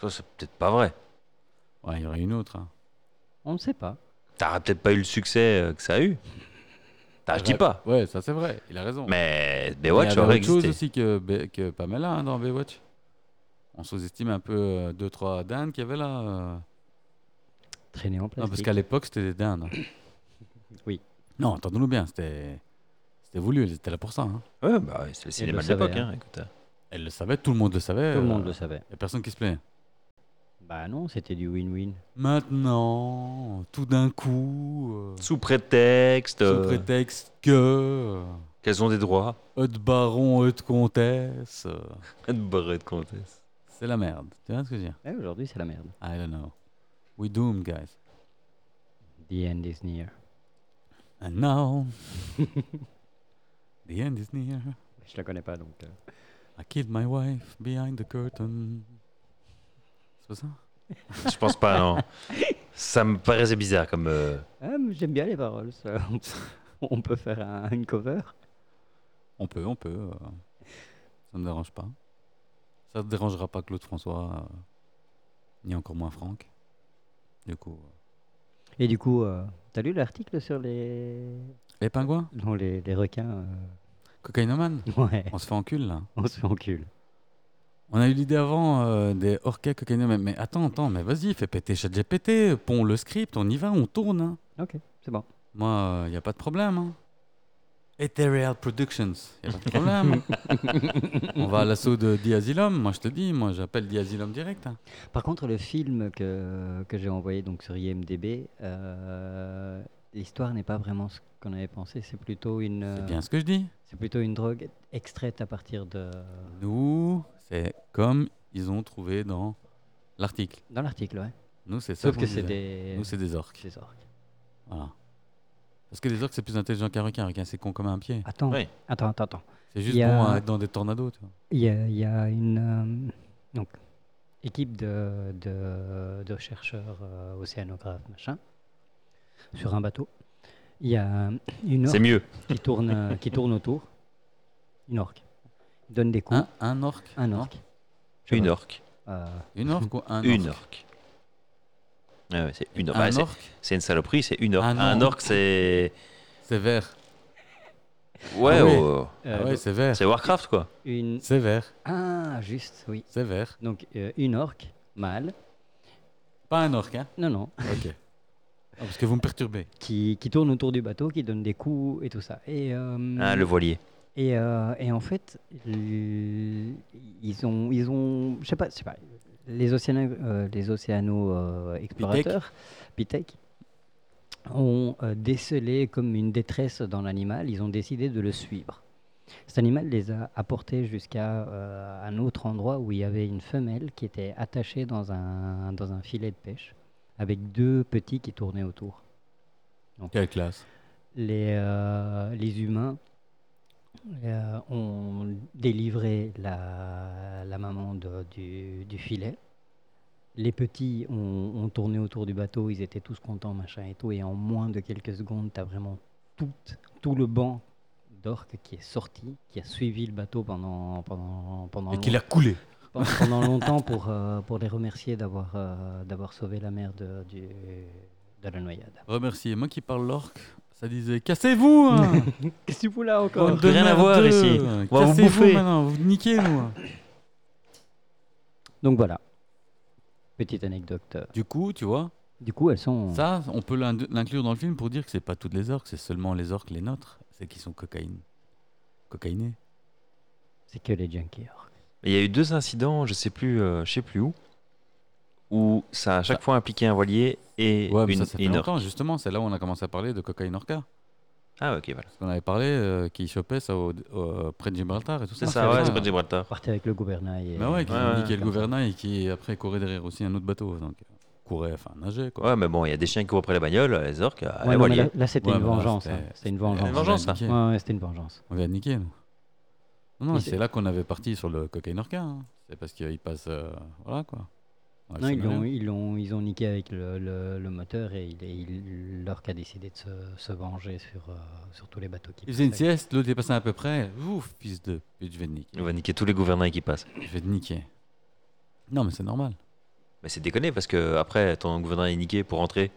[SPEAKER 2] Ça, c'est peut-être pas vrai.
[SPEAKER 1] Ouais, il y aurait une autre. hein.
[SPEAKER 3] On ne sait pas.
[SPEAKER 2] T'aurais peut-être pas eu le succès euh, que ça a eu. T'as- Je dis pas.
[SPEAKER 1] Ouais, ça c'est vrai, il a raison.
[SPEAKER 2] Mais
[SPEAKER 1] Mais il y
[SPEAKER 2] Baywatch
[SPEAKER 1] avait
[SPEAKER 2] aurait
[SPEAKER 1] autre chose
[SPEAKER 2] existé.
[SPEAKER 1] aussi que, Be- que Pamela hein, dans Baywatch. On sous-estime un peu euh, deux trois dindes qu'il y avait là. euh.
[SPEAKER 3] Traîner en
[SPEAKER 1] Non,
[SPEAKER 3] plastique.
[SPEAKER 1] parce qu'à l'époque c'était des dindes. hein.
[SPEAKER 3] Oui.
[SPEAKER 1] Non, entendons-nous bien, c'était c'était voulu, elles étaient là pour ça. hein.
[SPEAKER 2] Ouais, bah, c'est le cinéma
[SPEAKER 3] le
[SPEAKER 2] de l'époque.
[SPEAKER 3] savait,
[SPEAKER 2] Hein. écoute, hein.
[SPEAKER 1] Elles le savaient, tout le monde le savait.
[SPEAKER 3] Tout le
[SPEAKER 1] euh,
[SPEAKER 3] monde le savait.
[SPEAKER 1] y a personne qui se plaît.
[SPEAKER 3] Bah non, c'était du win-win.
[SPEAKER 1] Maintenant, tout d'un coup, euh,
[SPEAKER 2] Sous prétexte.
[SPEAKER 1] sous
[SPEAKER 2] euh,
[SPEAKER 1] prétexte que
[SPEAKER 2] Qu'elles ont des droits.
[SPEAKER 1] euh, de baron, eux de comtesse, euh,
[SPEAKER 2] Barré de comtesse.
[SPEAKER 1] c'est la merde. Tu vois ce que je veux dire
[SPEAKER 3] Et Eh, aujourd'hui, c'est la merde.
[SPEAKER 1] I don't know. We doomed, guys.
[SPEAKER 3] The end is near.
[SPEAKER 1] And now, the end is near.
[SPEAKER 3] Je la connais pas donc. euh.
[SPEAKER 1] I killed my wife behind the curtain. C'est pas ça
[SPEAKER 2] Je pense pas, non. Ça me paraissait bizarre comme. euh,
[SPEAKER 3] Ah, mais J'aime bien les paroles. ça. On peut faire un- une cover.
[SPEAKER 1] On peut, on peut. euh, ça ne dérange pas. Ça ne dérangera pas Claude François, euh, ni encore moins Franck. Du coup. euh,
[SPEAKER 3] Et du coup, euh, t'as lu l'article sur les.
[SPEAKER 1] Les pingouins
[SPEAKER 3] Non, les, les requins.
[SPEAKER 1] Cocainoman
[SPEAKER 3] euh, Ouais,
[SPEAKER 1] On se fait encule là.
[SPEAKER 3] on se fait enculer.
[SPEAKER 1] On a eu l'idée avant euh, des orcas cocainoman. Mais attends, attends, mais vas-y, fais péter ChatGPT, pond le script, on y va, on tourne. hein.
[SPEAKER 3] Ok, c'est bon.
[SPEAKER 1] Moi, il n'y a pas de problème. Hein. Ethereal Productions, il n'y a pas de problème. On va à l'assaut de The Asylum, moi je te dis, moi j'appelle The Asylum direct. hein.
[SPEAKER 3] Par contre, le film que, que j'ai envoyé donc sur IMDb, euh, l'histoire n'est pas vraiment ce qu'on avait pensé. C'est plutôt une,
[SPEAKER 1] C'est
[SPEAKER 3] euh,
[SPEAKER 1] bien ce que je dis.
[SPEAKER 3] c'est plutôt une drogue extraite à partir de
[SPEAKER 1] Nous, c'est comme ils ont trouvé dans l'article.
[SPEAKER 3] dans l'article, ouais.
[SPEAKER 1] Nous, c'est ça.
[SPEAKER 3] Sauf
[SPEAKER 1] qu'on
[SPEAKER 3] que c'est
[SPEAKER 1] disait.
[SPEAKER 3] des,
[SPEAKER 1] Nous, c'est des orques.
[SPEAKER 3] des orques.
[SPEAKER 1] Voilà. Parce que les orques, c'est plus intelligent qu'un requin. Un requin, c'est con comme un pied.
[SPEAKER 3] Attends,
[SPEAKER 2] Oui.
[SPEAKER 3] attends, attends, attends.
[SPEAKER 1] C'est juste
[SPEAKER 3] Il y a-
[SPEAKER 1] bon à être dans des tornados. Tu vois.
[SPEAKER 3] Il y a, il y a une euh, donc, équipe de, de, de chercheurs euh, océanographes, machin, sur un bateau. Il y a une
[SPEAKER 2] C'est
[SPEAKER 3] orque
[SPEAKER 2] mieux.
[SPEAKER 3] qui tourne, euh, qui tourne autour. Une orque. Il donne des coups.
[SPEAKER 1] Un, un orque
[SPEAKER 3] un
[SPEAKER 1] Non.
[SPEAKER 3] orque. Je
[SPEAKER 2] Hein Une
[SPEAKER 3] vois.
[SPEAKER 2] orque.
[SPEAKER 3] Euh,
[SPEAKER 1] Une orque ou un
[SPEAKER 2] Une
[SPEAKER 1] orque
[SPEAKER 2] orque. Ah ouais, c'est une orque.
[SPEAKER 1] Un
[SPEAKER 2] Bah, c'est-
[SPEAKER 1] orque,
[SPEAKER 2] c'est une saloperie, c'est une orque.
[SPEAKER 1] Ah non.
[SPEAKER 2] un orque, c'est.
[SPEAKER 1] c'est vert.
[SPEAKER 2] Ouais,
[SPEAKER 1] Ah oui.
[SPEAKER 2] oh,
[SPEAKER 3] euh,
[SPEAKER 1] ah ouais,
[SPEAKER 3] donc,
[SPEAKER 1] c'est vert.
[SPEAKER 2] c'est Warcraft, quoi.
[SPEAKER 3] une...
[SPEAKER 1] C'est vert.
[SPEAKER 3] Ah, juste, oui.
[SPEAKER 1] C'est vert.
[SPEAKER 3] Donc, euh, une orque, mâle,
[SPEAKER 1] Pas un orque, hein
[SPEAKER 3] non, non,
[SPEAKER 1] Ok. Ah, parce que vous me perturbez.
[SPEAKER 3] qui, qui tourne autour du bateau, qui donne des coups et tout ça. Et, euh,
[SPEAKER 1] Mm.
[SPEAKER 2] Ah, le voilier.
[SPEAKER 3] et, euh, et en fait, l- ils ont, ils ont, je sais pas, je sais pas, les océano, euh, les océano euh, explorateurs, Pitec, ont euh, décelé comme une détresse dans l'animal. Ils ont décidé de le suivre. Cet animal les a apportés jusqu'à euh, un autre endroit où il y avait une femelle qui était attachée dans un, dans un filet de pêche avec deux petits qui tournaient autour
[SPEAKER 1] Quelle classe.
[SPEAKER 3] les, euh, les humains euh, ont délivré la, la maman de- du, du filet. Les petits ont, ont tourné autour du bateau, ils étaient tous contents, machin et tout. Et en moins de quelques secondes, tu as vraiment tout, tout le banc d'orques qui est sorti, qui a suivi le bateau pendant, pendant, pendant,
[SPEAKER 2] Ah
[SPEAKER 1] Et qu'il
[SPEAKER 3] long-
[SPEAKER 1] a coulé.
[SPEAKER 3] pen- pendant longtemps pour, euh, pour les remercier d'avoir euh, d'avoir sauvé la mer de, du- de la noyade.
[SPEAKER 1] Remerciez. Moi qui parle l'orque, ça disait Cassez-vous hein
[SPEAKER 3] Qu'est-ce que tu fous là
[SPEAKER 1] Bande de
[SPEAKER 2] Rien à voir
[SPEAKER 1] merdeux.
[SPEAKER 2] ici. On va vous
[SPEAKER 1] Cassez-vous
[SPEAKER 2] bouffer.
[SPEAKER 1] maintenant, vous niquez nous.
[SPEAKER 3] Donc voilà. Petite anecdote.
[SPEAKER 1] Du coup, tu vois,
[SPEAKER 3] Du coup, elles sont.
[SPEAKER 1] ça, on peut l'ind- l'inclure dans le film pour dire que c'est pas toutes les orques, c'est seulement les orques, les nôtres, celles qui sont cocaïne. cocaïnées.
[SPEAKER 3] C'est que les junkies.
[SPEAKER 2] Il y a eu deux incidents, je sais plus, euh, je sais plus où, où ça a à chaque fois impliqué un voilier et
[SPEAKER 1] Bah. Ouais, mais
[SPEAKER 2] une,
[SPEAKER 1] ça, ça fait
[SPEAKER 2] une orque.
[SPEAKER 1] longtemps, justement, c'est là où on a commencé à parler de cocaïne orca.
[SPEAKER 2] Ah, ok, voilà.
[SPEAKER 1] Parce qu'on avait parlé euh, qu'ils chopaient ça au- au- près de Gibraltar et tout
[SPEAKER 2] C'est
[SPEAKER 1] ça.
[SPEAKER 2] ça,
[SPEAKER 3] c'est
[SPEAKER 2] ouais,
[SPEAKER 3] vrai.
[SPEAKER 2] c'est pas de Gibraltar.
[SPEAKER 3] Partaient avec le gouvernail. Et...
[SPEAKER 1] Bah ouais, qui
[SPEAKER 2] Ouais,
[SPEAKER 1] ont
[SPEAKER 2] ouais.
[SPEAKER 1] niqué le gouvernail et qui après courait derrière aussi un autre bateau. Donc, euh, courait, enfin, nageait quoi.
[SPEAKER 2] Ouais, mais bon, il y a des chiens qui courent après la bagnole, les orques, euh,
[SPEAKER 3] Ouais,
[SPEAKER 2] les
[SPEAKER 3] non, mais
[SPEAKER 2] voiliers.
[SPEAKER 3] là, là, c'était
[SPEAKER 1] Ah, Ouais,
[SPEAKER 3] une
[SPEAKER 1] mais là,
[SPEAKER 3] vengeance.
[SPEAKER 1] c'était-
[SPEAKER 3] hein. C'était une
[SPEAKER 1] On
[SPEAKER 2] une
[SPEAKER 1] vient de
[SPEAKER 3] vengeance.
[SPEAKER 2] vengeance, ça.
[SPEAKER 1] niquer.
[SPEAKER 3] Ouais, ouais, c'était une vengeance.
[SPEAKER 1] On vient de niquer, nous. Non, non,
[SPEAKER 3] Mais
[SPEAKER 1] c'est
[SPEAKER 3] c'est-
[SPEAKER 1] là qu'on avait parti sur le cocaïne orca. hein. C'est parce qu'il passe. euh, voilà quoi. Ouais,
[SPEAKER 3] Non,
[SPEAKER 1] c'est
[SPEAKER 3] ils,
[SPEAKER 1] malin.
[SPEAKER 3] ont, ils, ont, ils ont niqué avec le, le- le moteur et il, il, l'orque a décidé de se, se venger sur, euh, sur tous les bateaux qui
[SPEAKER 1] Il faisait une
[SPEAKER 3] passaient.
[SPEAKER 1] sieste, l'autre il est passé à peu près. Ouf, fils de pute, je vais te niquer.
[SPEAKER 2] On va niquer tous les gouvernails qui passent.
[SPEAKER 1] Je vais te niquer. Non, mais c'est normal.
[SPEAKER 2] Mais c'est déconné parce que après, ton gouvernail est niqué pour rentrer.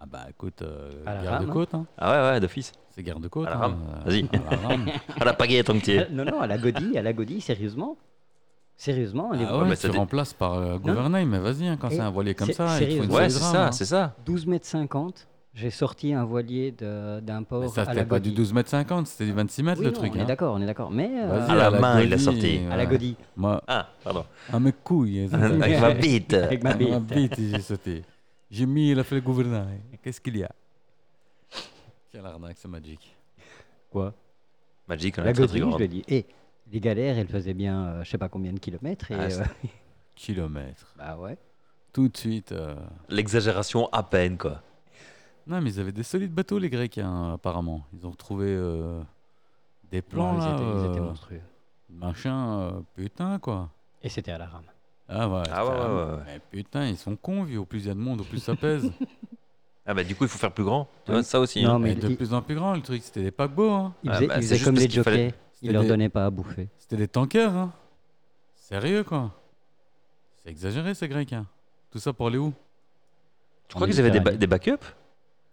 [SPEAKER 1] Ah bah écoute, euh,
[SPEAKER 3] À la rame, hein.
[SPEAKER 1] garde-côte, hein.
[SPEAKER 2] Ah ouais, ouais, d'office.
[SPEAKER 1] c'est garde-côte.
[SPEAKER 2] À la
[SPEAKER 1] hein,
[SPEAKER 2] rame,
[SPEAKER 1] euh,
[SPEAKER 2] vas-y.
[SPEAKER 1] à la rame.
[SPEAKER 2] À la pagaie, ton petit.
[SPEAKER 3] Euh, non, non, à la godille, à la godille, sérieusement. Sérieusement, les
[SPEAKER 1] Ah
[SPEAKER 2] Ouais,
[SPEAKER 1] ouais,
[SPEAKER 2] mais
[SPEAKER 1] tu
[SPEAKER 2] Bah, ça dé-
[SPEAKER 1] remplaces par euh, gouvernail, mais vas-y, hein, quand
[SPEAKER 3] Et
[SPEAKER 1] c'est un voilier comme
[SPEAKER 3] c'est-
[SPEAKER 1] ça, il te faut une
[SPEAKER 3] sérieusement.
[SPEAKER 2] Ouais,
[SPEAKER 1] série
[SPEAKER 2] c'est
[SPEAKER 1] de rames,
[SPEAKER 2] ça,
[SPEAKER 1] hein.
[SPEAKER 2] c'est ça.
[SPEAKER 3] 12 mètres 50, j'ai sorti un voilier de- d'un
[SPEAKER 1] Mais
[SPEAKER 3] port
[SPEAKER 1] ça,
[SPEAKER 3] à la
[SPEAKER 1] c'était pas du
[SPEAKER 3] godille.
[SPEAKER 1] 12 mètres 50, c'était du 26 mètres
[SPEAKER 3] Oui,
[SPEAKER 1] le
[SPEAKER 3] non,
[SPEAKER 1] truc.
[SPEAKER 3] On
[SPEAKER 1] hein.
[SPEAKER 3] est d'accord, on est d'accord. Mais euh,
[SPEAKER 1] Vas-y,
[SPEAKER 2] À Ah, la main, il a
[SPEAKER 1] godille,
[SPEAKER 2] sorti.
[SPEAKER 1] euh,
[SPEAKER 3] à la godille.
[SPEAKER 1] Moi,
[SPEAKER 2] Ah, pardon.
[SPEAKER 1] à mes couilles. hein, ça, c'est-
[SPEAKER 2] Avec ma bite.
[SPEAKER 3] Avec ma
[SPEAKER 1] Ma
[SPEAKER 3] bite.
[SPEAKER 1] bite, j'ai sauté. J'ai mis la flèche gouvernail. Qu'est-ce qu'il y a Quelle arnaque, c'est magique.
[SPEAKER 3] Quoi
[SPEAKER 2] Magic, on
[SPEAKER 3] La
[SPEAKER 2] est très très
[SPEAKER 3] godille, je
[SPEAKER 2] grande.
[SPEAKER 3] le dis. Et les galères, elles faisaient bien euh, je sais pas combien de kilomètres. Et,
[SPEAKER 2] Ah, c'est-
[SPEAKER 3] euh,
[SPEAKER 1] Kilomètre.
[SPEAKER 3] bah ouais.
[SPEAKER 1] Tout de suite. euh,
[SPEAKER 2] L'exagération à peine, quoi.
[SPEAKER 1] Non, mais ils avaient des solides bateaux, les Grecs, hein, apparemment. Ils ont retrouvé euh, des plans,
[SPEAKER 3] Non, ils,
[SPEAKER 1] là,
[SPEAKER 3] étaient, ils étaient
[SPEAKER 1] euh,
[SPEAKER 3] monstrueux.
[SPEAKER 1] machin, euh, putain, quoi.
[SPEAKER 3] Et c'était à la rame.
[SPEAKER 1] Ah ouais,
[SPEAKER 2] Ah ouais,
[SPEAKER 1] c'était-
[SPEAKER 2] ouais, ouais, ouais.
[SPEAKER 1] mais putain, ils sont cons, vieux. Au plus il y a de monde, au plus ça pèse.
[SPEAKER 2] Ah bah du coup, il faut faire plus grand. Tu vois,
[SPEAKER 3] Oui.
[SPEAKER 2] ça aussi.
[SPEAKER 3] Non,
[SPEAKER 2] hein.
[SPEAKER 3] mais
[SPEAKER 1] mais
[SPEAKER 3] il-
[SPEAKER 1] de plus en plus grand, le truc, c'était des paquebots. hein.
[SPEAKER 3] Ils
[SPEAKER 2] Ah,
[SPEAKER 3] faisaient,
[SPEAKER 2] bah,
[SPEAKER 3] ils
[SPEAKER 2] c'est
[SPEAKER 3] faisaient
[SPEAKER 2] juste
[SPEAKER 3] comme
[SPEAKER 2] parce
[SPEAKER 3] les
[SPEAKER 2] qu'il
[SPEAKER 3] jockeys.
[SPEAKER 2] fallait-
[SPEAKER 3] Ils leur
[SPEAKER 1] des-
[SPEAKER 3] donnaient pas à bouffer.
[SPEAKER 1] C'était des tankers, hein. Sérieux, quoi. C'est exagéré, ces Grecs, hein. Tout ça pour aller où
[SPEAKER 2] Tu crois qu'ils avaient des, ba-
[SPEAKER 3] Méditerranée.
[SPEAKER 2] des backups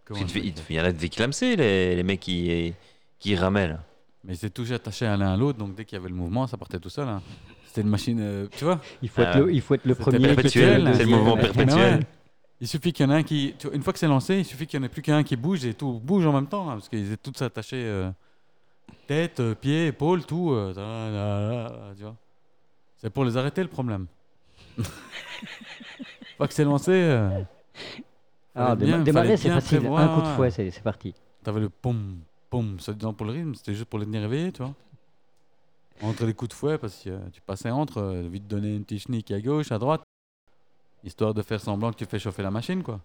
[SPEAKER 1] Comment
[SPEAKER 2] Il
[SPEAKER 1] ça
[SPEAKER 2] devait- il devait- il y en a des clamser, les, les mecs qui, qui ramèlent.
[SPEAKER 1] Mais c'est toujours attaché à l'un à l'autre, donc dès qu'il y avait le mouvement, ça partait tout seul. hein. C'était une machine, euh, tu vois
[SPEAKER 3] Il faut, être
[SPEAKER 2] Ah,
[SPEAKER 3] le, il faut être le
[SPEAKER 1] c'était
[SPEAKER 3] premier. qui tue
[SPEAKER 2] perpétuel,
[SPEAKER 3] le
[SPEAKER 2] c'est le
[SPEAKER 3] deuxième.
[SPEAKER 2] mouvement
[SPEAKER 1] Mais ouais,
[SPEAKER 2] perpétuel.
[SPEAKER 1] Il suffit qu'il y en a un qui. tu vois, Une fois que c'est lancé, il suffit qu'il n'y en ait plus qu'un qui bouge et tout bouge en même temps, hein, parce qu'ils étaient tous attachés euh, tête, euh, pied, épaule, tout. euh, ta- ta- ta- ta- tu vois. C'est pour les arrêter le problème. Une fois que c'est lancé, euh,
[SPEAKER 3] Ah,
[SPEAKER 1] Fallait bien-
[SPEAKER 3] déma- démarrer,
[SPEAKER 1] fallait
[SPEAKER 3] c'est
[SPEAKER 1] bien
[SPEAKER 3] facile. Un
[SPEAKER 1] prévoir.
[SPEAKER 3] coup de fouet, c'est c'est parti.
[SPEAKER 1] t'avais le pom, pom, ça disant pour le rythme, c'était juste pour les tenir éveillés, tu vois. Entre les coups de fouet, parce que euh, tu passais entre, euh, vite donner une petite schnick à gauche, à droite, histoire de faire semblant que tu fais chauffer la machine, quoi.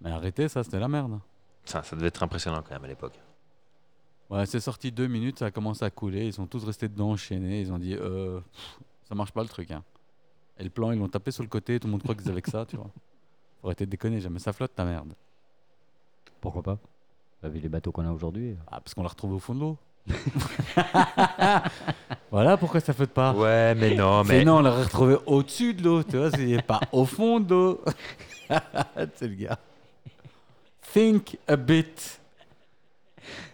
[SPEAKER 1] Mais arrêtez, ça, c'était la merde.
[SPEAKER 2] Ça, ça devait être impressionnant quand même à l'époque.
[SPEAKER 1] Ouais, c'est sorti deux minutes, ça a commencé à couler. Ils sont tous restés dedans, enchaînés. Ils ont dit, euh, pff, ça marche pas le truc. hein. Et le plan, ils l'ont tapé sur le côté. Tout le monde croit qu'ils avaient que ça, tu vois. Faut arrêter de déconner, jamais ça flotte ta merde.
[SPEAKER 3] Pourquoi pas Vu les bateaux qu'on a aujourd'hui.
[SPEAKER 1] Ah, parce qu'on l'a retrouvé au fond de l'eau. voilà pourquoi ça flotte pas.
[SPEAKER 2] Ouais, mais non,
[SPEAKER 1] Ah. mais
[SPEAKER 2] mais.
[SPEAKER 1] non, on l'a retrouvé au-dessus de l'eau, tu vois. C'est pas au fond de l'eau. c'est le gars. Think a bit.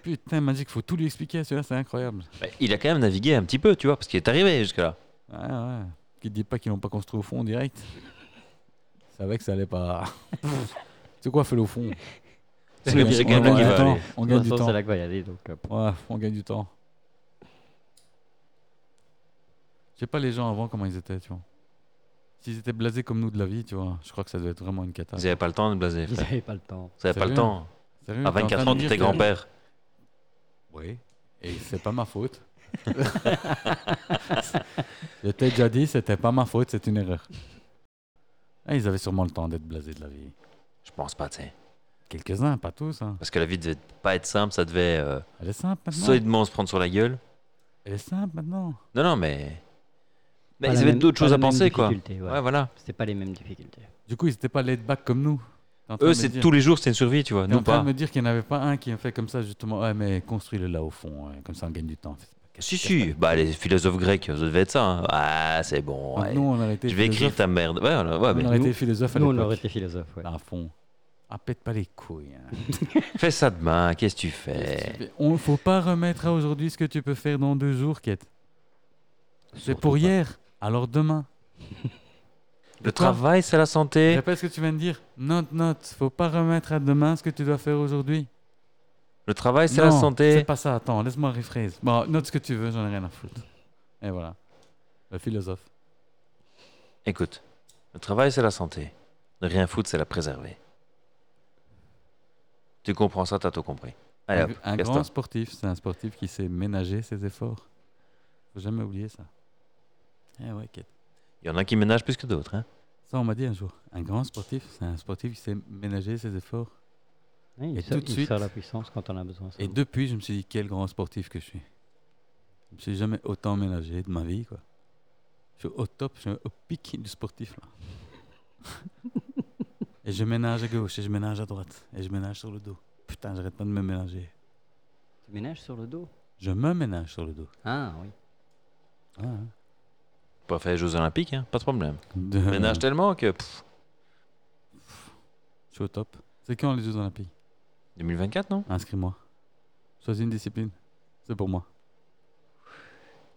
[SPEAKER 1] Putain, Magic, faut tout lui expliquer, celui-là, c'est incroyable.
[SPEAKER 2] Bah, il a quand même navigué un petit peu, tu vois, parce qu'il est arrivé jusque-là.
[SPEAKER 1] Ouais, ouais. Qui te dit pas qu'ils l'ont pas construit au fond direct. Je savais que ça allait pas. c'est quoi, fais-le au fond
[SPEAKER 2] C'est
[SPEAKER 1] On-
[SPEAKER 2] le
[SPEAKER 1] on,
[SPEAKER 2] gamin
[SPEAKER 1] gagne
[SPEAKER 2] qui
[SPEAKER 1] du
[SPEAKER 2] va
[SPEAKER 1] temps.
[SPEAKER 2] aller.
[SPEAKER 1] On gagne du temps.
[SPEAKER 3] C'est là que va y aller. Donc, euh,
[SPEAKER 1] Ouais, on gagne du temps. Je sais pas les gens avant comment ils étaient, tu vois. S'ils étaient blasés comme nous de la vie, tu vois, je crois que ça doit être vraiment une cata.
[SPEAKER 2] Vous n'avez pas le temps de blaser.
[SPEAKER 3] ils
[SPEAKER 2] frère.
[SPEAKER 3] n'avaient pas le temps.
[SPEAKER 2] Vous n'avez pas le
[SPEAKER 1] Sérieux
[SPEAKER 2] temps.
[SPEAKER 1] Sérieux,
[SPEAKER 2] À
[SPEAKER 1] t'es en train
[SPEAKER 2] 24
[SPEAKER 1] de
[SPEAKER 2] ans,
[SPEAKER 1] me dire
[SPEAKER 2] t'étais
[SPEAKER 1] que-
[SPEAKER 2] grand-père.
[SPEAKER 1] Oui, et c'est pas ma faute. je t'ai déjà dit, c'était pas ma faute, c'est une erreur. Ah, ils avaient sûrement le temps d'être blasés de la vie.
[SPEAKER 2] Je pense pas, tu sais.
[SPEAKER 1] Quelques-uns, pas tous. Hein.
[SPEAKER 2] Parce que la vie devait pas être simple, ça devait euh,
[SPEAKER 1] Elle est simple maintenant.
[SPEAKER 2] solidement se prendre sur la gueule.
[SPEAKER 1] Elle est simple maintenant.
[SPEAKER 2] Non, non, mais. Mais
[SPEAKER 3] Pas
[SPEAKER 2] ils
[SPEAKER 3] la
[SPEAKER 2] avaient
[SPEAKER 3] même-
[SPEAKER 2] d'autres
[SPEAKER 3] pas
[SPEAKER 2] choses
[SPEAKER 3] la
[SPEAKER 2] à
[SPEAKER 3] même
[SPEAKER 2] penser, quoi.
[SPEAKER 3] difficulté, ouais.
[SPEAKER 2] Ouais, voilà.
[SPEAKER 3] C'était pas les mêmes difficultés.
[SPEAKER 1] Du coup, ils étaient pas laid back comme nous. T'es en train de me
[SPEAKER 2] Eux, c'est
[SPEAKER 1] dire-
[SPEAKER 2] tous les jours, c'était une survie, tu vois.
[SPEAKER 1] T'es en
[SPEAKER 2] Nous,
[SPEAKER 1] train
[SPEAKER 2] pas.
[SPEAKER 1] de me dire qu'il n'y en avait pas un qui a fait comme ça, justement. Ouais, mais construis-le là au fond, ouais, comme ça on gagne du temps.
[SPEAKER 2] Si, si. Bah, les philosophes grecs, ça devait être ça. hein. Ah, c'est bon.
[SPEAKER 1] Donc,
[SPEAKER 2] ouais.
[SPEAKER 1] Nous, on aurait été
[SPEAKER 2] Je vais écrire
[SPEAKER 1] philosophe.
[SPEAKER 2] ta merde. Ouais, voilà, ouais,
[SPEAKER 1] On
[SPEAKER 2] mais
[SPEAKER 1] aurait
[SPEAKER 2] nous,
[SPEAKER 1] été philosophe à
[SPEAKER 3] Nous, on aurait
[SPEAKER 1] l'époque.
[SPEAKER 3] été philosophes. ouais.
[SPEAKER 1] Là, À fond. Ah, pète pas les couilles. hein.
[SPEAKER 2] fais ça demain, qu'est-ce que tu fais
[SPEAKER 1] Qu'est-ce que tu fais On faut pas remettre à aujourd'hui ce que tu peux faire dans deux jours, Kate. C'est
[SPEAKER 3] Surtout
[SPEAKER 1] pour
[SPEAKER 3] pas.
[SPEAKER 1] hier, alors demain.
[SPEAKER 2] Le
[SPEAKER 1] Quoi
[SPEAKER 2] travail, c'est la
[SPEAKER 1] Je
[SPEAKER 2] santé.
[SPEAKER 1] Répète ce que tu viens de dire. Note, note. Faut pas remettre à demain ce que tu dois faire aujourd'hui.
[SPEAKER 2] Le travail, c'est la
[SPEAKER 1] Non, C'est
[SPEAKER 2] santé.
[SPEAKER 1] pas ça, attends, laisse-moi rephrase. Bon, note ce que tu veux, j'en ai rien à foutre. Et voilà. Le philosophe.
[SPEAKER 2] Écoute, le travail, c'est la santé. Ne rien foutre, c'est la préserver. Tu comprends ça, t'as tout compris. Allez,
[SPEAKER 1] Un,
[SPEAKER 2] hop,
[SPEAKER 1] un
[SPEAKER 2] Gaston.
[SPEAKER 1] grand sportif, c'est un sportif qui sait ménager ses efforts. Faut jamais oublier ça. Eh ouais, Kate.
[SPEAKER 2] Il y en a qui ménagent plus que d'autres. Hein.
[SPEAKER 1] Ça, on m'a dit un jour. Un grand sportif, c'est un sportif qui sait ménager ses efforts.
[SPEAKER 3] Ouais, il
[SPEAKER 1] Et
[SPEAKER 3] sort-
[SPEAKER 1] tout de
[SPEAKER 3] il
[SPEAKER 1] suite-
[SPEAKER 3] sort la puissance quand on a besoin. ça.
[SPEAKER 1] Et depuis, je me suis dit, quel grand sportif que je suis. Je me suis jamais autant ménagé de ma vie, quoi. Je suis au top, je suis au pic du sportif, là. et je ménage à gauche, et je ménage à droite, et je ménage sur le dos. Putain, j'arrête pas de me ménager.
[SPEAKER 3] Tu ménages sur le dos
[SPEAKER 1] Je me ménage sur le dos.
[SPEAKER 3] Ah oui.
[SPEAKER 1] Ah, hein.
[SPEAKER 2] Pour faire les Jeux Olympiques, hein, pas de problème.
[SPEAKER 1] De-
[SPEAKER 2] Ménage tellement que pff,
[SPEAKER 1] Je suis au top. C'est quand les Jeux Olympiques
[SPEAKER 2] 2024, non
[SPEAKER 1] Inscris-moi. Choisis une discipline. C'est pour moi.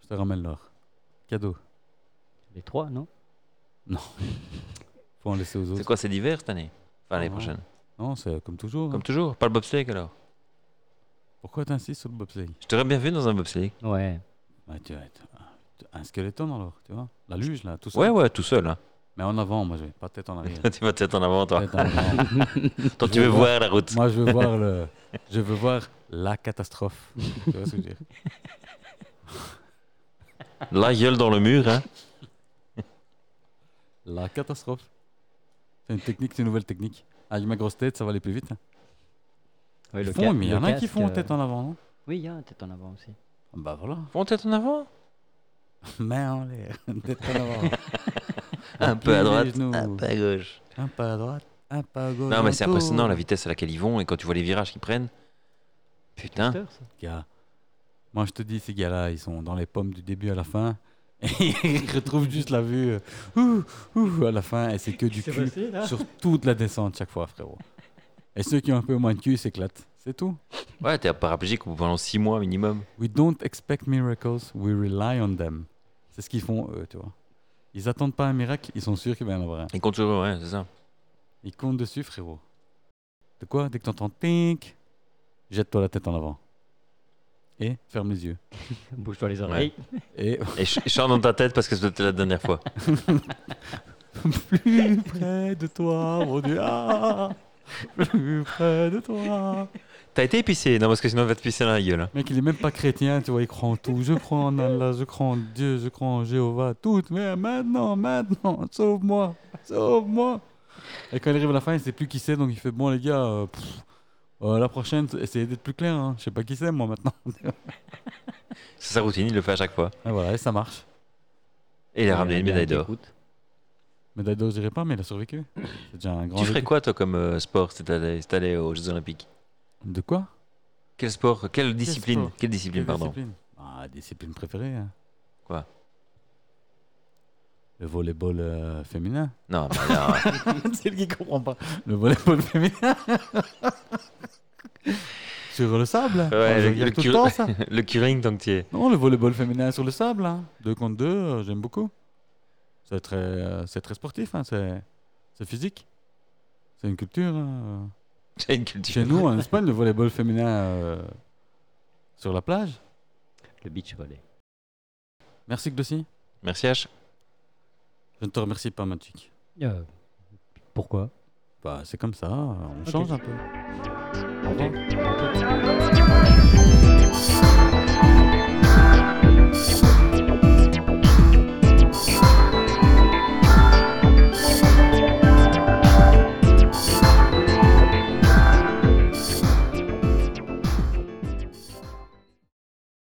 [SPEAKER 1] Je te ramène l'or. Cadeau.
[SPEAKER 3] Les trois, non
[SPEAKER 1] Faut en laisser aux
[SPEAKER 2] C'est
[SPEAKER 1] autres.
[SPEAKER 2] quoi, c'est l'hiver cette année Enfin, l'année
[SPEAKER 1] Ah.
[SPEAKER 2] prochaine.
[SPEAKER 1] Non, c'est comme toujours. hein.
[SPEAKER 2] Comme toujours, pas le bobsleigh alors.
[SPEAKER 1] Pourquoi t'insistes sur le bobsleigh
[SPEAKER 2] Je t'aurais bien vu dans un bobsleigh.
[SPEAKER 3] Ouais.
[SPEAKER 1] Ouais, tu vois, tu- tu- un skeleton alors, tu vois La luge là, tout ça.
[SPEAKER 2] Ouais, ouais, tout seul. Hein.
[SPEAKER 1] Mais en avant, moi je vais pas tête en arrière.
[SPEAKER 2] tu vas peut-être en avant, toi.
[SPEAKER 1] Tête en avant.
[SPEAKER 2] Toi,
[SPEAKER 1] Je
[SPEAKER 2] tu veux
[SPEAKER 1] vois.
[SPEAKER 2] voir la route.
[SPEAKER 1] moi je veux voir le, je veux voir la catastrophe. Tu vois ce que je veux dire
[SPEAKER 2] La gueule dans le mur, hein.
[SPEAKER 1] La catastrophe. C'est une technique, c'est une nouvelle technique. Avec ma grosse tête, ça va aller plus vite. hein.
[SPEAKER 3] Ouais,
[SPEAKER 1] Ils
[SPEAKER 3] le
[SPEAKER 1] font,
[SPEAKER 3] ca-
[SPEAKER 1] mais il y
[SPEAKER 3] le
[SPEAKER 1] en a qui
[SPEAKER 3] casque,
[SPEAKER 1] font
[SPEAKER 3] euh,
[SPEAKER 1] tête en avant, non
[SPEAKER 3] Oui, il y a un tête en avant aussi.
[SPEAKER 1] Bah voilà.
[SPEAKER 2] Bon, tête en avant
[SPEAKER 1] Main en l'air, tête en avant.
[SPEAKER 2] Un peu à
[SPEAKER 1] Les
[SPEAKER 2] droite,
[SPEAKER 1] genoux.
[SPEAKER 2] un peu à gauche.
[SPEAKER 1] Un pas à droite, un pas à gauche.
[SPEAKER 2] Non, mais c'est
[SPEAKER 1] encore.
[SPEAKER 2] impressionnant la vitesse à laquelle ils vont et quand tu vois les virages qu'ils prennent. Putain.
[SPEAKER 3] Acteur, ça.
[SPEAKER 1] Gars, Moi, je te dis, ces gars-là, ils sont dans les pommes du début à la fin. Et ils retrouvent juste la vue euh, ouh, ouh, à la fin. Et c'est hein. que du
[SPEAKER 3] C'est
[SPEAKER 1] cul
[SPEAKER 3] passé, là
[SPEAKER 1] sur toute la descente chaque fois, frérot. Et ceux qui ont un peu moins de cul ils s'éclatent. C'est tout.
[SPEAKER 2] Ouais, t'es paraplégique pendant 6 mois minimum.
[SPEAKER 1] We don't expect miracles, we rely on them. C'est ce qu'ils font, eux, tu vois. Ils attendent pas un miracle, ils sont sûrs qu'il va y en avoir un.
[SPEAKER 2] Il compte sur eux, ouais, c'est ça.
[SPEAKER 1] Ils comptent dessus, frérot. De quoi Dès que t'entends tink, jette-toi la tête en avant. Et ferme les yeux.
[SPEAKER 3] Bouge-toi les oreilles.
[SPEAKER 1] Et
[SPEAKER 2] Et ch- chante dans ta tête parce que c'était la dernière fois.
[SPEAKER 1] plus près de toi, mon Dieu. ah, plus près de toi.
[SPEAKER 2] T'as été épicé Non, parce que sinon, on va te pisser dans la gueule. hein.
[SPEAKER 1] Mec, il est même pas chrétien, tu vois, il croit en tout. Je crois en Allah, je crois en Dieu, je crois en Jéhovah, tout. Mais maintenant, maintenant, sauve-moi, sauve-moi. Et quand il arrive à la fin, il sait plus qui c'est, donc il fait bon les gars, euh, pff, euh, la prochaine, essayez d'être plus clair. Hein. Je sais pas qui c'est moi maintenant.
[SPEAKER 2] C'est sa routine, il le fait à chaque fois.
[SPEAKER 1] Et voilà, et ça marche.
[SPEAKER 2] Et il a ramené une médaille d'or.
[SPEAKER 1] Mais Dado, je dirais pas, mais il a survécu. C'est déjà un grand.
[SPEAKER 2] Tu ferais
[SPEAKER 1] vécu.
[SPEAKER 2] quoi, toi, comme euh, sport, si t'allais si t'allais aux Jeux Olympiques
[SPEAKER 1] De quoi
[SPEAKER 2] Quel sport Quelle discipline
[SPEAKER 1] sport
[SPEAKER 2] Quelle discipline,
[SPEAKER 1] Quelle
[SPEAKER 2] pardon
[SPEAKER 1] discipline Ah, discipline préférée. hein.
[SPEAKER 2] Quoi
[SPEAKER 1] Le volleyball euh, féminin.
[SPEAKER 2] Non, mais non.
[SPEAKER 1] C'est le qui comprend pas. Le volleyball féminin. sur le sable.
[SPEAKER 2] Ouais,
[SPEAKER 1] Ah, je
[SPEAKER 2] le-
[SPEAKER 1] regarde
[SPEAKER 2] le
[SPEAKER 1] tout le
[SPEAKER 2] cul-
[SPEAKER 1] temps, ça.
[SPEAKER 2] le curing tant que tu y es.
[SPEAKER 1] Non, le volleyball féminin sur le sable. hein. Deux contre deux, euh, j'aime beaucoup. C'est très, euh, c'est très sportif. hein, C'est, c'est physique. C'est une culture. hein.
[SPEAKER 2] J'ai une culture.
[SPEAKER 1] Chez nous, en Espagne, le volleyball féminin euh, sur la plage.
[SPEAKER 3] Le beach volley.
[SPEAKER 1] Merci, Glossy.
[SPEAKER 2] Merci H.
[SPEAKER 1] Je ne te remercie pas, Magic.
[SPEAKER 3] Euh, pourquoi
[SPEAKER 1] Bah, c'est comme ça. On change un peu.
[SPEAKER 3] Ok.
[SPEAKER 4] Thank you.